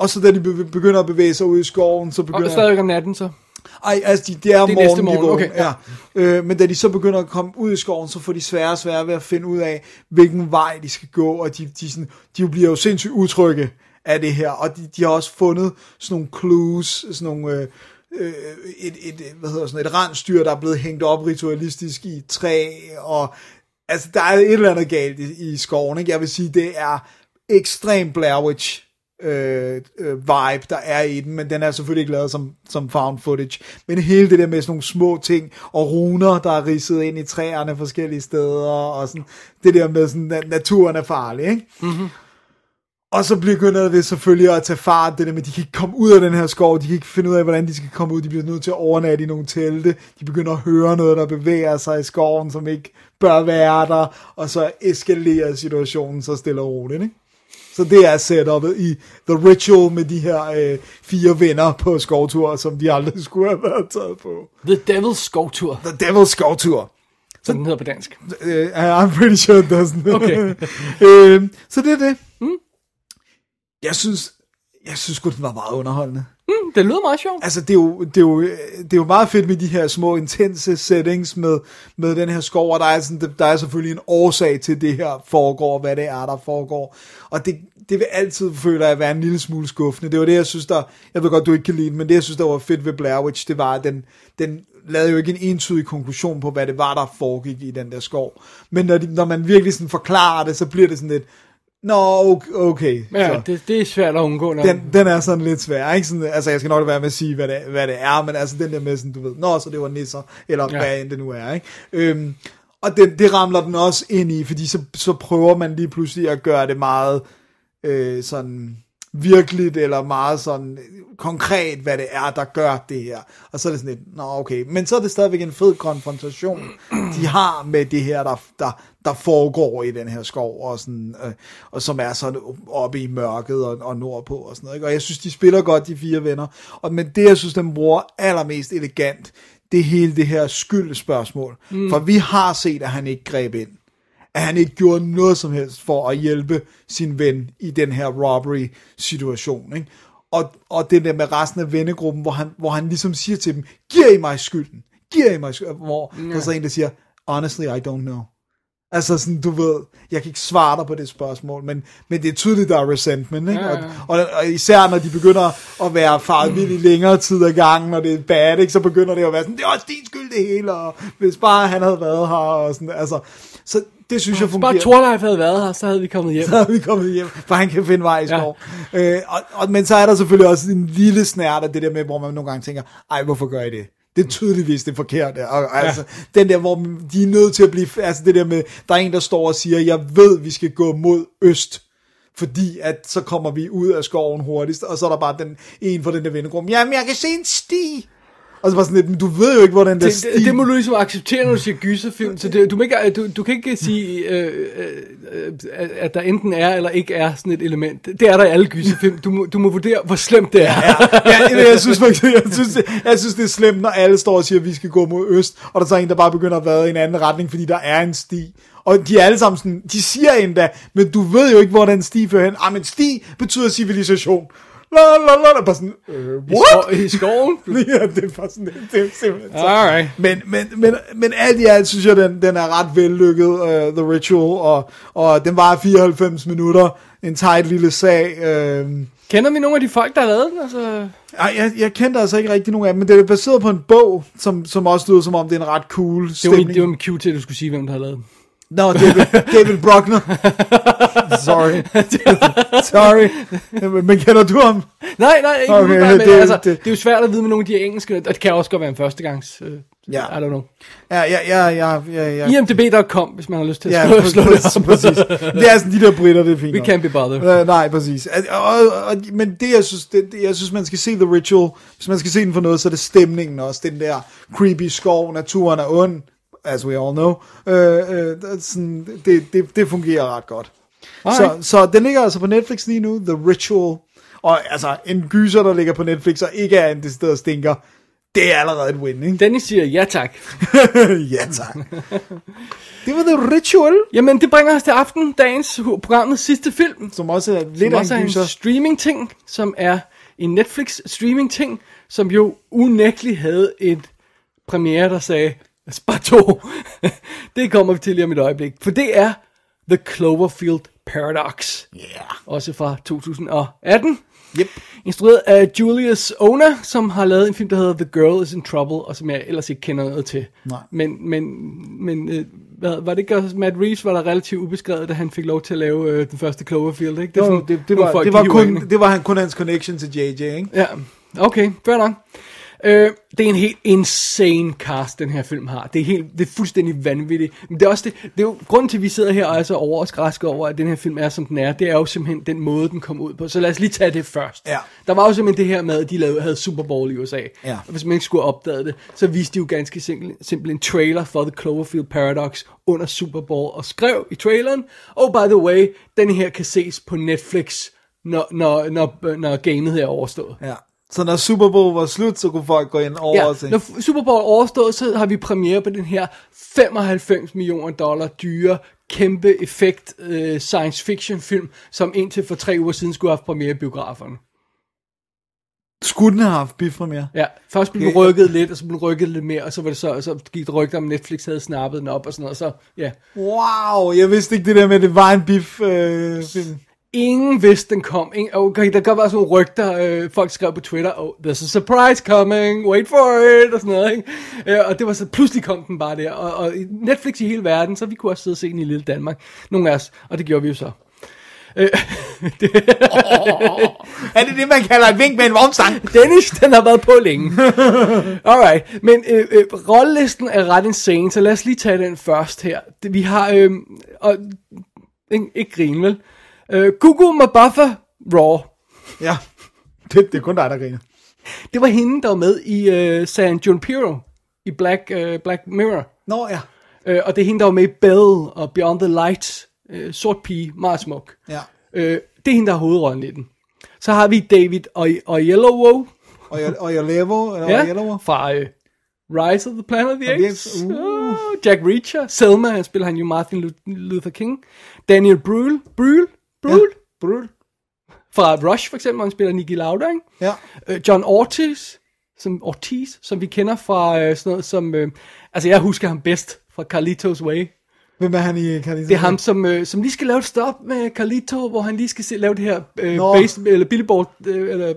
E: Og så da de be- begynder at bevæge sig ud i skoven, så begynder...
F: Og stadigvæk om natten så.
E: Ej, altså de, det er,
F: Det er
E: morgen,
F: næste
E: morgen, de
F: morgen,
E: vågner. Okay,
F: okay,
E: ja. øh, men da de så begynder at komme ud i skoven, så får de sværere og sværere ved at finde ud af, hvilken vej de skal gå, og de, de, sådan, de bliver jo sindssygt utrygge af det her, og de, de har også fundet sådan nogle clues, sådan nogle... Øh, øh, et, et, hvad hedder sådan, et rensdyr, der er blevet hængt op ritualistisk i et træ, og altså, der er et eller andet galt i, i skoven, ikke? Jeg vil sige, det er ekstrem Blair Witch øh, øh, vibe, der er i den, men den er selvfølgelig ikke lavet som, som found footage. Men hele det der med sådan nogle små ting, og runer, der er ridset ind i træerne forskellige steder, og sådan, det der med sådan, at naturen er farlig, ikke? Og så begynder det selvfølgelig at tage fart, det der med, at de kan ikke komme ud af den her skov, de kan ikke finde ud af, hvordan de skal komme ud, de bliver nødt til at overnatte i nogle telte, de begynder at høre noget, der bevæger sig i skoven, som ikke bør være der, og så eskalerer situationen så stille og roligt, ikke? Så det er setupet i The Ritual med de her øh, fire venner på skovtur, som de aldrig skulle have været taget på.
F: The Devil's Skovtur,
E: The Devil's Skovtur.
F: som den hedder på dansk.
E: Uh, I'm pretty sure it doesn't. *laughs*
F: Okay.
E: øh, så det er det. Mm. Jeg synes, jeg synes godt den var meget underholdende.
F: Mm, det lyder meget sjovt.
E: Altså, det er, jo, det, er jo, øh, det er jo meget fedt med de her små, intense settings med, med den her skov, og der er, sådan, der er selvfølgelig en årsag til det her foregår, og hvad det er, der foregår. Og det, det vil altid, føler jeg, være en lille smule skuffende. Det var det, jeg synes, der... Jeg ved godt, du ikke kan lide den, men det, jeg synes, der var fedt ved Blair Witch, det var, at den, den lavede jo ikke en entydig konklusion på, hvad det var, der foregik i den der skov. Men når, de, når man virkelig sådan forklarer det, så bliver det sådan lidt... Nå, okay. okay så
F: Ja, det, det er svært at undgå, når
E: den, den er sådan lidt svær, ikke? Sådan, altså, jeg skal nok lade være med at sige, hvad det, hvad det er, men altså den der med sådan, du ved, nå, så det var nisser, eller ja.
F: Ja.
E: hvad end det nu er, ikke? Øhm, Og det, det ramler den også ind i, fordi så, så prøver man lige pludselig at gøre det meget øh, sådan virkeligt, eller meget sådan konkret, hvad det er, der gør det her. Og så er det sådan lidt, nå okay, men så er det stadigvæk en fed konfrontation, de har med det her, der, der, der foregår i den her skov, og, sådan, øh, og som er sådan oppe i mørket og, og nordpå og sådan noget. Ikke? Og jeg synes, de spiller godt, de fire venner. Og, men det, jeg synes, den bruger allermest elegant, det er hele det her skyldspørgsmål. Mm. For vi har set, at han ikke greb ind at han ikke gjorde noget som helst for at hjælpe sin ven i den her robbery-situation. Ikke? Og, og det der med resten af vennegruppen, hvor han, hvor han ligesom siger til dem, giver I mig skylden? Giver I mig skylden? Hvor yeah. der er så en, der siger, honestly, I don't know. Altså sådan, du ved, jeg kan ikke svare dig på det spørgsmål, men, men det er tydeligt, der er resentment, ikke? Ja, ja. Og, og, og især når de begynder at være farvild i længere tid ad gangen, og det er bad, ikke? så begynder det at være sådan, det er også din skyld det hele, og hvis bare han havde været her, og sådan, altså, så det synes jeg
F: Hvis bare
E: fungerer.
F: Torleif havde været her, så havde vi kommet hjem.
E: Så er vi kommet hjem, for han kan finde vej i skov. Ja. Øh, og, og, men så er der selvfølgelig også en lille snært af det der med, hvor man nogle gange tænker, ej, hvorfor gør I det? Det er tydeligvis det forkerte. Og, og altså, ja. den der, hvor de er nødt til at blive, altså det der med, der er en, der står og siger, jeg ved, vi skal gå mod øst, fordi at så kommer vi ud af skoven hurtigst, og så er der bare den en fra den der vennegruppe, jamen jeg kan se en sti. Og så bare sådan lidt, "Men du ved jo ikke, hvor den der
F: Det,
E: sti...
F: det, det må du ligesom acceptere, når du siger gyserfilm. Så det, du, må ikke, øh, du, du kan ikke sige, øh, øh, øh, at der enten er eller ikke er sådan et element. Det er der i alle gyserfilm. Du må, du må vurdere, hvor slemt det er.
E: ja, jeg, jeg, synes, faktisk- jeg, synes, det- jeg synes, det er slemt, når alle står og siger, at vi skal gå mod øst, og der er så en, der bare begynder at vade i en anden retning, fordi der er en sti. Og de er alle sammen sådan, de siger endda, men du ved jo ikke, hvor den sti fører hen. Ah, men sti betyder civilisation. La, la, la, la. Bare sådan, øh,
F: I,
E: what?
F: sko- I skoven?
E: *laughs* ja, det er bare sådan, det, det er simpelthen så.
F: Alright.
E: Men, men, men, men alt i alt synes jeg, den, den er ret vellykket, uh, The Ritual, og, og den var 94 minutter, en tight lille sag. Uh,
F: Kender vi nogle af de folk, der har lavet den? Altså,
E: ej, jeg, jeg kendte altså ikke rigtig nogen af dem, men det er baseret på en bog, som, som også lyder som om, det er en ret cool
F: det, var min,
E: stemning.
F: det var min cue til, at du skulle sige, hvem der har lavet den.
E: Nå, David, David Bruckner. Sorry. Sorry. Men kender du ham?
F: Nej, nej, ikke
E: Okay,
F: okay, men,
E: det-
F: det, altså,
E: det-
F: det, det er jo svært at vide med nogle af de engelske, og det kan også godt være en førstegangs, øh,
E: Ja.
F: I don't know.
E: Ja, ja, ja, ja, ja. ja.
F: IMDb.com, hvis man har lyst til at
E: Ja,
F: slå, slå det
E: præcis,
F: op.
E: præcis. Det er sådan de der britter, det er fint.
F: We
E: nok.
F: can't be bothered.
E: Øh, nej, præcis. Al- Og, og, og, men det jeg, synes, det, det, jeg synes, man skal se The Ritual, hvis man skal se den for noget, så er det stemningen også. Den der creepy skov, naturen er ond, as we all know. Øh, øh, det er sådan, det, det, det fungerer ret godt. Så,
F: Alright.
E: så den ligger altså på Netflix lige nu, The Ritual. Og altså, en gyser, der ligger på Netflix, og ikke er en decideret stinker, det er allerede et win, ikke?
F: Dennis siger ja tak.
E: *laughs* ja, tak. Det var The Ritual,
F: Jamen, det bringer os til aften, dagens hu- programmets sidste film.
E: som også er
F: Som
E: lidt
F: også
E: af
F: er
E: en
F: en
E: gyser.
F: streaming-ting, som er en Netflix-streaming-ting, som jo unægteligt havde et premiere, der sagde, spar to. *laughs* det kommer vi til lige om et øjeblik. For det er The Cloverfield Paradox. Yeah. Også fra 2018. Yep. Instrueret af Julius Ona, som har lavet en film, der hedder The Girl is in Trouble, og som jeg ellers ikke kender noget til.
E: Nej.
F: Men, men, men øh, hvad, var det ikke også, Matt Reeves var der relativt ubeskrevet, da han fik lov til at lave øh, den første Cloverfield, ikke?
E: Det,
F: er
E: jo,
F: sådan
E: det, det,
F: nogle
E: var,
F: folk,
E: det,
F: de
E: var
F: hiver ind,
E: kun,
F: ikke?
E: det var han- kun hans connection til JJ, ikke?
F: Ja, okay, fair nok. Øh, det er en helt insane cast, den her film har. Det er, helt, det er fuldstændig vanvittigt. Men det er også det, det er jo, grunden til, at vi sidder her og er så over og skræsker over, at den her film er, som den er. Det er jo simpelthen den måde, den kom ud på. Så lad os lige tage det først.
E: Ja.
F: Der var jo simpelthen det her med, at de lavede, havde Super Bowl i USA.
E: Ja.
F: Og hvis man ikke skulle have opdaget det, så viste de jo ganske simpel, simpelthen en trailer for The Cloverfield Paradox under Super Bowl og skrev i traileren, oh by the way, den her kan ses på Netflix, når, når, når, når gamet her er overstået.
E: Ja. Så når Super Bowl var slut, så kunne folk gå ind over
F: Ja,
E: og se.
F: når Super Bowl er overstået, så har vi premiere på den her 95 millioner dollar dyre, kæmpe effekt øh, science fiction film, som indtil for tre uger siden skulle have haft premiere i biograferne.
E: Skulle den have haft bifremere?
F: Ja, først blev den
E: Okay.
F: rykket lidt, og så blev den rykket lidt mere, og så, var det så, og så gik det rygter om, Netflix havde snappet den op og sådan noget. Så ja,
E: Wow, jeg vidste ikke det der med, at det var en bif øh, film.
F: ingen vidste, den kom. Ingen, okay, der kan være sådan nogle rygter, øh, folk skrev på Twitter, oh, there's a surprise coming, wait for it, og sådan noget, ikke? Øh, og det var så, pludselig kom den bare der, og, og i Netflix i hele verden, så vi kunne også sidde og se den i lille Danmark, nogle af os, og det gjorde vi jo så. Øh,
E: Er det det, man kalder et vink med en vognstang?
F: Dennis, den har været på længe. Alright, men øh, øh, rollelisten er ret insane, så lad os lige tage den først her. Det- Vi har, øh, og, ikke, ikke grin, vel? Øh, Gugu Mabuffa Raw.
E: Ja. Det, det er kun dig, der griner.
F: Det var hende, der var med i øh, San Junipero i Black, øh, Black Mirror.
E: Nå ja.
F: Øh, og det er hende, der var med i Bell og Beyond the Lights. Øh, sort pige, meget smuk.
E: Ja.
F: Øh, det er hende, der har hovedrollen i den. Så har vi David Oy- Oyelowo.
E: Og jeg, og jeg lever, eller ja.
F: Ja,
E: jeg lever.
F: fra øh, Rise of the Planet of the
E: the
F: Apes.
E: Apes, uh.
F: Uh. Jack Reacher. Selma, han spiller han jo Martin Lu- Luther King. Daniel Brühl. Brühl? Brühl? Ja.
E: Brul.
F: Fra Rush, for eksempel, han spiller Nicky Lauda, ikke?
E: Ja.
F: Øh, John Ortiz, som, Ortiz, som vi kender fra øh, sådan noget som... Øh, altså, jeg husker ham bedst fra Carlitos Way.
E: Hvem er han i Carlisa?
F: Det er ham, som, øh, som lige skal lave et stop med Carlito, hvor han lige skal se, lave det her øh,
E: Nå.
F: base, eller billboard, øh, eller øh,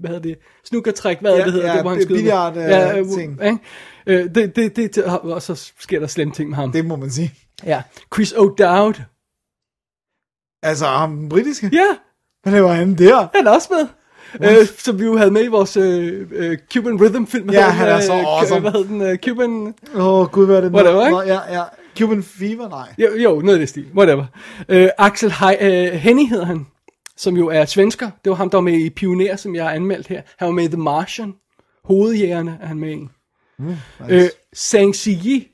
F: hvad hedder det, snookertræk, hvad er
E: Ja,
F: det hedder
E: ja,
F: det, hvor han
E: det er
F: skyder med.
E: billiard, øh,
F: øh,
E: ting.
F: ikke? Øh, det, det, det, det, og så sker der slemme ting med ham. Det.
E: Det må man sige.
F: Ja. Chris O'Dowd.
E: Altså, ham den britiske?
F: Ja,
E: Hvad laver han der?
F: han er også med. Øh, som vi jo havde med i vores øh, øh, Cuban Rhythm film. Hvad
E: Ja,
F: hedder den,
E: han er så
F: øh, Cu-
E: awesome.
F: Hvad hed den? Øh, Cuban...
E: Åh, oh, gud, hvad er det? nu?
F: Whatever, ikke?
E: Nå, Ja, ja. Cuban Fever? Nej.
F: Jo, jo noget af det stil. Whatever. Øh, Axel Hei, øh, Henny hedder han, som jo er svensker. Det var ham, der var med i Pioner, som jeg har anmeldt her. Han var med i The Martian. Hovedjægerne er han med i. Mm, nice. øh, Sang Sigi,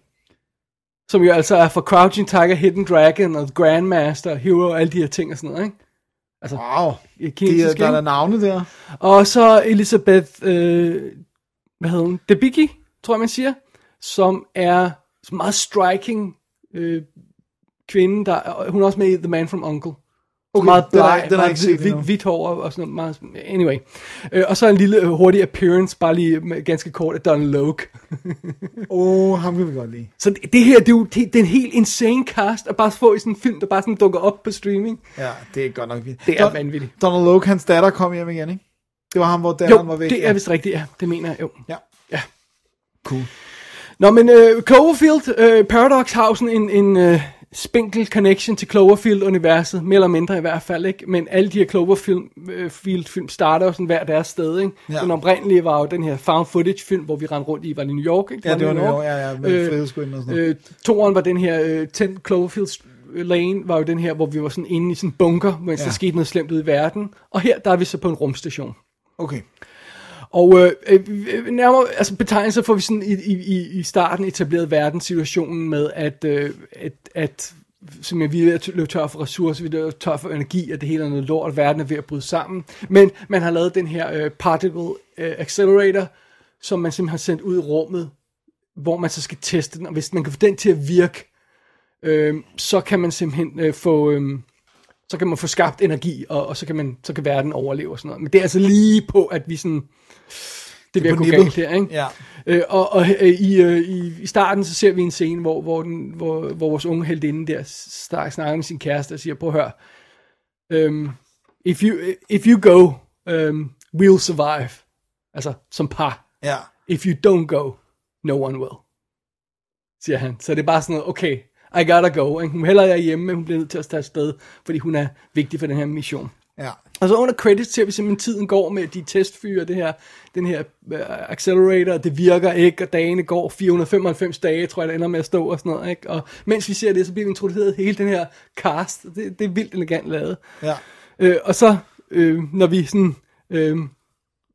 F: som jo altså er fra Crouching Tiger, Hidden Dragon og The Grandmaster, Hero og alle de her ting og sådan noget, ikke? Altså,
E: Wow.
F: wow.
E: Det er,
F: kinesisk,
E: der er
F: ikke?
E: der navne der.
F: Og så Elisabeth, øh, hvad hedder hun? Debicki, tror jeg man siger, som er en meget striking øh, kvinde, der, og hun er også med i The Man from Uncle. Okay, meget
E: den har-
F: bleg,
E: den har jeg
F: meget
E: ikke set
F: hvid-
E: endnu.
F: hvidt hår og og sådan noget. Meget, anyway. Øh, og så en lille øh, hurtig appearance, bare lige med, ganske kort, af Don Loke.
E: Åh, oh, ham kan vi godt lide.
F: Så det, det her, det er jo det, det er en helt insane cast, at bare få i sådan en film, der bare sådan dukker op på streaming.
E: Ja, det er godt nok vildt.
F: Det er vanvittigt.
E: Donald Loke, hans datter, kom hjem igen, ikke? Det var ham, hvor
F: Jo,
E: datteren var væk.
F: det er
E: ja.
F: vist rigtigt, ja. Det mener jeg, jo.
E: Ja.
F: Nå, men øh, Cloverfield, øh, Paradox har jo sådan en, en øh, spinkel connection til Cloverfield-universet, mere eller mindre i hvert fald, ikke? Men alle de her Cloverfield-film øh, Field-film starter jo sådan hver deres sted, ikke?
E: Ja.
F: Ja. Den oprindelige var jo den her found footage-film, hvor vi rendte rundt i, var det New York, ikke?
E: Ja, det var New York, ja, ja, med
F: Øh,
E: frihedsgudinden og sådan noget.
F: Øh, toren var den her øh, 10 Cloverfield øh, Lane, var jo den her, hvor vi var sådan inde i sådan en bunker, mens
E: Ja.
F: ja. der skete noget slemt ude i verden. Og her, der er vi så på en rumstation.
E: Okay.
F: Og øh, øh, nærmere, altså betegnelser får vi sådan i, i, i- i starten etableret verdenssituationen med, at, øh, at, at simpelthen, vi er ved at løbe tør for ressourcer, vi er løbet tør for energi, og det hele er noget lort, og verden er ved at bryde sammen. Men man har lavet den her øh, particle øh, accelerator, som man simpelthen har sendt ud i rummet, hvor man så skal teste den, og hvis man kan få den til at virke, øh, så kan man simpelthen øh, få... Øh, så kan man få skabt energi, og, og så, kan man, så kan verden overleve og sådan noget. Men det er altså lige på, at vi sådan... Det
E: er
F: bliver
E: på
F: gå
E: nippet.
F: galt her, ikke?
E: Ja.
F: Øh, og og øh, i, øh, i, i starten, så ser vi en scene, hvor, hvor, den, hvor, hvor vores unge heldinde der snak- snakker med sin kæreste og siger, prøv at høre, øhm, if, you, if you go, øhm, we'll survive. Altså, som par.
E: Ja.
F: If you don't go, no one will. Siger han. Så det er bare sådan noget, okay, I gotta go. ikke? Hun heller er hjemme, men hun bliver nødt til at tage afsted, fordi hun er vigtig for den her mission.
E: Ja.
F: Og så under credits ser vi simpelthen tiden går med de testfyre, det her, den her øh, accelerator, det virker ikke, og dagene går 495 dage, tror jeg, det ender med at stå og sådan noget. Ikke? Og mens vi ser det, så bliver vi introduceret hele den her cast. Det, det er vildt elegant lavet.
E: Ja.
F: Øh, og så, øh, når vi sådan... Øh,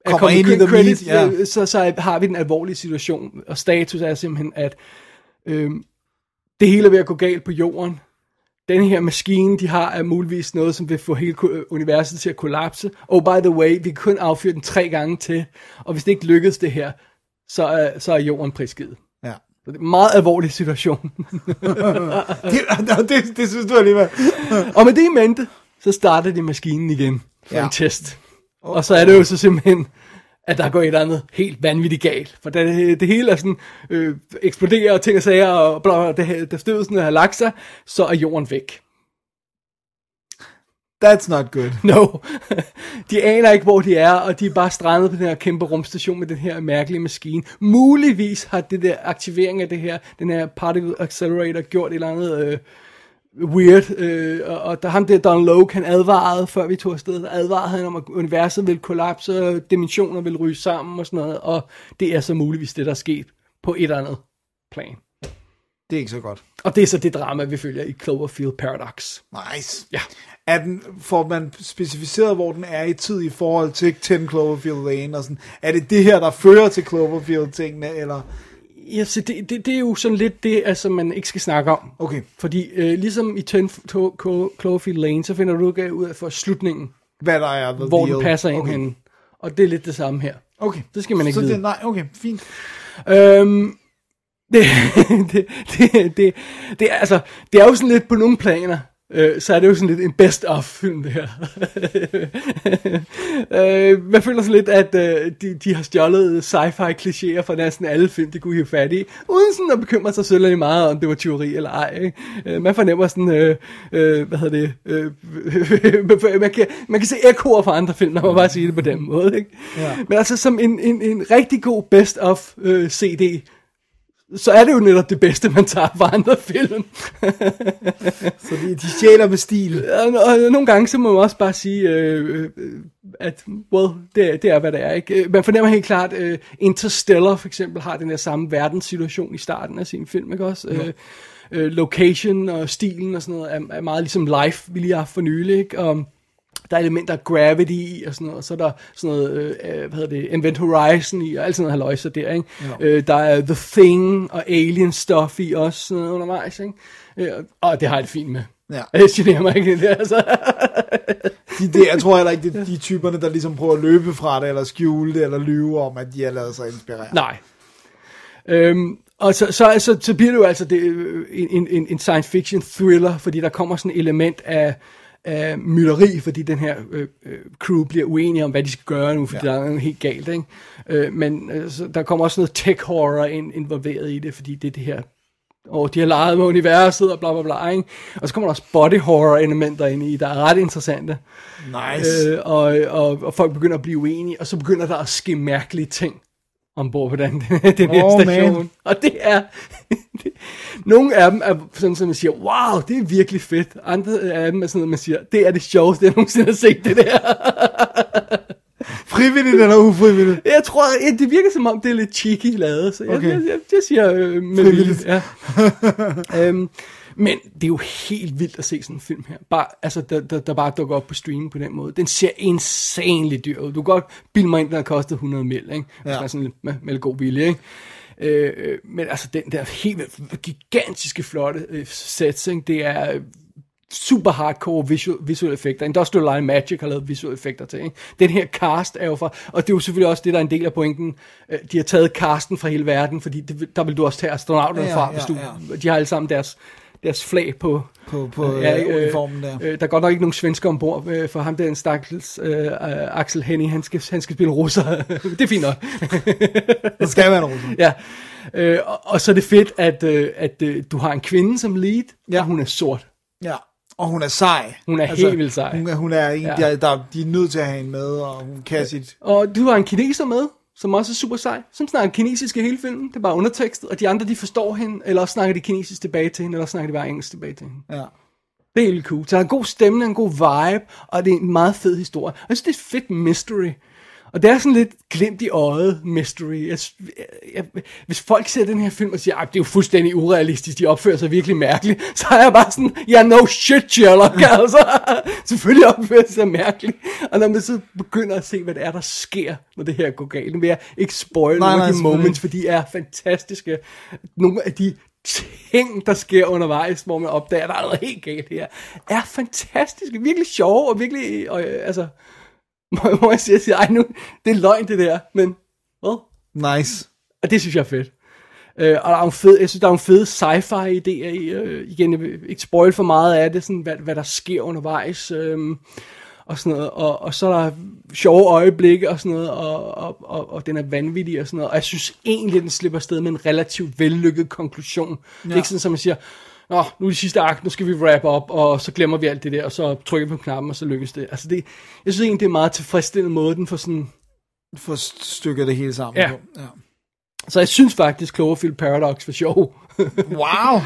F: er
E: Kommer
F: kommet
E: ind i
F: i
E: the
F: credits,
E: meat, ja.
F: øh, så, så har vi den alvorlige situation, og status er simpelthen, at øh, det hele er ved at gå galt på jorden. Den her maskine, de har, er muligvis noget, som vil få hele ko- øh, universet til at kollapse. Og by the way, vi kan kun affyre den tre gange til, og hvis det ikke lykkes det her, så er, så er jorden prisgivet.
E: Ja.
F: Så det er en meget alvorlig situation. Øh.
E: Det, *laughs* det, det synes du alligevel.
F: Og med det i mente, så starter de maskinen igen for
E: Ja.
F: ja. en test. Og så er det jo så simpelthen, at der går et eller andet helt vanvittigt galt. For det, det hele er sådan, øh, eksploderer og ting og sager, og bla, bla, det, da støvelsen har lagt sig, så er jorden væk.
E: That's not good.
F: No. *laughs* De aner ikke, hvor de er, og de er bare strandet på den her kæmpe rumstation med den her mærkelige maskine. Muligvis har det der aktivering af det her, den her particle accelerator, gjort et eller andet øh, weird. Øh, og, og der ham der Don Loke, han advarede, før vi tog afsted, der advarede han om, at universet ville kollapse, og dimensioner ville ryge sammen og sådan noget. Og det er så muligvis det, der er sket på et eller andet plan.
E: Det er ikke så godt.
F: Og det er så det drama, vi følger i Cloverfield Paradox.
E: Nice.
F: Ja.
E: Er den, får man specificeret, hvor den er i tid i forhold til 10 Cloverfield Lane og sådan? Er det det her, der fører til Cloverfield-tingene, eller?
F: Ja, så det, det, det er jo sådan lidt det, altså, man ikke skal snakke om.
E: Okay,
F: Fordi øh, ligesom i 10 to- Clo- Cloverfield Lane, så finder du ikke ud af for slutningen,
E: hvad der er the
F: hvor
E: deal.
F: den passer ind
E: okay.
F: okay. henne. Og det er lidt det samme her.
E: Okay.
F: Det skal man ikke
E: så
F: vide.
E: Det, nej, okay, fint.
F: Øhm, det, *laughs* det, det, det, det, er- altså, det er jo sådan lidt på nogle planer, øh, så er det jo sådan lidt en best of film det her. *laughs* øh, man føler sådan lidt, at øh, de, de har stjålet sci-fi klichéer fra næsten alle film, de kunne hive fat i, uden sådan at bekymre sig særlig meget om det var teori eller ej. Ikke? Øh, man fornemmer sådan, øh, øh, hvad hedder det, øh, *laughs* man, kan, man kan se ekoer fra andre film, når man bare siger det på den måde. Ikke? Ja. Men altså som en, en, en rigtig god best of øh, CD, så er det jo netop det bedste, man tager fra andre film.
E: *laughs* Så de, de sjæler med stil.
F: og, og nogle gange, så må man også bare sige, øh, øh, at well, det, det er, hvad det er. Ikke? Øh, Man fornemmer helt klart, øh, Interstellar for eksempel har den der samme verdenssituation i starten af sin film, ikke også? Øh, øh, location og stilen og sådan noget er, er meget ligesom live, vi lige har haft for nylig, ikke? Og, der er elementer af Gravity i, og sådan noget, og så er der sådan noget, øh, øh, hvad hedder det, Invent Horizon i, og alt sådan noget haløjse der, ikke? Ja. Øh, der er The Thing og Alien Stuff i også, sådan noget undervejs, ikke? Øh, og det har jeg det fint med.
E: Ja.
F: *laughs* Jeg generer mig ikke det, altså.
E: De, de, jeg tror heller ikke, det er de typerne, der ligesom prøver at løbe fra det, eller skjule det, eller lyve om, at de har lavet sig inspirere.
F: Nej. Øhm, og så, så, så, så bliver det jo altså det, øh, en, en- en, en science fiction thriller, fordi der kommer sådan et element af, af mytteri, fordi den her øh, øh, crew bliver uenige om, hvad de skal gøre nu, fordi ja. der er noget helt galt. Ikke? Øh, men øh, så, der kommer også noget tech horror ind, involveret i det, fordi det er det her og de har leget med universet og bla bla bla, ikke? Og så kommer der også body horror elementer ind i, der er ret interessante.
E: Nice. Øh,
F: Øh, og, og, og folk begynder at blive uenige, og så begynder der at ske mærkelige ting ombord på den, *laughs* den her
E: Åh,
F: station.
E: man.
F: Og det er... *laughs* det- Nogle af dem er sådan, som man siger, wow, det er virkelig fedt. Andre af dem er sådan, noget, man siger, det er det sjoveste, jeg nogensinde har set det der.
E: *laughs* frivilligt eller ufrivilligt?
F: Jeg tror, ja, det virker som om, det er lidt cheeky lavet, så jeg,
E: Okay.
F: okay. jeg, jeg, jeg siger øh, med
E: Frivilligt.
F: vilje, Ja. øhm, men det er jo helt vildt at se sådan en film her, bare, altså, der, der, der bare dukker op på streamen på den måde. Den ser insanely dyr ud. Du kan godt bilde mig ind, den har kostet 100 mil, ikke? Hvis
E: Ja.
F: man er sådan lidt med, med lidt god vilje, ikke? Øh, øh, men altså, den der helt vildt gigantiske flotte øh, sets, ikke? det er øh, super hardcore visual, visuelle effekter. Industrial Light and Magic har lavet visuelle effekter til. Ikke? Den her cast er jo fra, og det er jo selvfølgelig også det, der er en del af pointen. Øh, De har taget casten fra hele verden, fordi det, der vil du også tage astronauterne
E: Ja,
F: ja, fra,
E: ja,
F: hvis du, ja. de har alle sammen deres, deres flag på,
E: På, på
F: Ja,
E: ja,
F: ikke, øh,
E: øh, uniformen der.
F: Øh, der er godt nok ikke nogen svensker ombord, øh, for ham der er en stakkels øh, øh, Axel Henning, han skal, han skal spille russer. *laughs* det er fint nok.
E: Der skal være en russer.
F: ja. Øh, og, og så er det fedt, at, øh, at øh, du har en kvinde som lead, ja.
E: Ja.
F: og hun er sort.
E: Ja. Og hun er sej. Altså,
F: Hun er helt vildt sej.
E: Hun, er- hun er en,
F: Ja.
E: ja. der, der, de er nødt til at have hende med, og hun kan sit...
F: Og du har en kineser med, som også er super sej, som snakker kinesisk i hele filmen. Det er bare undertekstet, og de andre de forstår hende, eller også snakker de kinesisk tilbage til hende, eller også snakker de bare engelsk tilbage til hende.
E: Ja.
F: Det er helt cool. Så der er en god stemning, en god vibe, og det er en meget fed historie. Og jeg synes, det er et fedt mystery. Og det er sådan lidt glimt i øjet mystery. Jeg, s- jeg, jeg, hvis folk ser den her film og siger, at det er jo fuldstændig urealistisk, de opfører sig virkelig mærkeligt, *laughs* så er jeg bare sådan, ja, yeah, no shit, Sherlock, *laughs* altså. Selvfølgelig opfører de sig mærkeligt. Og når man så begynder at se, hvad det er, der sker, når det her går galt, nu vil jeg ikke spoil
E: Nej,
F: nogle
E: nej,
F: af de
E: selvfølgelig
F: moments,
E: ikke.
F: for de er fantastiske. Nogle af de ting, der sker undervejs, hvor man opdager, at der er noget helt galt her, er fantastiske, virkelig sjove, og virkelig, og, øh, altså, *laughs* må, må jeg sige, jeg siger, ej nu, det er løgn det der, men, well,
E: Nice.
F: og det synes jeg er fedt. Øh, og der er en fed, jeg synes, der er en fed sci-fi idéer i, øh, igen, jeg vil ikke spoil for meget af det, sådan, hvad, hvad der sker undervejs, øh, og sådan noget, og, og så er der sjove øjeblikke og sådan noget, og, og, og, og den er vanvittig og sådan noget, og jeg synes egentlig, den slipper afsted med en relativt vellykket konklusion. Ja. Det er ikke sådan, som man siger, Nå, nu er det sidste akt, nu skal vi wrap op, og så glemmer vi alt det der, og så trykker vi på knappen, og så lykkes det. Altså det, jeg synes egentlig, det er en meget tilfredsstillende måde, den får sådan
E: Få stykket det hele sammen
F: Ja.
E: på. Ja.
F: Så jeg synes faktisk, Cloverfield Paradox var sjov.
E: Wow.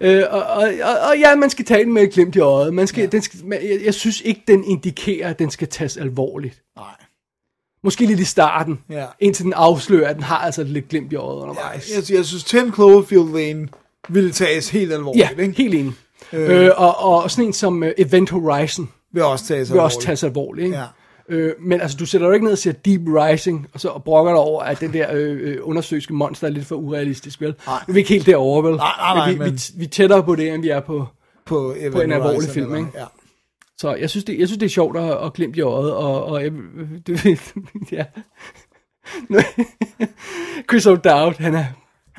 F: Øh, og, og, og, og ja, man skal tage den med et glimt i øjet. Man skal, ja. den skal, man, jeg, jeg synes ikke, den indikerer, at den skal tages alvorligt.
E: Nej.
F: Måske lidt i starten,
E: Ja.
F: indtil den afslører, at den har altså lidt glimt i øjet undervejs.
E: Jeg, jeg synes, 10 Cloverfield Lane ville tages helt alvorligt,
F: Ja,
E: ikke?
F: helt enig. Øh, og, og sådan en som uh, Event Horizon
E: Vil også tages
F: vil
E: alvorligt.
F: også tages alvorligt. Ikke?
E: Ja.
F: Øh, men altså, du sætter jo ikke ned og siger Deep Rising, og så brokker dig over, at den der øh, øh, undersøgske monster er lidt for urealistisk, vel?
E: Nej.
F: Nu er vi ikke helt derovre, vel?
E: Nej, nej, nej,
F: men vi,
E: men-
F: vi, vi er tættere på det, end vi er på...
E: på, Event
F: på en alvorlig
E: Horizon,
F: film,
E: eller-
F: ikke?
E: Ja.
F: Så jeg synes, det, jeg synes, det er sjovt at, at glimte i øjet, og, og jeg, *laughs* det, ja. *laughs* Nu- Chris O'Dowd, han er...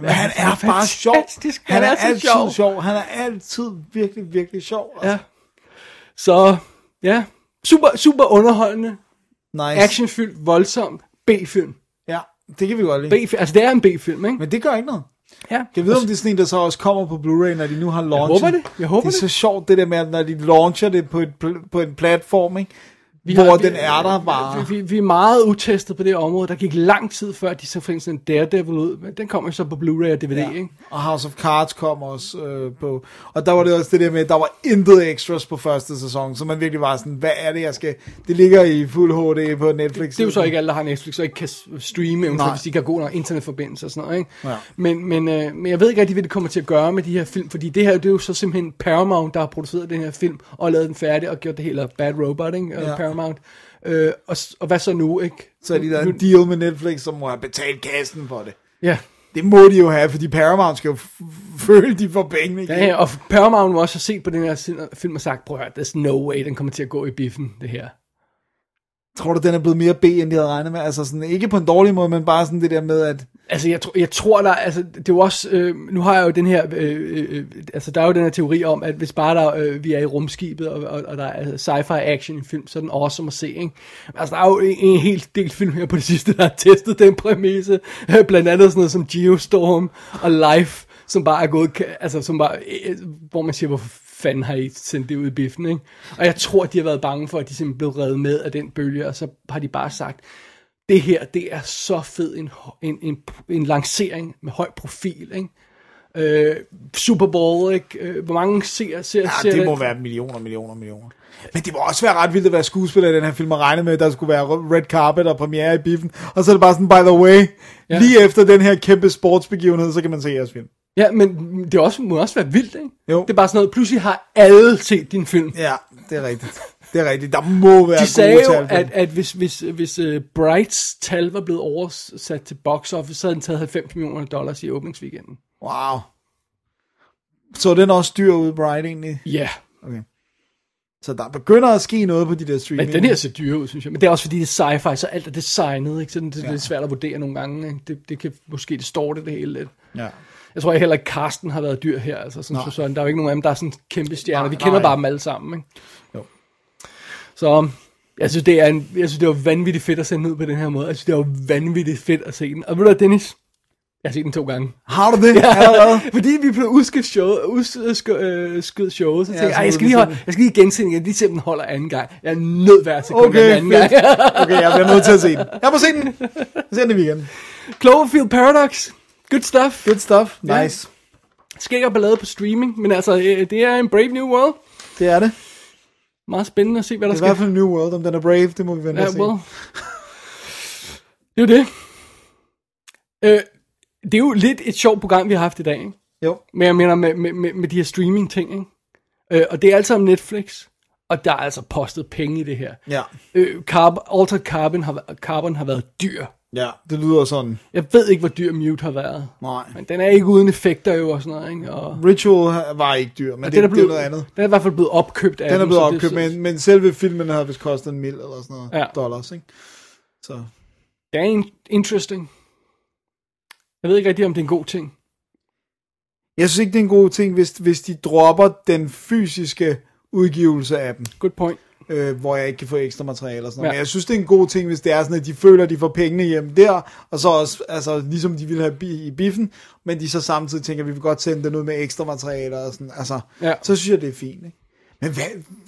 E: Men han er bare sjov.
F: fantastisk. Han er så
E: altid
F: sjov.
E: Han er altid virkelig, virkelig sjov. Altså.
F: Ja. Så, ja. Super, super underholdende,
E: Nice.
F: actionfyldt, voldsom B-film.
E: Ja, det kan vi godt lide.
F: B-film. Altså, det er en B-film, ikke?
E: Men det gør ikke noget.
F: Ja. Altså,
E: Kan vi vide, om det er sådan en, der så også kommer på Blu-ray, når de nu har launchet?
F: håber det. Jeg håber
E: det. er så
F: det.
E: sjovt, det der med, at når de launcher det på, et, pl- på en platform, ikke? Vi hvor den er der bare.
F: Vi, vi, vi er meget utestet på det område. Der gik lang tid før, de så fængslede en Daredevil ud. Men den kommer jo så på Blu-ray og DVD, ja. ikke?
E: Og House of Cards kom også øh, på. Og der var det også det der med, at der var intet extras på første sæson, så man virkelig var sådan, hvad er det, jeg skal... Det ligger i fuld HD på Netflix.
F: Det er jo så ikke alle, der har Netflix, og ikke kan s- streame, eventuelt,
E: Nej.
F: hvis de ikke har god nok internetforbindelse og sådan noget. Ikke?
E: Ja.
F: Men, men, øh, men jeg ved ikke rigtig, hvad det kommer til at gøre med de her film, fordi det her det er jo så simpelthen Paramount, der har produceret den her film, og lavet den færdig, og gjort det hele Bad Robot, ikke? Og
E: Ja.
F: Paramount. Øh, og, s- og hvad så nu, ikke?
E: Så er de der en deal med Netflix, som må have betalt kassen for det.
F: Ja.
E: Det må de jo have, fordi Paramount skal jo f- f- føle, de får pengene igen.
F: Ja, ja, og Paramount må også have set på den her sin- film og sagt, prøv at høre, there's no way, den kommer til at gå i biffen, det her.
E: Tror du, den er blevet mere B, end de havde regnet med? Altså sådan, ikke på en dårlig måde, men bare sådan det der med, at...
F: Altså, jeg, tro, jeg tror der, altså, det er jo også, øh, nu har jeg jo den her, øh, øh, altså, der er jo den her teori om, at hvis bare der, øh, vi er i rumskibet, og, og, og der er sci-fi action i en film, så er den awesome at se, ikke? Altså, der er jo en, en hel del film her på det sidste, der har testet den præmisse, *laughs* Øh, blandt andet sådan noget som Geostorm og Life, som bare er gået, ka- altså, som bare, øh, hvor man siger, hvorfor fanden har I sendt det ud i biffen, ikke? Og jeg tror, de har været bange for, at de simpelthen blev reddet med af den bølge, og så har de bare sagt, det her, det er så fed en, en, en, en lancering med høj profil, ikke? Øh, Super Bowl, ikke? Øh, hvor mange ser, ser,
E: Ja,
F: ser
E: ah, det må være millioner, millioner, millioner. Men det må også være ret vildt at være skuespiller i den her film og regne med, at der skulle være red carpet og premiere i biffen. Og så er det bare sådan, by the way, ja.
F: Ja.
E: lige efter den her kæmpe sportsbegivenhed, så kan man se jeres film.
F: Ja, men det er også, må også være vildt, ikke?
E: Jo.
F: Det er bare sådan noget, pludselig har alle set din film.
E: Ja, det er rigtigt. Det er rigtigt. Der må være
F: De sagde
E: gode tal
F: jo,
E: på
F: at,
E: den.
F: at hvis, hvis, hvis uh, Brights tal var blevet oversat til box office, så havde den taget 90 millioner dollars i åbningsweekenden.
E: Wow. Så den også dyr ude, Bright, egentlig.
F: Ja, yeah.
E: Så der begynder at ske noget på de der streaming.
F: men den her ser dyr ud, synes jeg. Men det er også fordi, det er sci-fi, så alt er designet, ikke? Så det, det er lidt svært at vurdere nogle gange. Ikke? Det, det kan måske det står det, det hele lidt.
E: Ja.
F: Jeg tror heller ikke, Karsten har været dyr her. Altså, sådan, så sådan, der er jo ikke nogen af dem, der er sådan kæmpe stjerner.
E: Nej,
F: Vi kender
E: nej.
F: bare dem alle sammen. Ikke?
E: Jo.
F: Så jeg synes, det er en, jeg synes, det var vanvittigt fedt at sende ud på den her måde. Jeg synes, det var vanvittigt fedt at se den. Og ved du hvad, Dennis? Jeg har set den to gange.
E: Har du det? Allerede?
F: *laughs* Fordi vi blev udskudt showet, udskudt øh, skudt showet, så tænkte
E: så
F: jeg,
E: må
F: "Ej,
E: du
F: jeg skal,
E: lige
F: lige
E: se
F: holde, jeg skal lige gense den igen, lige se, om den holder anden gang. Jeg er nødt hver sekund
E: Okay,
F: okay, anden gang. *laughs*
E: fedt. Okay, jeg bliver nødt til at se den. Jeg må se den. Jeg ser den i weekenden.
F: Cloverfield Paradox. Good stuff.
E: Good stuff.
F: Ja.
E: Nice.
F: Skal ikke have ballade på streaming, men altså, øh, det er en brave new world.
E: Det er det.
F: Meget spændende at se, hvad der
E: Det er i
F: sker.
E: hvert fald New World. Om den er brave, det må vi vente
F: Ja,
E: og se.
F: well. Det er jo det. Øh, det er jo lidt et sjovt program, vi har haft i dag, ikke?
E: Jo.
F: Men jeg mener med, med, med, med de her streaming-ting, ikke? Øh, og det er altså om Netflix, og der er altså postet penge i det her.
E: Ja.
F: Øh, carb, Altered Carbon har, væ- Carbon har været dyr.
E: Ja, det lyder sådan.
F: Jeg ved ikke, hvor dyr Mute har været.
E: Nej.
F: Men den er ikke uden effekter jo og sådan noget, ikke? Og, og
E: Ritual var ikke dyr, men det, det, er blevet, det er noget andet.
F: Den er i hvert fald blevet opkøbt af
E: Den er
F: dem,
E: blevet
F: så det-
E: opkøbt, men, men selve filmen havde vist kostet en mil eller sådan noget
F: Ja.
E: dollars, ikke? Så
F: Det er in- interesting. Jeg ved ikke rigtig, om det er en god ting.
E: jeg synes ikke, det er en god ting, hvis, hvis de dropper den fysiske udgivelse af dem,
F: Good point.
E: øh, hvor jeg ikke kan få ekstra materiale og sådan noget.
F: Ja.
E: Men jeg synes, det er en god ting, hvis det er sådan, at de føler, at de får pengene hjem der, og så også, altså ligesom de ville have bi- i biffen, men de så samtidig tænker, at vi vil godt sende den ud med ekstra materialer og sådan, altså,
F: Ja.
E: så synes jeg, det er fint, ikke? Men hvad,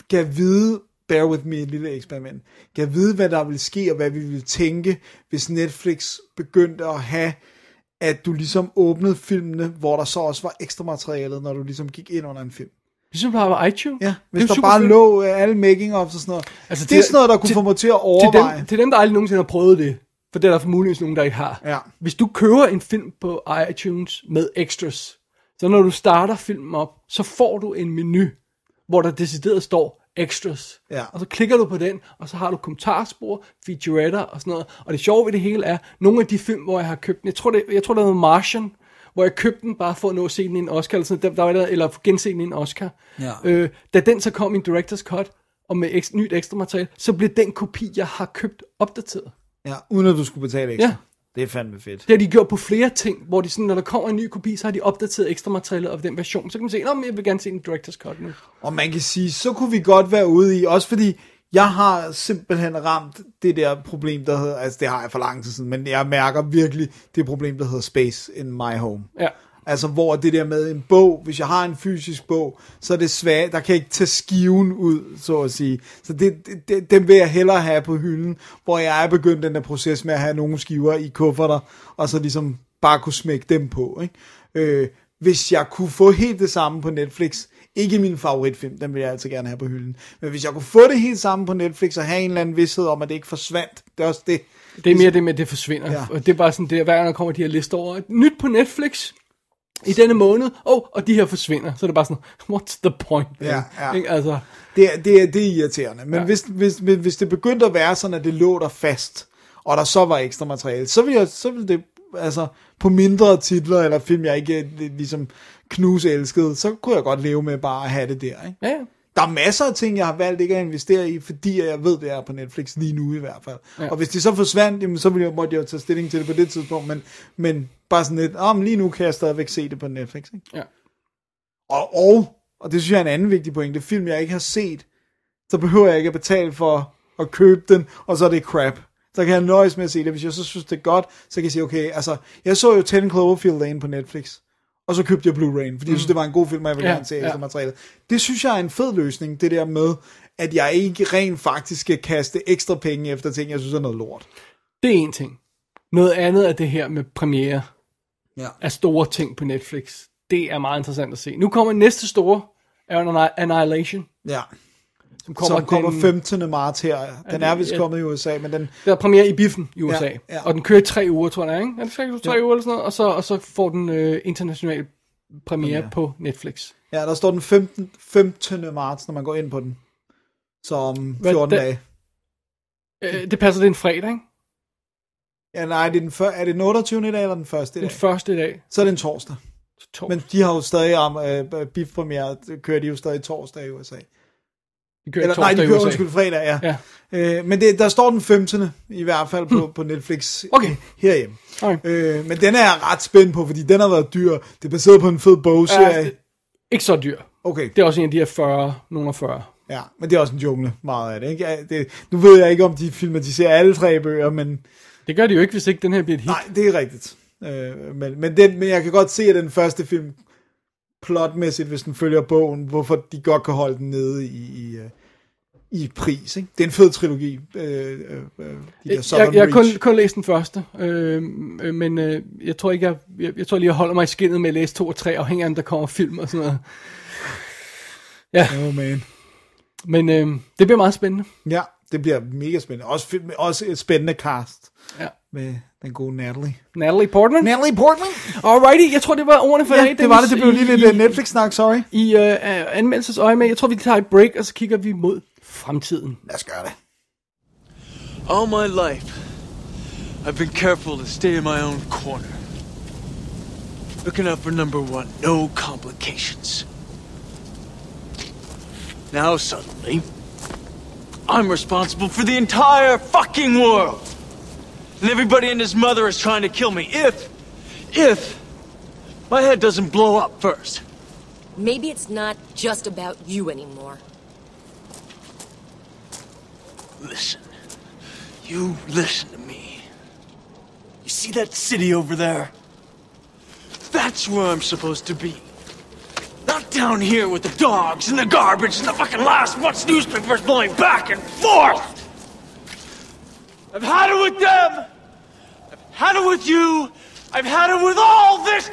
E: kan jeg vide, bear with me et lille eksperiment, kan jeg vide, hvad der ville ske, og hvad vi ville tænke, hvis Netflix begyndte at have at du ligesom åbnede filmene, hvor der så også var ekstra materialet, når du ligesom gik ind under en film.
F: Ligesom der var iTunes.
E: Ja,
F: Det
E: hvis
F: er
E: der
F: super
E: bare
F: fedt.
E: lå øh, alle making of og sådan noget. Altså, det er sådan noget, der kunne
F: til-
E: få mig til at
F: til
E: overveje.
F: dem, til dem, der aldrig nogensinde har prøvet det, for det er der muligvis nogen, der ikke har.
E: Ja.
F: Hvis du køber en film på iTunes med extras, så når du starter filmen op, så får du en menu, hvor der decideret står extras.
E: Ja.
F: Og så klikker du på den, og så har du kommentarspor, featuretter og sådan noget. Og det sjove ved det hele er, nogle af de film, hvor jeg har købt den, jeg tror, det, jeg tror, det hedder Martian, hvor jeg købte den bare for at nå at se den i en Oscar, eller, sådan, noget. der, der var der, eller gense den i en Oscar.
E: Ja.
F: Øh, da den så kom i en director's cut, og med ekstra, nyt ekstra materiale, så blev den kopi, jeg har købt, opdateret.
E: Ja, uden at du skulle betale ekstra.
F: Ja.
E: Det er fandme fedt.
F: Det har de gjort på flere ting, hvor de sådan, når der kommer en ny kopi, så har de opdateret ekstra materialet af den version. Så kan man se, at jeg vil gerne se en director's cut nu.
E: Og man kan sige, så kunne vi godt være ude i, også fordi jeg har simpelthen ramt det der problem, der hedder, altså det har jeg for lang tid siden, men jeg mærker virkelig det problem, der hedder space in my home.
F: Ja.
E: Altså hvor det der med en bog, hvis jeg har en fysisk bog, så er det svært, der kan jeg ikke tage skiven ud, så at sige. Så det, det, det, den vil jeg hellere have på hylden, hvor jeg er begyndt den der proces med at have nogle skiver i kufferter, og så ligesom bare kunne smække dem på. Ikke? Øh, hvis jeg kunne få helt det samme på Netflix, ikke min favoritfilm, den vil jeg altid gerne have på hylden, men hvis jeg kunne få det helt samme på Netflix, og have en eller anden vidshed om, at det ikke forsvandt, det er også det.
F: Det er mere det med, at det forsvinder.
E: Ja.
F: Ligesom- Ja. Og det er bare sådan, det, er, hver gang der kommer de her lister over. Nyt på Netflix i denne måned, oh, og de her forsvinder. Så er det bare sådan, *laughs* what's the point?
E: Ja, ja.
F: Ikke? Altså,
E: Det, er- det, er- det er irriterende. Men ja.
F: Ja.
E: hvis, hvis, hvis, hvis det begyndte at være sådan, at det lå der fast, og der så var ekstra materiale, så ville, jeg, så ville det, altså på mindre titler eller film, jeg ikke eh, ligesom knus elskede, så kunne jeg godt leve med bare at have det der. Ikke?
F: ja, ja.
E: Der er masser af ting, jeg har valgt ikke at investere i, fordi jeg ved, det er på Netflix lige nu i hvert fald. Ja.
F: Ja.
E: Og hvis det så forsvandt, jamen, så ville jeg, måtte jeg jo tage stilling til det på det tidspunkt, men, men bare sådan lidt, om lige nu kan jeg stadigvæk se det på Netflix. Ikke?
F: Ja.
E: Og, og, og det synes jeg er en anden vigtig pointe, film jeg ikke har set, så behøver jeg ikke at betale for at købe den, og så er det crap. Så kan jeg nøjes med at se det. Hvis jeg så synes, det er godt, så kan jeg sige, okay, altså, jeg så jo 10 Cloverfield Lane på Netflix, og så købte jeg Blu-ray'en, fordi jeg synes, det var en god film, og jeg ville
F: Mm. Ja,
E: gerne se
F: ja.
E: ekstra materiale. Det synes jeg er en fed løsning, det der med, at jeg ikke rent faktisk skal kaste ekstra penge efter ting, jeg synes er noget lort.
F: Det er en ting. Noget andet er det her med premiere
E: Ja.
F: af store ting på Netflix. Det er meget interessant at se. Nu kommer næste store, er Anni- Annihilation,
E: Ja.
F: som kommer,
E: Kommer Som kommer
F: den,
E: 15. marts her. Den er vist
F: ja.
E: kommet i USA, men den...
F: der er premiere i biffen i USA.
E: ja.
F: Og den kører i tre uger, tror jeg, ikke? Er det tre, tre uger eller sådan noget? Og så, og så får den øh, international premiere på Netflix.
E: Ja, der står den 15. 15. marts, når man går ind på den. Så om 14
F: Hvad da-
E: dage.
F: Øh, det passer, det er en fredag, ikke?
E: Ja, nej, det er, den før, er det den 28. i dag, eller den første i
F: Den
E: dag?
F: første dag.
E: Så er det en torsdag.
F: Torsdag.
E: Men de har jo stadig om øh, bifpremiere, det kører de jo stadig torsdag i USA.
F: de kører
E: Eller, nej,
F: torsdag
E: de
F: i
E: kører
F: USA.
E: undskyld fredag, ja.
F: Ja. Hmm.
E: Øh, men det, der står den 15. i hvert fald på, på Netflix
F: Okay.
E: øh, herhjemme.
F: Okay.
E: Øh, men den er jeg ret spændt på, fordi den har været dyr. Det er baseret på en fed bogserie.
F: Ja, Ikke så dyr.
E: okay.
F: Det er også en af de her 40, nogle af 40.
E: Ja, men det er også en jungle, meget af det, ikke? Ja, det. Nu ved jeg ikke, om de filmatiserer alle tre bøger, men
F: Det gør de jo ikke, hvis ikke den her bliver et hit.
E: nej, det er rigtigt. Øh, men, men, den, men jeg kan godt se, at den første film, plotmæssigt, hvis den følger bogen, hvorfor de godt kan holde den nede i, i, øh, i pris, ikke? Det er en fed trilogi, øh, øh, øh, de der Southern
F: jeg, jeg har kun,
E: Reach.
F: kun læst den første, øh, øh, men øh, jeg tror ikke, jeg, jeg, jeg tror lige, jeg holder mig i skinnet med at læse to og tre, afhængig af, om der kommer film og sådan noget.
E: Oh man.
F: Men øh, det bliver meget spændende.
E: Ja, det bliver mega spændende. Også, film- også et spændende cast
F: Ja.
E: med den gode Natalie.
F: Natalie Portman.
E: Natalie Portman?
F: Alrighty, jeg tror, det var ordene for
E: Ja,
F: i dag.
E: det var det.
F: Dennis,
E: Det blev lige
F: i-
E: lidt øh, Netflix-snak, sorry.
F: I øh, anmeldelsesøje med. Jeg tror, vi tager et break, og så kigger vi mod fremtiden.
E: Lad os gøre det.
G: All my life, I've been careful to stay in my own corner. Looking out for number one, no complications. Now suddenly, I'm responsible for the entire fucking world. And everybody and his mother is trying to kill me if, if my head doesn't blow up first.
K: Maybe it's not just about you anymore.
G: Listen. You listen to me. You see that city over there? That's where I'm supposed to be. Not down here with the dogs and the garbage and the fucking last month's newspapers blowing back and forth! I've had it with them! I've had it with you!
J: I've had it with all this!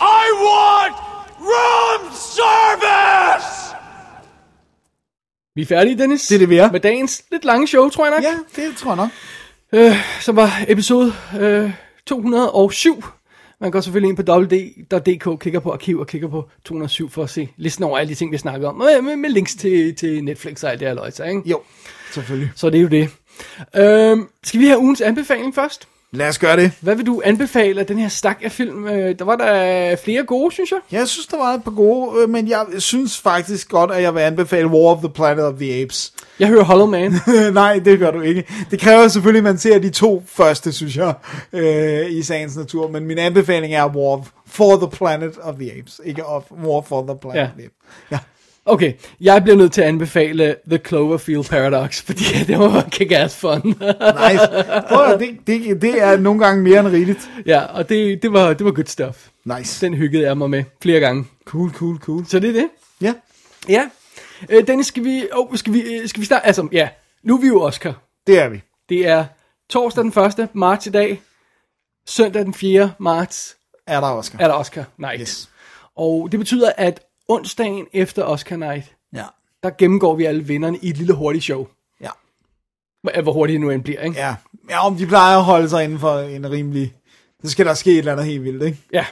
J: I want room service!
F: Vi er færdige, Dennis. Det er det, vi er. Med dagens lidt lange show, tror jeg nok.
E: Ja, det tror jeg nok.
F: Øh, som var episode øh, 207. Man går selvfølgelig ind på www.dk, kigger på arkiv og kigger på 207 for at se listen over alle de ting, vi snakker om. Med, med, med links til, til Netflix og alt det her løjse, ikke?
E: Jo, selvfølgelig.
F: Så det er jo det. Øh, skal vi have ugens anbefaling først?
E: Lad os gøre det.
F: Hvad vil du anbefale af den her stak af film? Øh, Der var der flere gode, synes jeg.
E: Jeg synes, der var et par gode, øh, men jeg synes faktisk godt, at jeg vil anbefale War of the Planet of the
F: *laughs*
E: Apes.
F: Jeg hører Hollow Man.
E: Nej, det gør du ikke. Det kræver selvfølgelig, at man ser de to første, synes jeg, øh, i sagens natur. Men min anbefaling er War of, for the Planet of the Apes. Ikke of, War for the Planet
F: Ja.
E: of the Apes. Ja.
F: Okay, jeg bliver nødt til at anbefale The Cloverfield Paradox, *laughs* fordi det var kick-ass fun. *laughs*
E: Nice. Prøv, at- det, det, det er nogle gange mere end rigeligt.
F: ja, og det, det, var, det var good stuff.
E: Nice.
F: Den hyggede jeg mig med flere gange.
E: Cool, cool, cool.
F: Så det er det.
E: Ja.
F: Ja. Øh, Dennis, skal vi, oh, skal vi, øh, skal vi starte? Altså, ja. Nu er vi jo Oscar.
E: Det er vi.
F: Det er torsdag den 1. marts i dag. Søndag den 4. marts
E: Er der Oscar?
F: er der Oscar Night.
E: Yes.
F: Og det betyder, at onsdagen efter Oscar Night,
E: Ja.
F: der gennemgår vi alle vinderne i et lille hurtigt show.
E: Ja.
F: Hvor- Hvor hurtigt det nu end bliver, ikke?
E: Ja. ja, om de plejer at holde sig inden for en rimelig... Så skal der ske et eller andet helt vildt, ikke?
F: Ja.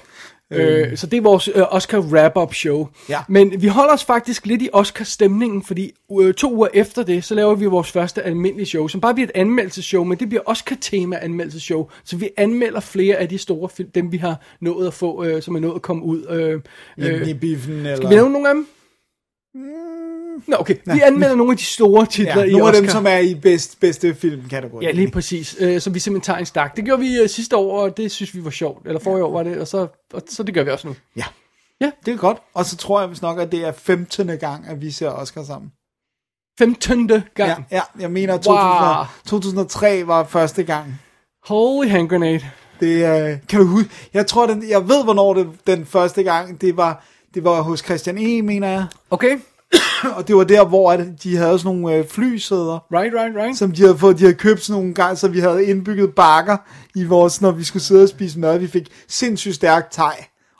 F: Øh, så det er vores øh, Oscar wrap-up show.
E: Øhm. Ja.
F: Men vi holder os faktisk lidt i Oscar-stemningen, fordi øh, to uger efter det, så laver vi vores første almindelige show, som bare bliver et anmeldelseshow, men det bliver Oscar-tema-anmeldelseshow, så vi anmelder flere af de store film, dem vi har nået at få, øh, som er nået at komme ud. Øh,
E: Øh,
F: øh,
E: I biffen, eller...
F: skal vi nævne nogle af dem? Nå, okay. Vi anmelder nogle af de store titler
E: Mm. ja,
F: i
E: nogle af
F: Oscar.
E: dem, som er i bedst, bedste filmkategori.
F: Ja, lige præcis. Øh, så vi simpelthen tager en stak. Det gjorde vi øh, sidste år, og det synes vi var sjovt. Eller forrige år var det, og så, og, så det gør vi også nu.
E: Ja.
F: Ja.
E: det er godt. Og så tror jeg vist nok, at det er 15. gang, at vi ser Oscar sammen.
F: 15. gang.
E: Ja, ja jeg mener, at
F: Wow.
E: 2003 var første gang.
F: Holy hand grenade.
E: Det, øh, kan du huske? Jeg tror, den, jeg ved, hvornår det, den første gang, det var, det var hos Christian E., mener jeg.
F: Okay.
E: Og det var der, hvor at de havde sådan nogle øh, flysæder.
F: Right, right, right.
E: som de havde fået, de havde købt sådan nogle gange, så vi havde indbygget bakker i vores, når vi skulle sidde og spise mad. Vi fik sindssygt stærk teg.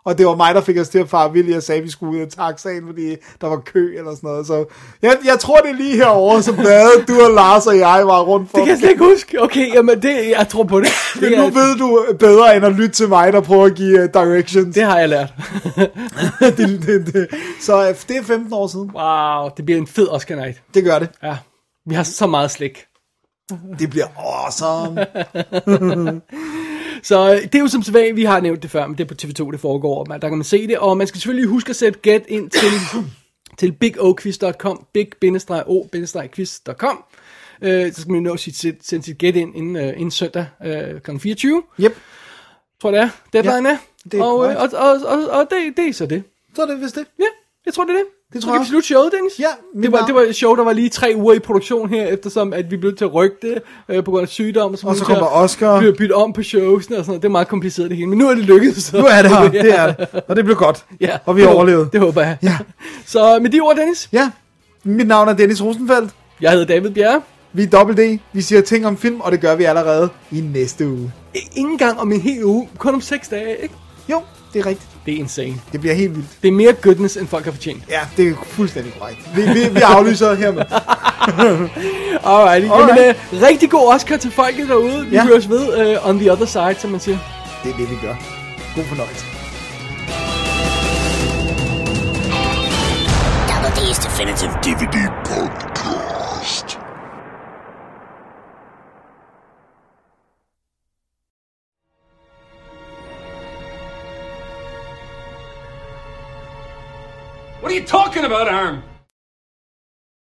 E: Og det var mig, der fik os til at fare vildt. Jeg sagde, at vi skulle ud af taxaen, fordi der var kø eller sådan noget. Så jeg, jeg tror, det er lige herovre, som både du og Lars og jeg var rundt for.
F: Det kan jeg slet ikke huske. Okay, jamen det, jeg tror på det.
E: *laughs*
F: det
E: Men nu ved du bedre, end at lytte til mig, der prøver at give uh, directions.
F: Det har jeg
E: *laughs*
F: lært. *laughs*
E: det, det, det. Så øh, det er 15 år siden.
F: Wow, det bliver en fed Oscar night.
E: Det gør det.
F: Ja, vi har så meget slik.
E: Det bliver awesome.
F: Så øh, det er jo som sædvanligt, vi har nævnt det før, men det er på TV2, det foregår, og man- der kan man se det, og man skal selvfølgelig huske at sætte gæt ind til, *coughs* til bigoquiz.com, big-o-quiz.com, øh, så skal man jo nå sit, sit, sende sit gæt ind inden, øh, inden søndag øh, kl. 24,
E: yep,
F: tror jeg det er, deadline
E: Ja,
F: er,
E: det er
F: og, øh, og,
E: korrekt.
F: og, og, og det, det er så det.
E: så er det vist det.
F: Ja, jeg tror, det er det.
E: Det
F: så
E: tror
F: kan
E: jeg
F: vi
E: også.
F: slutte showet, Dennis.
E: Ja, mit
F: det var,
E: navn-
F: det var et show, der var lige tre uger i produktion her, eftersom at vi blev til at rykke det øh, på grund af sygdom. Og så,
E: Og så kommer Oscar.
F: Vi bytte om på shows og sådan noget. Det er meget kompliceret det hele, men nu er det lykkedes. Så.
E: Nu er
F: *laughs*
E: det her, det er det. Og det blev godt.
F: Ja,
E: Og vi
F: det hå-
E: overlevede.
F: Det håber jeg.
E: Ja.
F: *laughs* Så øh, med de ord, Dennis.
E: Ja, mit navn er Dennis Rosenfeldt.
F: Jeg hedder David Bjerre.
E: Vi er Double D, vi siger ting om film, og det gør vi allerede i næste uge.
F: I- Ingen gang om en hel uge, kun om seks dage, ikke?
E: Jo, det er rigtigt.
F: Det er insane.
E: Det bliver helt vildt.
F: Det er mere goodness, end folk har fortjent.
E: Ja, det er fuldstændig korrekt. Vi, vi, vi aflyser hermed.
F: Alrighty. Alright. Jamen,
E: Alright.
F: øh, rigtig god Oscar til folket derude. Vi
E: Ja.
F: høres ved øh, on the other side, som man siger.
E: Det er det, vi gør. God fornøjelse.
L: Double D's Definitive DVD Podcast.
M: What are you talking about, Arm?